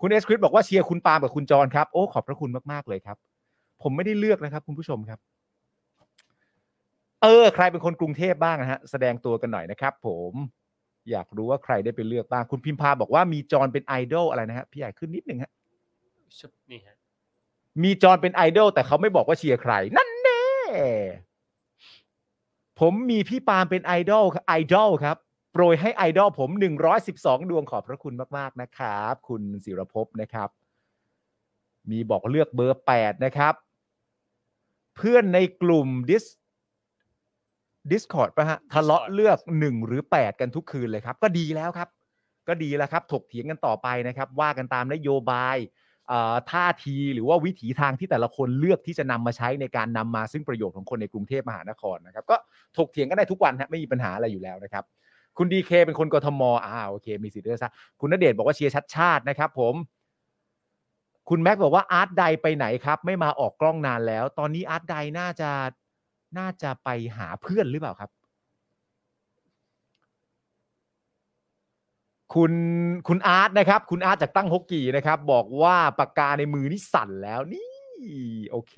คุณเอสคริสบอกว่าเชียร์คุณปาล์มกับคุณจรครับ โอ้ขอบพระคุณมากๆเลยครับ ผมไม่ได้เลือกนะครับ คุณผู้ชมครับ เออ ใครเป็นคนกรุงเทพบ้างนะฮะ แสดงตัวกันหน่อยนะครับ ผม อยากรู้ว่าใครได้ไปเลือกบ้าง คุณพิมพาบอกว่ามีจรเป็นไอดอลอะไรนะฮะพี่ใหญ่ขึ้นนิดหนึ่งฮะ
ชุบนี่ฮะ
มีจรเป็นไอดอลแต่เขาไม่บอกว่าเชียร์ใคร นั่นแน่ผมมีพี่ปาล์มเป็นไอดอลไอดอลครับ โปรยให้ไอดอลผม 112 ดวงขอบพระคุณมาก ๆ นะครับ คุณศิรภพนะครับ มีบอกเลือกเบอร์ 8 นะครับ เพื่อนในกลุ่ม dis Discord ปะฮะ ทะเลาะเลือก 1 หรือ 8 กันทุกคืนเลยครับ ก็ดีแล้วครับ ก็ดีแล้วครับ ถกเถียงกันต่อไปนะครับ ว่ากันตามนโยบาย เอ่อท่าทีหรือว่าวิถีทางที่แต่ละคนเลือกที่จะนำมาใช้ในการนำมาซึ่งประโยชน์ของคนในกรุงเทพมหานครนะครับ ก็ถกเถียงกันได้ทุกวันฮะไม่มีปัญหาอะไรอยู่แล้วนะครับ คุณดีเคเป็นคนกทมอ่าโอเค มีสิทธิ์เลือกซะคุณณเดชน์บอกว่าเชียร์ชัดชาตินะครับ ผม คุณแม็กบอกว่าอาร์ตไดไปไหนครับ ไม่มาออกกล้องนานแล้ว ตอนนี้อาร์ตไดน่าจะน่าจะไปหาเพื่อนหรือเปล่าครับ คุณคุณอาร์ตนะครับ คุณอาร์ตจากตั้งฮกกี่นะครับ บอกว่าปากกาในมือนี่สั่นแล้วนี่ โอเค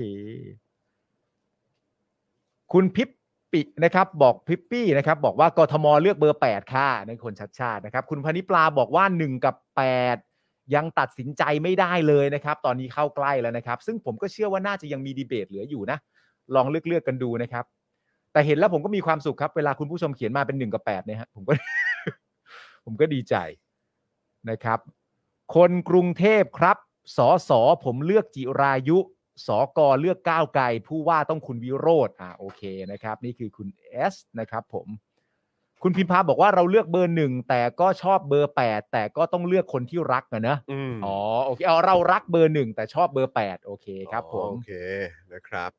คุณพิปปินะครับ บอกพิปปี้นะครับ บอกว่ากทมเลือกเบอร์ 8 ค่ะในคนชัดชาตินะครับ คุณพนิปลาบอกว่า 1 กับ 8 ยังตัดสินใจไม่ได้เลยนะครับ ตอนนี้เข้าใกล้แล้วนะครับ ซึ่งผมก็เชื่อว่าน่าจะยังมีดีเบตเหลืออยู่นะ ลองเลือกเลือกกันดูนะครับ แต่เห็นแล้วผมก็มีความสุขครับ เวลาคุณผู้ชมเขียนมาเป็นหนึ่งกับแปดเนี่ยฮะผมก็ [laughs] ผมก็ดีใจนะครับ คนกรุงเทพครับสอสอผมเลือกจิรายุสอกอเลือกก้าวไกล ผู้ว่าต้องคุณวิโรธอ่าโอเคนะครับ นี่คือคุณ S นะครับผม คุณพิมพาบอกว่าเราเลือกเบอร์หนึ่งแต่ก็ชอบเบอร์แปดแต่ก็ต้องเลือกคนที่รักอะนะ
อืม
อ๋อโอเคเอาเรารักเบอร์หนึ่งแต่ชอบเบอร์แปดโอเคครับ
อ๋อ
ผม
โอเคนะครับ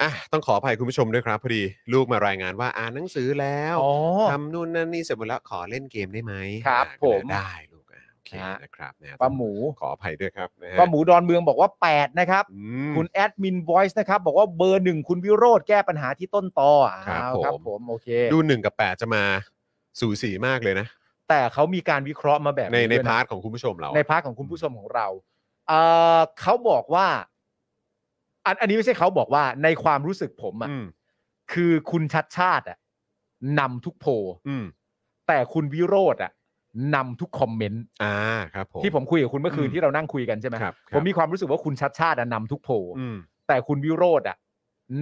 อ่ะต้องขออภัยคุณผู้ชมด้วยครับพอดีลูกมารายงานว่าอ่านหนังสือแล้ว
อ๋อ
ทำนู่นนั่นนี่เสร็จหมดแล้วขอเล่นเกมได้ไหม
ครับ
อ่ะ
ผม
ได้ลูกอ่ะโอเค
ฮะ
นะครับนะ
ปลาหมู
ขออภัยด้วยครับนะฮะ
ปลาหมูดอนเมืองบอกว่า 8 นะครับ
อืม
คุณแอดมิน Voice นะครับ บอกว่าเบอร์หนึ่งคุณวิโรธแก้ปัญหาที่ต้นตอ
ครับ
อ้าว
ผม
ครับผมโอเค
ดูหนึ่งกับแปดจะมาสูสีมากเลยนะ
แต่เขามีการวิเคราะห์มาแบบ
ในใน
ด้วยะ
พาร์ทของคุณผู้ชมเรา
ในพาร์ทของคุณผู้ชมของเราเอ่อเขาบอกว่า อันอันนี้ไม่ใช่เขาบอกว่าในความรู้สึกผม
อื
อะ่ะ
ม
คือคุณชัดชาติอะนำทุกโพล
อืม
แต่คุณวิโรธอะนำทุกคอมเมนต์
อ่าครับผม
ที่ผมคุยกับคุณเมื่อคืน
อืม
ที่เรานั่งคุยกันใช่ไหม
ครับครับ
ผมมีความรู้สึกว่าคุณชัดชาติอะนำทุกโพล
อืม
แต่คุณวิโรธอะ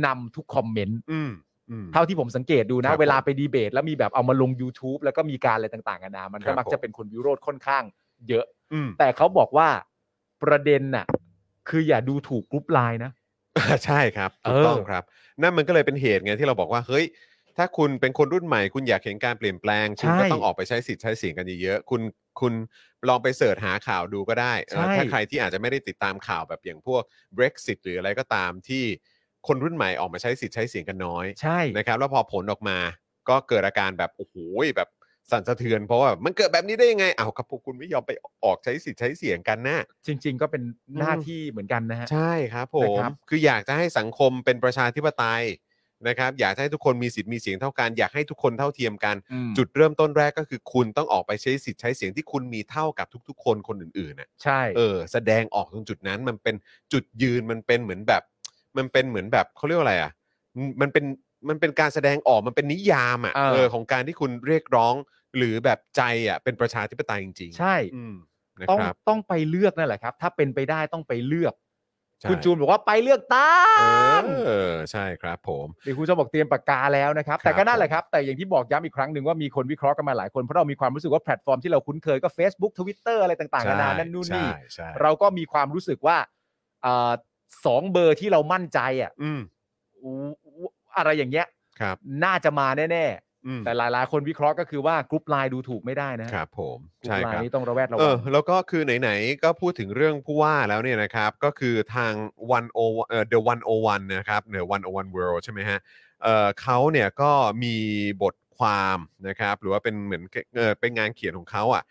นำทุกคอมเมนต์
อืมอืม
เท่าที่ผมสังเกตดู
ค
นะ
รับ
เวลาไปดีเบต แล้วมีแบบเอามาลง YouTube แล้วก็มีการอะไรต่างๆกันานามัน
ครั
ก็
บ
มัก
ผม
จะเป็นคนวิโรธค่อนข้าง เยอะ
อืม
แต่เขาบอกว่าประเด็นน่ะ คืออย่าดูถูกกรุ๊ปไลน์นะ
อ่าใช่ครับถูก
เออ
ต้องครับ นั่นมันก็เลยเป็นเหตุไงที่เราบอกว่าเฮ้ย ถ้าคุณเป็นคนรุ่นใหม่คุณอยากเห็นการเปลี่ยนแปลงคุณก็
ใช่
ต้องออกไปใช้สิทธิ์ใช้เสียงกันเยอะๆคุณคุณลองไปเสิร์ชหาข่าวดูก็ได้เออ
ใช่
ถ้าใครที่อาจจะไม่ได้ติดตามข่าวแบบอย่างพวก Brexit หรืออะไรก็ตามที่คนรุ่นใหม่ออกมาใช้สิทธิ์ใช้เสียงกันน้อย
ใช่
นะครับแล้วพอผลออกมา ก็เกิดอาการแบบโอ้โหแบบสั่นสะเทือนเพราะว่ามันเกิดแบบนี้ได้ยังไงอ้าวกับพวกคุณไม่ยอมไปออกใช้สิทธิ์ใช้เสียงกันน่ะ
จริง ๆ ก็เป็นหน้า
อืม
ที่เหมือนกันนะฮะ
ใช่ครับผ
นะ
ม
ครับ
คืออยากจะให้สังคมเป็นประชาธิปไตยนะครับ อยากจะให้ทุกคนมีสิทธิ์มีเสียงเท่ากัน อยากให้ทุกคนเท่าเทียมกัน
อืม
จุดเริ่มต้นแรกก็คือคุณต้องออกไปใช้สิทธิ์ใช้เสียงที่คุณมีเท่ากับทุกๆ คนคนอื่นๆน่ะ
ใช่
เออ แสดงออกตรงจุดนั้นมันเป็นจุดยืนมันเป็นเหมือนแบบ มันเป็นเหมือนแบบเขาเรียกว่าอะไรอ่ะมันมันเป็นมันเป็นการแสดงออกมันเป็นนิยามอ่ะ
เออ
เออของการที่คุณเรียกร้องหรือแบบใจอ่ะเป็นประชาธิปไตยจริงๆ
ใช่
อืมนะ
ต้อง
ครับ
ต้องไปเลือกนั่นแหละครับ ถ้าเป็นไปได้ต้องไปเลือก
ใช่
คุณจูนบอกว่าไปเลือกตั้
เอง อใช่ครับผม
เดี๋ยวครูจะบอกเตรียมปากกาแล้วนะครับ
ครับ
แต่ก็นั่นแหละครับ แต่อย่างที่บอกย้ำอีกครั้งหนึ่งว่ามีคนวิเคราะห์กันมาหลายคน เพราะเรามีความรู้สึกว่าแพลตฟอร์มที่เราคุ้นเคยก็ Facebook Twitter อะไรต่างๆนานานั่นนู่นนี่
ใช่ใช่
เราก็มีความรู้สึกว่าเอ่อสองเบอร์ที่เรามั่นใจอ่ะ
อืม
อูอูอะไรอย่างเงี้ย
ครับ
น่าจะมาแน่
อืม
ๆ แต่หลายๆ คนวิเคราะห์ก็คือว่ากรุ๊ปไลน์ดูถูกไม่ได้นะครับ
ผม
กรุ๊
ใช่
ปไล
ครั
น์
บ
นี่ต้องระแวดระ
เอ
วั
อง แล้วก็คือไหนๆก็พูดถึงเรื่องผู้ว่าแล้วเนี่ยนะครับ ก็คือทางวันโอเอ่อ the 101 นะครับ the 101 world ใช่ไหมฮะ เอ่อเขาเนี่ยก็มีบทความนะครับหรือว่าเป็นเหมือนเอ่อเป็นงานเขียนของเขาอ่ะ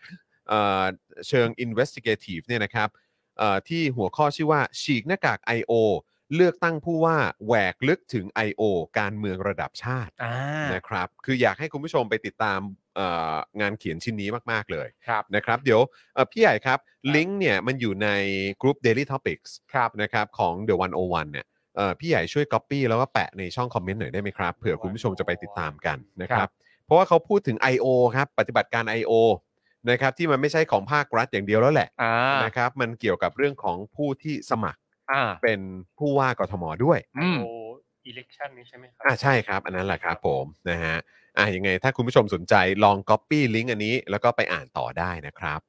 เอ่อเชิง investigative เนี่ยนะครับเอ่อที่หัวข้อชื่อว่าฉีกหน้ากาก I.O. เลือกตั้งผู้ว่าแหวกลึกถึง I.O. การเมืองระดับชาติ
อ่า
นะครับ คืออยากให้คุณผู้ชมไปติดตามเอ่องานเขียนชิ้นนี้มาก ๆ เลย
ครับ
นะครับ เดี๋ยวเอ่อพี่ใหญ่ครับลิงก์เนี่ยมันอยู่ในกลุ่ม Daily Topics
ครับ
นะครับของ The 101เนี่ยเอ่อพี่ใหญ่ช่วย Copy แล้วก็แปะในช่องคอมเมนต์หน่อยได้ไหมครับเผื่อคุณผู้ชมจะไปติดตามกันนะค
ค
รั
รับ บ
เพราะว่าเขาพูดถึง I.O. ครับปฏิบัติการ I.O. นะครับที่มันไม่ใช่ของภาครัฐอย่างเดียวแล้วแหละ
อ่า
นะครับมันเกี่ยวกับเรื่องของผู้ที่สมัคร
อ่า
เป็นผู้ว่ากทมด้วย
อืม
โออิเล็กชันนี้ใช่ไหมครับ
อ่าใช่ครับอันนั้นแหละครับผมนะฮะอ่ายังไงถ้าคุณผู้ชมสนใจลอง Copy ลิงก์อันนี้ แล้วก็ไปอ่านต่อได้นะครับ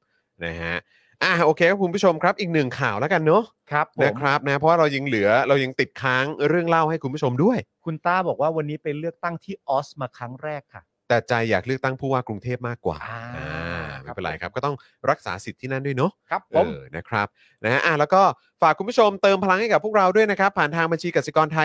นะฮะอ่าโอเคครับคุณผู้ชมครับอีกหนึ่งข่าวแล้วกันเนาะ
ครับผ
นะ
ม
ครับนะเพราะว่าเรายังเหลือเรายังติดค้างเรื่องเล่าให้คุณผู้ชมด้วย
คุณต้าบอกว่าวันนี้ไปเลือกตั้งที่ออสมาครั้งแรกค่ะ
แต่ใจอยากเลือกตั้งผู้ว่ากรุงเทพมากกว่า
อ่า
อ่าไม่
ครับ
เป็นไรครับก็ต้องรักษาสิทธิ์ที่นั่นด้วยเนาะ
ครับผ
เอ
ม
อ นะครับ นะฮะอ่ะแล้วก็ฝากคุณผู้ชมเติมพลังให้กับพวกเราด้วยนะครับ ผ่านทางบัญชีกสิกรไท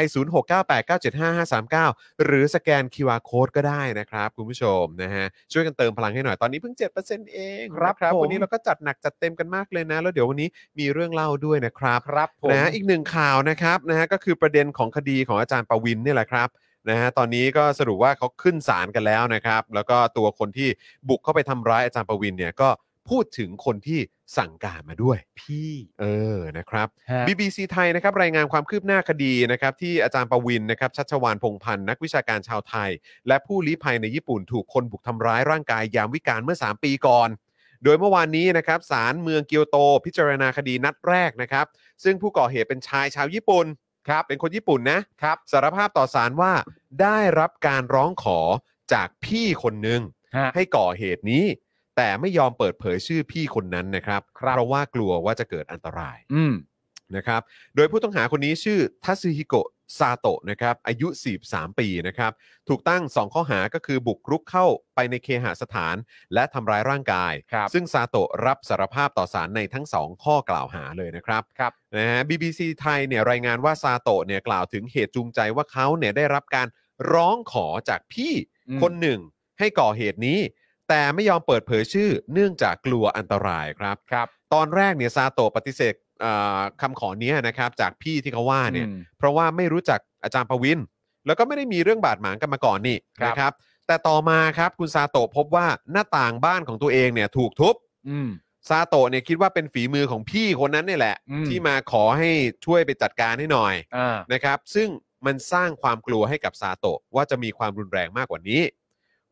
ย 0698975539 หรือสแกน QR Code ก็ได้นะครับ คุณผู้ชมนะฮะ ช่วยกันเติมพลังให้หน่อย ตอนนี้เพิ่ง 7%เอง
ครับ
นะ
ผม
วันนี้เราก็จัดหนักจัดเต็มกันมากเลยนะ แล้วเดี๋ยววันนี้มีเรื่องเล่าด้วยนะครับ
ครับผม
นะฮะอีกหนึ่งข่าวนะครับนะฮะก็คือประเด็นของคดีของอาจารย์ประวินเนี่ยแหละครับนะฮะตอนนี้ก็สรุปว่าเขาขึ้นศาลกันแล้วนะครับ แล้วก็ตัวคนที่บุกเข้าไปทำร้ายอาจารย์ประวินเนี่ยก็พูดถึงคนที่สั่งการมาด้วย
พี่
เออนะครับ
ฮะ
BBC ไทยนะครับรายงานความคืบหน้าคดีนะครับที่อาจารย์ประวินนะครับชัชวานพงษ์พันธ์นักวิชาการชาวไทย และผู้ลี้ภัยในญี่ปุ่นถูกคนบุกทำร้ายร่างกายยามวิการเมื่อ 3 ปีก่อน โดยเมื่อวานนี้นะครับศาลเมืองเกียวโต พิจารณาคดีนัดแรกนะครับ ซึ่งผู้ก่อเหตุเป็นชายชาวญี่ปุ่นครับเป็นคนญี่ปุ่นนะครับ สารภาพต่อศาลว่าได้รับการร้องขอจากพี่คนหนึ่ง
ฮะ
ให้ก่อเหตุนี้ แต่ไม่ยอมเปิดเผยชื่อพี่คนนั้นนะครับ
ครับ
เพราะว่ากลัวว่าจะเกิดอันตราย
อืม
นะครับ โดยผู้ต้องหาคนนี้ชื่อทัตสึฮิโกะซาโตะนะครับ อายุ 43 ปีนะครับ ถูกตั้ง 2 ข้อหาก็คือบุกรุกเข้าไปในเคหสถาน และทำร้ายร่างกาย
ครับ
ซึ่งซาโตะรับสารภาพต่อศาลในทั้ง 2 ข้อกล่าวหาเลยนะครับ
ครับ
นะฮะ BBC ไทยเนี่ยรายงานว่าซาโตะเนี่ยกล่าวถึงเหตุจูงใจว่าเขาเนี่ยได้รับการร้องขอจากพี่
อืม
คนหนึ่งให้ก่อเหตุนี้ แต่ไม่ยอมเปิดเผยชื่อเนื่องจากกลัวอันตรายครับ
ครับ
ตอนแรกเนี่ยซาโตะปฏิเสธเอ่อคำขอเนี้ยนะครับจากพี่ที่เขาว่าเนี่ย
อืม
เพราะว่าไม่รู้จักอาจารย์ประวิน แล้วก็ไม่ได้มีเรื่องบาดหมางกันมาก่อนนี่
ครับ
นะครับ แต่ต่อมาครับคุณซาโตะพบว่าหน้าต่างบ้านของตัวเองเนี่ยถูกทุบ
อืม
ซาโตะเนี่ยคิดว่าเป็นฝีมือของพี่คนนั้นเนี่ยแหละ
อืม
ที่มาขอให้ช่วยไปจัดการให้หน่อย
อ่า
นะครับ ซึ่งมันสร้างความกลัวให้กับซาโตะว่าจะมีความรุนแรงมากกว่านี้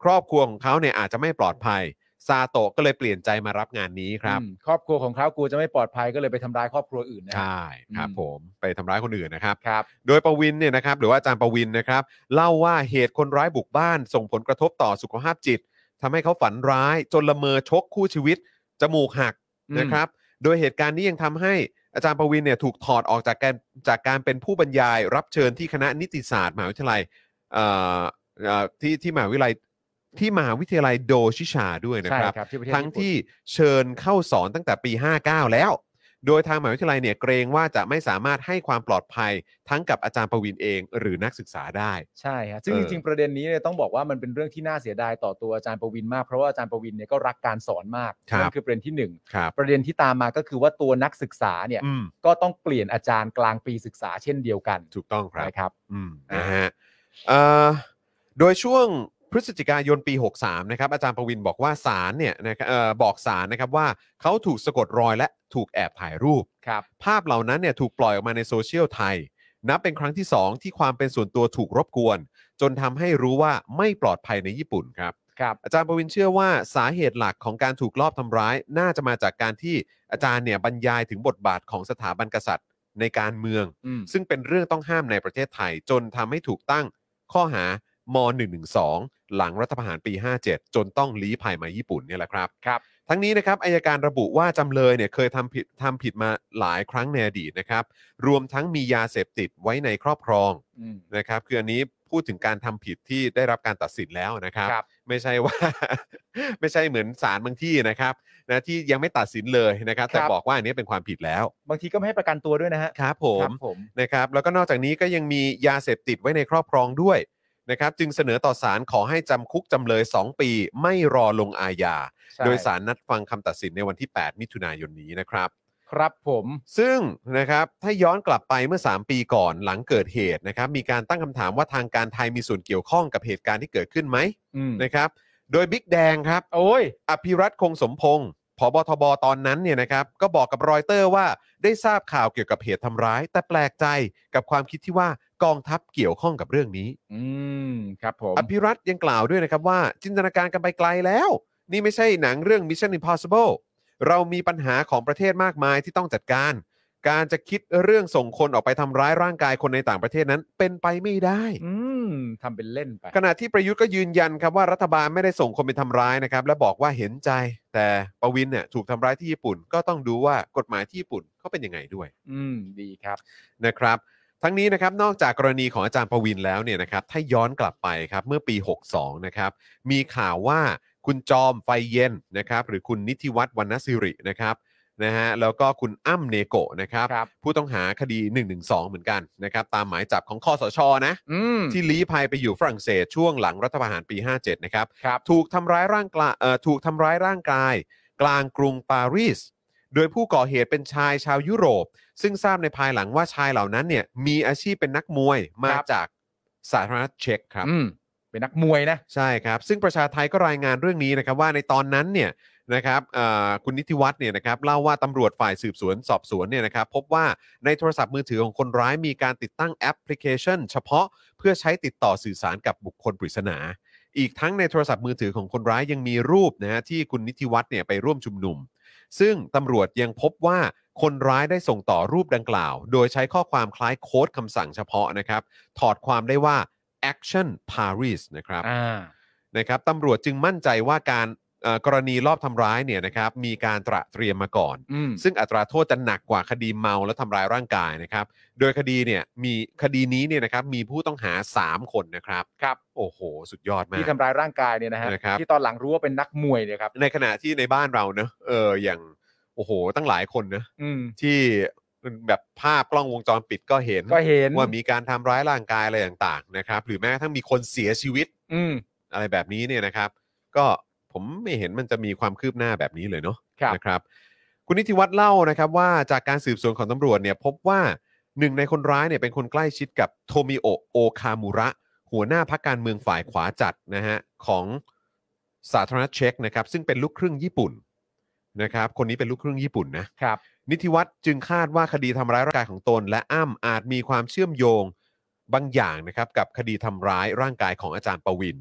ครอบครัวของเขาเนี่ยอาจจะไม่ปลอดภัยซาโตะก็เลยเปลี่ยนใจมารับงานนี้ครับ
อืมครอบครัวของเขากลัวจะไม่ปลอดภัยก็เลยไปทำร้ายครอบครัวอื่นนะ
ใช่ครับ
อืม
ผมไปทำร้ายคนอื่นนะครับ
ครับ
โดยประวินเนี่ยนะครับหรือว่าอาจารย์ประวินนะครับ เล่าว่าเหตุคนร้ายบุกบ้าน ส่งผลกระทบต่อสุขภาพจิตทำให้เขาฝันร้าย จนละเมอชกคู่ชีวิต จมูกหัก
อืม
นะครับ โดยเหตุการณ์นี้ยังทำให้อาจารย์ประวินเนี่ยถูกถอดออกจากการจากการเป็นผู้บรรยาย รับเชิญที่คณะนิติศาสตร์มหาวิทยาลัยเอ่อเอ่อที่ที่มหาวิทยาลัยที่มหาวิทยาลัยโดชิชาด้วยนะ
ใช่
ครับ
ครับที่ประเทศ
ทั้ง
ญี่ปุ่น
ที่เชิญเข้าสอนตั้งแต่ปี 59 แล้ว โดยทางมหาวิทยาลัยเนี่ยเกรงว่าจะไม่สามารถให้ความปลอดภัยทั้งกับอาจารย์ประวินเองหรือนักศึกษาได้
ใช่ฮะซึ่ง
เอ
จ
อ
ริงๆประเด็นนี้เนี่ยต้องบอกว่ามันเป็นเรื่องที่น่าเสียดายต่อตัวอาจารย์ประวินมากเพราะว่าอาจารย์ประวินเนี่ยก็รักการสอนมากนั่นคือประเด็นที่หนึ่ง
ครับ
ประเด็นที่ตามมาก็คือว่าตัวนักศึกษาเนี่ย
อืม
ก็ต้องเปลี่ยนอาจารย์กลางปีศึกษาเช่นเดียวกัน
ถูกต้องครับ
นะครับ
อืมนะฮะเอ่อโดยช่วงพฤศจิกายนปี 63 นะครับ อาจารย์ประวินบอกว่าศาลเนี่ยนะครับเอ่อบอกศาลนะครับว่าเขาถูกสะกดรอยและถูกแอบถ่ายรูป
ครับ
ภาพเหล่านั้นเนี่ยถูกปล่อยออกมาในโซเชียลไทย นับเป็นครั้งที่ 2 ที่ความเป็นส่วนตัวถูกรบกวน จนทำให้รู้ว่าไม่ปลอดภัยในญี่ปุ่นครับ
ครับ
อาจารย์ประวินเชื่อว่าสาเหตุหลักของการถูกลอบทำร้าย น่าจะมาจากการที่อาจารย์เนี่ยบรรยายถึงบทบาทของสถาบันกษัตริย์ในการเมือง
อืม
ซึ่งเป็นเรื่องต้องห้ามในประเทศไทย จนทำให้ถูกตั้งข้อหาม112 หลังรัฐประหารปี 57 จนต้องลี้ภัยมาญี่ปุ่นเนี่ยแหละครับ
ครับ
ทั้งนี้นะครับอายการระบุว่าจำเลยเนี่ยเคยทำผิดทำผิดมาหลายครั้งในอดีตนะครับ รวมทั้งมียาเสพติดไว้ในครอบครอง
อืม
นะครับ คืออันนี้พูดถึงการทำผิดที่ได้รับการตัดสินแล้วนะครับ
ครับ
ไม่ใช่ว่า [laughs] ไม่ใช่เหมือนศาลบางที่นะครับนะที่ยังไม่ตัดสินเลยนะครับ แต่
ครับ
บอกว่าอันนี้เป็นความผิดแล้ว
บางทีก็ไม่ให้ประกันตัวด้วยนะฮะ
ครับผม
ครับผม
นะครับแล้วก็นอกจากนี้ก็ยังมียาเสพติดไว้ในครอบครองด้วย นะครับจึงเสนอต่อศาลขอให้จำคุกจำเลย 2 ปีไม่รอลงอาญา
ใช่
โดยศาลนัดฟังคำตัดสินในวันที่ 8 มิถุนายนนี้นะครับ
ครับผม
ซึ่งนะครับถ้าย้อนกลับไปเมื่อ 3 ปีก่อนหลังเกิดเหตุนะครับมีการตั้งคำถามว่าทางการไทยมีส่วนเกี่ยวข้องกับเหตุการณ์ที่เกิดขึ้นไหม
อืม
นะครับ โดยบิ๊กแดงครับ
โอ้ย
อภิรัตคงสมพงศ์ผบทบตอนนั้นเนี่ยนะครับก็บอกกับรอยเตอร์ว่าได้ทราบข่าวเกี่ยวกับเหตุทำร้าย แต่แปลกใจกับความคิดที่ว่ากองทัพเกี่ยวข้องกับเรื่องนี้
อืมครับผม
อภิรัตยังกล่าวด้วยนะครับว่า จินตนาการกันไปไกลแล้ว นี่ไม่ใช่หนังเรื่อง Mission Impossible เรามีปัญหาของประเทศมากมายที่ต้องจัดการ การจะคิดเรื่องส่งคนออกไปทำร้ายร่างกายคนในต่างประเทศนั้นเป็นไปไม่ได้
อืมทำเป็นเล่นไป
ขณะที่ประยุทธ์ก็ยืนยันครับว่ารัฐบาลไม่ได้ส่งคนไปทำร้ายนะครับ และบอกว่าเห็นใจ แต่ประวินเนี่ยถูกทำร้ายที่ญี่ปุ่นก็ต้องดูว่ากฎหมายที่ญี่ปุ่นเขาเป็นยังไงด้วย
อืมดีครับ
นะครับ ทั้งนี้นะครับนอกจากกรณีของอาจารย์ประวินแล้วเนี่ยนะครับถ้าย้อนกลับไปครับเมื่อปี 62 นะครับ มีข่าวว่าคุณจอมไฟเย็นนะครับหรือคุณนิติวัฒน์วรรณสิรินะครับนะฮะแล้วก็คุณอ้ำเนโกะนะครับ
ครับ
ผู้ต้องหาคดี 112 เหมือนกันนะครับตามหมายจับของคอสชนะ
อืม
ที่ลี้ภัยไปอยู่ฝรั่งเศสช่วงหลังรัฐประหารปี 57 นะครับ
ครับ
ถูกทำร้ายร่างกายเอ่อถูกทำร้ายร่างกาย กลางกรุงปารีส โดยผู้ก่อเหตุเป็นชายชาวยุโรป ซึ่งทราบในภายหลังว่าชายเหล่านั้นเนี่ยมีอาชีพเป็นนักมวยมา
ครับ
จากสาธารณรัฐเช็กครับ
อืมเป็นนักมวยนะ
ใช่ครับ ซึ่งประชาไทยก็รายงานเรื่องนี้นะครับว่าในตอนนั้นเนี่ยนะครับเอ่อคุณนิติวัฒน์เนี่ยนะครับเล่าว่าตำรวจฝ่ายสืบสวนสอบสวนเนี่ยนะครับพบว่าในโทรศัพท์มือถือของคนร้ายมีการติดตั้งแอปพลิเคชัน เฉพาะเพื่อใช้ติดต่อสื่อสารกับบุคคลปริศนา อีกทั้งในโทรศัพท์มือถือของคนร้ายยังมีรูปนะฮะที่คุณนิติวัฒน์เนี่ยไปร่วมชุมนุม ซึ่งตำรวจยังพบว่าคนร้ายได้ส่งต่อรูปดังกล่าว โดยใช้ข้อความคล้ายโค้ดคำสั่งเฉพาะนะครับถอดความได้ว่า action Paris นะครับ
อ่า
นะครับตำรวจจึงมั่นใจว่าการเอ่อกรณีรอบทำร้ายเนี่ยนะครับมีการตระเตรียมมาก่อน
อืม
ซึ่งอัตราโทษจะหนักกว่าคดีเมาและทำร้ายร่างกายนะครับโดยคดีเนี่ยมีคดีนี้เนี่ยนะครับมีผู้ต้องหา 3 คนนะครับครับโอ้โห สุดยอดมาก
ที่ทำร้ายร่างกายเนี่ยนะฮะ
นะครับ
ที่ตอนหลังรู้ว่าเป็นนักมวยเนี่ยครับ
ในขณะที่ในบ้านเราเนอะเอออย่างโอ้โห ตั้งหลายคนนะ
อืม
ที่แบบภาพกล้องวงจรปิดก็เห็น
ก็เห็น
ว่ามีการทำร้ายร่างกายอะไรต่างๆนะครับหรือแม้กระทั่งมีคนเสียชีวิต
อืม
อะไรแบบนี้เนี่ยนะครับ ก็ผมไม่เห็นมันจะมีความคืบหน้าแบบนี้เลยเนาะ
ครับ
นะครับ คุณนิติวัตรเล่านะครับว่าจากการสืบสวนของตำรวจเนี่ยพบว่าหนึ่งในคนร้ายเนี่ยเป็นคนใกล้ชิดกับโทมิโอะโอคามุระ หัวหน้าพักการเมืองฝ่ายขวาจัดนะฮะของสาธารณรัฐเช็กนะครับ ซึ่งเป็นลูกครึ่งญี่ปุ่นนะครับ คนนี้เป็นลูกครึ่งญี่ปุ่นนะ
ครับ
นิติวัตรจึงคาดว่าคดีทำร้ายร่างกายของตน และอ้ำอาจมีความเชื่อมโยงบางอย่างนะครับกับคดีทำร้ายร่างกายของอาจารย์ประวิน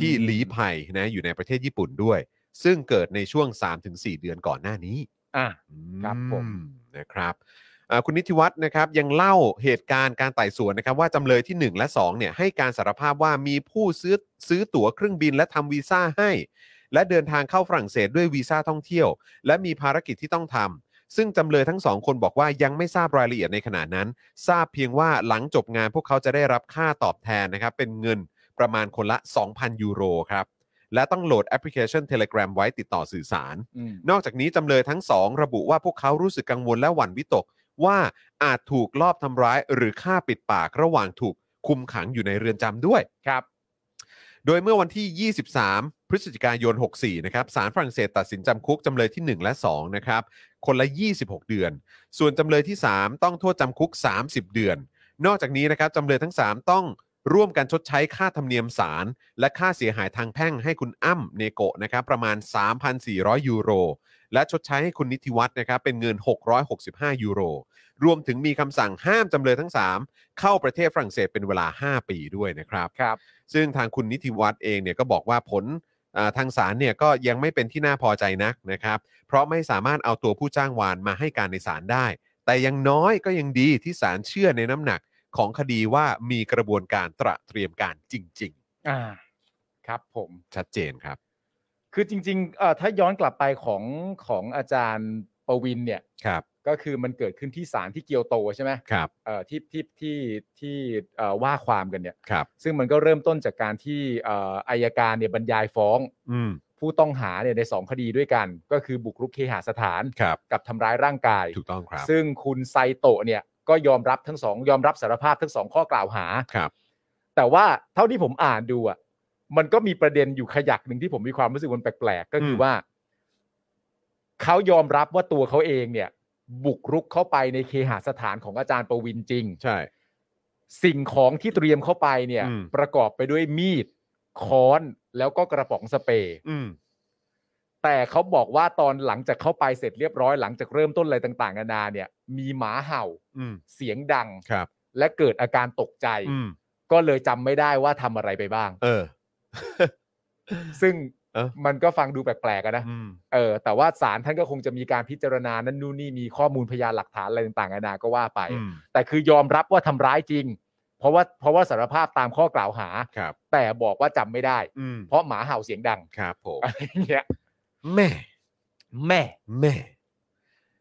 ที่ลี้ภัยนะอยู่ในประเทศญี่ปุ่นด้วย ซึ่งเกิดในช่วง 3-4 เดือนก่อนหน้านี้
อ่ะ
อื
ครับผม
นะครับอ่าคุณนิติวัฒน์นะครับยังเล่าเหตุการณ์การไต่สวนนะครับว่าจำเลยที่ 1 และ2เนี่ยให้การสารภาพว่ามีผู้ซื้อซื้อตั๋วเครื่องบินและทำวีซ่าให้ และเดินทางเข้าฝรั่งเศสด้วยวีซ่าท่องเที่ยว และมีภารกิจที่ต้องทำซึ่งจำเลยทั้งสองคนบอกว่ายังไม่ทราบรายละเอียดในขณะนั้น ทราบเพียงว่าหลังจบงานพวกเขาจะได้รับค่าตอบแทนนะครับเป็นเงินประมาณคนละ 2,000 ยูโรครับ และต้องโหลดแอปพลิเคชัน Telegram ไว้ติดต่อสื่อสาร
อืม
นอกจากนี้จำเลยทั้งสองระบุว่าพวกเขารู้สึกกังวลและหวั่นวิตก ว่าอาจถูกลอบทำร้ายหรือฆ่าปิดปากระหว่างถูกคุมขังอยู่ในเรือนจำด้วย
ครับ
โดยเมื่อวันที่ 23 พฤศจิกายน 64 นะครับ ศาลฝรั่งเศสตัดสินจำคุกจำเลยที่ 1 และ 2 นะครับ คนละ 26 เดือน ส่วนจำเลยที่ 3 ต้องโทษจำคุก 30 เดือน นอกจากนี้นะครับจำเลยทั้ง 3 ต้องร่วมกันชดใช้ค่าธรรมเนียมศาลและค่าเสียหายทางแพ่งให้คุณอ้ำเนโกะนะครับประมาณ 3,400 ยูโร และชดใช้ให้คุณนิติวัฒน์นะครับเป็นเงิน 665 ยูโร รวมถึงมีคำสั่งห้ามจำเลยทั้ง 3 เข้าประเทศฝรั่งเศสเป็นเวลา 5 ปีด้วยนะครับ
ครับ
ซึ่งทางคุณนิติวัฒน์เองเนี่ยก็บอกว่าผลเอ่อทางศาลเนี่ยก็ยังไม่เป็นที่น่าพอใจนักนะครับ เพราะไม่สามารถเอาตัวผู้จ้างวานมาให้การในศาลได้ แต่อยังน้อยก็ยังดีที่ศาลเชื่อในน้ำหนักของคดีว่ามีกระบวนการตระเตรียมการจริง
อ่า ครับผม
ๆ ชัดเจนครับ
คือจริงๆเอ่อถ้าย้อนกลับไปของของอาจารย์ประวินเนี่ย
ครับ
ก็คือมันเกิดขึ้นที่ศาลที่เกียวโตใช่ไหม
ครับ
เอ่อที่ที่ที่ที่เอ่อว่าความกันเนี่ย
ครับ
ซึ่งมันก็เริ่มต้นจากการที่เอ่ออายการเนี่ยบรรยายฟ้อง
อืม
ผู้ต้องหาเนี่ยในสองคดีด้วยกัน ก็คือบุกรุกเคหสถาน
ครับ
กับทำร้ายร่างกาย
ถูกต้องครับ
ซึ่งคุณไซโตะเนี่ยก็ยอมรับทั้งสองยอมรับสารภาพทั้งสองข้อกล่าวหา
ครับ
แต่ว่าเท่าที่ผมอ่านดูอ่ะ มันก็มีประเด็นอยู่ขยักหนึ่งที่ผมมีความรู้สึกมันแปลกๆก็คือ
ม
ว่า เขายอมรับว่าตัวเขาเองเนี่ย บุกรุกเข้าไปในเคหสถานของอาจารย์ประวินจริง
ใช่
สิ่งของที่เตรียมเข้าไปเนี่ย
อืม
ประกอบไปด้วยมีดค้อนแล้วก็กระป๋องสเปรย์
อืม
แต่เขาบอกว่าตอนหลังจากเข้าไปเสร็จเรียบร้อยหลังจากเริ่มต้นอะไรต่างๆนานาเนี่ย มีหมาเห่า
อืม
เสียงดัง
ครับ
และเกิดอาการตกใจ
อืม
ก็เลยจำไม่ได้ว่าทำอะไรไปบ้าง
เออ
ซึ่ง
เออ
มันก็ฟังดูแปลกๆอะนะ
อืม
เออแต่ว่าศาลท่านก็คงจะมีการพิจารณานั่นนู่นนี่มีข้อมูลพยานหลักฐานอะไรต่างๆนานาก็ว่าไป
อืม
แต่คือยอมรับว่าทำร้ายจริง เพราะว่าเพราะว่าสารภาพตามข้อกล่าวหา
ครับ
แต่บอกว่าจำไม่ได้
อืม
เพราะหมาเห่าเสียง [laughs] ดัง
ครับผม
อะไรอย่างเงี้ย
แม่
แม่
แม่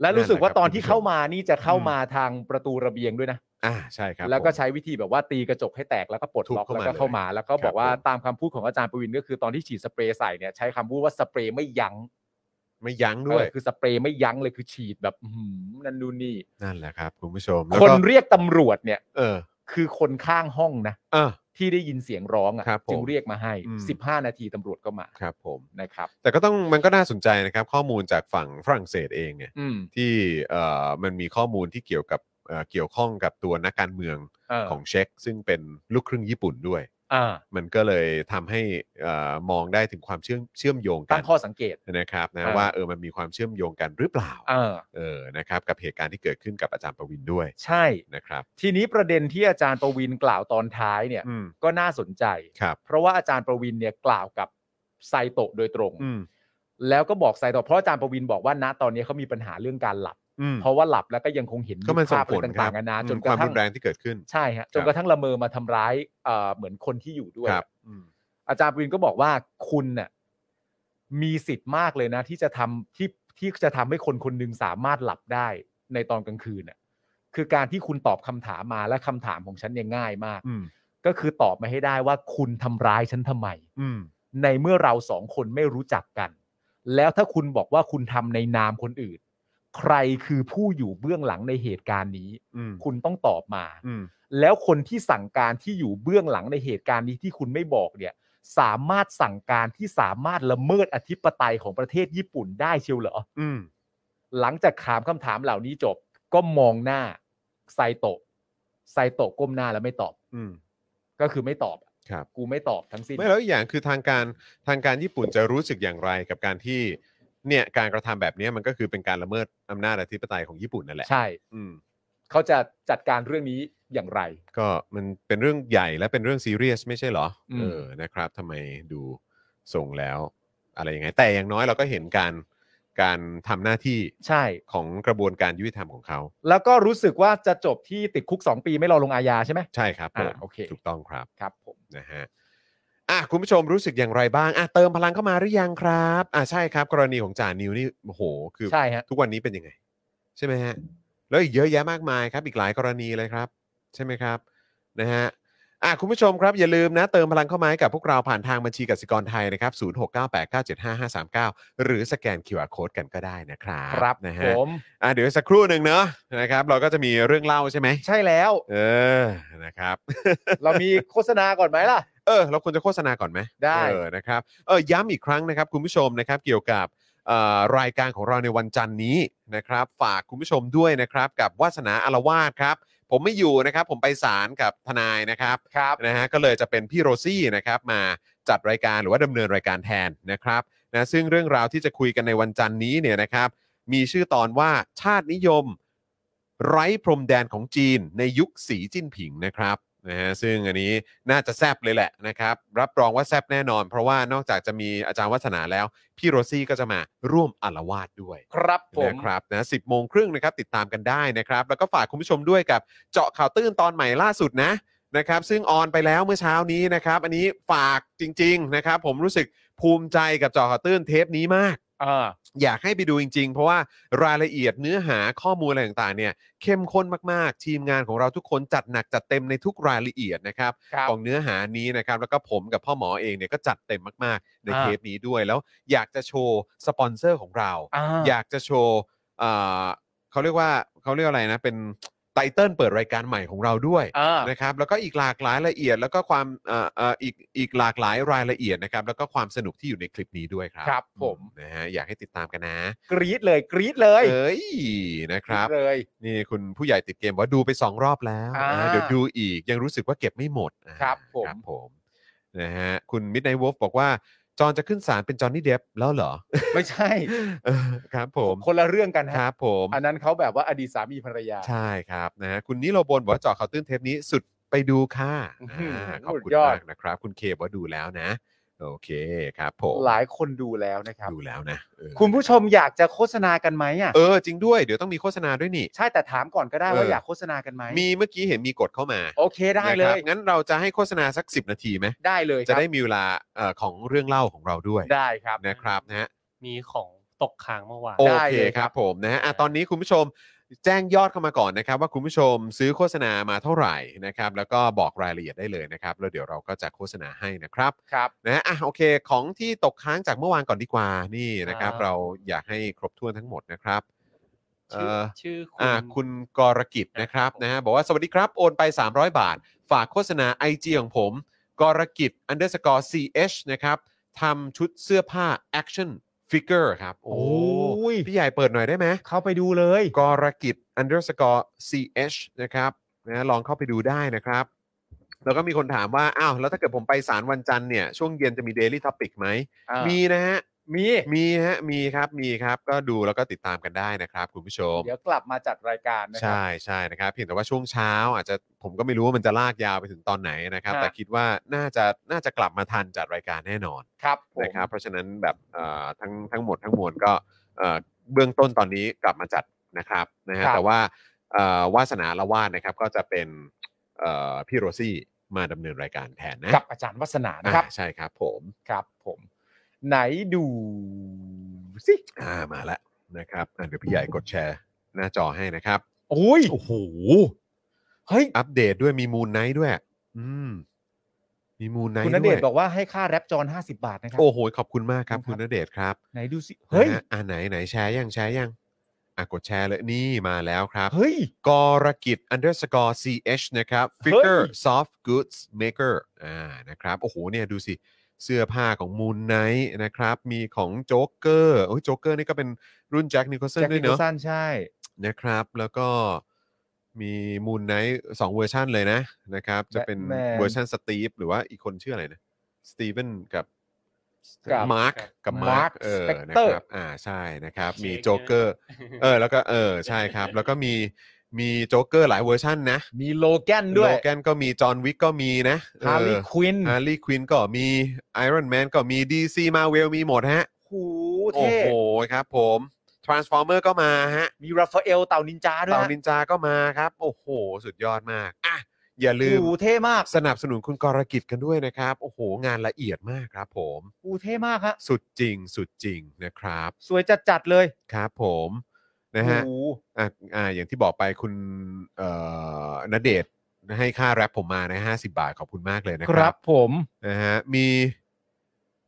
และรู้สึกว่าตอนที่
นั่นแหละครับ
เข้ามานี่จะเข้ามาทางประตูระเบียงด้วยนะ
อ่า ใช่ครับ
แล้วก็
ผม
ใช้วิธีแบบว่าตีกระจกให้แตกแล้วก็ปลดล็อก
ทุบ
แล้ว
เข้ามา
ก็เข้ามา แล้วก็
ครับ
บอกว่า
ผม
ตามคำพูดของอาจารย์ประวินก็คือตอนที่ฉีดสเปรย์ใส่เนี่ยใช้คำพูดว่าสเปรย์ไม่ยั้ง
ไม่ยั้งด้วย
เออคือสเปรย์ไม่ยั้งเลยคือฉีดแบบอื้อหือนั่นนู่นนี่
นั่นแหละครับ คุณผู้ชม
ค
แล้วก็
นเรียกตำรวจเนี่ย
เออ
คือคนข้างห้องนะ
อ่ะ
ที่ได้ยินเสียงร้องอ่ะ
ครับผม
จึงเรียกมาให้
อืม
15 นาทีตำรวจก็มา
ครับผม
นะครับ
แต่ก็ต้องมันก็น่าสนใจนะครับ ข้อมูลจากฝั่งฝรั่งเศสเองเนี่ย
อืม
ที่เอ่อมันมีข้อมูลที่เกี่ยวกับเอ่อเกี่ยวข้องกับตัวนักการเมือง
เออ
ของเช็กซึ่งเป็นลูกครึ่งญี่ปุ่นด้วย
อ่า
มันก็เลยทำให้เอ่อมองได้ถึงความเชื่อมเชื่อมโยงกั
ตั้
น
งข้อสังเกต
นะครับนะ
เออ
ว่าเออมันมีความเชื่อมโยงกันหรือเปล่า
เออ
เออนะครับกับเหตุการณ์ที่เกิดขึ้นกับอาจารย์ประวินด้วย
ใช่
นะครับ
ทีนี้ประเด็นที่อาจารย์ประวินกล่าวตอนท้ายเนี่ย
อืม
ก็น่าสนใจ
ครับ
เพราะว่าอาจารย์ประวินเนี่ยกล่าวกับไซโตะโดยตรง
อืม
แล้วก็บอกไซโตะเพราะอาจารย์ประวินบอกว่าณตอนนี้เขามีปัญหาเรื่องการหลับ
อืม
เพราะว่าหลับแล้วก็ยังคงเห็น
ก็มันส่
ภาง พ
ผ
อะไร
ลครั
ต่า
บ
งๆนานา
อืม
จนก
ค
ระ
วาม
ทั่
รุ
ง
นแรงที่เกิดขึ้น
ใช่ฮะจ
คน รับ
กระทั่งละเมอมาทำร้ายเอ่อเหมือนคนที่อยู่ด้วย
ครับอืม
อาจารย์ประวินก็บอกว่าคุณน่ะมีสิทธิ์มากเลยนะ ที่จะทำที่ที่จะทำให้คนคนหนึ่งสามารถหลับได้ในตอนกลางคืนน่ะคือการที่คุณตอบคำถามมาและคำถามของฉันเนี่ยง่ายมาก
อืม
ก็คือตอบมาให้ได้ว่าคุณทำร้ายฉันทำไม
อืม
ในเมื่อเราสองคนไม่รู้จักกัน แล้วถ้าคุณบอกว่าคุณทำในนามคนอื่น ใครคือผู้อยู่เบื้องหลังในเหตุการณ์นี้
อืม
คุณต้องตอบมา
อืม
แล้วคนที่สั่งการที่อยู่เบื้องหลังในเหตุการณ์นี้ที่คุณไม่บอกเนี่ย สามารถสั่งการที่สามารถละเมิดอธิปไตยของประเทศญี่ปุ่นได้เชียวเหรอ
อืม
หลังจากถามคำถามเหล่านี้จบ ก็มองหน้าไซโตะไซโตะก้มหน้าแล้วไม่ตอบ
อืม
ก็คือไม่ตอบ
ครับ
กูไม่ตอบทั้งสิ้น
ไม่แล้วอีกอย่างคือทางการทางการญี่ปุ่นจะรู้สึกอย่างไรกับการที่เนี่ยการกระทำแบบเนี้ยมันก็คือเป็นการละเมิดอำนาจอธิปไตยของญี่ปุ่นนั่นแหละ
ใช่
อืม
เขาจะจัดการเรื่องนี้อย่างไร
ก็มันเป็นเรื่องใหญ่และเป็นเรื่องซีเรียสไม่ใช่เหรออ
ม
เออนะครับทำไมดูส่งแล้วอะไรยังไง แต่อย่างน้อยเราก็เห็นการการทำหน้าที่
ใช่
ของกระบวนการยุติธรรมของเขา
แล้วก็รู้สึกว่าจะจบที่ติดคุก 2 ปีไม่รอลงอาญาใช่ไหม
ใช่ครับผม
อ่าโอเค
ถูกต้องครับ
ครับผม
นะฮะอ่ะคุณผู้ชมรู้สึกอย่างไรบ้างอ่ะเติมพลังเข้ามาหรือยังครับอ่ะใช่ครับ กรณีของจ่านิวนี่โอ้โหคือ
ใช่ฮะ
ทุกวันนี้เป็นยังไง ใช่ไหมฮะ แล้วอีกเยอะแยะมากมายครับ อีกหลายกรณีเลยครับ ใช่ไหมครับนะฮะอ่ะคุณผู้ชมครับอย่าลืมนะ เติมพลังเข้ามาให้กับพวกเราผ่านทางบัญชีกสิกรไทยนะครับ 0698975539 หรือสแกน QR Code กันก็ได้นะครับ
ครับ
นะ
ผ
ฮะ
ม
อ่ะเดี๋ยวสักครู่หนึ่งเนอะนะครับ เราก็จะมีเรื่องเล่าใช่ไหม
ใช่แล้ว
เออนะครับ
เรามีโฆษณาก่อนไหมล่ะ
เออเราควรจะโฆษณาก่อนไหม
ได้
เออนะครับเออย้ำอีกครั้งนะครับ คุณผู้ชมนะครับเกี่ยวกับเอ่อรายการของเราในวันจันทร์นี้นะครับ ฝากคุณผู้ชมด้วยนะครับ กับวาสนาอารวาสครับ ผมไม่อยู่นะครับ ผมไปศาลกับทนายนะครับ
ครับ
นะฮะก็เลยจะเป็นพี่โรซี่นะครับ มาจัดรายการหรือว่าดำเนินรายการแทนนะครับนะซึ่งเรื่องราวที่จะคุยกันในวันจันทร์นี้เนี่ยนะครับ มีชื่อตอนว่าชาตินิยม ไร้พรมแดนของจีนในยุคสีจิ้นผิงนะครับนะฮะซึ่งอันนี้น่าจะแซบเลยแหละนะครับ รับรองว่าแซบแน่นอน เพราะว่านอกจากจะมีอาจารย์วัฒนาแล้ว พี่โรซี่ก็จะมาร่วมอารวาสด้วย
ครับผม
นะครับนะสิบโมงครึ่งนะครับติดตามกันได้นะครับ แล้วก็ฝากคุณผู้ชมด้วยกับเจาะข่าวตื้นตอนใหม่ล่าสุดนะนะครับ ซึ่งออนไปแล้วเมื่อเช้านี้นะครับ อันนี้ฝากจริง ๆนะครับ ผมรู้สึกภูมิใจกับเจาะข่าวตื้นเทปนี้มาก
อ่า
อยากให้ไปดูจริง ๆ เพราะว่ารายละเอียดเนื้อหาข้อมูลอะไรต่างๆเนี่ยเข้มข้นมากๆ ทีมงานของเราทุกคนจัดหนักจัดเต็มในทุกรายละเอียดนะครับ
ครับ
ของเนื้อหานี้นะครับ แล้วก็ผมกับพ่อหมอเองเนี่ยก็จัดเต็มมากๆ ใน
อ่า
เทปนี้ด้วยแล้วอยากจะโชว์สปอนเซอร์ของเรา
อ่า
อยากจะโชว์เอ่อเขาเรียกว่าเขาเรียกอะไรนะเป็น ไตเติลเปิดรายการใหม่ของเราด้วย
อ่า
นะครับแล้วก็อีกหลากหลายละเอียด แล้วก็ความเอ่อเอ่ออีกอีกหลากหลายรายละเอียดนะครับแล้วก็ความสนุกที่อยู่ในคลิปนี้ด้วยครับ
ครับผม
นะฮะอยากให้ติดตามกันนะ
กรี๊ดเลยกรี๊ดเลย
เอ้ยนะครับ
กดเลย
นี่คุณผู้ใหญ่ติดเกมว่าดูไปสองรอบแล้ว
อ่า
อ่าเดี๋ยวดูอีกยังรู้สึกว่าเก็บไม่หมดอ่า
ครับผม
ครับผมนะฮะคุณมิดไนวอฟบอกว่า จอนจะขึ้นศาลเป็นจอนนี่เดฟแล้วเหรอ [laughs]
ไม่ใช่
เออครับผม
คนละเรื่องกัน
ค
ฮะ
รับผม
อันนั้นเขาแบบว่าอดีตสามีภรรยา
ใช่ครับนะฮะคุณนิโรบนบอกว่าเจอข่าวตื้นเทปนี้สุดไปดูค่ะ
อื้อหือ
อ่าขอบคุณ
สุดยอด
มากนะครับ คุณเคบอกว่าดูแล้วนะ โอเคครับผม
หลายคนดูแล้วนะครับ
ดูแล้วนะเออ
คุณผู้ชมอยากจะโฆษณากันไหมอ่ะ
เออจริงด้วยเดี๋ยวต้องมีโฆษณาด้วยนี่
ใช่แต่ถามก่อนก็ได้
เออ
ว่าอยากโฆษณากันไหม
มีเมื่อกี้เห็นมีกดเข้ามา
โอเคได้เล
นะค
ย
รับงั้นเราจะให้โฆษณาสัก 10 นาทีไหม
ได้เลยค
จะ
รับ
ได้มีเวลาเอ่อของเรื่องเล่าของเราด้วย
ได้ครับ
นะครับนะฮะ
มีของตกค้างเมื่อวาน
โอ
ได้
เค
เลย
ค
ครั
รับบ ผมนะฮะอ่ะตอนนี้คุณผู้ชมแจ้งยอดเข้ามาก่อนนะครับ ว่าคุณผู้ชมซื้อโฆษณามาเท่าไหร่นะครับ แล้วก็บอกรายละเอียดได้เลยนะครับ แล้วเดี๋ยวเราก็จะโฆษณาให้นะครับ
ครับ
นะฮะอ่ะโอเค ของที่ตกค้างจากเมื่อวานก่อนดีกว่านี่นะครับ
ครับ
เราอยากให้ครบถ้วนทั้งหมดนะครับเอ่อ
ชื่อชื่อ
อ่า
คุ
คุณ ณกรกิจนะครับ
ครับ
นะฮะบอกว่าสวัสดีครับ โอนไป 300 บาท ฝากโฆษณา IG ของผม กรกิจ underscore ch นะครับทำชุดเสื้อผ้า action figure ครับโอ้
โอ้ย
พี่ใหญ่เปิดหน่อยได้ไหม
เข้าไปดูเลย
กรกิจ underscore ch นะครับนะลองเข้าไปดูได้นะครับ แล้วก็มีคนถามว่า อ้าว แล้วถ้าเกิดผมไปสารวันจันทร์เนี่ย ช่วงเย็นจะมี daily topic ไหม มีนะฮะ
มี
มีฮะ มีครับ มีครับ ก็ดูแล้วก็ติดตามกันได้นะครับคุณผู้ชม
เดี๋ยวกลับมาจัดรายการนะครั
ใช่
บ
ใช่นะครับเพียงแต่ว่าช่วงเช้าอาจจะผมก็ไม่รู้ว่ามันจะลากยาวไปถึงตอนไหนนะครับ
ครับ
แต่คิดว่าน่าจะน่าจะกลับมาทันจัดรายการแน่นอน
ครับผม
นะครับเพราะฉะนั้นแบบเอ่อทั้งทั้งหมดทั้งมวลก็เอ่อเบื้องต้นตอนนี้กลับมาจัดนะครับนะฮะแต่ว่าเอ่อวาสนาละวาดนะครับก็จะเป็นเอ่อพี่โรซี่มาดำเนินรายการแทนนะ
กับอาจารย์วัฒนานะครับ
อ่าใช่ครับผม
ครับผม ไหนดูสิ
อ่ามาแล้วนะครับอ่ะเดี๋ยวพี่ใหญ่กดแชร์หน้าจอให้นะครับ
โอ้ยโอ้โหเฮ้ย
อัปเดตด้วยมีมู n ไน h t ด้วย อืม มีมู n ไน h t
คุณณ
ด้
เด
วย
ชน์บอกว่าให้ค่าแรปจอน50 บาทนะครับ
โอ้โห ขอบคุณมากครับ
ครับ
คุณณเดชน์ครับ
ไหนดูสิ เฮ้ย
นะฮะอ่าไหนไหนแชร์ยังแชร์ยัง อ่ะกดแชร์เลยนี่มาแล้วครับ
เฮ้ย
กรกิจ underscore ch นะครับ figure
เฮ้ย
soft goods maker อ่านะครับ โอ้โห เนี่ยดูสิ เสื้อผ้าของมู n ไน h t นะครับ มีของโจ๊กเกอร์โอ้ยโจ๊กเกอร์นี่ก็เป็นรุ่นแจ็คนิโคลสัน
แจ็ค
ด้ว
นิ
ย
โคล
เนาะ
สันใช่
นะครับแล้วก็มีมูนไนท์สองเวอร์ชันเลยนะนะครับ จะเป็น
Batman
เวอร์ชันสตีฟหรือว่าอีกคนชื่ออะไรนะสตีเวนกับ
กับ
มาร์คกับมาร์ค
Mark
เออ
Spector
นะครับอ่าใช่นะครับ มีโจ๊กเกอร์เออแล้วก็เออใช่ครับ แล้วก็มีมีโจ๊กเกอร์หลายเวอร์ชันนะ
มีโลแกนด้วย
โลแกนก็มีจอห์นวิกก็มีนะ
ฮาร์ลีควิน
ฮาร์ลีควินก็มีไอรอนแมนก็มีดีซีมาเวลมีหมดฮะ
หู
โอ้
เท่
โหครับผมทรานส์ฟอร์เมอร์ก็มาฮะ
มีราฟาเอลเต่านินจาด้วย
เต่า
ฮะ
นินจาก็มาครับ โอ้โห สุดยอดมากอ่ะอย่าลืม
หูเท่มาก
สนับสนุนคุณกรกิจกันด้วยนะครับ โอ้โห งานละเอียดมากครับผม
หูเท่มากฮะ
สุดจริง สุดจริงนะครับ
สวยจัดจัดๆเลย
ครับผมนะฮะ
หู
อ่ะอ่ะอย่างที่บอกไปคุณเอ่อณเดชน์ให้ค่าแรปผมมานะห้าสิบาทขอบคุณมากเลยนะ
ค
ค
รั
รั
บผม
นะฮะมี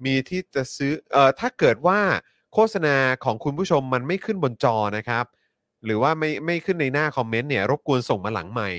มีที่จะซื้อเอ่อถ้าเกิดว่าโฆษณาของคุณผู้ชมมันไม่ขึ้นบนจอนะครับ หรือว่าไม่ไม่ขึ้นในหน้าคอมเมนต์เนี่ย รบกวนส่งมาหลังใหม่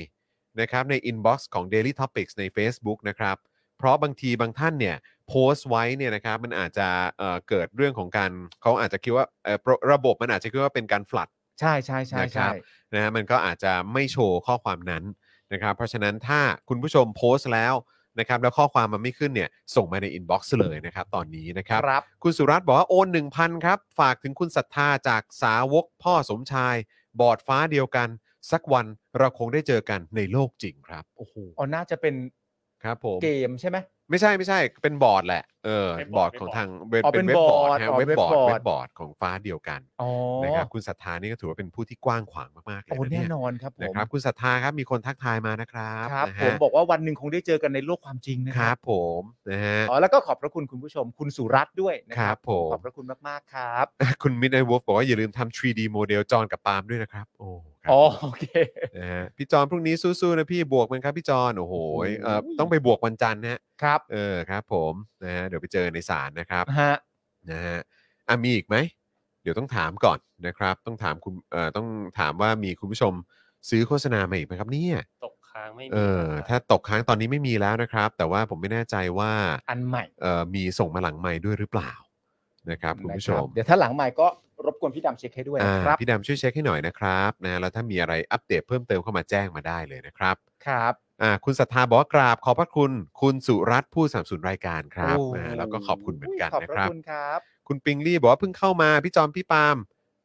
นะครับ ในอินบ็อกซ์ของ Daily Topics ใน Facebook นะครับ เพราะบางทีบางท่านเนี่ยโพสต์ไว้เนี่ยนะครับมันอาจจะเอ่อเกิดเรื่องของการเขาอาจจะคิดว่าเอ่อระระบบมันอาจจะคิดว่าเป็นการ flood
ใช่ใช่ใช่
นะครั
ใช่
บ นะฮะมันก็อาจจะไม่โชว์ข้อความนั้นนะครับ เพราะฉะนั้นถ้าคุณผู้ชมโพสต์แล้วนะครับแล้วข้อความมันไม่ขึ้นเนี่ยส่งมาในอินบ็อกซ์เลยนะครับ ตอนนี้นะค
ครับ รับ
คุณสุรัตน์บอกว่าโอน 1,000 ครับ ฝากถึงคุณศรัทธาจากสาวกพ่อสมชาย บอดฟ้าเดียวกัน สักวันเราคงได้เจอกันในโลกจริงครับโอ้โห
อ๋อ น่าจะเป็น
ครับผม
เกมใช่ไหม
ไม่ใช่ไม่ใช่เป็นบอร์ดแหละเออ
เป็น
บบอ
อ
ร์
ร์
ด
ด
ของทางเป็น
อ๋อ
เป็
เป็น น
เว็บบอร์ด
บอร์ด
นะฮะ
อ๋อ
เว็บบอร์ด
เว็บบอร์ด
เว็บบอร์ดของฟ้าเดียวกัน
อ๋อ
นะครับคุณศรัทธานี่ก็ถือว่าเป็นผู้ที่กว้างขวางมากๆเลย
โอ้
นะ
แน่
เนี่ย
นอนครับผ
นะ
ม
ครับคุณศรัทธาครับมีคนทักทายมานะครับ
ครับ
นะ
ผ
ฮะ
มบอกว่าวันหนึ่งคงได้เจอกันในโลกความจริงนะ
ค
ค
รั
รั
บบ ผมนะฮะ
อ๋อ แล้วก็ขอบพระคุณคุณผู้ชม คุณสุรัตน์ด้วยนะค
ครั
รั
บบ ผม
ขอบพระคุณมาก ๆ ครับ
คุณมิดไนวอฟบอกว่าอย่าลืมทำ 3D โมเดลจอนกับปาล์มด้วยนะครับ โอ้ครับ
อ๋อ โอเค
นะฮะพี่จอนพรุ่งนี้สู้ๆนะพี่บวกมันครับพี่จอนโอ้โหเอ่อ
โอ้โห
ต้องไปบวกวันจันทร์นะฮะ
ครับ
เออครับผมนะฮะเดี๋ยวไปเจอในศาลนะครับ
ฮะ
นะฮะอ่ะมีอีกไหม เดี๋ยวต้องถามก่อนนะครับ ต้องถามคุณเอ่อต้องถามว่ามีคุณผู้ชม ซื้อโฆษณามาอีกไหมครับเนี่ย
ตกค้างไม่มี
เออถ้าตกค้างตอนนี้ไม่มีแล้วนะครับ แต่ว่าผมไม่แน่ใจว่า
อันใหม่
เอ่อมีส่งมาหลังไม้ด้วยหรือเปล่านะครับคุณผู้ช
นะรั
ม
บเดี๋ยวถ้าหลังใหม่ก็รบกวนพี่ดำเช็คให้ด้วย
อ่า
นะครับ
พี่ดำช่วยเช็คให้หน่อยนะครับนะแล้วถ้ามีอะไรอัปเดตเพิ่มเติมเข้ามาแจ้งมาได้เลยนะครับ
ครับ
อ่าคุณศรัทธาบอกว่ากราบขอบพระคุณ คุณสุรัตน์ผู้สนับสนุนรายการครับ
โอ้โห
อ่าแล้วก็ขอบคุณเหมือนกัน
ขอบ
นะ
พ
ค
ระ
รับ
คุณครับ
คุณปิงลี่บอกว่าเพิ่งเข้ามาพี่จอมพี่ปาล์ม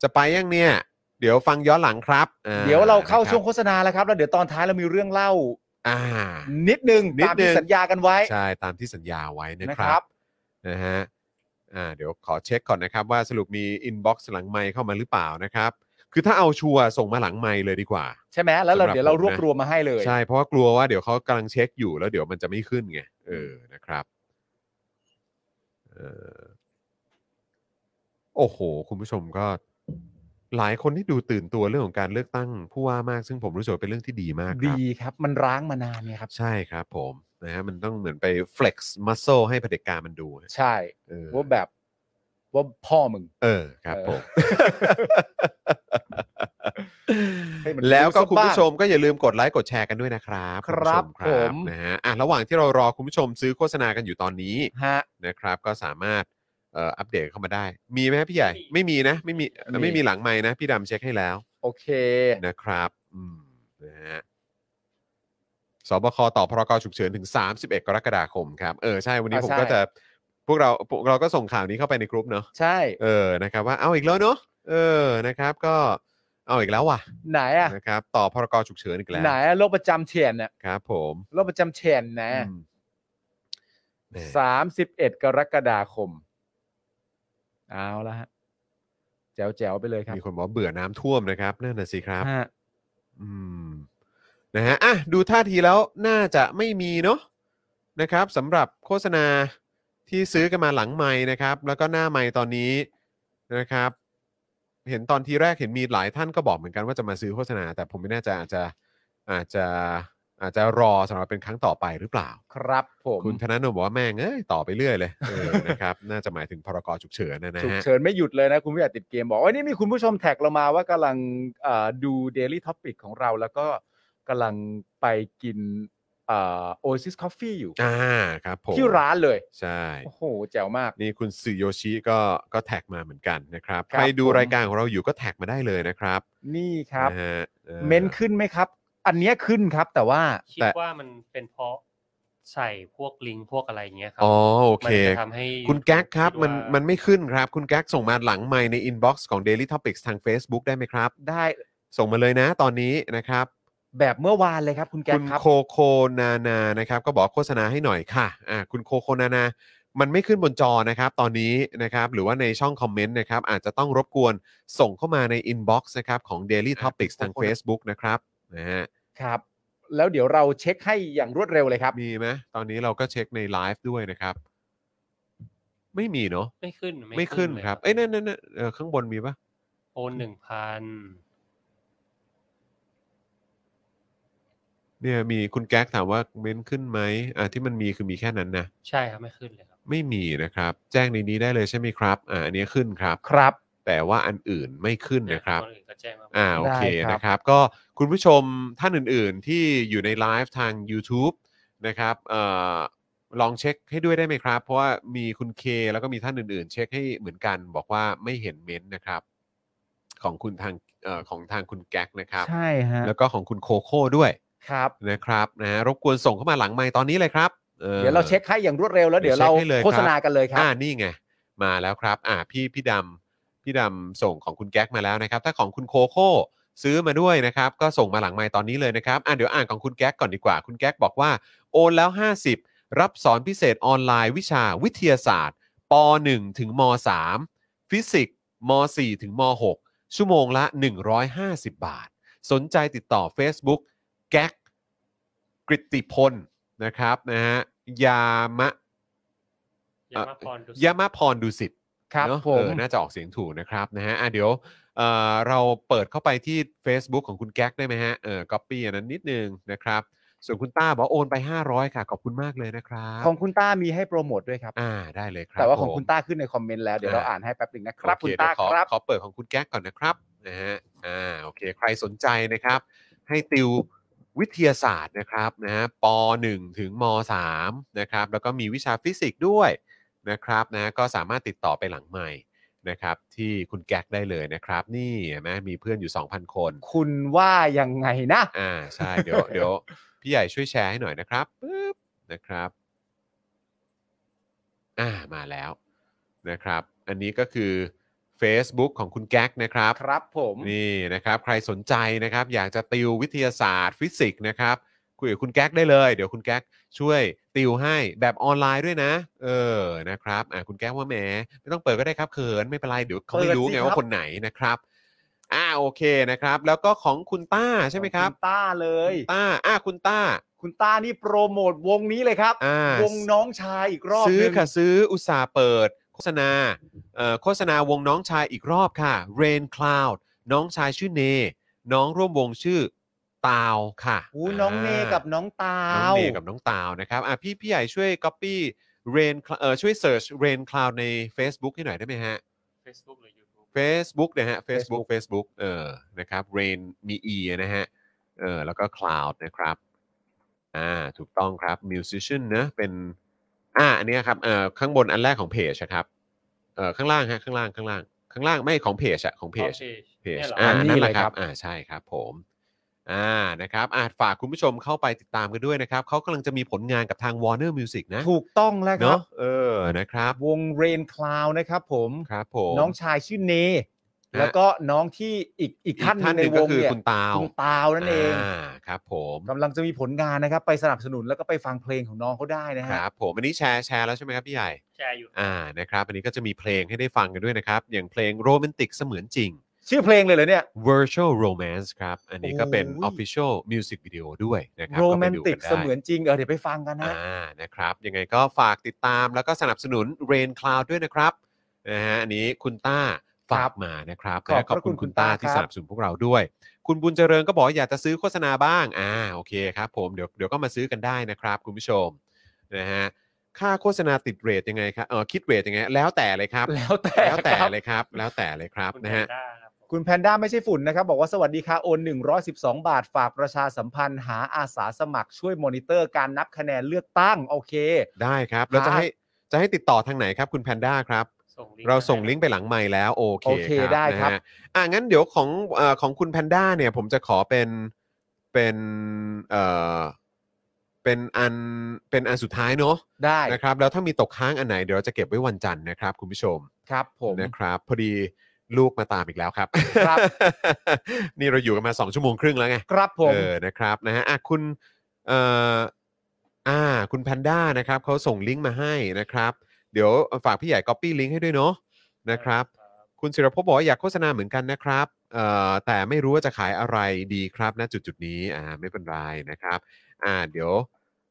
จะไปยังเนี่ย เดี๋ยวฟังย้อนหลังครับอ่
เดี๋ยวเราเข้า
นะคบ
ช่วงโฆษณาแล้วครับ แล้วเดี๋ยวตอนท้ายเรามีเรื่องเล่า
อ่า
นิดนึง
นิด
ตามที่
นึง
สัญญากันไว้
ใช่ตามที่สัญญาไว้นะ
นะ
ค
ครั
รับบ นะฮะอ่าเดี๋ยวขอเช็คก่อนนะครับ ว่าสรุปมีอินบ็อกซ์หลังไมค์เข้ามาหรือเปล่านะครับ คือถ้าเอาชัวร์ส่งมาหลังไมค์เลยดีกว่า
ใช่ไหมแล้วเรา
สำหรับ
เดี๋ยวเรา
ผม
รวบ
นะ
รวมมาให้เลย
ใช่ เพราะว่ากลัวว่าเดี๋ยวเขากำลังเช็คอยู่แล้วเดี๋ยวมันจะไม่ขึ้นไงเออนะครับเออโอ้โห คุณผู้ชมก็หลายคนที่ดูตื่นตัวเรื่องของการเลือกตั้งผู้ว่ามากซึ่งผมรู้สึกว่าเป็นเรื่องที่ดีมากครับ
ดีครับ มันร้างมานานเนี่ยครับ
ใช่ครับผมนะฮะมันต้องเหมือนไป flex muscle ให้เผด็จการมันดูฮะ
ใช่
เออ
ว่าแบบ ว่าพ่อมึง
เออครับผม
ให้มัน
แล้วก็
รู้สึก
คุณผู้
บ้าง
ชมก็อย่าลืมกดไลค์กดแชร์กันด้วยนะครับ
ครับ
ณผู้ช
ผม
นะฮะอ่ะระหว่างที่เรารอคุณผู้ชมซื้อโฆษณากันอยู่ตอนนี้
ฮะ
นะครับก็สามารถเอ่ออัปเดตเข้ามาได้ มีไหมฮะพี่ใหญ่ ไม่มีนะ ไม่มีเอ่อ
ไม่มี
ไม่มีหลังไม้นะ พี่ดำเช็คให้แล้ว
โอเค
นะครับอืมนะฮะสบคต่อพรกฉุกเฉินถึง 31 กรกฎาคมครับเออใช่วันนี้
อ่า
ผม
ใช่
ก็จะพวกเราพวกเราก็ส่งข่าวนี้เข้าไปในกรุ๊ปเนาะ
ใช่
เออนะครับว่าเอาอีกแล้วเนาะเออนะครับ ก็เอาอีกแล้วว่ะ
ไหนอะ
นะครับ ต่อพรกฉุกเฉินอีกแล้ว
ไหนอะโรคประจำเฉียนน่ะ
ครับ ผม
โรคประจำเฉียนนะ
อืมแหม่
สามสิบเอ็ดกรกฎาคม เอาละฮะแจ๋วแจวๆไปเลยครับ
มีคนบอกว่าเบื่อน้ำท่วมนะครับนั่นน่ะสิครับ
ฮะ
อืมนะฮะอ่ะดูท่าทีแล้วน่าจะไม่มีเนาะนะครับสำหรับโฆษณาที่ซื้อกันมาหลังไม้นะครับ แล้วก็หน้าไม้ตอนนี้นะครับ เห็นตอนทีแรกเห็นมีหลายท่านก็บอกเหมือนกันว่าจะมาซื้อโฆษณา แต่ผมไม่แน่ใจอาจจะอาจจะอาจจะรอสำหรับเป็นครั้งต่อไปหรือเปล่า
ครับผม
คุณธนาโนมบอกว่าแม่งเอ้ยต่อไปเรื่อยเลยเออนะครับ น่าจะหมายถึงพรกฉุกเฉินนะนะ
ฉุก
ฮะ
เฉินไม่หยุดเลยนะ คุณผู้ชมติดเกมบอกว่านี่มีคุณผู้ชมแท็กเรามาว่ากำลังเอ่อดู Daily Topic ของเรา แล้วก็กำลังไปกินโอซิสคอฟฟี่อยู่
อ่าครับผม
ที่ร้านเลย
ใช่
โอ้โห แจ๋วมาก
นี่คุณสึโยชิก็ก็แท็กมาเหมือนกันนะครับ
ครั
ใค
บ
รดู
ผม
รายการของเราอยู่ก็แท็กมาได้เลยนะครับ
นี่ครับ
นะฮะอ่อ
เมนขึ้นไหมครับ อันเนี้ยขึ้นครับ แต่ว่า
คิดว่ามันเป็นเพราะใส่พวกลิงก์พวกอะไรอย่างเงี้ยครั
อ๋อโอ
มั
เค
จะทำให้
คุณแก๊กครับ มัน
ว่า
มันไม่ขึ้นครับ คุณแก๊กส่งมาหลังไมค์ในอินบ็อกซ์ของ Daily Topics ทาง Facebook ได้ไหมครับ
ได้
ส่งมาเลยนะตอนนี้นะครับ
แบบเมื่อวานเลยครับ คุณแก๊
คุ
ก
ณ
ครับ
โคโคนานานะครับ ก็บอกโฆษณาให้หน่อยค่ะอ่าคุณโคโคนานา มันไม่ขึ้นบนจอนะครับ ตอนนี้นะครับ หรือว่าในช่องคอมเมนต์นะครับ อาจจะต้องรบกวนส่งเข้ามาในอินบ็อกซ์นะครับของ Daily
อ่ะ
Topics ทาง Facebook นะครับนะฮะ
ครับ แล้วเดี๋ยวเราเช็คให้อย่างรวดเร็วเลยครับ
มีไหมตอนนี้เราก็เช็คในไลฟ์ด้วยนะครับ ไม่มีเนาะ
ไม่ขึ้น
ไม่ขึ้น
เลย
ครับ เอ้ยนั่นนั่นนั่นเออข้างบนมีปะ
โอนหนึ่งพัน
เนี่ยมีคุณแก๊กถามว่าเม้นขึ้นไหมอ่าที่มันมีคือมีแค่นั้นนะ
ใช่ครับไม่ขึ้นเลยครับ
ไม่มีนะครับ แจ้งในนี้ได้เลยใช่ไหมครับ อ่าอันนี้ขึ้นครับ
ครับ
แต่ว่าอันอื่นไม่ขึ้นนะครับ
นอื่นก็แจ้งมา
อ่าโอเค
ได้ครับ
นะครับ ก็คุณผู้ชมท่านอื่นๆ ที่อยู่ในไลฟ์ทาง YouTube นะครับเอ่อลองเช็คให้ด้วยได้ไหมครับ เพราะว่ามีคุณเคแล้วก็มีท่านอื่นๆ เช็คให้เหมือนกัน บอกว่าไม่เห็นเม้นต์นะครับ ของคุณทางเอ่อของทางคุณแก๊กนะครับ
ใช่ฮะ
แล้วก็ของคุณโคโค่ด้วย
ครับ
นะครับนะฮะรบกวนส่งเข้ามาหลังไมค์ตอนนี้เลยครับออ
เดี๋ยวเราเช็คให้อย่างรวดเร็วแล้วเดี๋ยวเรา
เดี๋ยวเช็คให้เลยครับ
โฆษณากันเลยครั
อ่า
บ
นี่ไง มาแล้วครับ อ่าพี่พี่ดำพี่ดำส่งของคุณแก๊กมาแล้วนะครับ ถ้าของคุณโคโค่ซื้อมาด้วยนะครับ ก็ส่งมาหลังไมค์ตอนนี้เลยนะครับ อ่าเดี๋ยวอ่านของคุณแก๊กก่อนดีกว่า คุณแก๊กบอกว่า โอนแล้ว 50 รับสอนพิเศษออนไลน์วิชาวิทยาศาสตร์ป .1 ถึงม .3 ฟิสิกส์ม .4 ถึงม .6 ชั่วโมงละ 150 บาท สนใจติดต่อ Facebook แก๊กกริตติพลนะครับนะฮะยามะ
ยามาพรดูสิ
ยามาพรดุสิต
ครับ
เนอะ
ผม
เออน่าจะออกเสียงถูกนะครับนะฮะอ่ะเดี๋ยวเอ่อเราเปิดเข้าไปที่ Facebook ของคุณแก๊กได้ไหมฮะเออก๊อปปี้อันนั้นนิดนึงนะครับ ส่วนคุณต้าบอกโอนไป 500 ค่ะ ขอบคุณมากเลยนะครับ
ของคุณต้ามีให้โปรโมทด้วยครับ
อ่าได้เลยครับ
แต่ว่าของ
ผม
คุณต้าขึ้นในคอมเมนต์แล้วเดี๋ยวเราอ่านให้แป๊บหนึ่งนะครับ
โอ
คุ
เเดี๋ย
ณ
ว
ต้า
ขอ
ครับ
ขอเปิดของคุณแก๊กก่อนนะครับนะฮะอ่าโอเค ใครสนใจนะครับ ให้ติววิทยาศาสตร์นะครับนะป .1 ถึงม .3 นะครับแล้วก็มีวิชาฟิสิกส์ด้วยนะครับนะก็สามารถติดต่อไปหลังใหม่นะครับที่คุณแก๊กได้เลยนะครับ นี่เห็นไหมมีเพื่อนอยู่ 2,000 คน
คุณว่ายังไงนะ
อ่าใช่เดี๋ยว เดี๋ยวพี่ใหญ่ช่วยแชร์ให้หน่อยนะครับปึ๊บนะครับ อ่ามาแล้วนะครับ อันนี้ก็คือ Facebook ของคุณแก๊กนะครับ
ครับผม
นี่นะครับ ใครสนใจนะครับ อยากจะติววิทยาศาสตร์ ฟิสิกส์นะครับคุยกับคุณแก๊กได้เลย เดี๋ยวคุณแก๊กช่วยติวให้แบบออนไลน์ด้วยนะ เออนะครับอ่ะคุณแก๊กว่าแหมไม่ต้องเปิดก็ได้ครับเขินไม่เป็นไรเดี๋ยวเขาไม่รู้ไง
เปิดสิครับ
ว่าคนไหนนะครับ อ่าโอเคนะครับ แล้วก็ของคุณต้าใช่ไหมครับ
ณต้าเลย
คุณต้าอ่ะคุณต้า
คุณต้านี่โปรโมทวงนี้เลยครับ
อ่า
วงน้องชายอีกรอบ
ซื้อ
นึง
ค่ะซื้ออุตสาห์เปิด โฆษณาเอ่อโฆษณาวงน้องชายอีกรอบค่ะ Rain Cloud น้องชายชื่อเน น้องร่วมวงชื่อตาวค่ะ
อู้น้องเนกับน้องตา
น้อง
ว
เนกับน้องตาวนะครับอ่ะพี่พี่ใหญ่ช่วย Copy Rain Cl- เอ่อช่วย Search Rain Cloud ใน Facebook ให้หน่อยได้ไหมฮะ
Facebook หรือ YouTube
Facebook นะฮะ Facebook
Facebook
Facebook เออนะครับ Rain มี E นะฮะเออแล้วก็ Cloud นะครับอ่าถูกต้องครับ Musician นะเป็นอ่าอันเนี้ยครับเออข้างบนอันแรกของเพจอะครับเออข้างล่างฮะข้างล่างข้างล่างข้างล่างไม่ของเพจอะของเพจ เพจ
เนี่ยเหรอ
อ่า
อันนี้
นั่นแหละ
เลย
ค
ครั
รับ
บ
อ่าใช่ครับผมอ่านะครับอ่าฝากคุณผู้ชมเข้าไปติดตามกันด้วยนะครับเขากำลังจะมีผลงานกับทาง Warner Music นะ
ถูกต้องแล้วครั
เนาะ
บ
เออนะครับ
วงเรนคลาวนะครับผม
ครับผม
น้องชายชื่อเน
ฮะ
แล้วก็น้องที่อีกอีกท่านหนึ่งในว
ก็
ง
คือ
เนี่ย
คุณตาว
คุณตาวนั่นเอง
อ่าครับผม
กำลังจะมีผลงานนะครับ ไปสนับสนุนแล้วก็ไปฟังเพลงของน้องเขาได้นะ
ค
ฮะ
รับผมอันนี้แชร์แชร์แล้วใช่ไหมครับพี่ใหญ่
แชร์อยู่
อ่านะครับอันนี้ก็จะมีเพลงให้ได้ฟังกันด้วยนะครับ อย่างเพลงโรแมนติกเสมือนจริง
ชื่อเพลงเลยเหรอเนี่ย
virtual romance ครับ อันนี้ก็เป็น
โอ้ย
official music video ด้วยนะครับ
โร
ก็
แม
ไป
น
ดู
ติก
ได้
เสมือนจริงเออเดี๋ยวไปฟังกันนะ
อ่านะครับยังไงก็ฝากติดตามแล้วก็สนับสนุน Rain Cloud ด้วยนะครับนะฮะอันนี้คุณต้าฝากมานะครับ
ขอบ
นะ
พระคุ
คุ
ณ
ณ
คุณต้า
ต้าที่
ครั
ส
บ
นับสนุนพวกเราด้วย คุณบุญเจริญก็บอกว่าอยากจะซื้อโฆษณาบ้างอ่าโอเคครับผมเดี๋ยวเดี๋ยวก็มาซื้อกันได้นะครับ คุณผู้ชมนะฮะค่าโฆษณาติดเรทยังไงครับเออคิดเรทยังไงแล้วแต่เลยครับ
แล้วแต่
แล้วแต่
ครับ
เลยครับแล้วแต่เลยครับ
คุณ
นะ
แพ
ฮะ
นด้าครับผม
คุณแพนด้าไม่ใช่ฝุ่นนะครับ บอกว่าสวัสดีค่ะโอน112 บาท ฝากประชาสัมพันธ์หาอาสาสมัครช่วยมอนิเตอร์การนับคะแนนเลือกตั้ง โอเค
ได้ครับแล้วจะ
ครับ
ให้จะให้ติดต่อทางไหนครับคุณแพนด้าครับ
ส่งลิงก์
เราส่ง
ม
ลิงก์ไปหลังไมค์แล้วโอเค
โอเคได้ครับ
นะฮะอ่ะงั้นเดี๋ยวของเอ่อของคุณแพนด้าเนี่ย ผมจะขอเป็นเป็นเอ่อเป็นอันเป็นอันสุดท้ายเนาะ
ได้
นะครับ แล้วถ้ามีตกค้างอันไหนเดี๋ยวเราจะเก็บไว้วันจันทร์นะครับ คุณผู้ชม
ครับผม
นะครับ พอดีลูกมาตามอีกแล้วครับ
ครับ
นี่เราอยู่กันมาสองชั่วโมงครึ่งแล้วไง
ครับผม
เออ นะครับ นะฮะอ่ะคุณเอ่ออ่า คุณแพนด้า นะครับ เขาส่งลิงก์มาให้นะครับ เดี๋ยวฝากพี่ใหญ่ก๊อปปี้ลิงก์ให้ด้วยเนาะ นะครับ คุณศิรภพบอกว่าอยากโฆษณาเหมือนกันนะครับ เอ่อ แต่ไม่รู้ว่าจะขายอะไรดีครับณจุดจุดๆนี้ อ่า ไม่เป็นไรนะครับ อ่า เดี๋ยว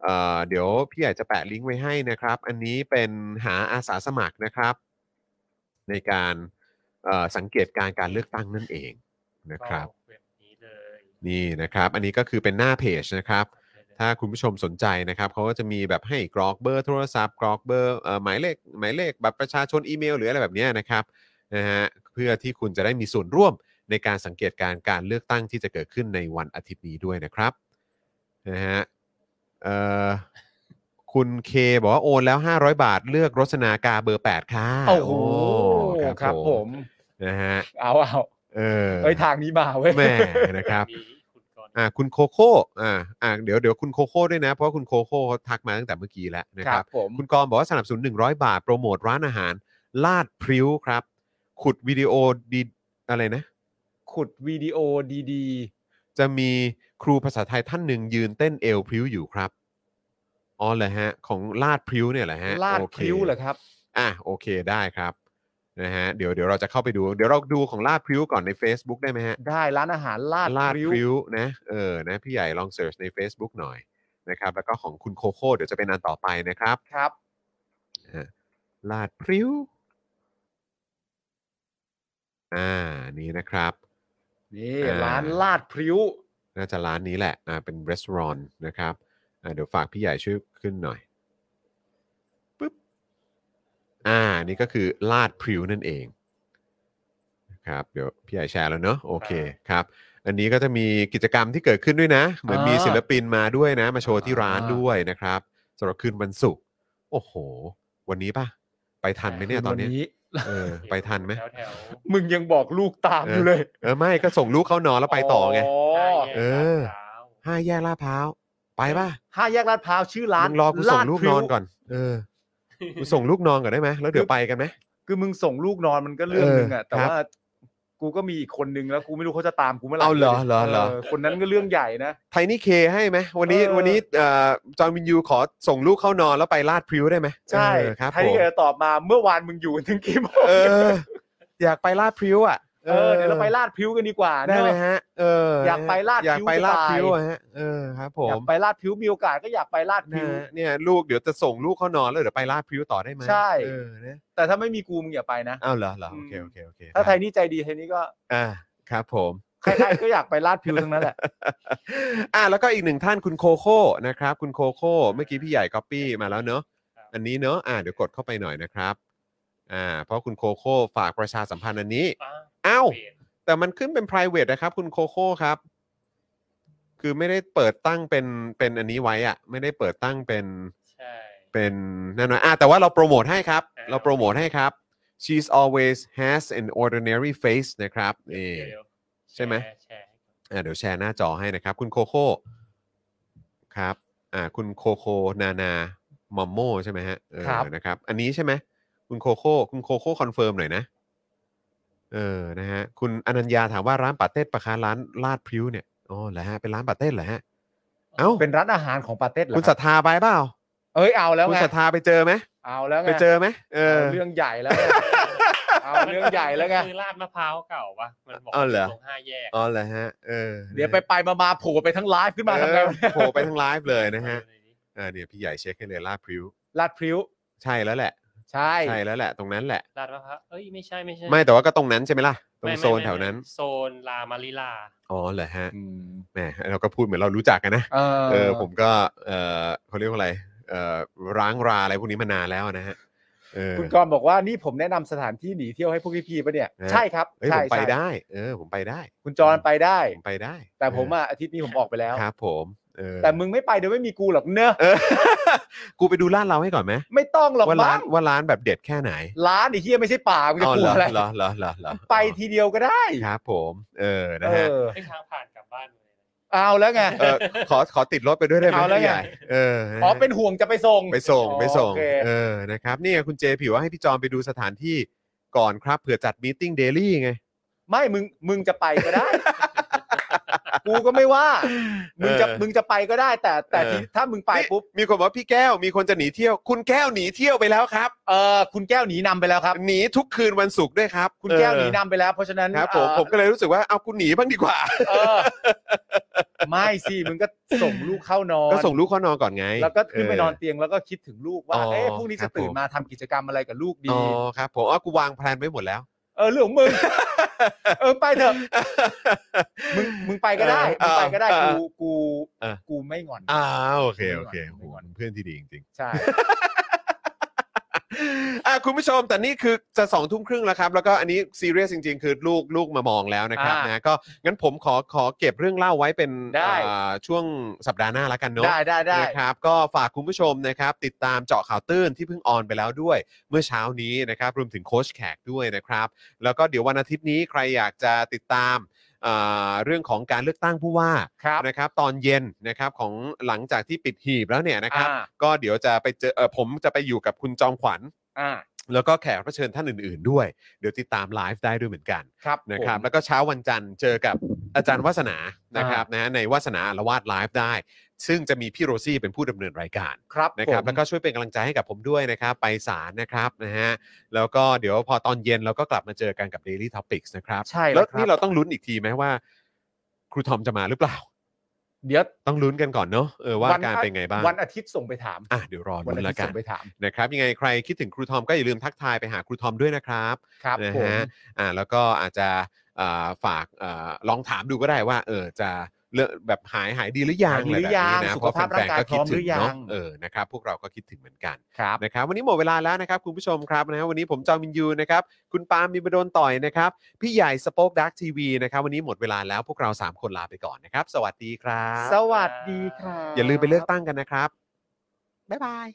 เอ่อ เดี๋ยวพี่ใหญ่จะแปะลิงก์ไว้ให้นะครับ อันนี้เป็นหาอาสาสมัครนะครับ ในการเอ่อสังเกตการณ์การเลือกตั้งนั่นเองนะครับ
ก็เว็บนี้เลย
นี่นะครับ อันนี้ก็คือเป็นหน้าเพจนะครับ ถ้าคุณผู้ชมสนใจนะครับเขาก็จะมีแบบให้กรอกเบอร์โทรศัพท์กรอกเบอร์เอ่อหมายเลขหมายเลขบัตรประชาชนอีเมล หรืออะไรแบบเนี้ยนะครับนะฮะเพื่อที่คุณจะได้มีส่วนร่วมในการสังเกตการณ์การเลือกตั้งที่จะเกิดขึ้นในวันอาทิตย์นี้ด้วยนะครับนะฮะเอ่อคุณเคบอกว่าโอนแล้ว 500 บาทเลือกรสนากาเบอร์ 8 ค่ะ
โอ้โห
โอ้
ครับผม
นะฮะ
เอาเอา
เออ
เอ้ยทางนี้มาเว้ย
แหม่นะครับ
มีคุณกรณ์
อ่าคุณโคโค่อ่าอ่าเดี๋ยวเดี๋ยวคุณโคโค่ด้วยนะ เพราะว่าคุณโคโค่เขาทักมาตั้งแต่เมื่อกี้แล้วนะ
ค
ค
รั
รั
บบ ผม
คุณกรณ์บอกว่าสนับสนุน 100 บาท โปรโมทร้านอาหาร ลาดพริ้วครับ ขุดวิดีโอดีอะไรนะ
ขุดวิดีโอดี
จะมีครูภาษาไทยท่านหนึ่งยืนเต้นเอวพริ้วอยู่ครับอ๋อเหรอฮะ ของลาดพริ้วเนี่ยเหรอฮะ
ๆ ลาด
โอเค
พริ้วเหรอครับ
อ่ะโอเคได้ครับนะฮะเดี๋ยวเดี๋ยวเราจะเข้าไปดูเดี๋ยวเราดูของลาดพริ้วก่อนใน Facebook ได้ไหมฮะ
ได้ร้านอาหารลาด
ลาด
พริ้ว
พริ้วนะเออนะพี่ใหญ่ลองเสิร์ชใน Facebook หน่อยนะครับแล้วก็ของคุณโคโค่เดี๋ยวจะเป็นอันต่อไปนะครับ
ครับ
ลาดพริ้วอ่านี่นะครับ
นี่
อ่า
ร้านลาดพริ้ว
น่าจะร้านนี้แหละอ่าเป็นร้านนะครับอ่าเดี๋ยวฝากพี่ใหญ่ช่วยขึ้นหน่อยปึ๊บอ่านี่ก็คือลาดพริ้วนั่นเองนะครับเดี๋ยวพี่ใหญ่แชร์แล้วเนอะโอเคครับ อันนี้ก็จะมีกิจกรรมที่เกิดขึ้นด้วยนะ เหมือนมี
อ่า
ศิลปินมาด้วยนะ มาโชว์ที่ร้าน
อ่า
ด้วยนะครับสำหรับคืนวันศุกร์โอ้โห วันนี้ป่ะ ไปทันไหมเนี่ยตอนเนี้ย
วั
เออไปทันไหม
แถวแถว
มึงยังบอกลูกตามอยู่เลย
เออไม่ก็ส่งลูกเขานอนแล้วไปต่อไง
แยก
เออ
ลาดพร้าว
ห้าแยกลาดพร้าวไปป่ะ
ห้าแยกลาดพร้าวชื่อร้าน
มึงรอกูส่งลูกนอนก่อน เออกูส่งลูกนอนก่อนได้ไหมแล้วเดี๋ยวไปกันไหม
คือมึงส่งลูกนอนมันก็เรื่องนึงอะ
เออ
แต่
ครับ
ว่ากูก็มีอีกคนนึงแล้วกูไม่รู้เขาจะตามกูเมื่อไหร่
เอาเหรอเหรอเหรอ
คนนั้นก็เรื่องใหญ่นะ
ไทนี่เคให้ไหมวันนี้
เออ
วันนี้เอ่อจอห์นวินยูขอส่งลูกเข้านอนแล้วไปลาดพริ้วได้ไหม
ใช่
เออครับ
ใคร
ผม
ที่เคยตอบมาเมื่อวานมึงอยู่ถึงกี่ [laughs] โมง
เออ อยากไปลาดพริ้วอ่ะ
เออเดี๋ยวเราไปลาดพริ้วกันดีกว่า
ได้ไหม
เนอะ
ฮะ เออ
อยากไปลาดพ
อ
ริ้ว
ยากไปลาดพริ้ว
จะตาย
อะฮะเออครับ ผ
อยามกไปลาดพริ้วมีโอกาสก็อยากไปลาด
นะ
พริ้ว
ฮะเนี่ยลูกเดี๋ยวจะส่งลูกเข้านอนแล้วเดี๋ยวไปลาดพริ้วต่อได้ไหม
ใช่
เออนะ
แต่ถ้าไม่มีกูมึงอย่าไปนะ
อ้าวเหรอเหรอโอเคโอเคโอเค
ถ้าไทยนี่ใจดีไทยนี่ก็
อ่าครับผม
ใครๆก็อยากไปลาดพริ้วทั้งนั้นแหละ
อ่ะแล้วก็อีกหนึ่งท่านคุณโคโค่นะครับ คุณโคโค่เมื่อกี้พี่ใหญ่ก๊อปปี้มาแล้วเนอะอันนี้เนอะอ่ะเดี๋ยวกดเข้าไปหน่อยนะครับ อ่า เพราะคุณโคโค่ฝากประชาสัมพันธ์อันนี้
ป้า
เอ้า
เปลี่ยน
แต่มันขึ้นเป็น p r i v a t e นะครับ คุณโคโค่ครับ คือไม่ได้เปิดตั้งเป็นเป็นอันนี้ไว้อะไม่ได้เปิดตั้งเป็น
ใช่
เป็นนั่นนะอ่ะแต่ว่าเราโปรโมทให้ครับ เราโปรโมทให้ครับ she's always has an ordinary face นะครับนี่
เดี๋ยว
ใช่ไหม
แร์แชร์ให้ก่อน
อ่ะเดี๋ยวแชร์หน้าจอให้นะครับ คุณโคโค่ครับอ่าคุณโคโคนานามอมโมใช่ไหมฮะเออ
ครับ
นะครับ อันนี้ใช่ไหมคุณโคโค่คุณโคโค่คอนเฟิร์มหน่อยนะ เออนะฮะคุณอนัญญาถามว่าร้านปาเต้ดปะคะร้านลาดพริ้วเนี่ยอ๋อเหรอฮะเป็นร้านปาเต้ดเหรอฮะเอ้า
เป็นร้านอาหารของปาเต็ดเหรอ
คุณศรัทธาไปเปล่า
เอ้ยเอาแล้ว
คุณ
ไง
ศรัทธาไปเจอไหม
เอาแล้วไง
ไปเจอไหมเออ
เรื่องใหญ่แล้วไงเอาเรื่องใหญ่แล้วไง
คือลาดมะพร้าวเก่าปะมันบอก
อ๋อเหรอ
ตรงห้าแยก
อ๋อเหรอฮะเออ
เดี๋ยวไปไปมามาโผล่ไปทั้งไลฟ์ขึ้นมาทำไง
เออ
วะเนี่ย
โผล่ไปทั้งไลฟ์เลยนะฮะเออเนี่ยพี่ใหญ่เช็คให้เลยลาดพริ้ว
ลาดพริ้ว
ใช่แล้วแหละ
ใช่
ใช่แล้วแหละตรงนั้นแหละ
ลาดมะพร้าวเอ้ยไม่ใช่ไม่ใช่
ไม่แต่ว่าก็ตรงนั้นใช่ไหมล่ะ ตร
ไม่
ง
ไม่
โซน
ไม่
แถวนั้น
โซนลามาริลา
อ๋อเหรอฮะ
อืม
แหมเราก็พูดเหมือนเรารู้จักกันนะ
เออ
เออผมก็เออเขาเรียกว่าอะไรเออร้างราอะไรพวกนี้มานานแล้วนะฮะเออ
คุณกรณ์บอกว่านี่ผมแนะนำสถานที่หนีเที่ยวให้พวกพี่ๆปะเนี่ย
นะ
ใช่ครับ
เอ้ย
ใช่
ผมไป
ใช่
ได้ เออ ผมไปได้
คุณจรไปได้
ผมไปได้
แต่ผมอ่ะอาทิตย์นี้ผมออกไป
เอ
แล้
อ
ว
ครับผมเออ
แต่มึงไม่ไปเดี๋ยวไม่มีกูหรอกเนอะ
เออ กูไปดูร้านเราให้ก่อนไหม
ไม่ต้องหรอก
ว่าร้า
บ้าน ง
ว่าร้านแบบเด็ดแค่ไหน
ร้านไอ้เฮียไม่ใช่ป่ามึงจะ
อ๋อกเห
ลั
ร
ว
อ
อะไร
เหรอเหรอเหรอเหรอ
ไปทีเดียวก็ได้
ครับ ผมเออนะ
เอ
ฮะ
อ
ไม่ทางผ่านกลับบ้านเลย
เอาแล้วไง
เออขอขอติดรถไปด้วยได้ไหม
เอาแล้ว
พี่ใหญ่
ไง
เออนะฮะ
อ๋อเป็นห่วงจะไปส่ง
ไปส่งไปส่ง
โอเค
เออนะครับนี่ไงคุณเจผิวว่าให้พี่จอมไปดูสถานที่ก่อนครับเผื่อจัดมีตติ้งเดลี่ไง
ไม่มึงมึงจะไปก็ได้ กูก็ไม่ว่า มึงจะ
เออ
มึงจะไปก็ได้ แต่แต่
เออ
ที่ถ้ามึงไปปุ๊บ
มีคนบอกว่าพี่แก้วมีคนจะหนีเที่ยว คุณแก้วหนีเที่ยวไปแล้วครับ
เออคุณแก้วหนีนำไปแล้วครับ
หนีทุกคืนวันศุกร์ด้วยครับ
คุณแก้ว
เออ
หนีนำไปแล้ว เพราะฉะนั้น
ครับผม
เอ่อ
ผมก็เลยรู้สึกว่าเอากูหนีบ้างดีกว่า
เออไม่สิมึงก็ส่งลูกเข้านอ
[laughs]
น
ก็ส่งลูกเข้านอนก่อนไง
แล้วก็ขึ้นไปนอน
เ
เตียงแล้วก็คิดถึงลูกว่า
อ๋อ
เอ๊ะพรุ่งนี้
ครับ
จะตื่น
ผม
มาทำกิจกรรมอะไรกับลูก
อ๋
ดี
อครับผมอ๋อกูวางแพลนไว้หมดแล้ว
เออเรื่องของมึง [laughs] เออไปเถอะ มึงมึงไปก็ได้
เอ
มึง
อ
ไปก็ได้
เออ
กูกู
เออ
กูไม่งอน
อ่าโอเคโอเคโอ้โหเพื่อนที่ดีจริงๆ
ใช่
[laughs] อ่ะคุณผู้ชมแต่นี่คือจะสองทุ่มครึ่งแล้วครับ แล้วก็อันนี้ซีเรียสจริง ๆ คือลูกลูกมามองแล้วนะครับ
อ่าน
นะก็งั้นผมขอขอเก็บเรื่องเล่าไว้เป็น
ได้
อ่าช่วงสัปดาห์หน้าละกันเนาะ
ได้ได้ได้
นะครับก็ฝากคุณผู้ชมนะครับติดตามเจาะข่าวตื้นที่เพิ่งออนไปแล้วด้วย เมื่อเช้านี้นะครับรวมถึงโค้ชแขกด้วยนะครับ แล้วก็เดี๋ยววันอาทิตย์นี้ใครอยากจะติดตามอ่าเรื่องของการเลือกตั้งผู้ว่า
ครับ
นะครับตอนเย็นนะครับของหลังจากที่ปิดหีบแล้วเนี่ยนะครับ
อ่า
ก็เดี๋ยวจะไปเจอเออผมจะไปอยู่กับคุณจอมขวัญ
อ่า
แล้วก็แขกรับเชิญท่านอื่นๆด้วย เดี๋ยวติดตามไลฟ์ได้ด้วยเหมือนกัน
ครับ
นะครับ
ผม
แล้วก็เช้าวันจันทร์เจอกับอาจารย์วัสนานะครับนะในวัสนาอาละวาดไลฟ์ได้ ซึ่งจะมีพี่โรซี่เป็นผู้ดำเนินรายการ
ครับ
นะครับ
ผม
แล้วก็ช่วยเป็นกำลังใจให้กับผมด้วยนะครับ ไปศาลนะครับนะฮะแล้วก็เดี๋ยวพอตอนเย็นเราก็กลับมาเจอกันกับ Daily Topics นะครับ
ใช่แล้ว
แล้ว
ครับ
นี่เราต้องลุ้นอีกทีไหมว่า ครูทอมจะมาหรือเปล่า
เดี๋ยว
ต้องลุ้นกันก่อนเนาะเออว่าการเป็นไงบ้าง
วันอาทิตย์ส่งไปถาม
อ่ะเดี๋ยวรอ
วั
ลุ้น
อาทิ
แล้
ต
ว
ย์
กั
ส่
น
งไปถาม
นะครับยังไงใครคิดถึงครูทอมก็อย่าลืมทักทายไปหาครูทอมด้วยนะครับ
ครับ
นะ
ผม
ฮะอ่าแล้วก็อาจจะอ่าฝากอ่าลองถามดูก็ได้ว่าเออจะ เรื่องแบบหายหายดีหรือยัง
หายดีหรือยัง
ะไแบบนี้นะ
สุขภาพ
เพะแฟนๆ
ร่างกายพร้อม
คิดถึ
หรือยัง
เนะเออนะครับพวกเราก็คิดถึงเหมือนกัน
ครับ
นะครับวันนี้หมดเวลาแล้วนะครับคุณผู้ชมครับนะฮะวันนี้ผมจอมินยูนะครับคุณปาล์มมีบดนต่อยนะครับพี่ใหญ่สป็อคดักทีวีนะครับวันนี้หมดเวลาแล้วพวกเรา 3 คนลาไปก่อนนะครับ สวัสดีครับ
สวัสดีครับ
อย่าลืมไปเลือกตั้งกันนะครับ บ๊ายบาย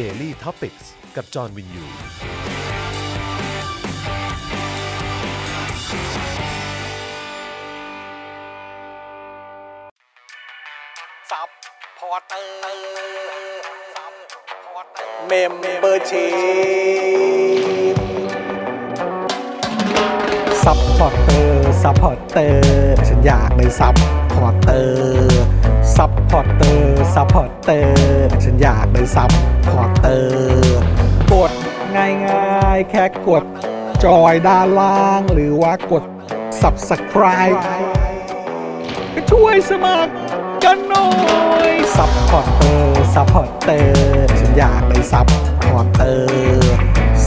Daily Topics กับจอห์นวินยู
ซัพพอร์เตอร์ซัพพอร์เตอร์
เมมเบอร์ชีพซัพพอร์เตอร์ซัพพอร์เตอร์ฉันอยากเป็นซัพพอร์เตอร์ซัพพอร์เตอร์ซัพพอร์เตอร์ฉันอยากเป็นซัพพอร์เตอร์กดง่ายๆ แค่กดจอยด้านล่าง หรือว่ากด subscribe ก็ช่วยสมัครกันหน่อยซัพพอร์เตอร์ซัพพอร์เตอร์ฉันอยากเป็นซัพพอร์เตอร์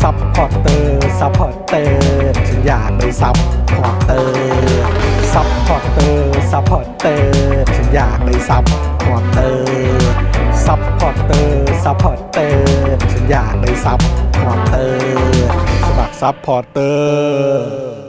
ซัพพอร์เตอร์ซัพพอร์เตอร์ฉันอยากเป็นซัพพอร์เตอร์ซัพพอร์เตอร์ซัพพอร์เตอร์ฉันอยากเป็นซัพพอร์เตอร์ซัพพอร์เตอร์ซัพพอร์เตอร์ฉันอยากเป็นซัพพอร์เตอร์สมัครซัพพอร์เตอร์